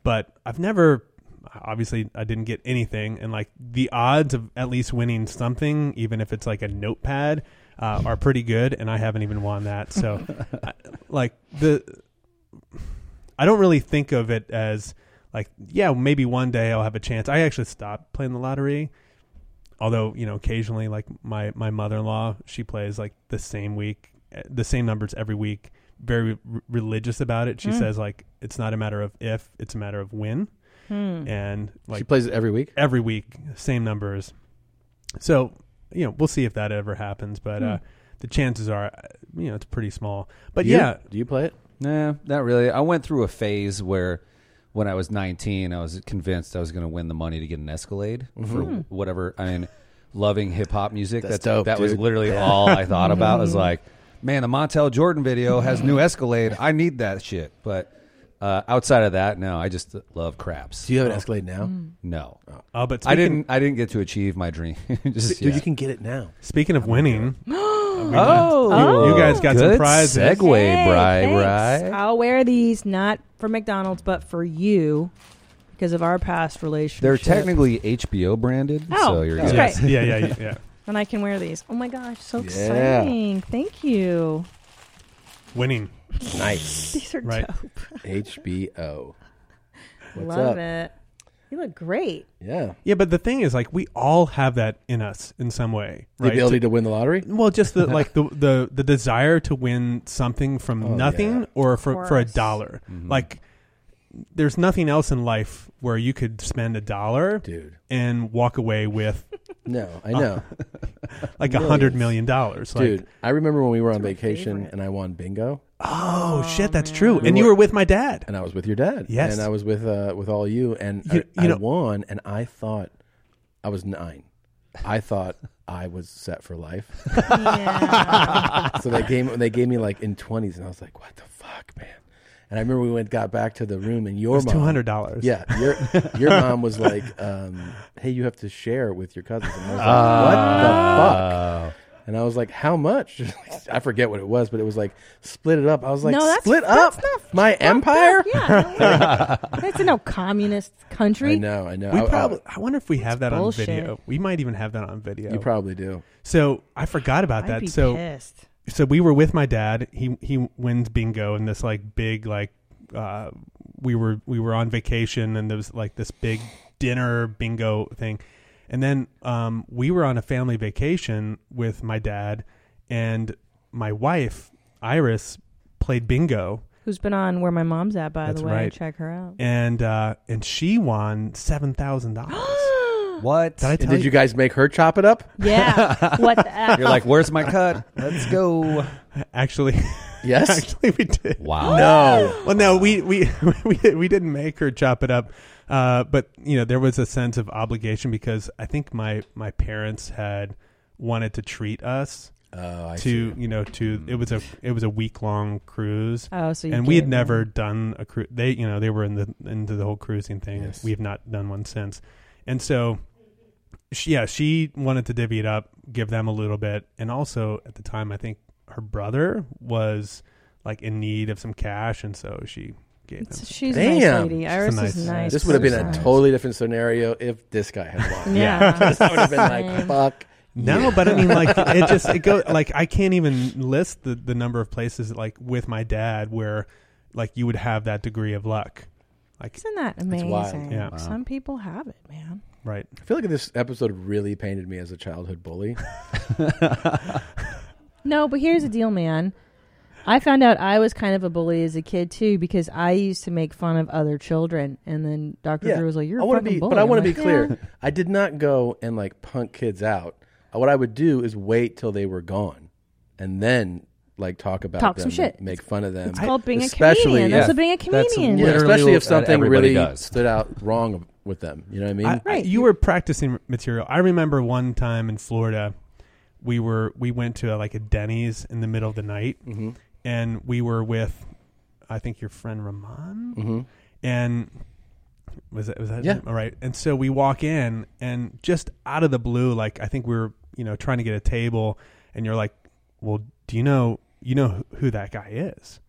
G: but I've never obviously I didn't get anything, and like the odds of at least winning something, even if it's like a notepad, uh, are pretty good, and I haven't even won that. So I, like the I don't really think of it as like yeah maybe one day I'll have a chance. I actually stopped playing the lottery although you know occasionally like my my mother-in-law she plays like the same week eh, the same numbers every week very r- religious about it she
A: Mm.
G: says like it's not a matter of if it's a matter of when
A: Hmm.
G: and like
D: She plays it every week
G: every week same numbers so you know we'll see if that ever happens but uh
X: Hmm.
G: the chances are uh, you know it's pretty small but
X: You?
G: yeah
D: do you play it
X: Nah, not really. I went through a phase where when I was 19, I was convinced I was going to win the money to get an Escalade for
D: Mm-hmm.
A: Mhm.
X: whatever. I mean, loving hip hop music.
A: That's
X: That's,
A: dope,
X: That was
A: dude.
X: literally
A: Yeah.
X: all I thought about.
A: Mhm.
D: Mm-hmm.
X: was like, man, the Montel Jordan video has new Escalade. I need that shit. But uh, outside of that, no, I just love craps.
D: Do you have an Escalade now? Mm.
X: No.
G: Oh,
T: Uh,
G: but
X: I
G: speaking-
X: didn't. I didn't get to achieve my dream. just
D: Dude, you
X: yet.
D: can get it now.
G: Speaking of winning,
X: Oh.
G: you, you guys got some
X: Good
G: prizes.
X: segue, Hey, Bri,
T: Thanks. I'll wear these not for McDonald's but for you because of our past relationship.
X: They're technically HBO branded.
T: Oh,
X: so you're
T: that's
X: good.
T: great. Yeah, yeah, yeah, yeah. and I can wear these. Oh my gosh, so
X: Yeah.
T: exciting. Thank you.
G: winning.
D: Nice.
T: These are dope.
D: HBO. What's
T: Love
D: up?
T: it. You look great.
D: Yeah.
G: Yeah, but the thing is, like, we all have that in us in some way.
D: The
G: Right?
D: ability to win the lottery?
G: Well, just the like the the, the desire to win something from
D: Oh,
G: nothing
D: yeah.
G: or
D: Of
G: for for a
D: course.
G: dollar.
D: Mhm.
G: Like, there's nothing else in life where you could spend a dollar,
D: dude,
G: and walk away with.
D: No, I know.
G: like a hundred million dollars, like-
D: dude. I remember when we were on vacation and I won bingo.
G: Oh, shit, that's true. And you were with my dad,
D: and I was with your dad.
G: Yes.
D: and I was with uh, with all you, and
G: You-
D: I, I
G: you know-
D: won, and I thought I was nine. I thought I was set for life. so they gave they gave me like in twenties, and I was like, "What the fuck, man!" And I remember we went got back to the room, and your
G: It was
D: mom
G: $200.
D: Yeah, your your mom was
G: Oh.
D: like, um, "Hey, you have to share with your cousins." And I was like, "What the fuck?" And I was like, "How much?" I forget what it was, but it was like split it up. I was like,
E: No, that's-
D: "Split up
E: that's not
D: my empire."
E: Yeah, that's in a communist country.
D: I know, I know.
G: We
D: I- I-
G: probably, I wonder if we have that
E: bullshit.
G: on video. We might even have that on video.
D: You probably do.
G: So I forgot about
E: I'd
G: that.
E: be
G: so
E: pissed.
G: so we were with my dad. He he wins bingo in this like big like uh, we were we were on vacation and there was like this big dinner bingo thing, and then um, we were on a family vacation with my dad and my wife Iris played bingo.
T: Who's been on where my mom's at? By
G: That's
T: the way,
G: right.
T: check her out.
G: And uh, and she won seven thousand dollars.
X: what?
G: Did I
D: And
G: tell
D: did you guys make her chop it up?
T: Yeah. What the F?
X: You're like, where's my cut? Let's go.
G: Actually,
D: Yes?
G: Actually, we did.
X: Wow.
D: No.
G: Well, no, we we we, did- we didn't make her chop it up, uh, but you know there was a sense of obligation because I think my my parents had wanted to treat us.
D: Oh, I
G: to you know to it was a it was a week long cruise.
T: Oh, so you
G: and we had
T: gave
G: never done a cruise. They you know they were in the into the whole cruising thing.
D: Yes.
G: We have not done one since, and so she, yeah, she wanted to divvy it up, give them a little bit, and also at the time, I think her brother was like in need of some cash, and so she gave him.
T: It's-
G: some
T: she's
G: cash.
T: a nice Damn. lady. Iris is nice
D: This would have been a
T: person.
D: totally different scenario if this guy had won.
T: Yeah.
D: this would have been like,
T: Same.
D: fuck.
G: No,
D: you.
G: but I mean, like it just it goes like I can't even list the the number of places like with my dad where like you would have that degree of luck. Like
T: Isn't that amazing?
D: wild.
G: Yeah. Wow.
T: Some people have it, man.
G: right?
D: I feel like this episode really painted me as a childhood bully.
T: No, but here's the deal, man. I found out I was kind of a bully as a kid too because I used to make fun of other children, and then Doctor Drew was like, "You're
D: I
T: a
D: wanna
T: fucking
D: be,
T: bully."
D: But I
T: I'm
D: want to
T: like,
D: be clear.
T: "Yeah."
D: I did not go and like punk kids out. Uh, What I would do is wait till they were gone, and then like talk about
T: Talk
D: them,
T: some shit.
D: and make fun of them.
T: It's called being a
D: especially,
T: comedian. That's
D: yeah.
T: what being a That's comedian
D: Yeah,
T: literally
D: especially if
X: what
D: something
X: everybody
D: really
X: does.
D: stood out wrong with them. You know what I mean?
G: I- I- you were practicing material. I remember one time in Florida, we were we went to like a Denny's in the middle of the night,
D: Mm-hmm.
G: and we were with, I think your friend Ramon,
D: Mhm.
G: and was that was that
D: Yeah.
G: him? all right? And so we walk in, and just out of the blue, like I think we were you know trying to get a table, and you're like, well, do you know you know who- who that guy is?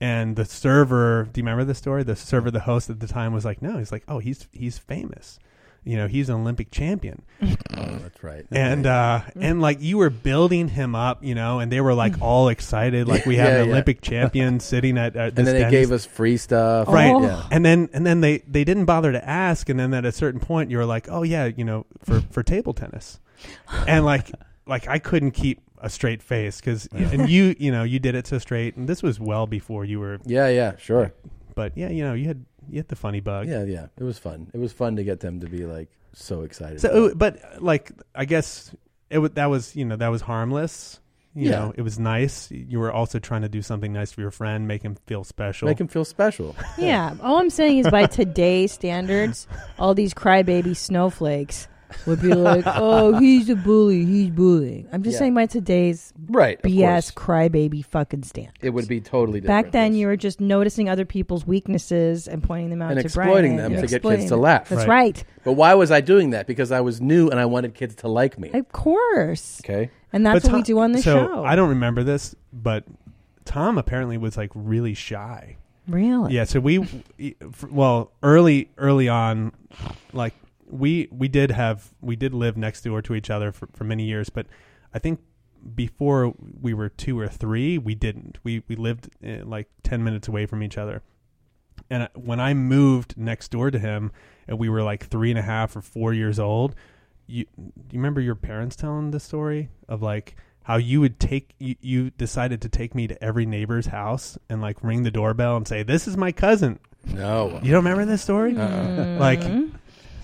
G: And the server, do you remember the story? The server, the host at the time was like, no, he's like, oh, he's he's famous, you know, he's an Olympic champion,
D: oh, that's right.
G: and uh, and like you were building him up, you know, and they were like all excited, like we have
D: Yeah,
G: an
D: yeah.
G: Olympic champion sitting at, at
D: and then they
G: Denny's
D: gave us free stuff.
G: right
D: Yeah.
G: and then and then they they didn't bother to ask and then at a certain point you were like oh yeah you know for for table tennis and like like i couldn't keep a straight face because and you you know you did it so straight and this was well before you were
D: Yeah. Yeah. Sure.
G: but uh, yeah you know you had you had the funny bug
D: Yeah. Yeah. It was fun. It was fun to get them to be like so excited.
G: so but like i guess it wa that was you know that was harmless you
D: Yeah.
G: know it was nice you were also trying to do something nice for your friend make him feel special
D: make them feel special.
T: Yeah. All I'm saying is, by today's standards, all these crybaby snowflakes would be like, "Oh, he's a bully. He's bullying." I'm just
D: Yeah.
T: saying by today's
D: Right, of
T: BS crybaby fucking stand.
D: It would be totally different.
T: Back then, you were just noticing other people's weaknesses and pointing them out
D: and
T: to
D: exploiting
T: Brian
D: them to
T: and
D: get
T: exploiting
D: kids to
T: them.
D: laugh.
T: That's right.
D: But why was I doing that? Because I was new and I wanted kids to like me.
T: Of course.
D: Okay.
T: And that's
G: But
T: what we
G: Tom-
T: do on this
G: so
T: show.
G: I don't remember this, but Tom apparently was like really shy.
T: Really?
G: Yeah. So we, f- well, early early on, like we we did have we did live next door to each other for, for many years, but I think before we were two or three, we didn't. We we lived uh, like ten minutes away from each other. And I- when I moved next door to him, and we were like three and a half or four years old, you you remember your parents telling the story of like how you would take you, you decided to take me to every neighbor's house and like ring the doorbell and say this is my cousin.
D: No,
G: you don't remember this story.
D: Uh-uh.
G: Like,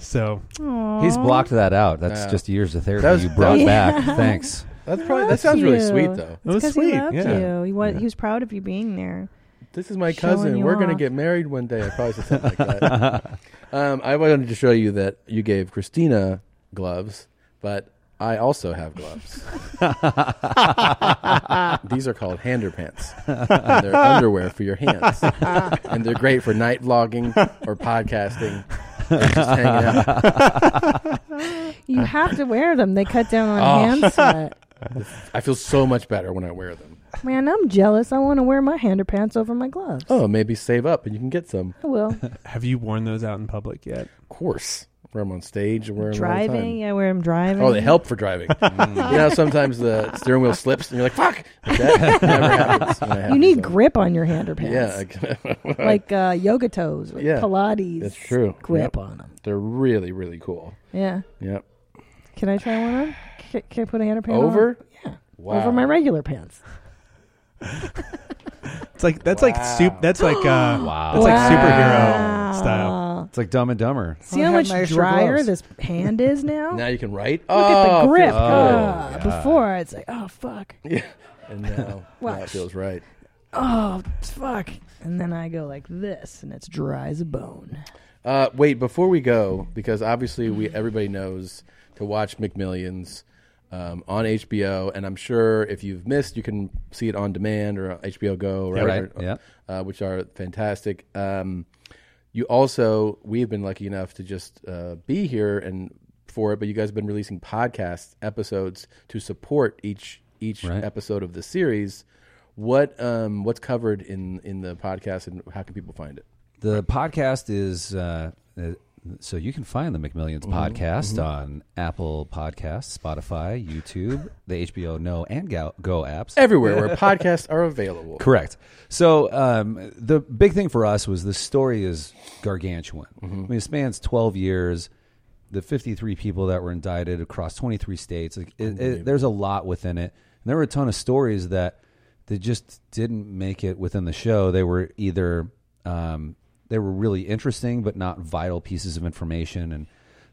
G: so
X: He's blocked that out. That's
D: Yeah.
X: just years of therapy
D: That was-
X: you brought
D: that-
X: back.
D: Yeah.
X: Thanks.
D: That's probably that sounds really sweet though.
G: It was
T: He
G: sweet,
T: loved
G: yeah.
T: you. He was, he was proud of you being there.
D: This is my
T: Showing
D: cousin.
T: you
D: We're gonna
T: off.
D: get married one day. I probably said something like that. Um, I wanted to show you that you gave Christina gloves, but I also have gloves. These are called hander pants. And they're underwear for your hands, and they're great for night vlogging or podcasting. Or just hanging out. Oh.
T: You have to wear them. They cut down on hand sweat.
D: Ah. I feel so much better when I wear them.
E: Man, I'm jealous. I want to wear my underpants over my gloves.
D: Oh, maybe save up and you can get some.
E: I will.
G: Have you worn those out in public yet? Of
D: course. Wear them on stage. Wear 'em all the time.
E: Driving, yeah, where I'm driving.
D: Oh, they help for driving. Mm. You know, sometimes the steering wheel slips and you're like, fuck. But that never happens. when I have
E: You need
D: them.
E: grip on your underpants.
D: Yeah. I-
E: like uh, yoga toes, or
D: Yeah.
E: Pilates.
D: That's true.
E: Grip
D: Yep.
E: on them.
D: They're really, really cool.
E: Yeah.
D: Yep.
E: Can I try one on? Can, can I put a underpants
D: Over?
E: On? Yeah.
D: Wow.
E: Over my regular pants.
G: It's like that's like soup. That's like uh,
X: Wow.
G: That's like
X: Wow.
G: superhero style.
X: It's like Dumb and Dumber.
E: See how much drier this hand is now?
D: Now you can write.
E: Oh. Look at the
D: Oh,
E: grip.
D: feels
E: Ah,
D: good. Yeah.
E: before it's like, oh fuck.
D: Yeah. And now
E: Watch.
D: that feels right.
E: Oh fuck. And then I go like this, and it's dry as a bone.
D: Uh, wait, before we go, because obviously we everybody knows to watch McMillions um, on HBO, and I'm sure if you've missed, you can see it on demand or on HBO Go,
X: Yeah,
D: right?
X: right,
D: Or-
X: yeah.
D: uh, which are fantastic. Um, you also, we have been lucky enough to just uh, be here and for it, but you guys have been releasing podcast episodes to support each each episode of the series. What um, what's covered in in the podcast, and how can people find it?
X: The podcast is uh, uh, so you can find the McMillions
G: Mm-hmm.
D: Mhm,
X: podcast
D: mhm.
X: on Apple Podcasts, Spotify, YouTube, the HBO No and Go, Go apps,
D: Everywhere where podcasts are available.
X: Correct. So um, the big thing for us was the story is gargantuan. I
D: Mm-hmm.
X: mean, it spans 12 years. The 53 people that were indicted across 23 states. Like, it, it, there's a lot within it, and there were a ton of stories that that just didn't make it within the show. They were either um, they were really interesting but not vital pieces of information, and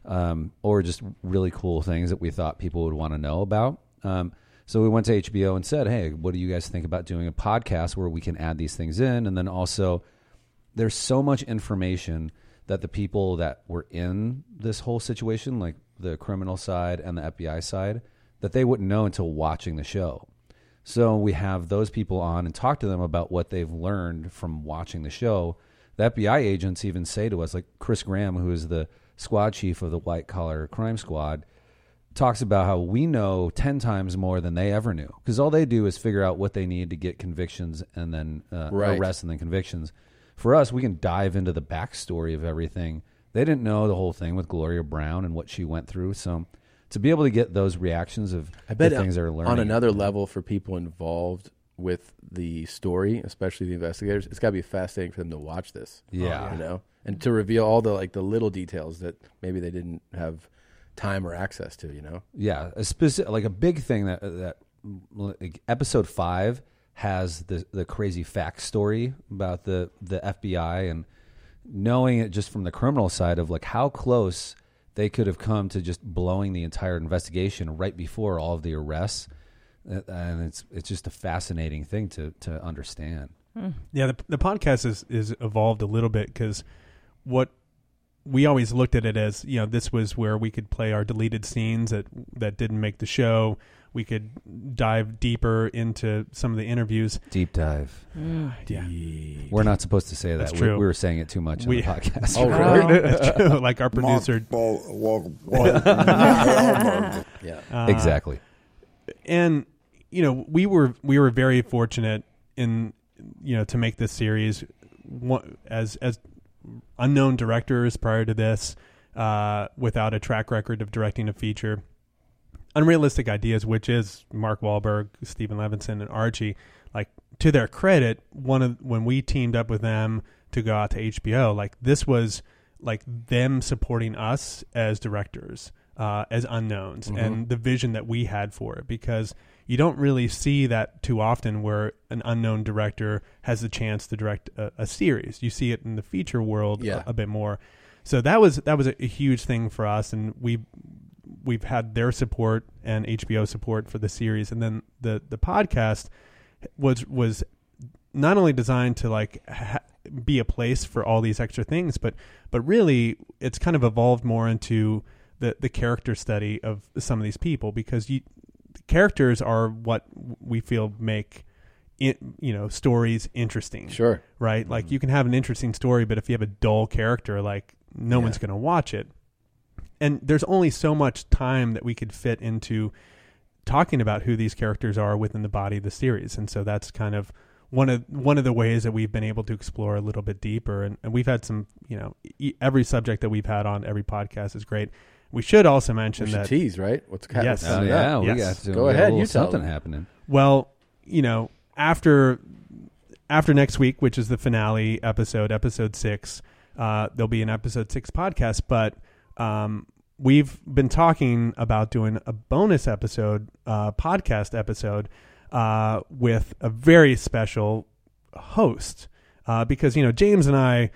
X: um, or just really cool things that we thought people would want to know about. Um, so we went to HBO and said, "Hey, what do you guys think about doing a podcast where we can add these things in?" And then also, there's so much information that the people that were in this whole situation, like the criminal side and the FBI side, that they wouldn't know until watching the show. So we have those people on and talk to them about what they've learned from watching the show. The FBI agents even say to us, like Chris Graham, who is the squad chief of the white collar crime squad, talks about how we know 10 times more than they ever knew because all they do is figure out what they need to get convictions and then uh,
D: Right.
X: arrests and then convictions. For us, we can dive into the backstory of everything. They didn't know the whole thing with Gloria Brown and what she went through. So to be able to get those reactions of
D: I bet
X: the things they're learning
D: on another level for people involved with the story, especially the investigators. It's got to be fascinating for them to watch this.
E: Oh,
X: Yeah.
D: you know, and to reveal all the like the little details that maybe they didn't have time or access to. You know,
X: Yeah, a specific like a big thing that uh, that like, episode five has the the crazy fact story about the the FBI and knowing it just from the criminal side of like how close they could have come to just blowing the entire investigation right before all of the arrests, Uh, and it's it's just a fascinating thing to to understand.
G: Yeah, the, the podcast is is evolved a little bit because what we always looked at it as you know this was where we could play our deleted scenes that that didn't make the show. We could dive deeper into some of the interviews.
X: Deep dive.
E: Oh,
G: Yeah.
X: We're not supposed to say that.
G: That's
X: We-
G: true.
X: We, were saying it too much
G: We-
X: on the podcast.
G: Oh, really? That's true. Like our producer.
X: yeah,
G: Uh,
X: exactly.
G: and you know we were we were very fortunate in you know to make this series One- as as unknown directors prior to this uh, without a track record of directing a feature unrealistic ideas which is Mark Wahlberg, Steven Levinson and Archie like to their credit one of when we teamed up with them to go out to HBO like this was like them supporting us as directors uh, as unknowns
D: Mhm.
G: and the vision that we had for it because you don't really see that too often where an unknown director has the chance to direct a, a series. You see it in the feature world
D: Yeah.
G: a, a bit more. So that was that was a, a huge thing for us and we we've had their support and HBO support for the series and then the the podcast was was not only designed to like ha- be a place for all these extra things, but but really it's kind of evolved more into the the character study of some of these people because you characters are what we feel make in, you know stories interesting.
D: Sure, Mm-hmm.
G: right? Like you can have an interesting story, but if you have a dull character, like no
D: Yeah.
G: one's going to watch it and there's only so much time that we could fit into talking about who these characters are within the body of the series, and so that's kind of one of one of the ways that we've been able to explore a little bit deeper. And, and we've had some, you know, e- every subject that we've had on every podcast is great. We should also mention
D: We should
G: that
D: tease, right? What's ca-
G: yes,
D: what's Oh, coming yeah, up? we got to- Go we got a ahead, little you tell
X: something them. happening.
G: Well, you know, after after next week, which is the finale episode, episode six, uh, there'll be an episode six podcast. But um, we've been talking about doing a bonus episode, uh, podcast episode, uh, with a very special host uh, because you know James and I,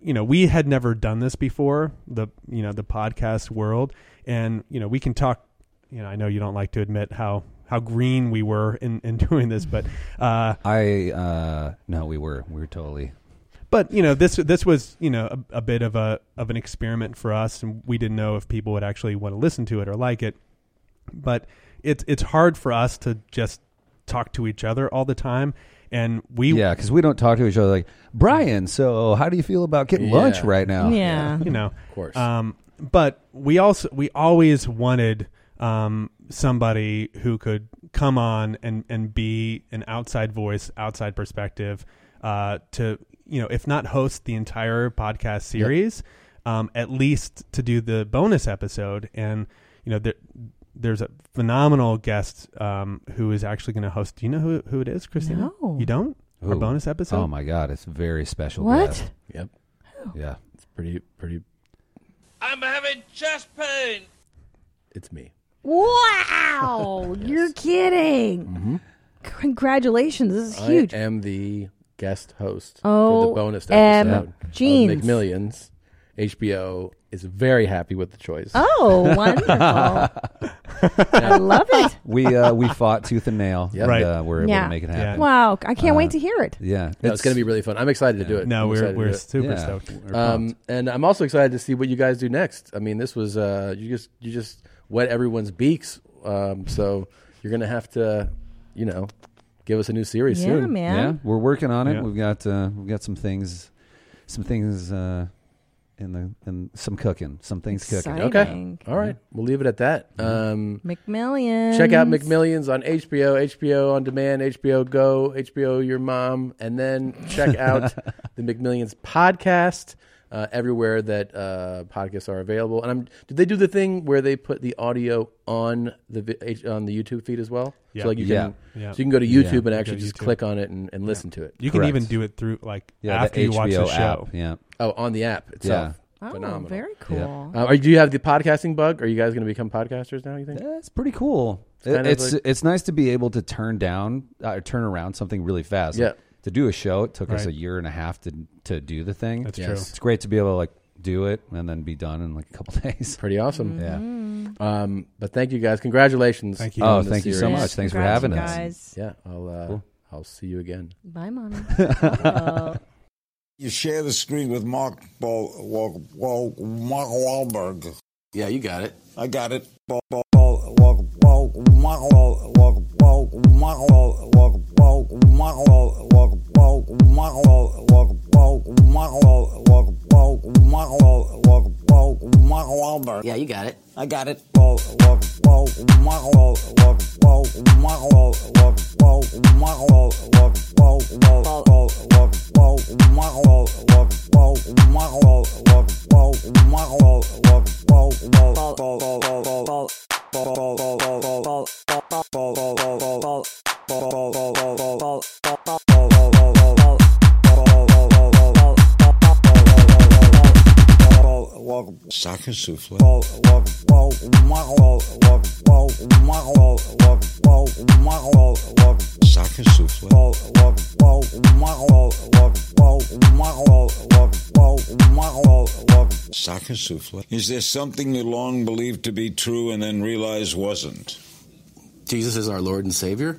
G: you know, we had never done this before the you know the podcast world, and you know we can talk. You know, I know you don't like to admit how how green we were in in doing this, but uh,
X: I uh, no, we were we were totally
G: but you know this this was you know a, a bit of a of an experiment for us and we didn't know if people would actually want to listen to it or like it but it's it's hard for us to just talk to each other all the time and we
X: yeah because we don't talk to each other like Brian. So how do you feel about getting lunch right now?
G: you know, of course. Um, but we also we always wanted um, somebody who could come on and and be an outside voice, outside perspective, uh, to you know, if not host the entire podcast series, um, at least to do the bonus episode. And you know, there, there's a phenomenal guest um, who is actually going to host. Do you know who who it is, Christina?
X: No.
G: You don't. Our
X: Ooh.
G: bonus episode.
X: Oh my god, it's very special.
G: What?
X: guest.
D: Yep.
X: Yeah.
D: It's pretty pretty
M: I'm having chest pain.
D: it's me.
E: Wow, you're kidding!
X: Mm-hmm.
E: Congratulations, this is huge.
D: I am the guest host for
E: Oh,
D: the bonus
E: em,
D: episode.
E: jeans.
D: Of McMillions. HBO is very happy with the choice.
E: Oh, wonderful. I love it.
X: we uh, we fought tooth and nail.
D: Yep.
X: and,
D: Right.
X: uh, we're able
E: Yeah.
X: to make it
E: Yeah.
X: happen. Uh,
E: Wow, I can't wait to hear it.
X: Yeah,
D: No, it's going to be really fun. I'm excited to do it.
G: No,
D: I'm
G: we're-
D: excited to
G: we're
D: do it.
G: super Yeah. stoked. We're
D: Um, and I'm also excited to see what you guys do next. I mean, this was uh, you just you just wet everyone's beaks. Um, so you're going to have to, you know, give us a new series
E: Yeah,
D: soon.
E: man. Yeah.
X: we're working on it.
D: Yeah.
X: We've got uh, we've got some things, some things uh, in the in some cooking, some things cooking.
D: Okay. All right. We'll leave it at that. Um,
E: McMillian.
D: Check out McMillions on HBO, HBO on demand, HBO Go, HBO Your Mom, and then check out the McMillions podcast uh, everywhere that uh, podcasts are available. And I'm did they do the thing where they put the audio on the vi- H- on the YouTube feed as well?
G: Yeah.
D: So like you
G: Yeah.
D: can
G: Yeah.
D: so you can go to
G: Yeah.
D: YouTube
G: Go
D: and
G: to
D: actually just
G: YouTube.
D: click on it and, and listen to it.
G: You can even do it through like
X: Yeah, the
G: after you watch the
X: HBO
G: show.
X: app. Yeah.
D: Oh, on the app itself.
E: Oh,
D: Phenomenal.
E: very
X: Yeah.
E: cool.
D: Uh, are, do you have the podcasting bug? Are you guys going to become podcasters now? You think?
X: That's pretty cool. It-
D: kind of
X: it's
D: like-
X: it's nice to be able to turn down uh, turn around something really fast.
D: Yeah.
X: Like, to do a show, it took us
D: Right.
X: a year and a half to to do the thing.
D: That's Yes. true.
X: It's great to be able to like do it and then be done in like a couple days.
D: Pretty awesome.
X: Mhm.
D: Yeah. Um, but thank you guys. Congratulations.
X: Thank you.
D: on
X: Oh,
D: the
X: thank you so
D: series.
X: much. Thanks for Congrats, having you us.
E: guys.
D: Yeah. I'll uh,
X: Cool.
D: I'll see you again.
E: Bye, mommy.
O: You share the screen with Mark Ball, Wal, Wal, Mark Wahlberg.
D: Yeah, you got it.
O: I got it. Ball, ball, ball, Wal, Wal, Mark Wal, Wal, Wal, Mark Wal, Wal, Wal, Mark Wal, Wal, Wal, Mark Wal, Wal, Wal, Mark Wal, Wal, Wal, Mark Wal, Wal, Wal, Mark Wahlberg.
P: Yeah, you got it.
O: I got it. Wal, Wal, Wal, Mark Wal, Wal, Wal, Mark Wal, Wal, Wal, Mark Wal, Wal, Wal, Wal, Wal, Wal, Wal, Mark Wal, Wal, Wal, Mark Wal, Wal, Wal, Mark Wal, Wal, Wal, Wal, Wal, Wal, Wal, Wal, Wal. Sock and souffle. Sock and souffle. Sock and souffle. Is there something you long believed to be true and then realized wasn't?
D: Jesus is our Lord and Savior.